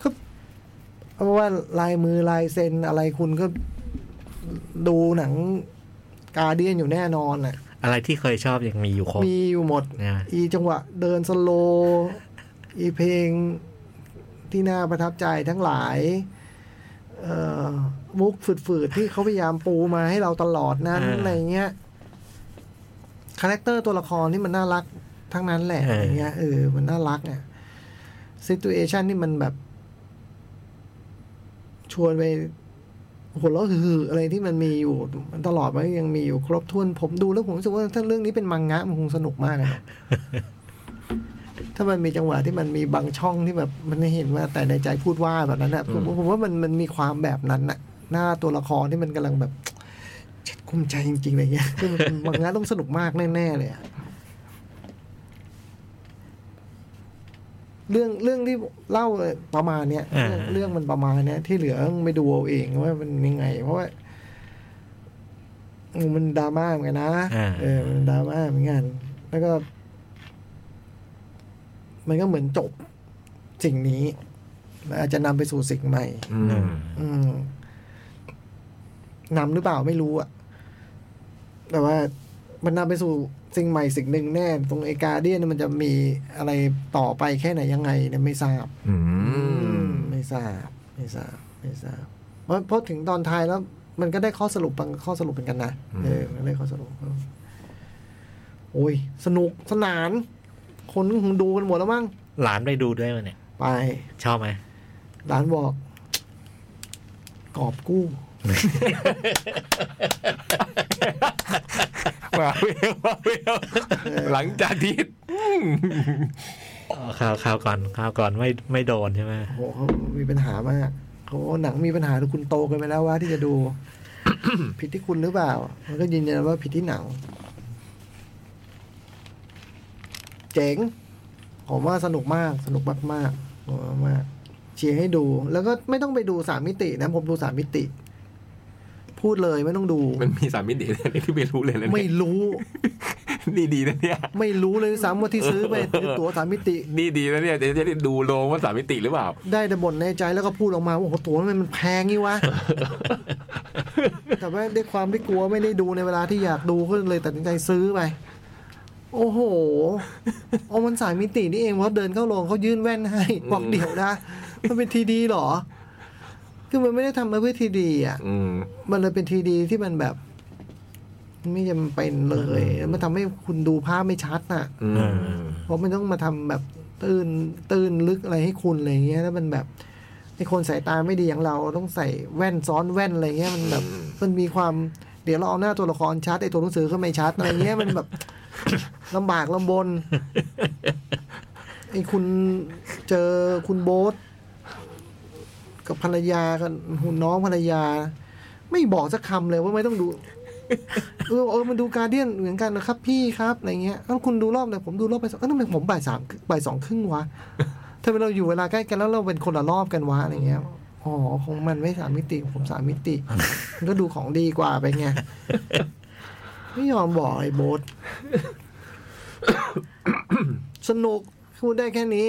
[SPEAKER 2] ก็เพราะว่าลายมือลายเซ็นอะไรคุณก็ดูหนังกาเดียนอยู่แน่นอนอ่ะ
[SPEAKER 4] อะไรที่เคยชอบยังมีอยู่ครบ
[SPEAKER 2] มีอยู่หมด
[SPEAKER 4] นะ
[SPEAKER 2] อีจังหวะเดินสโลว์อีเพลงที่น่าประทับใจทั้งหลาย เอ่อมุกฝืดๆ ที่เขาพยายามปูมาให้เราตลอดนั้น
[SPEAKER 4] อ่า
[SPEAKER 2] อะไรเงี้ยคาแรคเตอร์ตัวละครนี่มันน่ารักทั้งนั้นแหละ
[SPEAKER 4] เอออ
[SPEAKER 2] อะไรเงี้ยเออมันน่ารักเนี่ยซิตูเอชันที่มันแบบ ชวนไปหัวเราะฮือๆอะไรที่มันมีอยู่มันตลอดมันก็ยังมีอยู่ครบถ้วนผมดูแล้วผมรู้สึกว่าถ้าเรื่องนี้เป็นมังงะมันคงสนุกมากเลยนะ ถ้ามันมีจังหวะที่มันมีบางช่องที่แบบมันเห็นว่าแต่ในใจพูดว่าแบบนั้นนะผมผมผมว่ามันมันมีความแบบนั้นน่ะ หน้าตัวละครที่มันกำลังแบบเจ็ดกุมใจจริงๆอะไรเงี้ยคือมันมังงะต้องสนุกมากแน่ๆเลยอะเรื่องเรื่องที่เล่าประมาณเนี้ย
[SPEAKER 4] อ่า
[SPEAKER 2] เรื่องเรื่องมันประมาณเนี้ยที่เหลือต้องไปดูเอาเองว่ามันยังไง เพราะว่า มันดราม่าเหมือนกันนะ
[SPEAKER 4] อ่า
[SPEAKER 2] เออ มันดราม่าเหมือนกัน แล้วก็ มันก็เหมือนจบสิ่งนี้แล้วอาจจะนำไปสู่สิ่งใหม่
[SPEAKER 3] อื
[SPEAKER 4] อื
[SPEAKER 3] ม
[SPEAKER 4] ม
[SPEAKER 2] อืมนำหรือเปล่าไม่รู้อะแต่ว่ามันนำไปสู่สิ่งใหม่สิ่งหนึ่งแน่ ตรงไอการเดียนยมันจะมีอะไรต่อไปแค่ไหนยังไงเนี่ยไม่ทราบ
[SPEAKER 3] อืม
[SPEAKER 2] ไม่ทราบ ไม่ทราบ ไม่ทราบเพราะเพราะถึงตอนท้ายแล้ว มันก็ได้ข้อสรุปบางข้อสรุปเหมือนกันนะเออมันได้ข้อสรุปโอ้ย สนุกสนาน คนก็คงดูกันหมดแล้วมั้ง
[SPEAKER 4] หลานไปดูด้วยวะเนี่ย
[SPEAKER 2] ไป
[SPEAKER 4] ชอบไหม
[SPEAKER 2] ร้านบอก กอบกู้
[SPEAKER 3] มาเวลมาเวลหลังจากที่
[SPEAKER 4] ข่าวข่าวก่อนข่าวก่อนไม่ไม่โดนใช่ไหม
[SPEAKER 2] โหเขามีปัญหามากเขาบอกว่าหนังมีปัญหาหรือคุณโตเกันไปแล้วว่าที่จะดู ผิดที่คุณหรือเปล่า มันก็ยืนยันว่าผิดที่หนัง เจ๋ง ผมว่าสนุกมาก สนุกมากมากๆผมว่ามากเชียร์ให้ดู แล้วก็ไม่ต้องไปดูสามมิตินะผมดูสามมิติ พูดเลยไม่ต้องดู
[SPEAKER 3] มันมีสามมิติอันนี้ที่ไม่รู้เลยนะ
[SPEAKER 2] ไม่
[SPEAKER 3] เนี่ย
[SPEAKER 2] รู้
[SPEAKER 3] นี่ดีนะเนี่ย
[SPEAKER 2] ไม่รู้เลยซ้ำว่าที่ซื้อไปคือตั๋วสามมิติ
[SPEAKER 3] นี่ดีนะเนี่ยเดี๋ยวจะได้ดูโรงว่าสามมิติหรือเปล่า
[SPEAKER 2] ได้แต่บ่นในใจแล้วก็พูดออกมาว่าโอ้โหตัวมันมันแพงนี่วะ แต่ว่าด้วยความที่กลัวไม่ได้ดูในเวลาที่อยากดูก็เลยตัดสินใจซื้อไป โอ้โหโอ้มันสายมิตินี่เองเพราะเดินเข้าโรงเขายื่นแว่นให้ บอกเดี๋ยวนะ มันเป็นทีดีหรอ คือมันไม่ได้ทำมาเพื่อทีดีอ่ะ
[SPEAKER 3] อืม
[SPEAKER 2] มันเลยเป็นทีดีที่มันแบบ ไม่จำเป็นเลย มันทำให้คุณดูภาพไม่ชัดน่ะ
[SPEAKER 3] อืม
[SPEAKER 2] เพราะมันต้องมาทำแบบตื้นตื้นลึกอะไรให้คุณอะไรเงี้ยแล้วมันแบบในคนสายตาไม่ดีอย่างเราต้องใส่แว่นซ้อนแว่นอะไรเงี้ยมันแบบมันมีความเดี๋ยวเราเอาหน้าตัวละครชัดไอตัวหนังสือก็ไม่ชัดอะไรเงี้ยมันแบบ ลำบากลำบนไอคุณเจอคุณโบ๊ทกับภรรยากับคุณน้องภรรยา ไม่บอกสักคำเลยว่าไม่ต้องดู เออเออมันดูการเดียนเหมือนกันนะครับพี่ครับอะไรเงี้ยเอ้าคุณดูรอบเลยผมดูรอบไปสองเอ้าทำไมผมบ่ายสามบ่ายสองครึ่งวะทำไมเราอยู่เวลาใกล้กันแล้วเราเป็นคนละรอบกันวะอะไรเงี้ยอ๋อของมันไม่สามมิติของผมสามมิติมันก็ดูของดีกว่าไปไงไม่ยอมบอกไอ้โบ๊ทสนุกพูดได้แค่นี้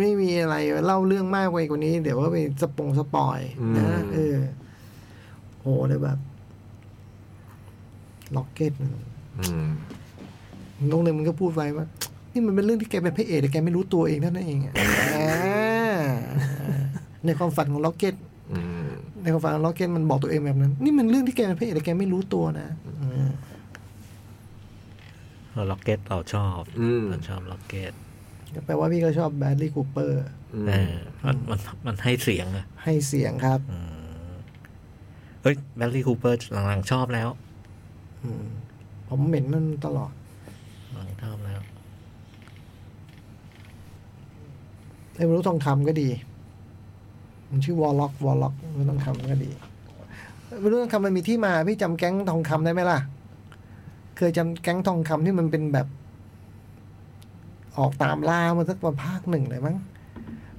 [SPEAKER 2] ไม่มีอะไรเล่าเรื่องมากไปกว่านี้ เดี๋ยวว่าไปสปงสปอย
[SPEAKER 3] อื
[SPEAKER 2] นะ
[SPEAKER 3] ม
[SPEAKER 2] เออโหเลยแบบล็อกเก็ต
[SPEAKER 3] อืม
[SPEAKER 2] ตรงหนึ่งมันก็พูดไว้ว่านี่มันเป็นเรื่องที่แกเป็นพระเอกแต่แกไม่รู้ตัวเองเท่านั้นเองอะอ่าในความฝันของล็อกเก็ต
[SPEAKER 3] อืม
[SPEAKER 2] ในความฝันของล็อกเก็ตมันบอกตัวเองแบบนั้น นี่มันเรื่องที่แกเป็นพระเอกแต่แกไม่รู้ตัวนะอืม
[SPEAKER 4] ล็อกเก็ตเราชอบ
[SPEAKER 3] อืม
[SPEAKER 4] เราชอบล็อกเก็ต
[SPEAKER 2] ก็แปลว่าพี่ก็ชอบแบดลี่คูเปอร์
[SPEAKER 3] อืม
[SPEAKER 4] เออมันมันมันให้เสียงอะ
[SPEAKER 2] ให้เสียงครับ
[SPEAKER 4] อืมเฮ้ยแบลลี่คูเปอร์หลังๆชอบแล้ว
[SPEAKER 2] อืมผมเหม็นมันตลอด
[SPEAKER 4] หลังชอบแล้ว
[SPEAKER 2] ไอ้มนุษย์ทองคำก็ดี มันชื่อวอลล็อกวอลล็อกมนุษย์ทองคำก็ดีมนุษย์ทองคำมันมีที่มา พี่จำแก๊งทองคำได้ไหมล่ะ เคยจำแก๊งทองคำที่มันเป็นแบบ ออกตามล่ามาสักประภาคหนึ่งเลยมั้ง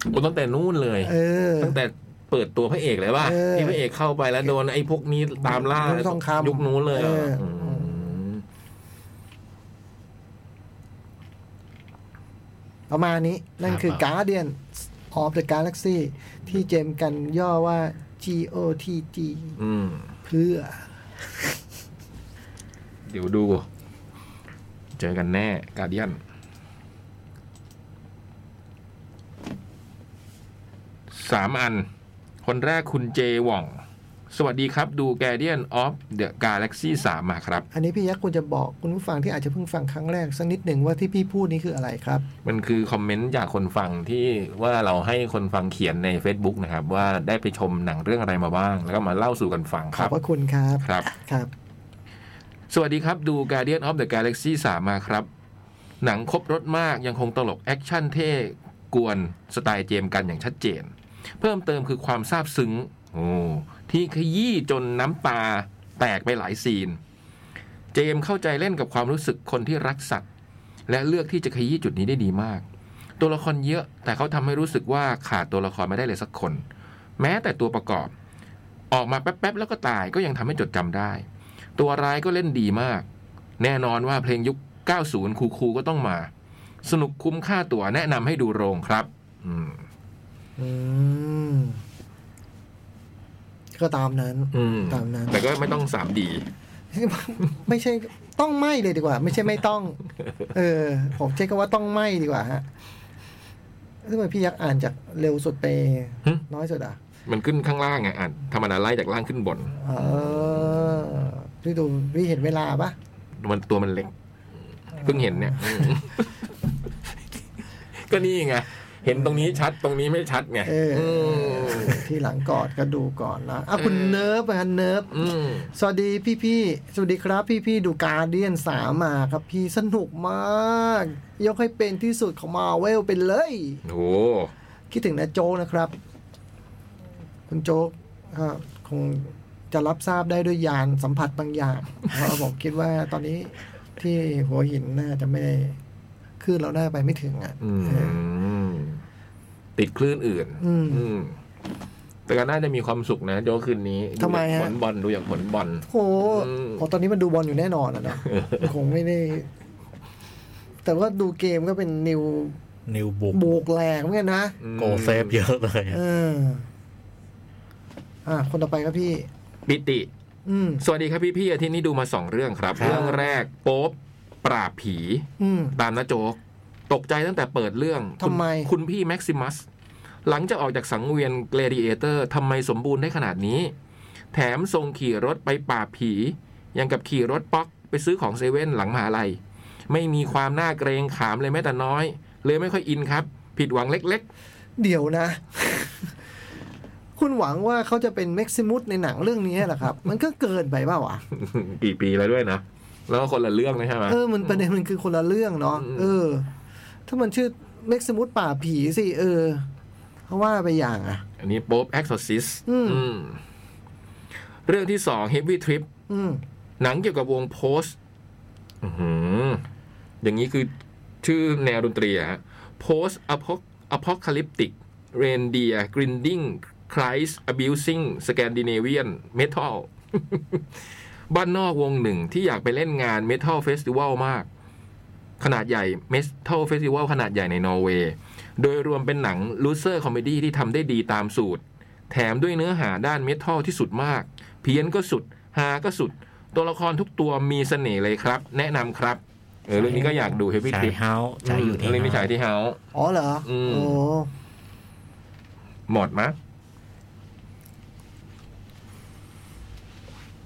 [SPEAKER 3] โอ้ตั้งแต่นู่นเลย
[SPEAKER 2] เออ
[SPEAKER 3] ตั้งแต่เปิดตัวพระเอกเลยว่า
[SPEAKER 2] เออ
[SPEAKER 3] ที่พระเอกเข้าไปแล้วโดนไอ้พวกนี้ตามล่า
[SPEAKER 2] โดนทองคำ
[SPEAKER 3] ยุคนู้นเลยเหรอ
[SPEAKER 2] เอออื
[SPEAKER 3] ม
[SPEAKER 2] ประมาณนี้ นั่นคือ
[SPEAKER 4] ครับ
[SPEAKER 2] Guardian of the Galaxy ที่เจมส์กันย่อว่า GOTG
[SPEAKER 3] อืม
[SPEAKER 2] เพื่อ
[SPEAKER 3] เดี๋ยวดู เจอกันแน่กาเดียนสามอัน คนแรกคุณเจหว่อง สวัสดีครับดู Guardian of the Galaxy 3 มาครับ
[SPEAKER 2] อันนี้พี่ยักษ์ควรจะบอกคุณผู้ฟังที่อาจจะเพิ่งฟังครั้งแรกสักนิดหนึ่งว่าที่พี่พูดนี้คืออะไรครับ
[SPEAKER 3] มันคือคอมเมนต์จากคนฟังที่ว่าเราให้คนฟังเขียนใน Facebook นะครับ ว่าได้ไปชมหนังเรื่องอะไรมาบ้าง แล้วก็มาเล่าสู่กันฟัง
[SPEAKER 2] ข
[SPEAKER 3] ค
[SPEAKER 2] อบ
[SPEAKER 3] รับ
[SPEAKER 2] พระคุณครับ
[SPEAKER 3] ครับ
[SPEAKER 2] ครับ
[SPEAKER 3] สวัสดีครับ ดู Guardian of the Galaxy 3 มาครับ หนังครบรถมากยังคงตลก แอคชั่นเท่ กวน สไตล์เจมส์กันอย่างชัดเจน เพิ่มเติมคือความซาบซึ้งโอ้ที่ขยี้จนน้ำตาแตกไปหลายซีน เจมส์เข้าใจเล่นกับความรู้สึกคนที่รักสัตว์ และเลือกที่จะขยี้จุดนี้ได้ดีมาก ตัวละครเยอะ แต่เขาทำให้รู้สึกว่าขาดตัวละครไม่ได้เลยสักคน แม้แต่ตัวประกอบ ออกมาแป๊บๆแล้วก็ตายก็ยังทำให้จดจำได้ ตัวร้ายก็เล่นดีมาก แน่นอนว่าเพลงยุค 90 คูคูก็ต้องมา สนุกคุ้มค่าตั๋วแนะนำให้ดูโรงครับ อืม
[SPEAKER 2] อืม ก็ตามนั้น
[SPEAKER 3] อืม
[SPEAKER 2] ตามนั้น
[SPEAKER 3] แต่ก็ไม่ต้องสามดี
[SPEAKER 2] ไม่ใช่ต้องไม่เลยดีกว่า ไม่ใช่ไม่ต้อง เออ ผมใช้คำว่าต้องไม่ดีกว่าฮะทำไมพี่ยักษ์อ่านจากเร็วสุดไป
[SPEAKER 3] หึ
[SPEAKER 2] น้อยสุดอ่ะ
[SPEAKER 3] มันขึ้นข้างล่างไงอ่ะธรรมดาไล่จากล่างขึ้นบน
[SPEAKER 2] เออพี่ดูพี่เห็นเวลาปะ
[SPEAKER 3] มันตัวมันเล็ก เพิ่งเห็นเนี่ยอืม ก็นี่ไง เห็นตรงนี้ชัดตรงนี้ไม่ชัดไง
[SPEAKER 2] เออ
[SPEAKER 3] อืม
[SPEAKER 2] ที่หลังกอดก็ดูก่อนนะอ่ะคุณเนิร์ฟอะฮะเนิร์ฟ
[SPEAKER 3] อืม
[SPEAKER 2] สวัสดีพี่พี่ๆสวัสดีครับพี่พี่ๆดูการเดียนสามมาครับพี่สนุกมาก ยกให้เป็นที่สุดของมาเวลเป็นเลย
[SPEAKER 3] โห
[SPEAKER 2] คิดถึงนะโจกนะครับ คุณโจกก็คงจะรับทราบได้ด้วยยานสัมผัสบางอย่าง เพราะผมคิดว่าตอนนี้ที่หัวหินน่าจะไม่ได้ขึ้นเราน่าไปไม่ถึงอ่ะ
[SPEAKER 3] อืม
[SPEAKER 2] เออ
[SPEAKER 3] ติดคลื่นอื่น
[SPEAKER 2] อืม
[SPEAKER 3] อืม แต่ก็น่าจะมีความสุขนะโจกคืนนี้
[SPEAKER 2] ทำไม
[SPEAKER 3] ดูจาก
[SPEAKER 2] ฮะ
[SPEAKER 3] ผลบอลดูอย่างผลบอล
[SPEAKER 2] โหโอ้ตอนนี้มันดูบอลอยู่แน่นอนอ่ะเนอะมันคงไม่ได้ แต่ว่าดูเกมก็เป็นนิว
[SPEAKER 4] นิวบุก
[SPEAKER 2] โบกแหลกเหมือนกันนะ
[SPEAKER 4] โกเซฟเยอะเลย
[SPEAKER 2] เออ อ่า คนต่อไปครับพี่
[SPEAKER 3] ปิติ
[SPEAKER 2] อืม
[SPEAKER 3] สวัสดีครับพี่พี่ๆอาทิตย์นี้ดูมาสองเรื่องครับ
[SPEAKER 2] ครับ
[SPEAKER 3] เรื่องแรกโป๊บปราบผี
[SPEAKER 2] อืม
[SPEAKER 3] ตามนะโจ๊ก ตกใจตั้งแต่เปิดเรื่องคุณ
[SPEAKER 2] ทำไม
[SPEAKER 3] คุณพี่แม็กซิมัส หลังจากออกจากสังเวียนเก l ดิเอเตอร์ทำไมสมบูรณ์ได้ขนาดนี้ แถมทรงขี่รถไปปราบผี ยังกับขี่รถป๊อกไปซื้อของเซเว่นหลังมหาลัย ไม่มีความน่าเกรงขามเลยแม้แต่น้อย เลยไม่ค่อยอินครับ ผิดหวังเล็ก
[SPEAKER 2] เดี๋ยว นะ คุณหวังว่าเขาจะเป็นเม็กซิมุสในหนังเรื่องนี้เหรอครับ มันก็เกินไปเปล่าวะ
[SPEAKER 3] ๆ กี่ปีแล้วด้วยนะ แล้วก็คนละเรื่องนะใช่ไหม
[SPEAKER 2] เออ มันประเด็นมันคือคนละเรื่องเนาะ
[SPEAKER 3] อืม
[SPEAKER 2] เออ ถ้ามันชื่อเม็กซิมุสป่าบผีสิ เออ เพราะว่าไปอย่างอ่ะ
[SPEAKER 3] อันนี้โป๊บ Exorcist
[SPEAKER 2] อืม
[SPEAKER 3] อืม เรื่องที่สอง Heavy Trip
[SPEAKER 2] อืม
[SPEAKER 3] หนังเกี่ยวกับวงโพสอื้อหือ อย่างนี้คือชื่อแนวดนตรีอะฮะ Post Apocalyptic Reindeer Grinding Christ Abusing Scandinavian Metal บ้านนอกวงหนึ่งที่อยากไปเล่นงาน Metal Festival มาก ขนาดใหญ่ Metal Festival ขนาดใหญ่ในนอร์เวย์ โดยรวมเป็นหนังลูเซอร์คอมเมดี้ที่ทำได้ดีตามสูตร แถมด้วยเนื้อหาด้านเมทัลที่สุดมาก เพี้ยนก็สุด ฮาก็สุด ตัวละครทุกตัวมีเสน่ห์เลยครับ แนะนำครับ เออเรื่องนี้ก็อยากดู Heavy
[SPEAKER 4] ฉาย
[SPEAKER 3] Trip
[SPEAKER 4] เฮาฉายอยู่ที่
[SPEAKER 3] เรื่องนี้ฉายที่เฮา
[SPEAKER 2] อ๋อเหรอ
[SPEAKER 3] อื
[SPEAKER 2] โอ้
[SPEAKER 3] ม
[SPEAKER 2] โห
[SPEAKER 3] หมดมะ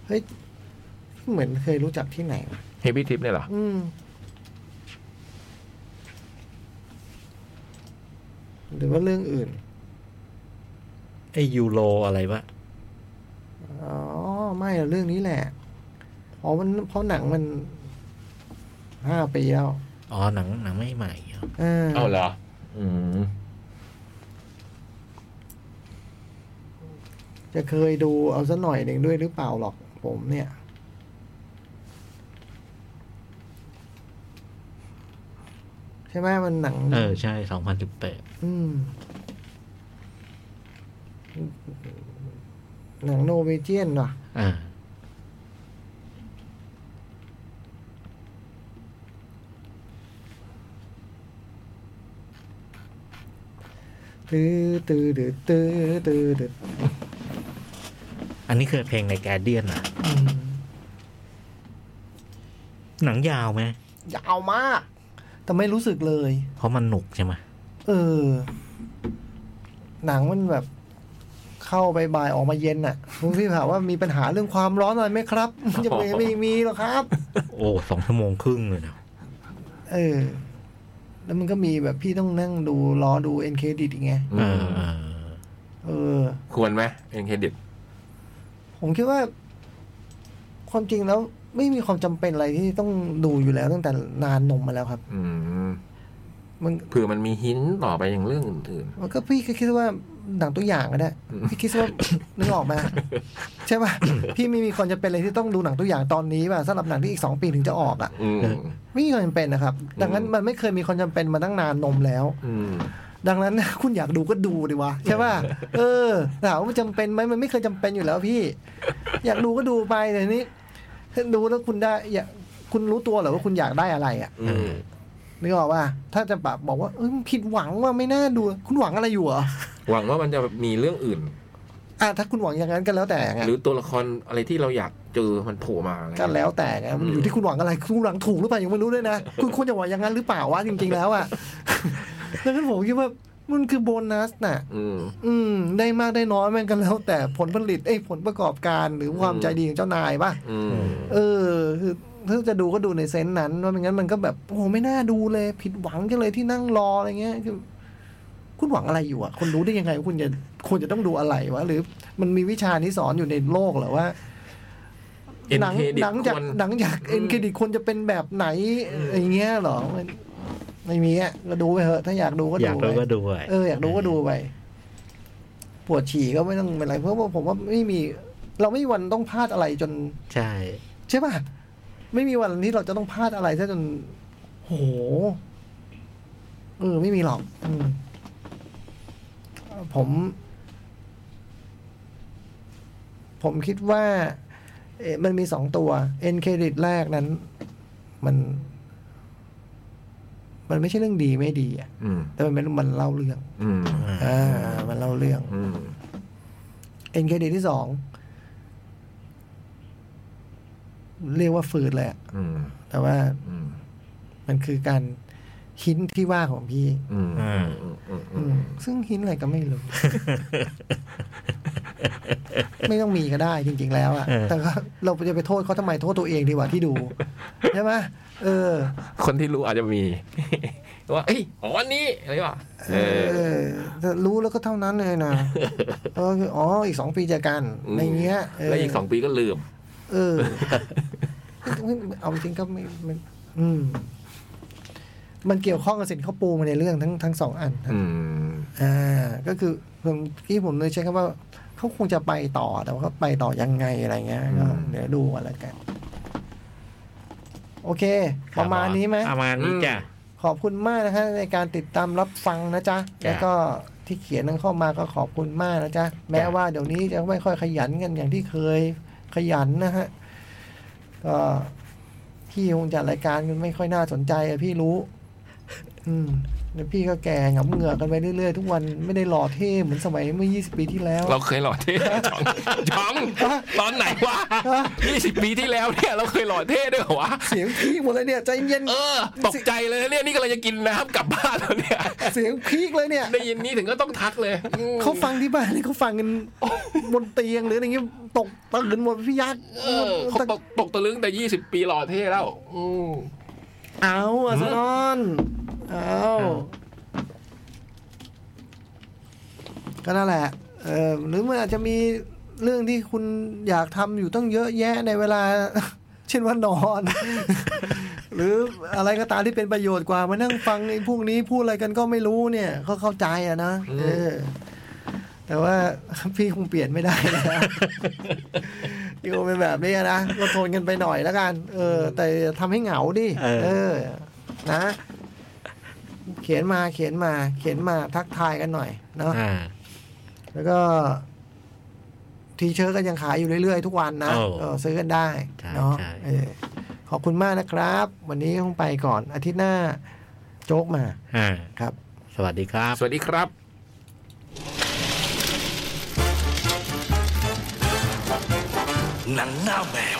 [SPEAKER 2] เฮ้ยเหมือนเคยรู้จักที่ไหนวะ
[SPEAKER 3] เฮฟวี่ทริปเนี่ยเหรอ
[SPEAKER 2] อืมหรือว่าเรื่องอื่น
[SPEAKER 4] ไอยูโรอะไรวะ
[SPEAKER 2] อ๋อ ไม่หรอกเรื่องนี้แหละ อ๋อ มันเพราะหนังมันห้าปีแล้ว
[SPEAKER 4] อ๋อหนังหนังไม่ใหม่เหรอ
[SPEAKER 2] เออ
[SPEAKER 3] เอาเหรอ อืม
[SPEAKER 2] จะเคยดูเอาซะหน่อยหนึ่งด้วยหรือเปล่าหรอกผมเนี่ย ใช่ไหมมันหนัง
[SPEAKER 4] เออใช่สองพันสิบแปด
[SPEAKER 2] อืม หนังโนเวเจียนว่ะ
[SPEAKER 4] อ่า
[SPEAKER 2] ตื้อตื้อตื้อตื้อตื้อตื้อ
[SPEAKER 4] อันนี้คือเพลงในแกเดียนอะ
[SPEAKER 2] อืม
[SPEAKER 4] หนังยาวไหม
[SPEAKER 2] ยาวมาก แต่ไม่รู้สึกเลย
[SPEAKER 4] เพราะมันหนุกใช่ไหม
[SPEAKER 2] เออ หนังมันแบบ เข้าไปบ่ายออกมาเย็นน่ะคุณพี่ถามว่ามีปัญหาเรื่องความร้อนอะไรไหมครับ จะไม่ไม่มีหรอกครับ
[SPEAKER 4] โอ้สองชั่วโมงครึ่งเลยนะ
[SPEAKER 2] เออ แล้วมันก็มีแบบพี่ต้องนั่งดูรอดูเอ็นเครดิตอีกไง
[SPEAKER 4] เออเออ
[SPEAKER 2] เออ
[SPEAKER 3] ควรไหมเอ็นเครดิต
[SPEAKER 2] ผมคิดว่า ความจริงแล้ว ไม่มีความจำเป็นอะไรที่ต้องดูอยู่แล้วตั้งแต่นานนมมาแล้วครับ
[SPEAKER 3] อืม
[SPEAKER 2] มัน
[SPEAKER 3] เผื่อมันมีหินต่อไปอย่างเรื่องอื่น
[SPEAKER 2] มันก็พี่ก็คิดว่าหนังตัวอย่างก็ได้พี่คิดว่า นึกออก ไหมาใช่ป่ะ พี่ไม่มีความจำเป็นเลยที่ต้องดูหนังตัวอย่างตอนนี้ป่ะสำหรับหนังที่อีกสองปีถึงจะออกอ่ะ
[SPEAKER 3] ๆ อืม
[SPEAKER 2] ไม่มีความจำเป็นนะครับ ดังนั้นมันไม่เคยมีความจำเป็นมาตั้งนานนมแล้ว
[SPEAKER 3] อืม
[SPEAKER 2] ดังนั้น คุณอยากดูก็ดูดีวะใช่ป่ะเออถามว่ามันจำเป็นไหมมันไม่เคยจำเป็นอยู่แล้วพี่ อยากดูก็ดูไปแต่นี้ดูแล้วคุณได้อยากคุณรู้ตัวเหรอว่าคุณอยากได้อะไรอ่ะ
[SPEAKER 3] อืม
[SPEAKER 2] นึกออกป่ะถ้าจะแบบบอกว่าเอ้ยผิดหวังว่าไม่น่าดู คุณหวังอะไรอยู่เหรอ
[SPEAKER 3] หวังว่ามันจะมีเรื่องอื่น
[SPEAKER 2] อ่ะถ้าคุณหวังอย่างนั้นก็แล้วแต่ไง
[SPEAKER 3] หรือตัวละครอะไรที่เราอยากเจอมันโผล่มาอะไร
[SPEAKER 2] ก็
[SPEAKER 3] เงี้ย
[SPEAKER 2] แล้วแต่ไงมันอยู่ที่คุณหวังอะไรคุณหวังถูกหรือเปล่ายังไม่รู้เลยนะ คุณควรจะหวังอย่างนั้นหรือเปล่าวะจริง ๆ แล้วอ่ะ ดังนั้นผมคิดว่ามันคือโบนัสน่ะ
[SPEAKER 3] อืม
[SPEAKER 2] อืม ได้มากได้น้อยมันก็แล้วแต่ผลผลิตเอ้ยผลประกอบการหรือความใจดีของเจ้านายป่ะ
[SPEAKER 3] อืม
[SPEAKER 2] เออคือถ้าจะดูก็ดูในเซนส์นั้นว่าไม่งั้นมันก็แบบโอ้โหไม่น่าดูเลย ผิดหวังกันเลยที่นั่งรออะไรเงี้ยคือคุณหวังอะไรอยู่อ่ะคุณรู้ได้ยังไงว่าคุณจะควรจะต้องดูอะไรวะหรือมันมีวิชานี้สอนอยู่ในโลกเหรอว่า
[SPEAKER 3] เอ็น
[SPEAKER 2] หนัง
[SPEAKER 3] เครดิต
[SPEAKER 2] หนังจาก
[SPEAKER 3] ควร
[SPEAKER 2] หนังจากเอ็นเครดิตควรจะเป็นแบบไหนอย่างเงี้ยเหรอมันไม่มีอ่ะก็ดูไปเถอะถ้าอยากดูก็
[SPEAKER 4] อ
[SPEAKER 2] ดู
[SPEAKER 4] ยาก
[SPEAKER 2] ไป
[SPEAKER 4] ดูก็ดูะ
[SPEAKER 2] เอออยากดูก็ดูไปปวดฉี่ก็ไม่ต้องเป็นไรเพราะว่าผมว่าไม่มี เราไม่มีวันต้องพลาดอะไรจน
[SPEAKER 4] ใช่
[SPEAKER 2] ใช่ป่ะไม่มีวันที่เราจะต้องพลาดอะไรซะจนโหเออ ไม่มีหรอกอืมเอ่อผม ผมคิดว่า เอ่อมันมีสองตัวเอ็นเครดิตแรกนั้น มัน มันไม่ใช่เรื่องดีไม่ดีอะ
[SPEAKER 3] อืม
[SPEAKER 2] แต่มันเป็นมันเล่าเรื่อง
[SPEAKER 3] อืม
[SPEAKER 2] อ่ามันเล่าเรื่อง
[SPEAKER 3] อืม
[SPEAKER 2] เอ็นเครดิตที่สองเรียกว่าฝืดแหลยอะ
[SPEAKER 3] อืม
[SPEAKER 2] แต่ว่า
[SPEAKER 3] อืม
[SPEAKER 2] มันคือการหินที่ว่าของพี่
[SPEAKER 3] อืม อืม อืม
[SPEAKER 2] อืม ซึ่งหินอะไรก็ไม่รู้ ไม่ต้องมีก็ได้จริง ๆ แล้วอะ
[SPEAKER 4] เออ
[SPEAKER 2] แต่ก็เราจะไปโทษเขาทำไมโทษตัวเองดีกว่าที่ดู ใช่ไหมเออ
[SPEAKER 3] คนที่รู้อาจจะมี ว่า เอ้ยอ๋ออันนี้อะไรวะเอ
[SPEAKER 2] เอ
[SPEAKER 3] อ
[SPEAKER 2] อแต่รู้แล้วก็เท่านั้นเลย นะเออคืออ๋ออีกสองปีเจอกัน
[SPEAKER 3] อืม
[SPEAKER 2] ในเงี้ยเ
[SPEAKER 3] แล้วอีกสองปีก็ลืม
[SPEAKER 2] เออ เอาจริงก็ไม่ไมันอืม มันเกี่ยวข้องกับสิ่งที่เขาปูมาในเรื่องทั้งทั้งสองอันทั้ง
[SPEAKER 3] อืม
[SPEAKER 2] อ่าก็คือผมที่ผมเลยใช้คำว่าเขาคงจะไปต่อแต่ว่าเขาไปต่อยังไงอะไรเงี้ยก็
[SPEAKER 3] อืม
[SPEAKER 2] เดี๋ยวดูกันแล้วกัน โอเค ประมาณนี้ไหม
[SPEAKER 4] ประมาณนี้จ้ะ
[SPEAKER 2] ขอบคุณมากนะคะในการติดตามรับฟังนะจ๊ะ
[SPEAKER 4] จ้ะ
[SPEAKER 2] แล้วก็ที่เขียนนั้นเข้ามาก็ขอบคุณมากนะจ๊ะ แม้ว่าเดี๋ยวนี้จะไม่ค่อยขยันกันอย่างที่เคยขยันนะฮะ ก็พี่คงจัดรายการกันไม่ค่อยน่าสนใจอะพี่รู้ อืม แล้วพี่ก็แก่หงับเหงือกกันไปเรื่อยๆ ทุกวันไม่ได้หล่อเท่เหมือนสมัยเมื่อ 20 ปีที่แล้ว
[SPEAKER 3] เราเคยหล่อเท่ จองจองตอนไหนวะยี่สิบปีที่แล้วเนี่ยเราเคยหล่อเท่ด้วยเหรอวะ
[SPEAKER 2] เสียงพีกหมดเลยเนี่ยใจเย็น
[SPEAKER 3] เออ ตกใจเลยนะเนี่ยนี่กำลังจะกินน้ำกลับบ้านแล้วเนี่ย
[SPEAKER 2] เสียงพีกเลยเนี่ย
[SPEAKER 3] ได้ยินนี่ถึงก็ต้องทักเลยอืม
[SPEAKER 2] เขาฟังที่บ้านนี่เขาฟังกันบนเตียงหรืออะไรเงี้ยตกตื่นหมดพี่ยักษ์
[SPEAKER 3] เออเขาตกตกตะลึงแต่ยี่สิบปีหล่อเท่แล้วอืม
[SPEAKER 2] เอาอาซานอนเอาก็นั่นแหละเออหรือมันอาจจะมีเรื่องที่คุณอยากทำอยู่ต้องเยอะแยะในเวลา เช่นว่านอน หรืออะไรก็ตามที่เป็นประโยชน์กว่ามานั่งฟังไอ้พวกนี้พูดอะไรกันก็ไม่รู้เนี่ยเขาเข้าใจอะนะเออ แต่ว่า พี่คงเปลี่ยนไม่ได้ นะ พี่คงเป็นแบบนี้นะก็ทนกันไปหน่อยแล้วกัน เออ แต่ทำให้เหงาดิ
[SPEAKER 4] เออ
[SPEAKER 2] เออ นะ เขียนมาเขียนมา เขียนมาทักทายกันหน่อยเนาะ
[SPEAKER 4] อ่า
[SPEAKER 2] แล้วก็ ทีเชิร์ตก็ยังขายอยู่เรื่อยๆ ทุกวันนะ
[SPEAKER 4] โอ้
[SPEAKER 2] เออซื้อกันได้
[SPEAKER 4] ใช่
[SPEAKER 2] เนาะ
[SPEAKER 4] ใช่
[SPEAKER 2] เออขอบคุณมากนะครับ วันนี้คงไปก่อนอาทิตย์หน้า โจ๊กมา
[SPEAKER 4] อ่า
[SPEAKER 2] ครับ
[SPEAKER 4] สวัสดีครับ
[SPEAKER 3] สวัสดีครับ
[SPEAKER 1] หนังหน้าแมว